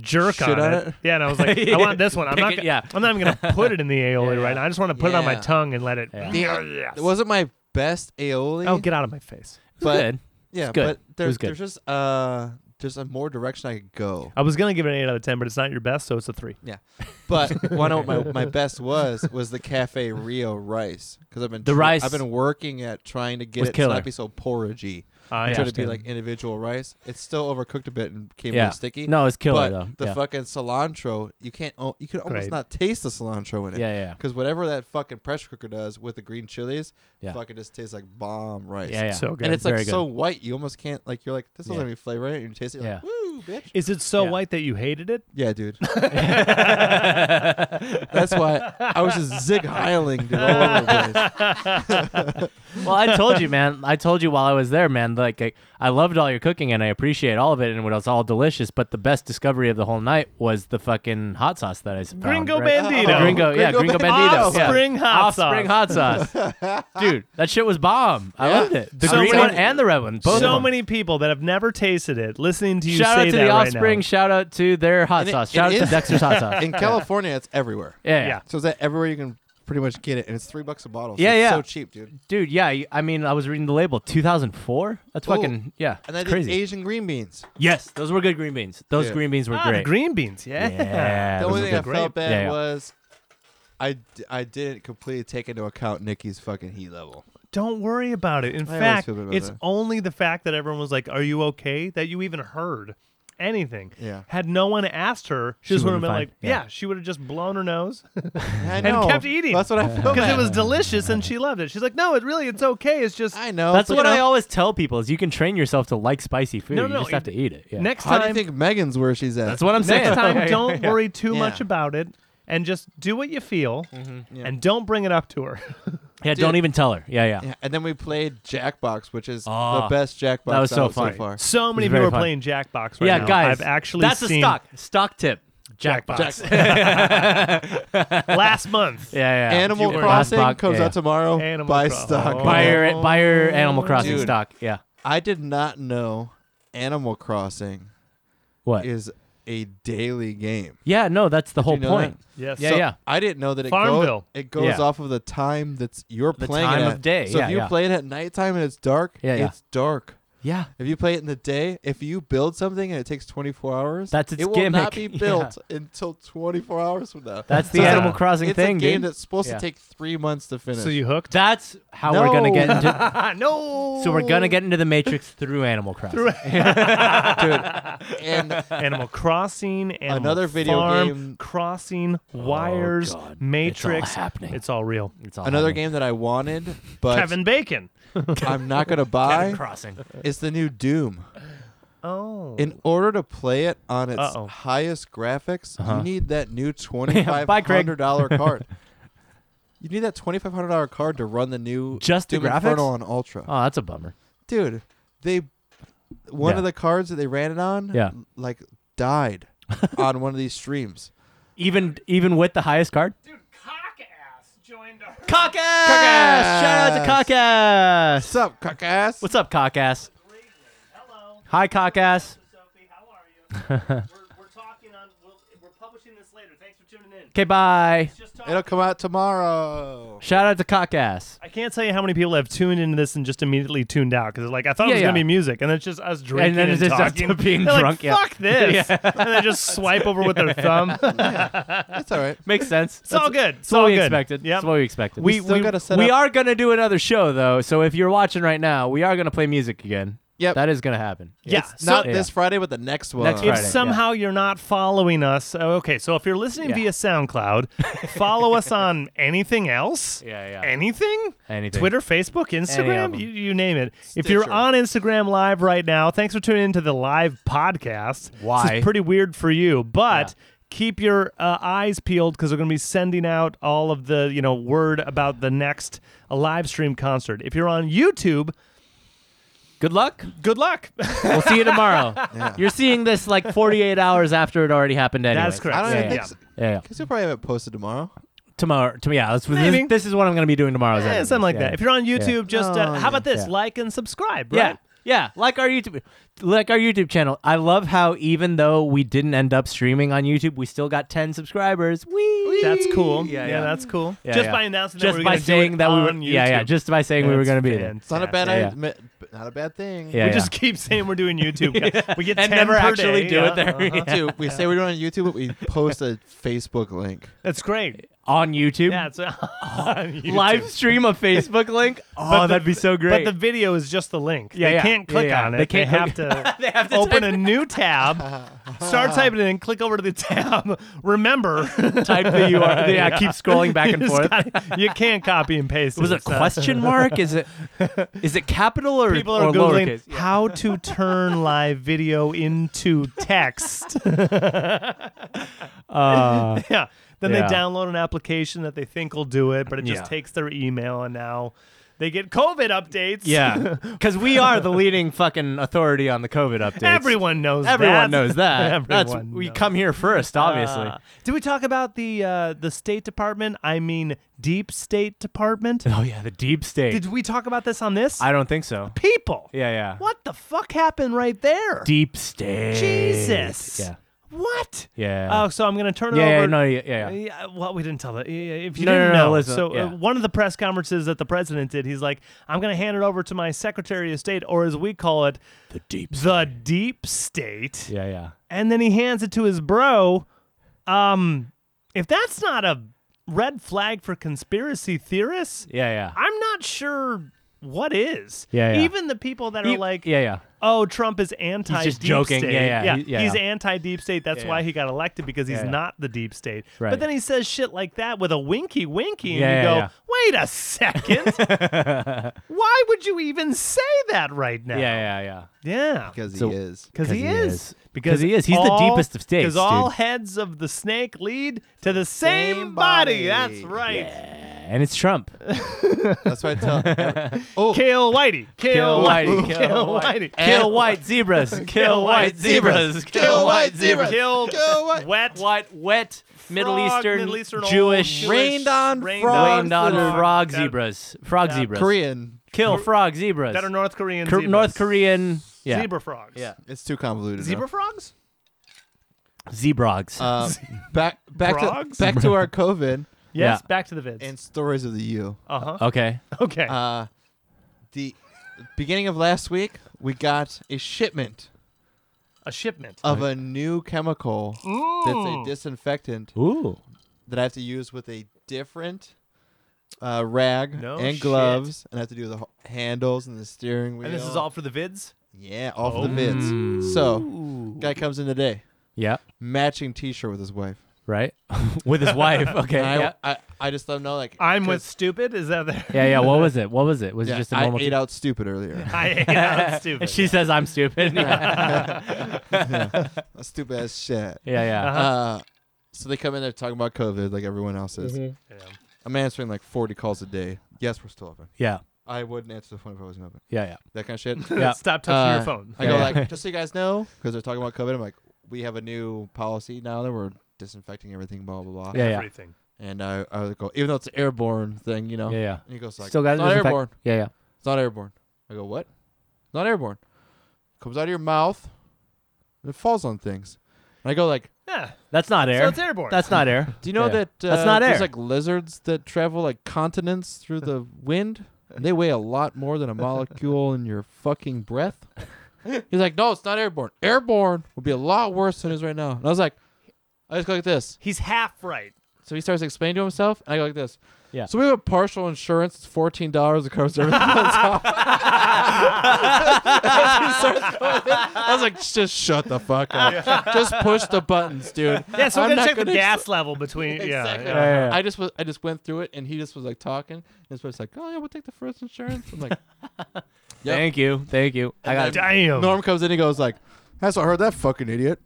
[SPEAKER 1] jerk
[SPEAKER 3] Shit
[SPEAKER 1] on,
[SPEAKER 3] on
[SPEAKER 1] it.
[SPEAKER 3] it?
[SPEAKER 1] Yeah, and I was
[SPEAKER 3] [LAUGHS]
[SPEAKER 1] like, I want this one. I'm
[SPEAKER 2] Pick
[SPEAKER 1] not.
[SPEAKER 2] it,
[SPEAKER 1] gonna-
[SPEAKER 2] yeah.
[SPEAKER 1] I'm not even gonna put it in
[SPEAKER 2] [LAUGHS]
[SPEAKER 1] the aioli
[SPEAKER 2] Yeah,
[SPEAKER 1] right
[SPEAKER 2] yeah.
[SPEAKER 1] now. I just want to put it on my
[SPEAKER 3] Yeah.
[SPEAKER 1] tongue and let it.
[SPEAKER 2] Yeah.
[SPEAKER 3] It wasn't my best aioli.
[SPEAKER 1] Oh, get out of my face.
[SPEAKER 3] but
[SPEAKER 2] good.
[SPEAKER 3] yeah,
[SPEAKER 2] good. It
[SPEAKER 3] but there,
[SPEAKER 2] was good.
[SPEAKER 3] there's just uh, there's a more direction I could go.
[SPEAKER 1] I was gonna give it an eight out of ten, but it's not your best, so it's a three.
[SPEAKER 3] But one of my
[SPEAKER 2] [LAUGHS]
[SPEAKER 3] my best was was the Cafe Rio rice because I've been
[SPEAKER 2] The
[SPEAKER 3] tr-
[SPEAKER 2] rice
[SPEAKER 3] I've been working at trying to get
[SPEAKER 2] was
[SPEAKER 3] it to
[SPEAKER 2] killer. Oh,
[SPEAKER 3] not be so porridgey.
[SPEAKER 1] I
[SPEAKER 3] try to be like individual rice. It's still overcooked a bit and became
[SPEAKER 2] Yeah.
[SPEAKER 3] really sticky.
[SPEAKER 2] No, it's killer
[SPEAKER 3] but
[SPEAKER 2] though.
[SPEAKER 3] the
[SPEAKER 2] yeah.
[SPEAKER 3] fucking cilantro, you can't. o- You could almost
[SPEAKER 1] Great.
[SPEAKER 3] not taste the cilantro in it.
[SPEAKER 2] yeah, yeah,
[SPEAKER 3] Because whatever that fucking pressure cooker does with the green chilies,
[SPEAKER 2] Yeah.
[SPEAKER 3] fucking just tastes like bomb rice.
[SPEAKER 2] yeah, yeah.
[SPEAKER 1] so good.
[SPEAKER 3] And it's like
[SPEAKER 2] Very good.
[SPEAKER 3] so white, you almost can't like. You're like, this doesn't
[SPEAKER 2] Yeah.
[SPEAKER 3] have any flavor in it. And you taste it, you're like,
[SPEAKER 2] Yeah.
[SPEAKER 3] woo, bitch.
[SPEAKER 1] is it so
[SPEAKER 2] Yeah.
[SPEAKER 1] white that you hated it?
[SPEAKER 3] Yeah,
[SPEAKER 2] [LAUGHS]
[SPEAKER 3] dude. That's why I was just zig heiling, dude, all over the place.
[SPEAKER 2] well, I told you, man. I told you while I was there, man. Like, I, I loved all your cooking and I appreciate all of it and it was all delicious. But the best discovery of the whole night was the fucking hot sauce that I found.
[SPEAKER 1] Gringo
[SPEAKER 2] right?
[SPEAKER 1] Bandito.
[SPEAKER 2] Oh, gringo, yeah,
[SPEAKER 3] Gringo
[SPEAKER 2] Gringo Bandito. yeah.
[SPEAKER 1] Offspring hot
[SPEAKER 2] Offspring hot sauce.
[SPEAKER 3] [LAUGHS]
[SPEAKER 2] Dude, that shit was bomb. I
[SPEAKER 3] Yeah.
[SPEAKER 2] loved it. The
[SPEAKER 1] So
[SPEAKER 2] green
[SPEAKER 1] many-
[SPEAKER 2] one and the red one. Both of
[SPEAKER 1] so
[SPEAKER 2] them.
[SPEAKER 1] many people that have never tasted it listening to you
[SPEAKER 2] Shout out
[SPEAKER 1] say
[SPEAKER 2] to
[SPEAKER 1] that
[SPEAKER 2] the
[SPEAKER 1] right
[SPEAKER 2] Offspring. Shout out to their hot
[SPEAKER 3] And it-
[SPEAKER 2] sauce.
[SPEAKER 3] it
[SPEAKER 2] Shout out to
[SPEAKER 3] is-
[SPEAKER 2] Dexter's
[SPEAKER 3] [LAUGHS]
[SPEAKER 2] hot sauce.
[SPEAKER 3] In California, it's everywhere.
[SPEAKER 2] Yeah.
[SPEAKER 1] Yeah.
[SPEAKER 3] So is that everywhere you can pretty much get it, and it's three bucks a bottle. So
[SPEAKER 2] Yeah,
[SPEAKER 3] it's
[SPEAKER 2] yeah.
[SPEAKER 3] So cheap, dude.
[SPEAKER 2] Dude, yeah. you- I mean, I was reading the label 2004. That's
[SPEAKER 3] Ooh.
[SPEAKER 2] fucking, yeah.
[SPEAKER 3] And I
[SPEAKER 2] it's
[SPEAKER 3] did
[SPEAKER 2] crazy.
[SPEAKER 3] Asian green beans.
[SPEAKER 2] yes, those were good green beans. Those
[SPEAKER 3] Yeah.
[SPEAKER 2] green beans were
[SPEAKER 1] now. Ah, [LAUGHS] the
[SPEAKER 2] great.
[SPEAKER 1] green beans. Yeah.
[SPEAKER 2] Yeah.
[SPEAKER 3] the
[SPEAKER 2] those
[SPEAKER 3] only
[SPEAKER 2] were
[SPEAKER 3] thing
[SPEAKER 2] good.
[SPEAKER 3] I felt bad
[SPEAKER 2] Yeah, yeah.
[SPEAKER 3] was I, d- I didn't completely take into account Nikki's fucking heat level.
[SPEAKER 1] Don't worry about it. In
[SPEAKER 3] always
[SPEAKER 1] fact,
[SPEAKER 3] feel bad about
[SPEAKER 1] it's
[SPEAKER 3] that.
[SPEAKER 1] only the fact that everyone was like, "Are you okay?" that you even heard anything.
[SPEAKER 3] Yeah.
[SPEAKER 1] Had no one asked her, she,
[SPEAKER 2] She
[SPEAKER 1] just would have been
[SPEAKER 2] would've been
[SPEAKER 1] like,
[SPEAKER 2] fine.
[SPEAKER 1] "Yeah."
[SPEAKER 2] Yeah.
[SPEAKER 1] she would have just blown her nose
[SPEAKER 3] I
[SPEAKER 1] and
[SPEAKER 3] know.
[SPEAKER 1] kept eating
[SPEAKER 3] That's what I felt.
[SPEAKER 1] because it
[SPEAKER 3] bad.
[SPEAKER 1] was delicious and she loved it. She's like, "No, it really, it's okay. It's just
[SPEAKER 3] I know.
[SPEAKER 2] That's
[SPEAKER 3] but
[SPEAKER 2] what
[SPEAKER 3] you
[SPEAKER 2] I
[SPEAKER 3] know,
[SPEAKER 2] always tell people is you can train yourself to like spicy food.
[SPEAKER 1] No, no,
[SPEAKER 2] you
[SPEAKER 1] no,
[SPEAKER 2] just have to eat it. Yeah.
[SPEAKER 1] next
[SPEAKER 3] How do
[SPEAKER 1] time."
[SPEAKER 3] you think Megan's where she's at?
[SPEAKER 2] That's what I'm saying.
[SPEAKER 1] Next
[SPEAKER 2] [LAUGHS]
[SPEAKER 1] time, don't worry too
[SPEAKER 3] Yeah. Mm-hmm.
[SPEAKER 1] much about it and just do what you feel
[SPEAKER 3] Yeah.
[SPEAKER 1] and don't bring it up to her.
[SPEAKER 2] Yeah,
[SPEAKER 3] Dude.
[SPEAKER 2] don't even tell her. Yeah, yeah.
[SPEAKER 3] Yeah, and then we played Jackbox, which is the
[SPEAKER 1] Oh.
[SPEAKER 2] Ah,
[SPEAKER 3] best Jackbox
[SPEAKER 2] that was so
[SPEAKER 3] out
[SPEAKER 2] funny.
[SPEAKER 3] far.
[SPEAKER 1] So many
[SPEAKER 2] It's
[SPEAKER 1] people
[SPEAKER 2] very
[SPEAKER 1] are
[SPEAKER 2] fun.
[SPEAKER 1] playing Jackbox right
[SPEAKER 2] yeah,
[SPEAKER 1] now.
[SPEAKER 2] guys.
[SPEAKER 1] I've actually
[SPEAKER 2] that's
[SPEAKER 1] seen
[SPEAKER 2] a stock stock tip. Jackbox.
[SPEAKER 3] Jackbox.
[SPEAKER 1] last month.
[SPEAKER 2] [LAUGHS] Yeah, yeah.
[SPEAKER 3] Animal
[SPEAKER 1] If you were-
[SPEAKER 3] Crossing
[SPEAKER 2] Last box,
[SPEAKER 3] comes
[SPEAKER 2] yeah.
[SPEAKER 3] out tomorrow.
[SPEAKER 1] Animal
[SPEAKER 3] Buy
[SPEAKER 1] Cro-
[SPEAKER 3] stock.
[SPEAKER 1] Oh.
[SPEAKER 2] Buy your buy your Animal Crossing
[SPEAKER 3] Dude.
[SPEAKER 2] stock. Yeah.
[SPEAKER 3] I did not know Animal Crossing
[SPEAKER 2] What?
[SPEAKER 3] is a daily game.
[SPEAKER 2] Yeah, no, that's the
[SPEAKER 3] Did you
[SPEAKER 2] whole
[SPEAKER 3] know
[SPEAKER 2] point.
[SPEAKER 1] Yes.
[SPEAKER 2] Yeah,
[SPEAKER 3] So
[SPEAKER 2] yeah.
[SPEAKER 3] I didn't know that it goes,
[SPEAKER 1] Farmville.
[SPEAKER 3] it goes
[SPEAKER 2] Yeah.
[SPEAKER 3] off of the time that's you're
[SPEAKER 2] The
[SPEAKER 3] playing it
[SPEAKER 2] time
[SPEAKER 3] at.
[SPEAKER 2] of day.
[SPEAKER 3] So
[SPEAKER 2] Yeah,
[SPEAKER 3] if you
[SPEAKER 2] yeah.
[SPEAKER 3] play it at nighttime and it's dark,
[SPEAKER 2] Yeah, yeah.
[SPEAKER 3] it's dark.
[SPEAKER 2] [LAUGHS] Yeah.
[SPEAKER 3] If you play it in the day, if you build something and it takes 24 hours,
[SPEAKER 2] That's its
[SPEAKER 3] it will
[SPEAKER 2] gimmick.
[SPEAKER 3] not be
[SPEAKER 2] [LAUGHS] Yeah.
[SPEAKER 3] built until 24 hours from now.
[SPEAKER 2] That's the
[SPEAKER 1] Yeah.
[SPEAKER 2] Animal Crossing
[SPEAKER 3] it's
[SPEAKER 2] thing,
[SPEAKER 3] a game
[SPEAKER 2] dude.
[SPEAKER 3] that's supposed
[SPEAKER 2] Yeah.
[SPEAKER 3] to take three months to finish.
[SPEAKER 1] So you
[SPEAKER 2] [LAUGHS]
[SPEAKER 1] hooked?
[SPEAKER 2] That's how we're gonna get
[SPEAKER 3] No.
[SPEAKER 2] into
[SPEAKER 1] no.
[SPEAKER 2] So we're gonna get into the Matrix through Animal Crossing.
[SPEAKER 3] Dude, [LAUGHS] and
[SPEAKER 1] [LAUGHS] Animal Crossing, Animal
[SPEAKER 3] Another video
[SPEAKER 1] Farm,
[SPEAKER 3] game-
[SPEAKER 1] Crossing, Wires,
[SPEAKER 2] Oh, God. It's all
[SPEAKER 1] Matrix.
[SPEAKER 2] happening.
[SPEAKER 1] It's all real.
[SPEAKER 2] It's all
[SPEAKER 3] another
[SPEAKER 2] happening.
[SPEAKER 3] game that I wanted, but
[SPEAKER 1] Kevin Bacon.
[SPEAKER 3] [LAUGHS] I'm not gonna buy
[SPEAKER 2] Crossing.
[SPEAKER 3] is the new Doom.
[SPEAKER 1] Oh.
[SPEAKER 3] In order to play it on its
[SPEAKER 1] Uh-oh.
[SPEAKER 3] highest graphics,
[SPEAKER 2] Uh-huh.
[SPEAKER 3] you need that
[SPEAKER 2] [LAUGHS]
[SPEAKER 3] new twenty five hundred dollar card. you need that twenty five hundred dollar card to run the new
[SPEAKER 2] Just the
[SPEAKER 3] Doom
[SPEAKER 2] graphics?
[SPEAKER 3] Inferno on Ultra.
[SPEAKER 2] Oh, that's a bummer.
[SPEAKER 3] Dude, they one
[SPEAKER 2] Yeah.
[SPEAKER 3] of the cards that they ran it on,
[SPEAKER 2] Yeah.
[SPEAKER 3] like
[SPEAKER 2] [LAUGHS]
[SPEAKER 3] died on one of these streams.
[SPEAKER 2] Even even with the highest card?
[SPEAKER 1] Dude, cock ass joined our.
[SPEAKER 2] Cockass! Shout out to Cockass!
[SPEAKER 3] What's up, cuckass?
[SPEAKER 2] What's up, Cockass?
[SPEAKER 1] Hello.
[SPEAKER 2] Hi, Cockass.
[SPEAKER 1] Sophie, how [LAUGHS] are you? we're, we're talking on. We'll, we're publishing this later. Thanks for tuning in.
[SPEAKER 2] Okay, bye.
[SPEAKER 1] Just
[SPEAKER 3] It'll come
[SPEAKER 2] [LAUGHS]
[SPEAKER 3] out tomorrow.
[SPEAKER 2] Shout out to Cockass.
[SPEAKER 1] I can't tell you how many people have tuned into this and just immediately tuned out because like I thought it
[SPEAKER 2] Yeah,
[SPEAKER 1] was
[SPEAKER 2] yeah.
[SPEAKER 1] gonna be music and it's just us drinking
[SPEAKER 2] then it's just us
[SPEAKER 1] talking.
[SPEAKER 2] two being
[SPEAKER 1] They're
[SPEAKER 2] drunk, [LAUGHS] yeah.
[SPEAKER 1] Like, Fuck this! And they just swipe over with
[SPEAKER 2] [LAUGHS]
[SPEAKER 1] their thumb. it's
[SPEAKER 3] That's all right.
[SPEAKER 2] Makes sense. It's
[SPEAKER 1] all good. It's
[SPEAKER 2] That's what
[SPEAKER 1] all
[SPEAKER 2] we
[SPEAKER 1] good.
[SPEAKER 2] expected.
[SPEAKER 1] Yep.
[SPEAKER 2] That's what we expected.
[SPEAKER 1] We-
[SPEAKER 3] Still gotta set
[SPEAKER 2] we
[SPEAKER 3] up.
[SPEAKER 2] are gonna do another show though, so if you're watching right now, we are gonna play music again.
[SPEAKER 3] Yep.
[SPEAKER 2] That is gonna happen.
[SPEAKER 1] yeah.
[SPEAKER 3] It's
[SPEAKER 1] so-
[SPEAKER 3] not
[SPEAKER 2] yeah.
[SPEAKER 3] this Friday, but the next one.
[SPEAKER 2] Next
[SPEAKER 1] If
[SPEAKER 2] Friday, yeah.
[SPEAKER 1] somehow you're not following us, uh, okay. So if you're listening
[SPEAKER 2] Yeah.
[SPEAKER 1] via
[SPEAKER 2] [LAUGHS]
[SPEAKER 1] SoundCloud, follow us on anything else.
[SPEAKER 2] Yeah, yeah.
[SPEAKER 1] Anything?
[SPEAKER 2] Anything.
[SPEAKER 1] Twitter, Facebook,
[SPEAKER 2] of
[SPEAKER 1] Instagram,
[SPEAKER 2] 'em.
[SPEAKER 1] you, you name it. If you're
[SPEAKER 3] Stitcher.
[SPEAKER 1] on Instagram Live right now, thanks for tuning into the live podcast. This
[SPEAKER 2] Why?
[SPEAKER 1] is pretty weird for you, but keep your uh, eyes peeled because we're going to be sending out all of the you know word about the next uh, live stream concert. If you're on YouTube,
[SPEAKER 2] Good luck.
[SPEAKER 1] good luck. [LAUGHS]
[SPEAKER 2] We'll see you [LAUGHS] tomorrow. You're seeing this like 48 hours after it already happened. Anyway.
[SPEAKER 1] That's correct.
[SPEAKER 3] I don't
[SPEAKER 2] Yeah,
[SPEAKER 3] even
[SPEAKER 2] yeah.
[SPEAKER 3] think so.
[SPEAKER 2] Yeah, yeah.
[SPEAKER 3] Because you'll probably have it posted tomorrow.
[SPEAKER 2] Tomorrow. To, yeah. This,
[SPEAKER 1] Maybe.
[SPEAKER 2] this, this is what I'm going to be doing tomorrow.
[SPEAKER 1] Yeah, something like that. If you're on YouTube, just uh,
[SPEAKER 3] Oh,
[SPEAKER 1] how about this?
[SPEAKER 2] yeah.
[SPEAKER 1] Like and subscribe.
[SPEAKER 2] yeah.
[SPEAKER 1] Right?
[SPEAKER 2] Yeah, like our YouTube, like our YouTube channel. I love how even though we didn't end up streaming on YouTube, we still got ten subscribers. Wee.
[SPEAKER 1] That's cool.
[SPEAKER 2] Yeah,
[SPEAKER 1] Yeah,
[SPEAKER 2] yeah.
[SPEAKER 1] that's cool.
[SPEAKER 2] Yeah,
[SPEAKER 1] just
[SPEAKER 2] yeah.
[SPEAKER 1] by announcing
[SPEAKER 2] just
[SPEAKER 1] that we were
[SPEAKER 2] by
[SPEAKER 1] gonna do
[SPEAKER 2] saying
[SPEAKER 1] it
[SPEAKER 2] that we were,
[SPEAKER 1] on
[SPEAKER 2] yeah, yeah,
[SPEAKER 1] YouTube.
[SPEAKER 2] just by saying we were
[SPEAKER 1] That's
[SPEAKER 2] going to be
[SPEAKER 1] fantastic.
[SPEAKER 2] there.
[SPEAKER 3] It's not a bad,
[SPEAKER 2] Yeah,
[SPEAKER 3] idea. not a bad thing.
[SPEAKER 2] Yeah,
[SPEAKER 1] we
[SPEAKER 2] yeah.
[SPEAKER 1] just keep saying we're doing YouTube.
[SPEAKER 2] [LAUGHS]
[SPEAKER 1] We get
[SPEAKER 2] and
[SPEAKER 1] 10
[SPEAKER 2] never
[SPEAKER 1] per
[SPEAKER 2] actually
[SPEAKER 1] day,
[SPEAKER 2] do
[SPEAKER 1] yeah.
[SPEAKER 2] it there
[SPEAKER 1] Uh-huh.
[SPEAKER 2] [LAUGHS] yeah.
[SPEAKER 3] Dude, we say we do it on YouTube,
[SPEAKER 2] [LAUGHS]
[SPEAKER 3] but we post a Facebook link.
[SPEAKER 1] That's great.
[SPEAKER 2] on YouTube.
[SPEAKER 1] Yeah,
[SPEAKER 2] [LAUGHS]
[SPEAKER 1] it's on [LAUGHS] YouTube.
[SPEAKER 2] Live stream a Facebook link. Oh,
[SPEAKER 1] the-
[SPEAKER 2] that'd be so great.
[SPEAKER 1] But the video is just the link.
[SPEAKER 2] Yeah,
[SPEAKER 1] they
[SPEAKER 2] yeah.
[SPEAKER 1] can't
[SPEAKER 2] Yeah,
[SPEAKER 1] click
[SPEAKER 2] yeah.
[SPEAKER 1] on it.
[SPEAKER 2] They
[SPEAKER 1] They,
[SPEAKER 2] can't
[SPEAKER 1] have
[SPEAKER 2] click-
[SPEAKER 1] to
[SPEAKER 2] [LAUGHS] [LAUGHS] They have to
[SPEAKER 1] open
[SPEAKER 2] type-
[SPEAKER 1] a new tab,
[SPEAKER 2] [LAUGHS]
[SPEAKER 1] start typing it in, click over to the [LAUGHS] tab, remember.
[SPEAKER 2] type the URL. Yeah, keep scrolling back and
[SPEAKER 1] You just
[SPEAKER 2] forth.
[SPEAKER 1] gotta- you can't copy and paste.
[SPEAKER 2] Was it
[SPEAKER 1] it It's not-
[SPEAKER 2] question mark? Is [LAUGHS] it is it capital or
[SPEAKER 1] People are
[SPEAKER 2] or
[SPEAKER 1] googling
[SPEAKER 2] lowercase?
[SPEAKER 1] how [LAUGHS] to turn live video into [LAUGHS] text.
[SPEAKER 2] Uh,
[SPEAKER 1] yeah. Then
[SPEAKER 2] Yeah.
[SPEAKER 1] they download an application that they think will do it, but it just
[SPEAKER 2] Yeah.
[SPEAKER 1] takes their email, and now they get COVID updates.
[SPEAKER 2] [LAUGHS] yeah, because we are the leading fucking authority on the COVID updates.
[SPEAKER 1] Everyone knows.
[SPEAKER 2] [LAUGHS] Everyone Ah.
[SPEAKER 1] that.
[SPEAKER 2] knows that.
[SPEAKER 1] [LAUGHS]
[SPEAKER 2] That's
[SPEAKER 1] Everyone
[SPEAKER 2] we
[SPEAKER 1] knows.
[SPEAKER 2] come here first, obviously.
[SPEAKER 1] Uh, did we talk about the uh, the State Department? I mean, Deep State Department.
[SPEAKER 2] oh yeah, the deep state.
[SPEAKER 1] Did we talk about this on this?
[SPEAKER 2] I don't think so.
[SPEAKER 1] People.
[SPEAKER 2] Yeah, yeah.
[SPEAKER 1] What the fuck happened right there?
[SPEAKER 2] Deep state.
[SPEAKER 1] Jesus.
[SPEAKER 2] Yeah.
[SPEAKER 1] What?
[SPEAKER 2] Yeah.
[SPEAKER 1] Oh, so I'm gonna turn it
[SPEAKER 2] yeah,
[SPEAKER 1] over.
[SPEAKER 2] yeah, no, yeah, yeah. yeah.
[SPEAKER 1] Yeah, well, we didn't tell that. Yeah, yeah, If you
[SPEAKER 2] No, no,
[SPEAKER 1] didn't
[SPEAKER 2] no,
[SPEAKER 1] know,
[SPEAKER 2] listen,
[SPEAKER 1] so
[SPEAKER 2] yeah.
[SPEAKER 1] uh, one of the press conferences that the president did, he's like, "I'm going to hand it over to my Secretary of State, or as we call it,
[SPEAKER 2] The deep.
[SPEAKER 1] the deep state."
[SPEAKER 2] Yeah, yeah.
[SPEAKER 1] And then he hands it to his bro. Um, if that's not a red flag for conspiracy theorists,
[SPEAKER 2] Yeah, yeah.
[SPEAKER 1] I'm not sure what is.
[SPEAKER 2] Yeah, E yeah.
[SPEAKER 1] Even the people that are
[SPEAKER 2] He-
[SPEAKER 1] like,
[SPEAKER 2] yeah, yeah.
[SPEAKER 1] oh, Trump is anti
[SPEAKER 2] just
[SPEAKER 1] deep
[SPEAKER 2] joking.
[SPEAKER 1] state.
[SPEAKER 2] Yeah, yeah. He- yeah,
[SPEAKER 1] He's
[SPEAKER 2] yeah.
[SPEAKER 1] anti deep state. That's
[SPEAKER 2] Yeah,
[SPEAKER 1] why
[SPEAKER 2] yeah.
[SPEAKER 1] he got elected because he's
[SPEAKER 2] Yeah, yeah.
[SPEAKER 1] not the deep state.
[SPEAKER 2] Right.
[SPEAKER 1] But then he says shit like that with a winky winky, and
[SPEAKER 2] Yeah,
[SPEAKER 1] you
[SPEAKER 2] yeah,
[SPEAKER 1] go,
[SPEAKER 2] yeah.
[SPEAKER 1] wait a second.
[SPEAKER 2] [LAUGHS]
[SPEAKER 1] why would you even say that right now?
[SPEAKER 2] Yeah, yeah, yeah.
[SPEAKER 1] Yeah.
[SPEAKER 3] Because
[SPEAKER 2] So-
[SPEAKER 3] he
[SPEAKER 2] [LAUGHS]
[SPEAKER 3] is.
[SPEAKER 1] Because he, is.
[SPEAKER 2] Because he is. He's the
[SPEAKER 1] all-
[SPEAKER 2] deepest of states,
[SPEAKER 1] Because all
[SPEAKER 2] dude.
[SPEAKER 1] heads of the snake lead to the same,
[SPEAKER 3] Same
[SPEAKER 1] body.
[SPEAKER 3] body.
[SPEAKER 1] That's right.
[SPEAKER 2] And it's Trump.
[SPEAKER 3] That's why
[SPEAKER 2] [LAUGHS]
[SPEAKER 3] I tell. oh,
[SPEAKER 1] Kill Whitey. Kill,
[SPEAKER 2] Kill Whitey. Eh?
[SPEAKER 1] Kill,
[SPEAKER 2] Kill
[SPEAKER 1] Whitey.
[SPEAKER 2] Kill white zebras. Kill white zebras. Kill white zebras.
[SPEAKER 1] Kill
[SPEAKER 3] Kill white-
[SPEAKER 1] wet
[SPEAKER 2] White, wet, Middle
[SPEAKER 1] Frog,
[SPEAKER 2] Eastern,
[SPEAKER 1] Middle Eastern, old
[SPEAKER 2] Jewish,
[SPEAKER 1] Jewish,
[SPEAKER 3] Rained on
[SPEAKER 1] rained
[SPEAKER 3] frog
[SPEAKER 2] rained on
[SPEAKER 3] zebra.
[SPEAKER 2] frog
[SPEAKER 1] That-
[SPEAKER 2] zebras. Frog zebras.
[SPEAKER 3] Korean.
[SPEAKER 2] Kill frog zebras.
[SPEAKER 1] That are North Korean
[SPEAKER 2] Kor-
[SPEAKER 1] zebras.
[SPEAKER 2] North Korean. Yeah.
[SPEAKER 1] zebra frogs.
[SPEAKER 2] Yeah.
[SPEAKER 3] It's too convoluted.
[SPEAKER 1] Zebra
[SPEAKER 3] now.
[SPEAKER 1] frogs? [LAUGHS]
[SPEAKER 2] Zebrogs.
[SPEAKER 3] Um, back back
[SPEAKER 1] Brogs?
[SPEAKER 3] to back to our COVID
[SPEAKER 1] Yes,
[SPEAKER 2] Yeah.
[SPEAKER 1] back to the vids.
[SPEAKER 3] and stories of the U.
[SPEAKER 1] uh huh.
[SPEAKER 2] okay.
[SPEAKER 1] [LAUGHS] Okay.
[SPEAKER 3] Uh, the beginning of last week, we got a shipment
[SPEAKER 1] a shipment.
[SPEAKER 3] of a new chemical that's a disinfectant
[SPEAKER 2] Ooh.
[SPEAKER 3] that I have to use with a different uh, rag
[SPEAKER 1] No
[SPEAKER 3] and
[SPEAKER 1] shit.
[SPEAKER 3] gloves, and I have to do the h- handles and the steering wheel.
[SPEAKER 1] and this is all for the vids.
[SPEAKER 3] yeah, all for the
[SPEAKER 1] Oh.
[SPEAKER 3] vids. So
[SPEAKER 1] Ooh.
[SPEAKER 3] guy comes in today,
[SPEAKER 2] Yeah.
[SPEAKER 3] matching T-shirt with his wife.
[SPEAKER 2] Right. [LAUGHS] With his wife. Okay.
[SPEAKER 3] And I,
[SPEAKER 2] yeah.
[SPEAKER 3] I I just don't know like
[SPEAKER 1] I'm
[SPEAKER 3] 'cause-
[SPEAKER 1] with stupid. Is that there?
[SPEAKER 2] yeah. Yeah. What was it? What was it? Was
[SPEAKER 3] yeah,
[SPEAKER 2] it just a
[SPEAKER 3] I
[SPEAKER 2] normal?
[SPEAKER 3] ate out stupid earlier.
[SPEAKER 1] [LAUGHS] I hate that stupid.
[SPEAKER 2] [LAUGHS] she says I'm stupid. yeah.
[SPEAKER 3] stupid ass shit.
[SPEAKER 2] [LAUGHS] Yeah. yeah.
[SPEAKER 3] Uh, so they come in there talking about COVID like everyone else is.
[SPEAKER 2] Mm-hmm.
[SPEAKER 1] Yeah.
[SPEAKER 3] I'm answering like 40 calls a day. Yes, we're still open.
[SPEAKER 2] Yeah.
[SPEAKER 3] I wouldn't answer the phone if I wasn't open.
[SPEAKER 2] Yeah. Yeah.
[SPEAKER 3] That kind
[SPEAKER 2] [LAUGHS]
[SPEAKER 3] of shit.
[SPEAKER 2] Yeah.
[SPEAKER 1] Stop touching
[SPEAKER 3] Uh,
[SPEAKER 1] your phone.
[SPEAKER 3] I
[SPEAKER 2] Yeah,
[SPEAKER 3] go
[SPEAKER 2] yeah.
[SPEAKER 3] like, just so you guys know, because they're talking about COVID. I'm like, we have a new policy now that we're disinfecting everything, blah blah blah.
[SPEAKER 2] Yeah. Yeah.
[SPEAKER 1] Everything.
[SPEAKER 3] And I, I would go, even though it's an airborne thing, you know.
[SPEAKER 2] Yeah. Yeah.
[SPEAKER 3] And he goes like,
[SPEAKER 2] Still got
[SPEAKER 3] Oh. it's not
[SPEAKER 2] disinfect-
[SPEAKER 3] airborne.
[SPEAKER 2] Yeah. Yeah.
[SPEAKER 3] It's not airborne. I go, what? It's not airborne. Comes out of your mouth, and it falls on things. And I go like,
[SPEAKER 1] Yeah.
[SPEAKER 2] That's not air.
[SPEAKER 1] So it's airborne.
[SPEAKER 2] That's not air.
[SPEAKER 3] do you know
[SPEAKER 2] Yeah.
[SPEAKER 3] that uh,
[SPEAKER 2] That's not air.
[SPEAKER 3] there's like lizards that travel like continents through the wind? And they weigh a lot more than a molecule in your fucking breath. He's like, no, it's not airborne. Airborne would be a lot worse than it is right now. And I was like, I just go like this.
[SPEAKER 1] He's half
[SPEAKER 2] [LAUGHS]
[SPEAKER 1] right.
[SPEAKER 3] So he starts explaining to himself, and I go like this.
[SPEAKER 2] Yeah.
[SPEAKER 3] So we have a partial insurance. It's fourteen dollars. It covers everything.
[SPEAKER 1] [LAUGHS]
[SPEAKER 3] else off." He starts going in. I was like, just shut the fuck up. just push the buttons, dude.
[SPEAKER 1] Yeah, so
[SPEAKER 3] I'm
[SPEAKER 1] we're gonna
[SPEAKER 3] not
[SPEAKER 1] check the
[SPEAKER 3] gonna-
[SPEAKER 1] gas level [LAUGHS] between.
[SPEAKER 3] Exactly.
[SPEAKER 1] Yeah, yeah.
[SPEAKER 2] Yeah, yeah, yeah.
[SPEAKER 3] I just was, I just went through it, and he just was like talking. And his was like, "Oh yeah, we'll take the first insurance."
[SPEAKER 1] [LAUGHS]
[SPEAKER 3] I'm like, Yep.
[SPEAKER 2] Thank you. Thank you. I got. it.
[SPEAKER 1] Damn.
[SPEAKER 3] Norm comes in, he goes like, "That's what I heard that fucking idiot."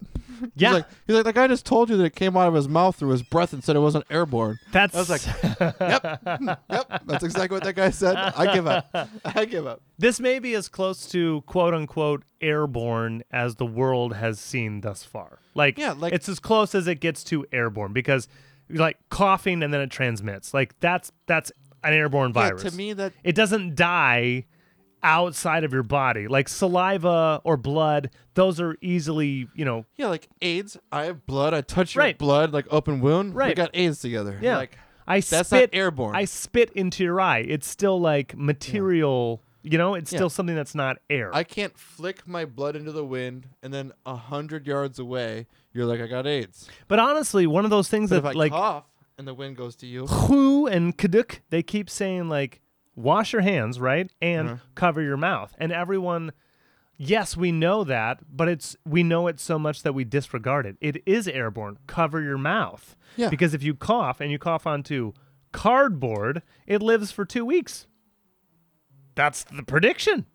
[SPEAKER 1] yeah,
[SPEAKER 3] He's like, he's like, "The guy just told you that it came out of his mouth through his breath and said it wasn't airborne."
[SPEAKER 1] that's.
[SPEAKER 3] I was like, "Yep, yep, [LAUGHS] that's exactly what that guy said." I
[SPEAKER 1] [LAUGHS]
[SPEAKER 3] give up. I give up.
[SPEAKER 1] this may be as close to quote unquote airborne as the world has seen thus far. Like,
[SPEAKER 3] Yeah, like-
[SPEAKER 1] it's as close as it gets to airborne because, like, coughing and then it transmits. Like that's that's an airborne
[SPEAKER 3] Yeah,
[SPEAKER 1] virus.
[SPEAKER 3] to me, that
[SPEAKER 1] it doesn't die outside of your body. Like saliva or blood, those are easily you know.
[SPEAKER 3] yeah, like AIDS. I have blood. I touch your
[SPEAKER 1] Right.
[SPEAKER 3] blood, like open wound. We
[SPEAKER 1] Right.
[SPEAKER 3] got AIDS together.
[SPEAKER 1] Yeah,
[SPEAKER 3] like
[SPEAKER 1] I
[SPEAKER 3] that's
[SPEAKER 1] spit
[SPEAKER 3] not airborne.
[SPEAKER 1] I spit into your eye. It's still like material. You know, it's
[SPEAKER 3] Yeah.
[SPEAKER 1] still something that's not air.
[SPEAKER 3] I can't flick my blood into the wind and then a hundred yards away, you're like, I got AIDS.
[SPEAKER 1] but honestly, one of those things
[SPEAKER 3] But if I
[SPEAKER 1] that like
[SPEAKER 3] cough and the wind goes to you,
[SPEAKER 1] Hu and Kaduk, they keep saying like wash your hands, right? And cover your mouth. And everyone yes, we know that, but it's we know it so much that we disregard it. It is airborne. Cover your mouth.
[SPEAKER 3] Yeah.
[SPEAKER 1] Because if you cough and you cough onto cardboard, it lives for 2 weeks. That's the prediction.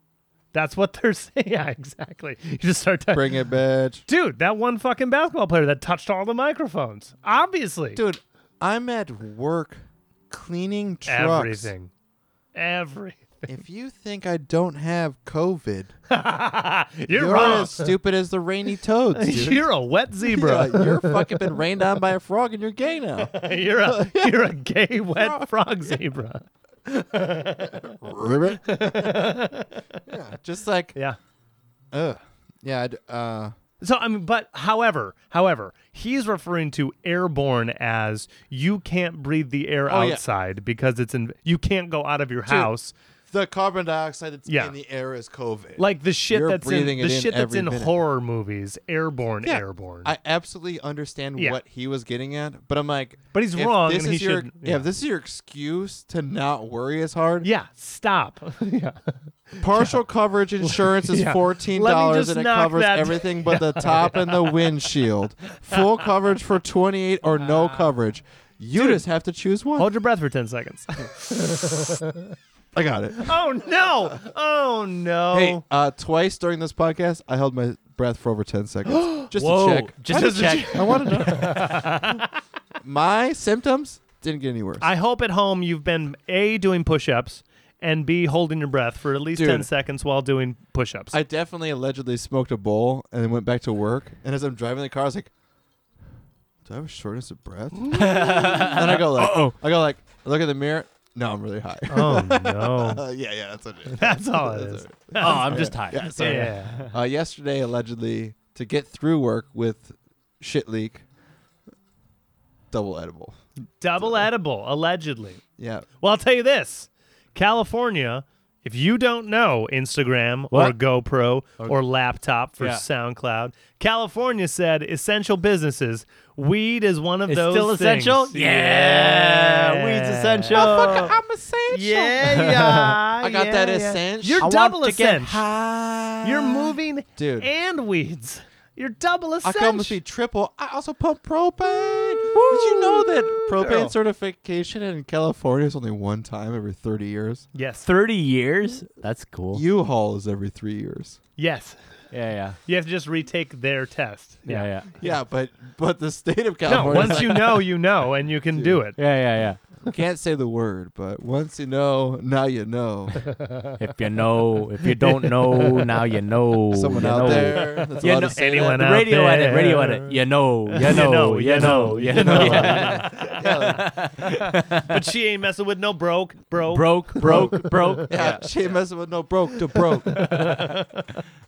[SPEAKER 1] That's what they're [LAUGHS] saying. Yeah, exactly. You just start to
[SPEAKER 3] [LAUGHS] bring it, bitch.
[SPEAKER 1] Dude, that one fucking basketball player that touched all the microphones. Obviously.
[SPEAKER 3] Dude, I'm at work cleaning trucks.
[SPEAKER 1] Everything. [LAUGHS] Everything.
[SPEAKER 3] If you think I don't have
[SPEAKER 1] [LAUGHS]
[SPEAKER 3] COVID,
[SPEAKER 1] You're,
[SPEAKER 3] you're
[SPEAKER 1] wrong.
[SPEAKER 3] as stupid as the rainy toads,
[SPEAKER 1] [LAUGHS]
[SPEAKER 3] dude.
[SPEAKER 1] You're a wet
[SPEAKER 3] [LAUGHS] Yeah,
[SPEAKER 1] zebra. [LAUGHS]
[SPEAKER 3] you're fucking been rained on by a frog and you're gay now.
[SPEAKER 1] you're
[SPEAKER 3] [LAUGHS]
[SPEAKER 1] a you're a gay wet frog zebra.
[SPEAKER 3] Ribbit. yeah, just like,
[SPEAKER 1] Yeah.
[SPEAKER 3] ugh. Yeah, I'd, uh,
[SPEAKER 1] So I mean, but however, however, he's referring to airborne as you can't breathe the air
[SPEAKER 3] Oh, yeah.
[SPEAKER 1] outside because it's in. You can't go out of your house.
[SPEAKER 3] the carbon dioxide that's
[SPEAKER 1] Yeah.
[SPEAKER 3] in the air is COVID.
[SPEAKER 1] Like the shit
[SPEAKER 3] You're
[SPEAKER 1] that's in
[SPEAKER 3] breathing
[SPEAKER 1] the
[SPEAKER 3] it in
[SPEAKER 1] shit that's
[SPEAKER 3] every
[SPEAKER 1] in
[SPEAKER 3] minute.
[SPEAKER 1] horror movies. Airborne,
[SPEAKER 3] Yeah,
[SPEAKER 1] airborne.
[SPEAKER 3] I absolutely understand
[SPEAKER 1] Yeah.
[SPEAKER 3] what he was getting at, but I'm like,
[SPEAKER 1] But he's
[SPEAKER 3] if
[SPEAKER 1] wrong
[SPEAKER 3] This
[SPEAKER 1] and
[SPEAKER 3] is
[SPEAKER 1] he
[SPEAKER 3] your,
[SPEAKER 1] shouldn't-
[SPEAKER 3] yeah.
[SPEAKER 1] yeah.
[SPEAKER 3] if this is your excuse to not worry as hard.
[SPEAKER 1] yeah.
[SPEAKER 3] [LAUGHS]
[SPEAKER 1] Stop. yeah. [LAUGHS]
[SPEAKER 3] Partial coverage insurance is
[SPEAKER 1] Yeah.
[SPEAKER 3] fourteen
[SPEAKER 1] Let me
[SPEAKER 3] dollars
[SPEAKER 1] just
[SPEAKER 3] and it
[SPEAKER 1] knock
[SPEAKER 3] covers
[SPEAKER 1] that-
[SPEAKER 3] everything but the
[SPEAKER 1] [LAUGHS]
[SPEAKER 3] top and the windshield. Full coverage for twenty eight or no coverage. You just have to choose one.
[SPEAKER 1] Ah. Hold your breath for ten seconds.
[SPEAKER 3] I got it.
[SPEAKER 1] oh no! Oh no!
[SPEAKER 3] Hey, uh, twice during this podcast, I held my breath for over
[SPEAKER 1] [GASPS]
[SPEAKER 3] ten seconds just
[SPEAKER 2] Whoa.
[SPEAKER 3] to check.
[SPEAKER 2] Just to check.
[SPEAKER 3] I wanted to. my symptoms didn't get any worse.
[SPEAKER 1] I hope at home you've been A, doing push ups, and B, holding your breath for at least
[SPEAKER 3] Dude.
[SPEAKER 1] 10 seconds while doing push ups.
[SPEAKER 3] I definitely allegedly smoked a bowl and then went back to work. And as I'm driving the car, I was like, "Do I have a shortness of
[SPEAKER 1] [LAUGHS]
[SPEAKER 3] breath?" and I go like,
[SPEAKER 2] Uh-oh.
[SPEAKER 3] I go like, I look in the mirror. No, I'm really high.
[SPEAKER 1] oh, no.
[SPEAKER 3] Uh, [LAUGHS] yeah, yeah, that's what it is.
[SPEAKER 1] [LAUGHS]
[SPEAKER 3] [LAUGHS]
[SPEAKER 1] That's all it is.
[SPEAKER 2] [LAUGHS] Oh, I'm just tired.
[SPEAKER 3] Yeah, sorry.
[SPEAKER 1] Yeah.
[SPEAKER 3] Uh, yesterday, allegedly, to get through work with shit leak, double edible.
[SPEAKER 1] Double edible, allegedly.
[SPEAKER 3] Yeah.
[SPEAKER 1] Well, I'll tell you this California, if you don't know Instagram or
[SPEAKER 2] What?
[SPEAKER 1] GoPro or, laptop for
[SPEAKER 2] Yeah.
[SPEAKER 1] SoundCloud, California said essential businesses. Weed is one of
[SPEAKER 2] It's
[SPEAKER 1] those
[SPEAKER 2] still
[SPEAKER 1] things.
[SPEAKER 2] essential? Yeah, weed's essential.
[SPEAKER 4] Motherfucker, I'm essential.
[SPEAKER 1] Uh, [LAUGHS] Yeah, yeah.
[SPEAKER 4] I got
[SPEAKER 1] yeah,
[SPEAKER 4] that
[SPEAKER 1] yeah.
[SPEAKER 4] essential.
[SPEAKER 1] You're
[SPEAKER 4] I
[SPEAKER 1] double
[SPEAKER 4] want to get
[SPEAKER 1] essential.
[SPEAKER 4] high.
[SPEAKER 1] You're moving
[SPEAKER 3] Dude.
[SPEAKER 1] and weeds. You're double
[SPEAKER 3] I
[SPEAKER 1] essential.
[SPEAKER 3] could almost be triple. I also pump propane. Did you know that propane
[SPEAKER 1] Girl.
[SPEAKER 3] certification in California is only one time every 30 years?
[SPEAKER 1] yes.
[SPEAKER 2] 30 years? That's cool.
[SPEAKER 3] U-Haul is every three years.
[SPEAKER 1] Yes.
[SPEAKER 2] yeah, yeah.
[SPEAKER 1] You have to just retake their test.
[SPEAKER 2] Yeah, yeah.
[SPEAKER 3] Yeah, but but the state [LAUGHS] of
[SPEAKER 1] No,
[SPEAKER 3] California.
[SPEAKER 1] once you know, you know, and you can do
[SPEAKER 2] [LAUGHS]
[SPEAKER 1] it.
[SPEAKER 2] Yeah, yeah,
[SPEAKER 3] [LAUGHS] can't say the word, but once you know, now you know.
[SPEAKER 2] yeah. if you know, if you don't know, now you know.
[SPEAKER 3] Someone
[SPEAKER 2] you
[SPEAKER 3] out
[SPEAKER 2] know.
[SPEAKER 3] there that's
[SPEAKER 2] You
[SPEAKER 3] allowed
[SPEAKER 2] know-
[SPEAKER 3] to say
[SPEAKER 1] anyone
[SPEAKER 2] The
[SPEAKER 1] out
[SPEAKER 2] radio
[SPEAKER 1] there.
[SPEAKER 2] edit, radio edit. You [LAUGHS] know, you
[SPEAKER 1] You
[SPEAKER 2] know,
[SPEAKER 1] know,
[SPEAKER 2] you
[SPEAKER 1] you know,
[SPEAKER 2] know, [LAUGHS] you know.
[SPEAKER 3] that. Yeah,
[SPEAKER 1] But she ain't messing with no broke, broke.
[SPEAKER 2] Broke, [LAUGHS] broke, broke.
[SPEAKER 3] yeah, she messing with no broke to broke.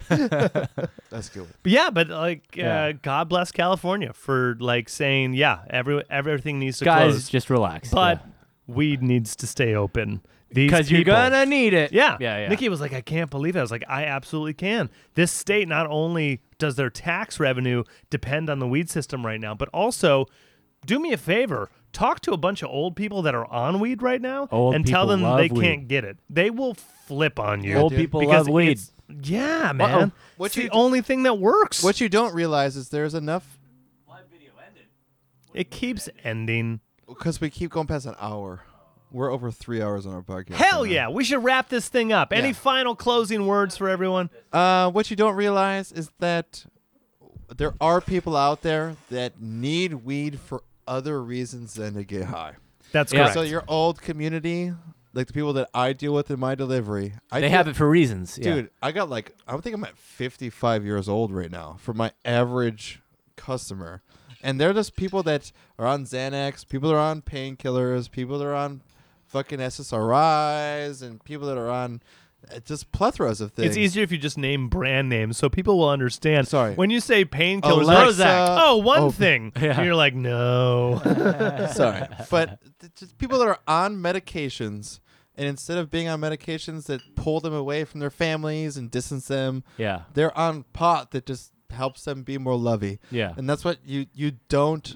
[SPEAKER 3] that's good.
[SPEAKER 1] But yeah, but like,
[SPEAKER 2] Yeah.
[SPEAKER 1] Uh, God bless California for like saying, yeah, every everything needs to
[SPEAKER 2] Guys,
[SPEAKER 1] close,
[SPEAKER 2] just relax.
[SPEAKER 1] but weed needs to stay open. These
[SPEAKER 2] because you're
[SPEAKER 1] people-
[SPEAKER 2] gonna need it.
[SPEAKER 1] Yeah.
[SPEAKER 2] yeah, yeah.
[SPEAKER 1] Nikki was like, I can't believe it. I was like, I absolutely can. This state not only does their tax revenue depend on the weed system right now, but also do me a favor. Talk to a bunch of old people that are on weed right now
[SPEAKER 2] Old
[SPEAKER 1] and tell
[SPEAKER 2] people
[SPEAKER 1] them
[SPEAKER 2] love
[SPEAKER 1] they
[SPEAKER 2] weed.
[SPEAKER 1] can't get it. They will flip on you.
[SPEAKER 2] Old
[SPEAKER 3] dude.
[SPEAKER 2] people
[SPEAKER 1] because
[SPEAKER 2] love weed.
[SPEAKER 1] it's- Yeah, man.
[SPEAKER 3] What
[SPEAKER 1] What's
[SPEAKER 3] you
[SPEAKER 1] the
[SPEAKER 3] d-
[SPEAKER 1] only thing that works?
[SPEAKER 3] What you don't realize is there's enough
[SPEAKER 1] it keeps ending.
[SPEAKER 3] because we keep going past an hour. We're over three hours on our podcast.
[SPEAKER 1] Hell
[SPEAKER 3] right now.
[SPEAKER 1] yeah. We should wrap this thing up. Any
[SPEAKER 3] Yeah.
[SPEAKER 1] final closing words for everyone?
[SPEAKER 3] Uh, what you don't realize is that there are people out there that need weed for other reasons than to get high.
[SPEAKER 1] That's
[SPEAKER 2] Yeah.
[SPEAKER 1] correct.
[SPEAKER 3] So your old community, like the people that I deal with in my delivery, I
[SPEAKER 2] They
[SPEAKER 3] deal-
[SPEAKER 2] have it for reasons. yeah.
[SPEAKER 3] Dude, I got like I think I'm at 55 years old right now for my average customer, and they're just people that are on Xanax, people that are on painkillers, people that are on fucking SSRIs, and people that are on uh, just plethoras of things.
[SPEAKER 1] It's easier if you just name brand names so people will understand.
[SPEAKER 3] Sorry.
[SPEAKER 1] When you say painkillers,
[SPEAKER 3] Alexa-
[SPEAKER 1] like, oh, one
[SPEAKER 3] oh, [LAUGHS]
[SPEAKER 1] thing.
[SPEAKER 2] Yeah.
[SPEAKER 1] And you're like, no.
[SPEAKER 3] Sorry, [LAUGHS] but th- just people that are on medications, and instead of being on medications that pull them away from their families and distance them,
[SPEAKER 2] Yeah.
[SPEAKER 3] they're on pot that just helps them be more lovey.
[SPEAKER 2] Yeah.
[SPEAKER 3] and that's what you you don't.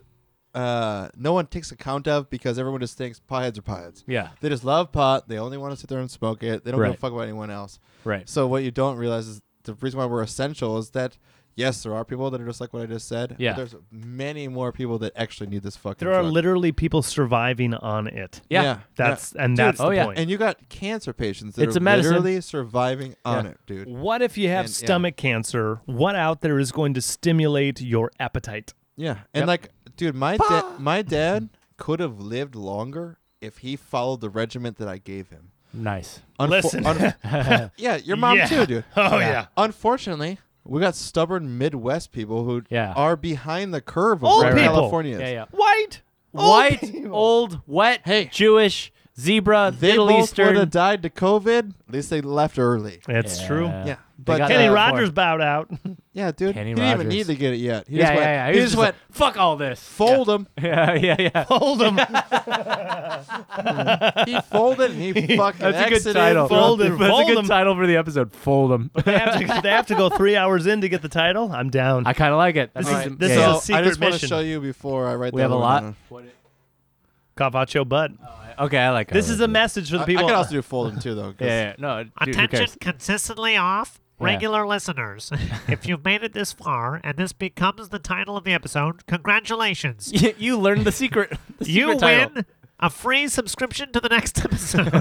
[SPEAKER 3] Uh, no one takes account of because everyone just thinks potheads are potheads.
[SPEAKER 2] Yeah.
[SPEAKER 3] They just love pot. They only want to sit there and smoke it. They don't give
[SPEAKER 2] Right.
[SPEAKER 3] a fuck about anyone else.
[SPEAKER 2] Right.
[SPEAKER 3] So what you don't realize is the reason why we're essential is that yes, there are people that are just like what I just said.
[SPEAKER 2] Yeah.
[SPEAKER 3] But there's many more people that actually need this fucking.
[SPEAKER 1] there are
[SPEAKER 3] drug.
[SPEAKER 1] literally people surviving on it.
[SPEAKER 2] Yeah.
[SPEAKER 1] That's and that's
[SPEAKER 2] oh,
[SPEAKER 1] the
[SPEAKER 2] yeah.
[SPEAKER 1] point.
[SPEAKER 3] And you got cancer patients that
[SPEAKER 2] It's
[SPEAKER 3] are
[SPEAKER 2] a medicine.
[SPEAKER 3] literally surviving on
[SPEAKER 2] Yeah.
[SPEAKER 3] it, dude.
[SPEAKER 1] what if you have
[SPEAKER 3] and- yeah.
[SPEAKER 1] stomach cancer? What out there is going to stimulate your appetite?
[SPEAKER 3] Yeah. And
[SPEAKER 2] Yep.
[SPEAKER 3] like, dude, my da- my dad could have lived longer if he followed the regiment that I gave him.
[SPEAKER 2] Nice.
[SPEAKER 3] Unfor-
[SPEAKER 1] Listen.
[SPEAKER 2] [LAUGHS]
[SPEAKER 3] un- yeah, your mom
[SPEAKER 1] Yeah.
[SPEAKER 3] too, dude.
[SPEAKER 1] Oh
[SPEAKER 2] Yeah.
[SPEAKER 1] yeah.
[SPEAKER 3] Unfortunately, we got stubborn Midwest people who
[SPEAKER 2] Yeah.
[SPEAKER 3] are behind the curve of
[SPEAKER 1] Old
[SPEAKER 3] where
[SPEAKER 1] people.
[SPEAKER 3] California is.
[SPEAKER 2] Yeah, yeah.
[SPEAKER 1] White. old
[SPEAKER 2] White,
[SPEAKER 1] people.
[SPEAKER 2] old, wet, Jewish, zebra,
[SPEAKER 3] They
[SPEAKER 2] Middle
[SPEAKER 3] both
[SPEAKER 2] Eastern.
[SPEAKER 3] would have died to COVID. At least they left early.
[SPEAKER 1] It's true.
[SPEAKER 3] Yeah.
[SPEAKER 2] They
[SPEAKER 3] But
[SPEAKER 2] got
[SPEAKER 1] Kenny
[SPEAKER 2] that
[SPEAKER 1] Rogers
[SPEAKER 2] before.
[SPEAKER 1] bowed out. [LAUGHS]
[SPEAKER 3] Yeah, dude.
[SPEAKER 2] Kenny
[SPEAKER 3] he didn't even
[SPEAKER 2] Rogers.
[SPEAKER 3] need to get it yet. He
[SPEAKER 2] Yeah,
[SPEAKER 3] just
[SPEAKER 2] yeah,
[SPEAKER 3] went,
[SPEAKER 2] yeah.
[SPEAKER 3] He, just went,
[SPEAKER 2] like, fuck all this.
[SPEAKER 3] fold him.
[SPEAKER 2] Yeah, yeah, [LAUGHS] yeah.
[SPEAKER 1] Hold him.
[SPEAKER 3] He folded and he fucking
[SPEAKER 2] That's a good
[SPEAKER 3] exited,
[SPEAKER 2] title.
[SPEAKER 1] Fold
[SPEAKER 3] fucking-
[SPEAKER 1] 'em.
[SPEAKER 2] That's a
[SPEAKER 1] Fold
[SPEAKER 2] good
[SPEAKER 1] 'em.
[SPEAKER 2] title for the episode. Fold 'em.
[SPEAKER 1] they, have to, they have to go three hours in to get the title. I'm down.
[SPEAKER 2] [LAUGHS] I kind of like it. That
[SPEAKER 1] This
[SPEAKER 2] makes
[SPEAKER 1] is-
[SPEAKER 2] it-
[SPEAKER 1] this
[SPEAKER 2] yeah,
[SPEAKER 1] is
[SPEAKER 2] yeah.
[SPEAKER 1] a
[SPEAKER 3] I
[SPEAKER 1] secret
[SPEAKER 3] just want to
[SPEAKER 1] mission.
[SPEAKER 3] show you before I write
[SPEAKER 2] we
[SPEAKER 3] that
[SPEAKER 2] have a
[SPEAKER 3] one
[SPEAKER 2] lot.
[SPEAKER 3] down.
[SPEAKER 1] Cavacho butt.
[SPEAKER 2] Okay, I like it.
[SPEAKER 1] This is a message for the
[SPEAKER 3] I,
[SPEAKER 1] people.
[SPEAKER 3] I could also do fold him too, though. 'cause-
[SPEAKER 2] Yeah, yeah. No, dude, who
[SPEAKER 5] Attention
[SPEAKER 2] cares?
[SPEAKER 5] consistently off.
[SPEAKER 2] Yeah. [LAUGHS]
[SPEAKER 5] Regular listeners, if you've made it this far and this becomes the title of the episode,
[SPEAKER 2] [LAUGHS]
[SPEAKER 5] congratulations.
[SPEAKER 2] You- you learned the [LAUGHS] secret. the
[SPEAKER 5] you win
[SPEAKER 2] secret title.
[SPEAKER 5] a free subscription to the next [LAUGHS] episode.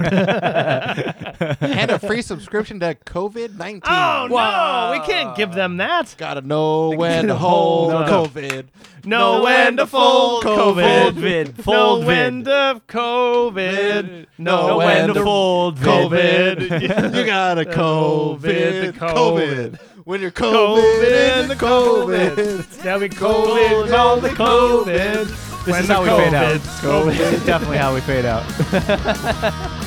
[SPEAKER 3] and a free subscription to COVID 19.
[SPEAKER 1] Oh no, we can't give them that.
[SPEAKER 3] Gotta know when to hold
[SPEAKER 1] No, no.
[SPEAKER 3] COVID.
[SPEAKER 1] No, when to fold COVID.
[SPEAKER 2] Fold vid.
[SPEAKER 1] No
[SPEAKER 2] Fold
[SPEAKER 1] when
[SPEAKER 2] vid.
[SPEAKER 1] to COVID.
[SPEAKER 3] Vid. No
[SPEAKER 2] when
[SPEAKER 3] when
[SPEAKER 2] to
[SPEAKER 3] to
[SPEAKER 2] fold
[SPEAKER 1] [LAUGHS]
[SPEAKER 2] vid.
[SPEAKER 3] [LAUGHS]
[SPEAKER 1] COVID.
[SPEAKER 3] You got a COVID.
[SPEAKER 1] COVID, the COVID.
[SPEAKER 3] When you're COVID in the COVID.
[SPEAKER 1] Now we COVID. Now the COVID.
[SPEAKER 2] This
[SPEAKER 1] When
[SPEAKER 2] is
[SPEAKER 1] the
[SPEAKER 2] how we fade out.
[SPEAKER 1] COVID.
[SPEAKER 2] This is definitely how we fade out.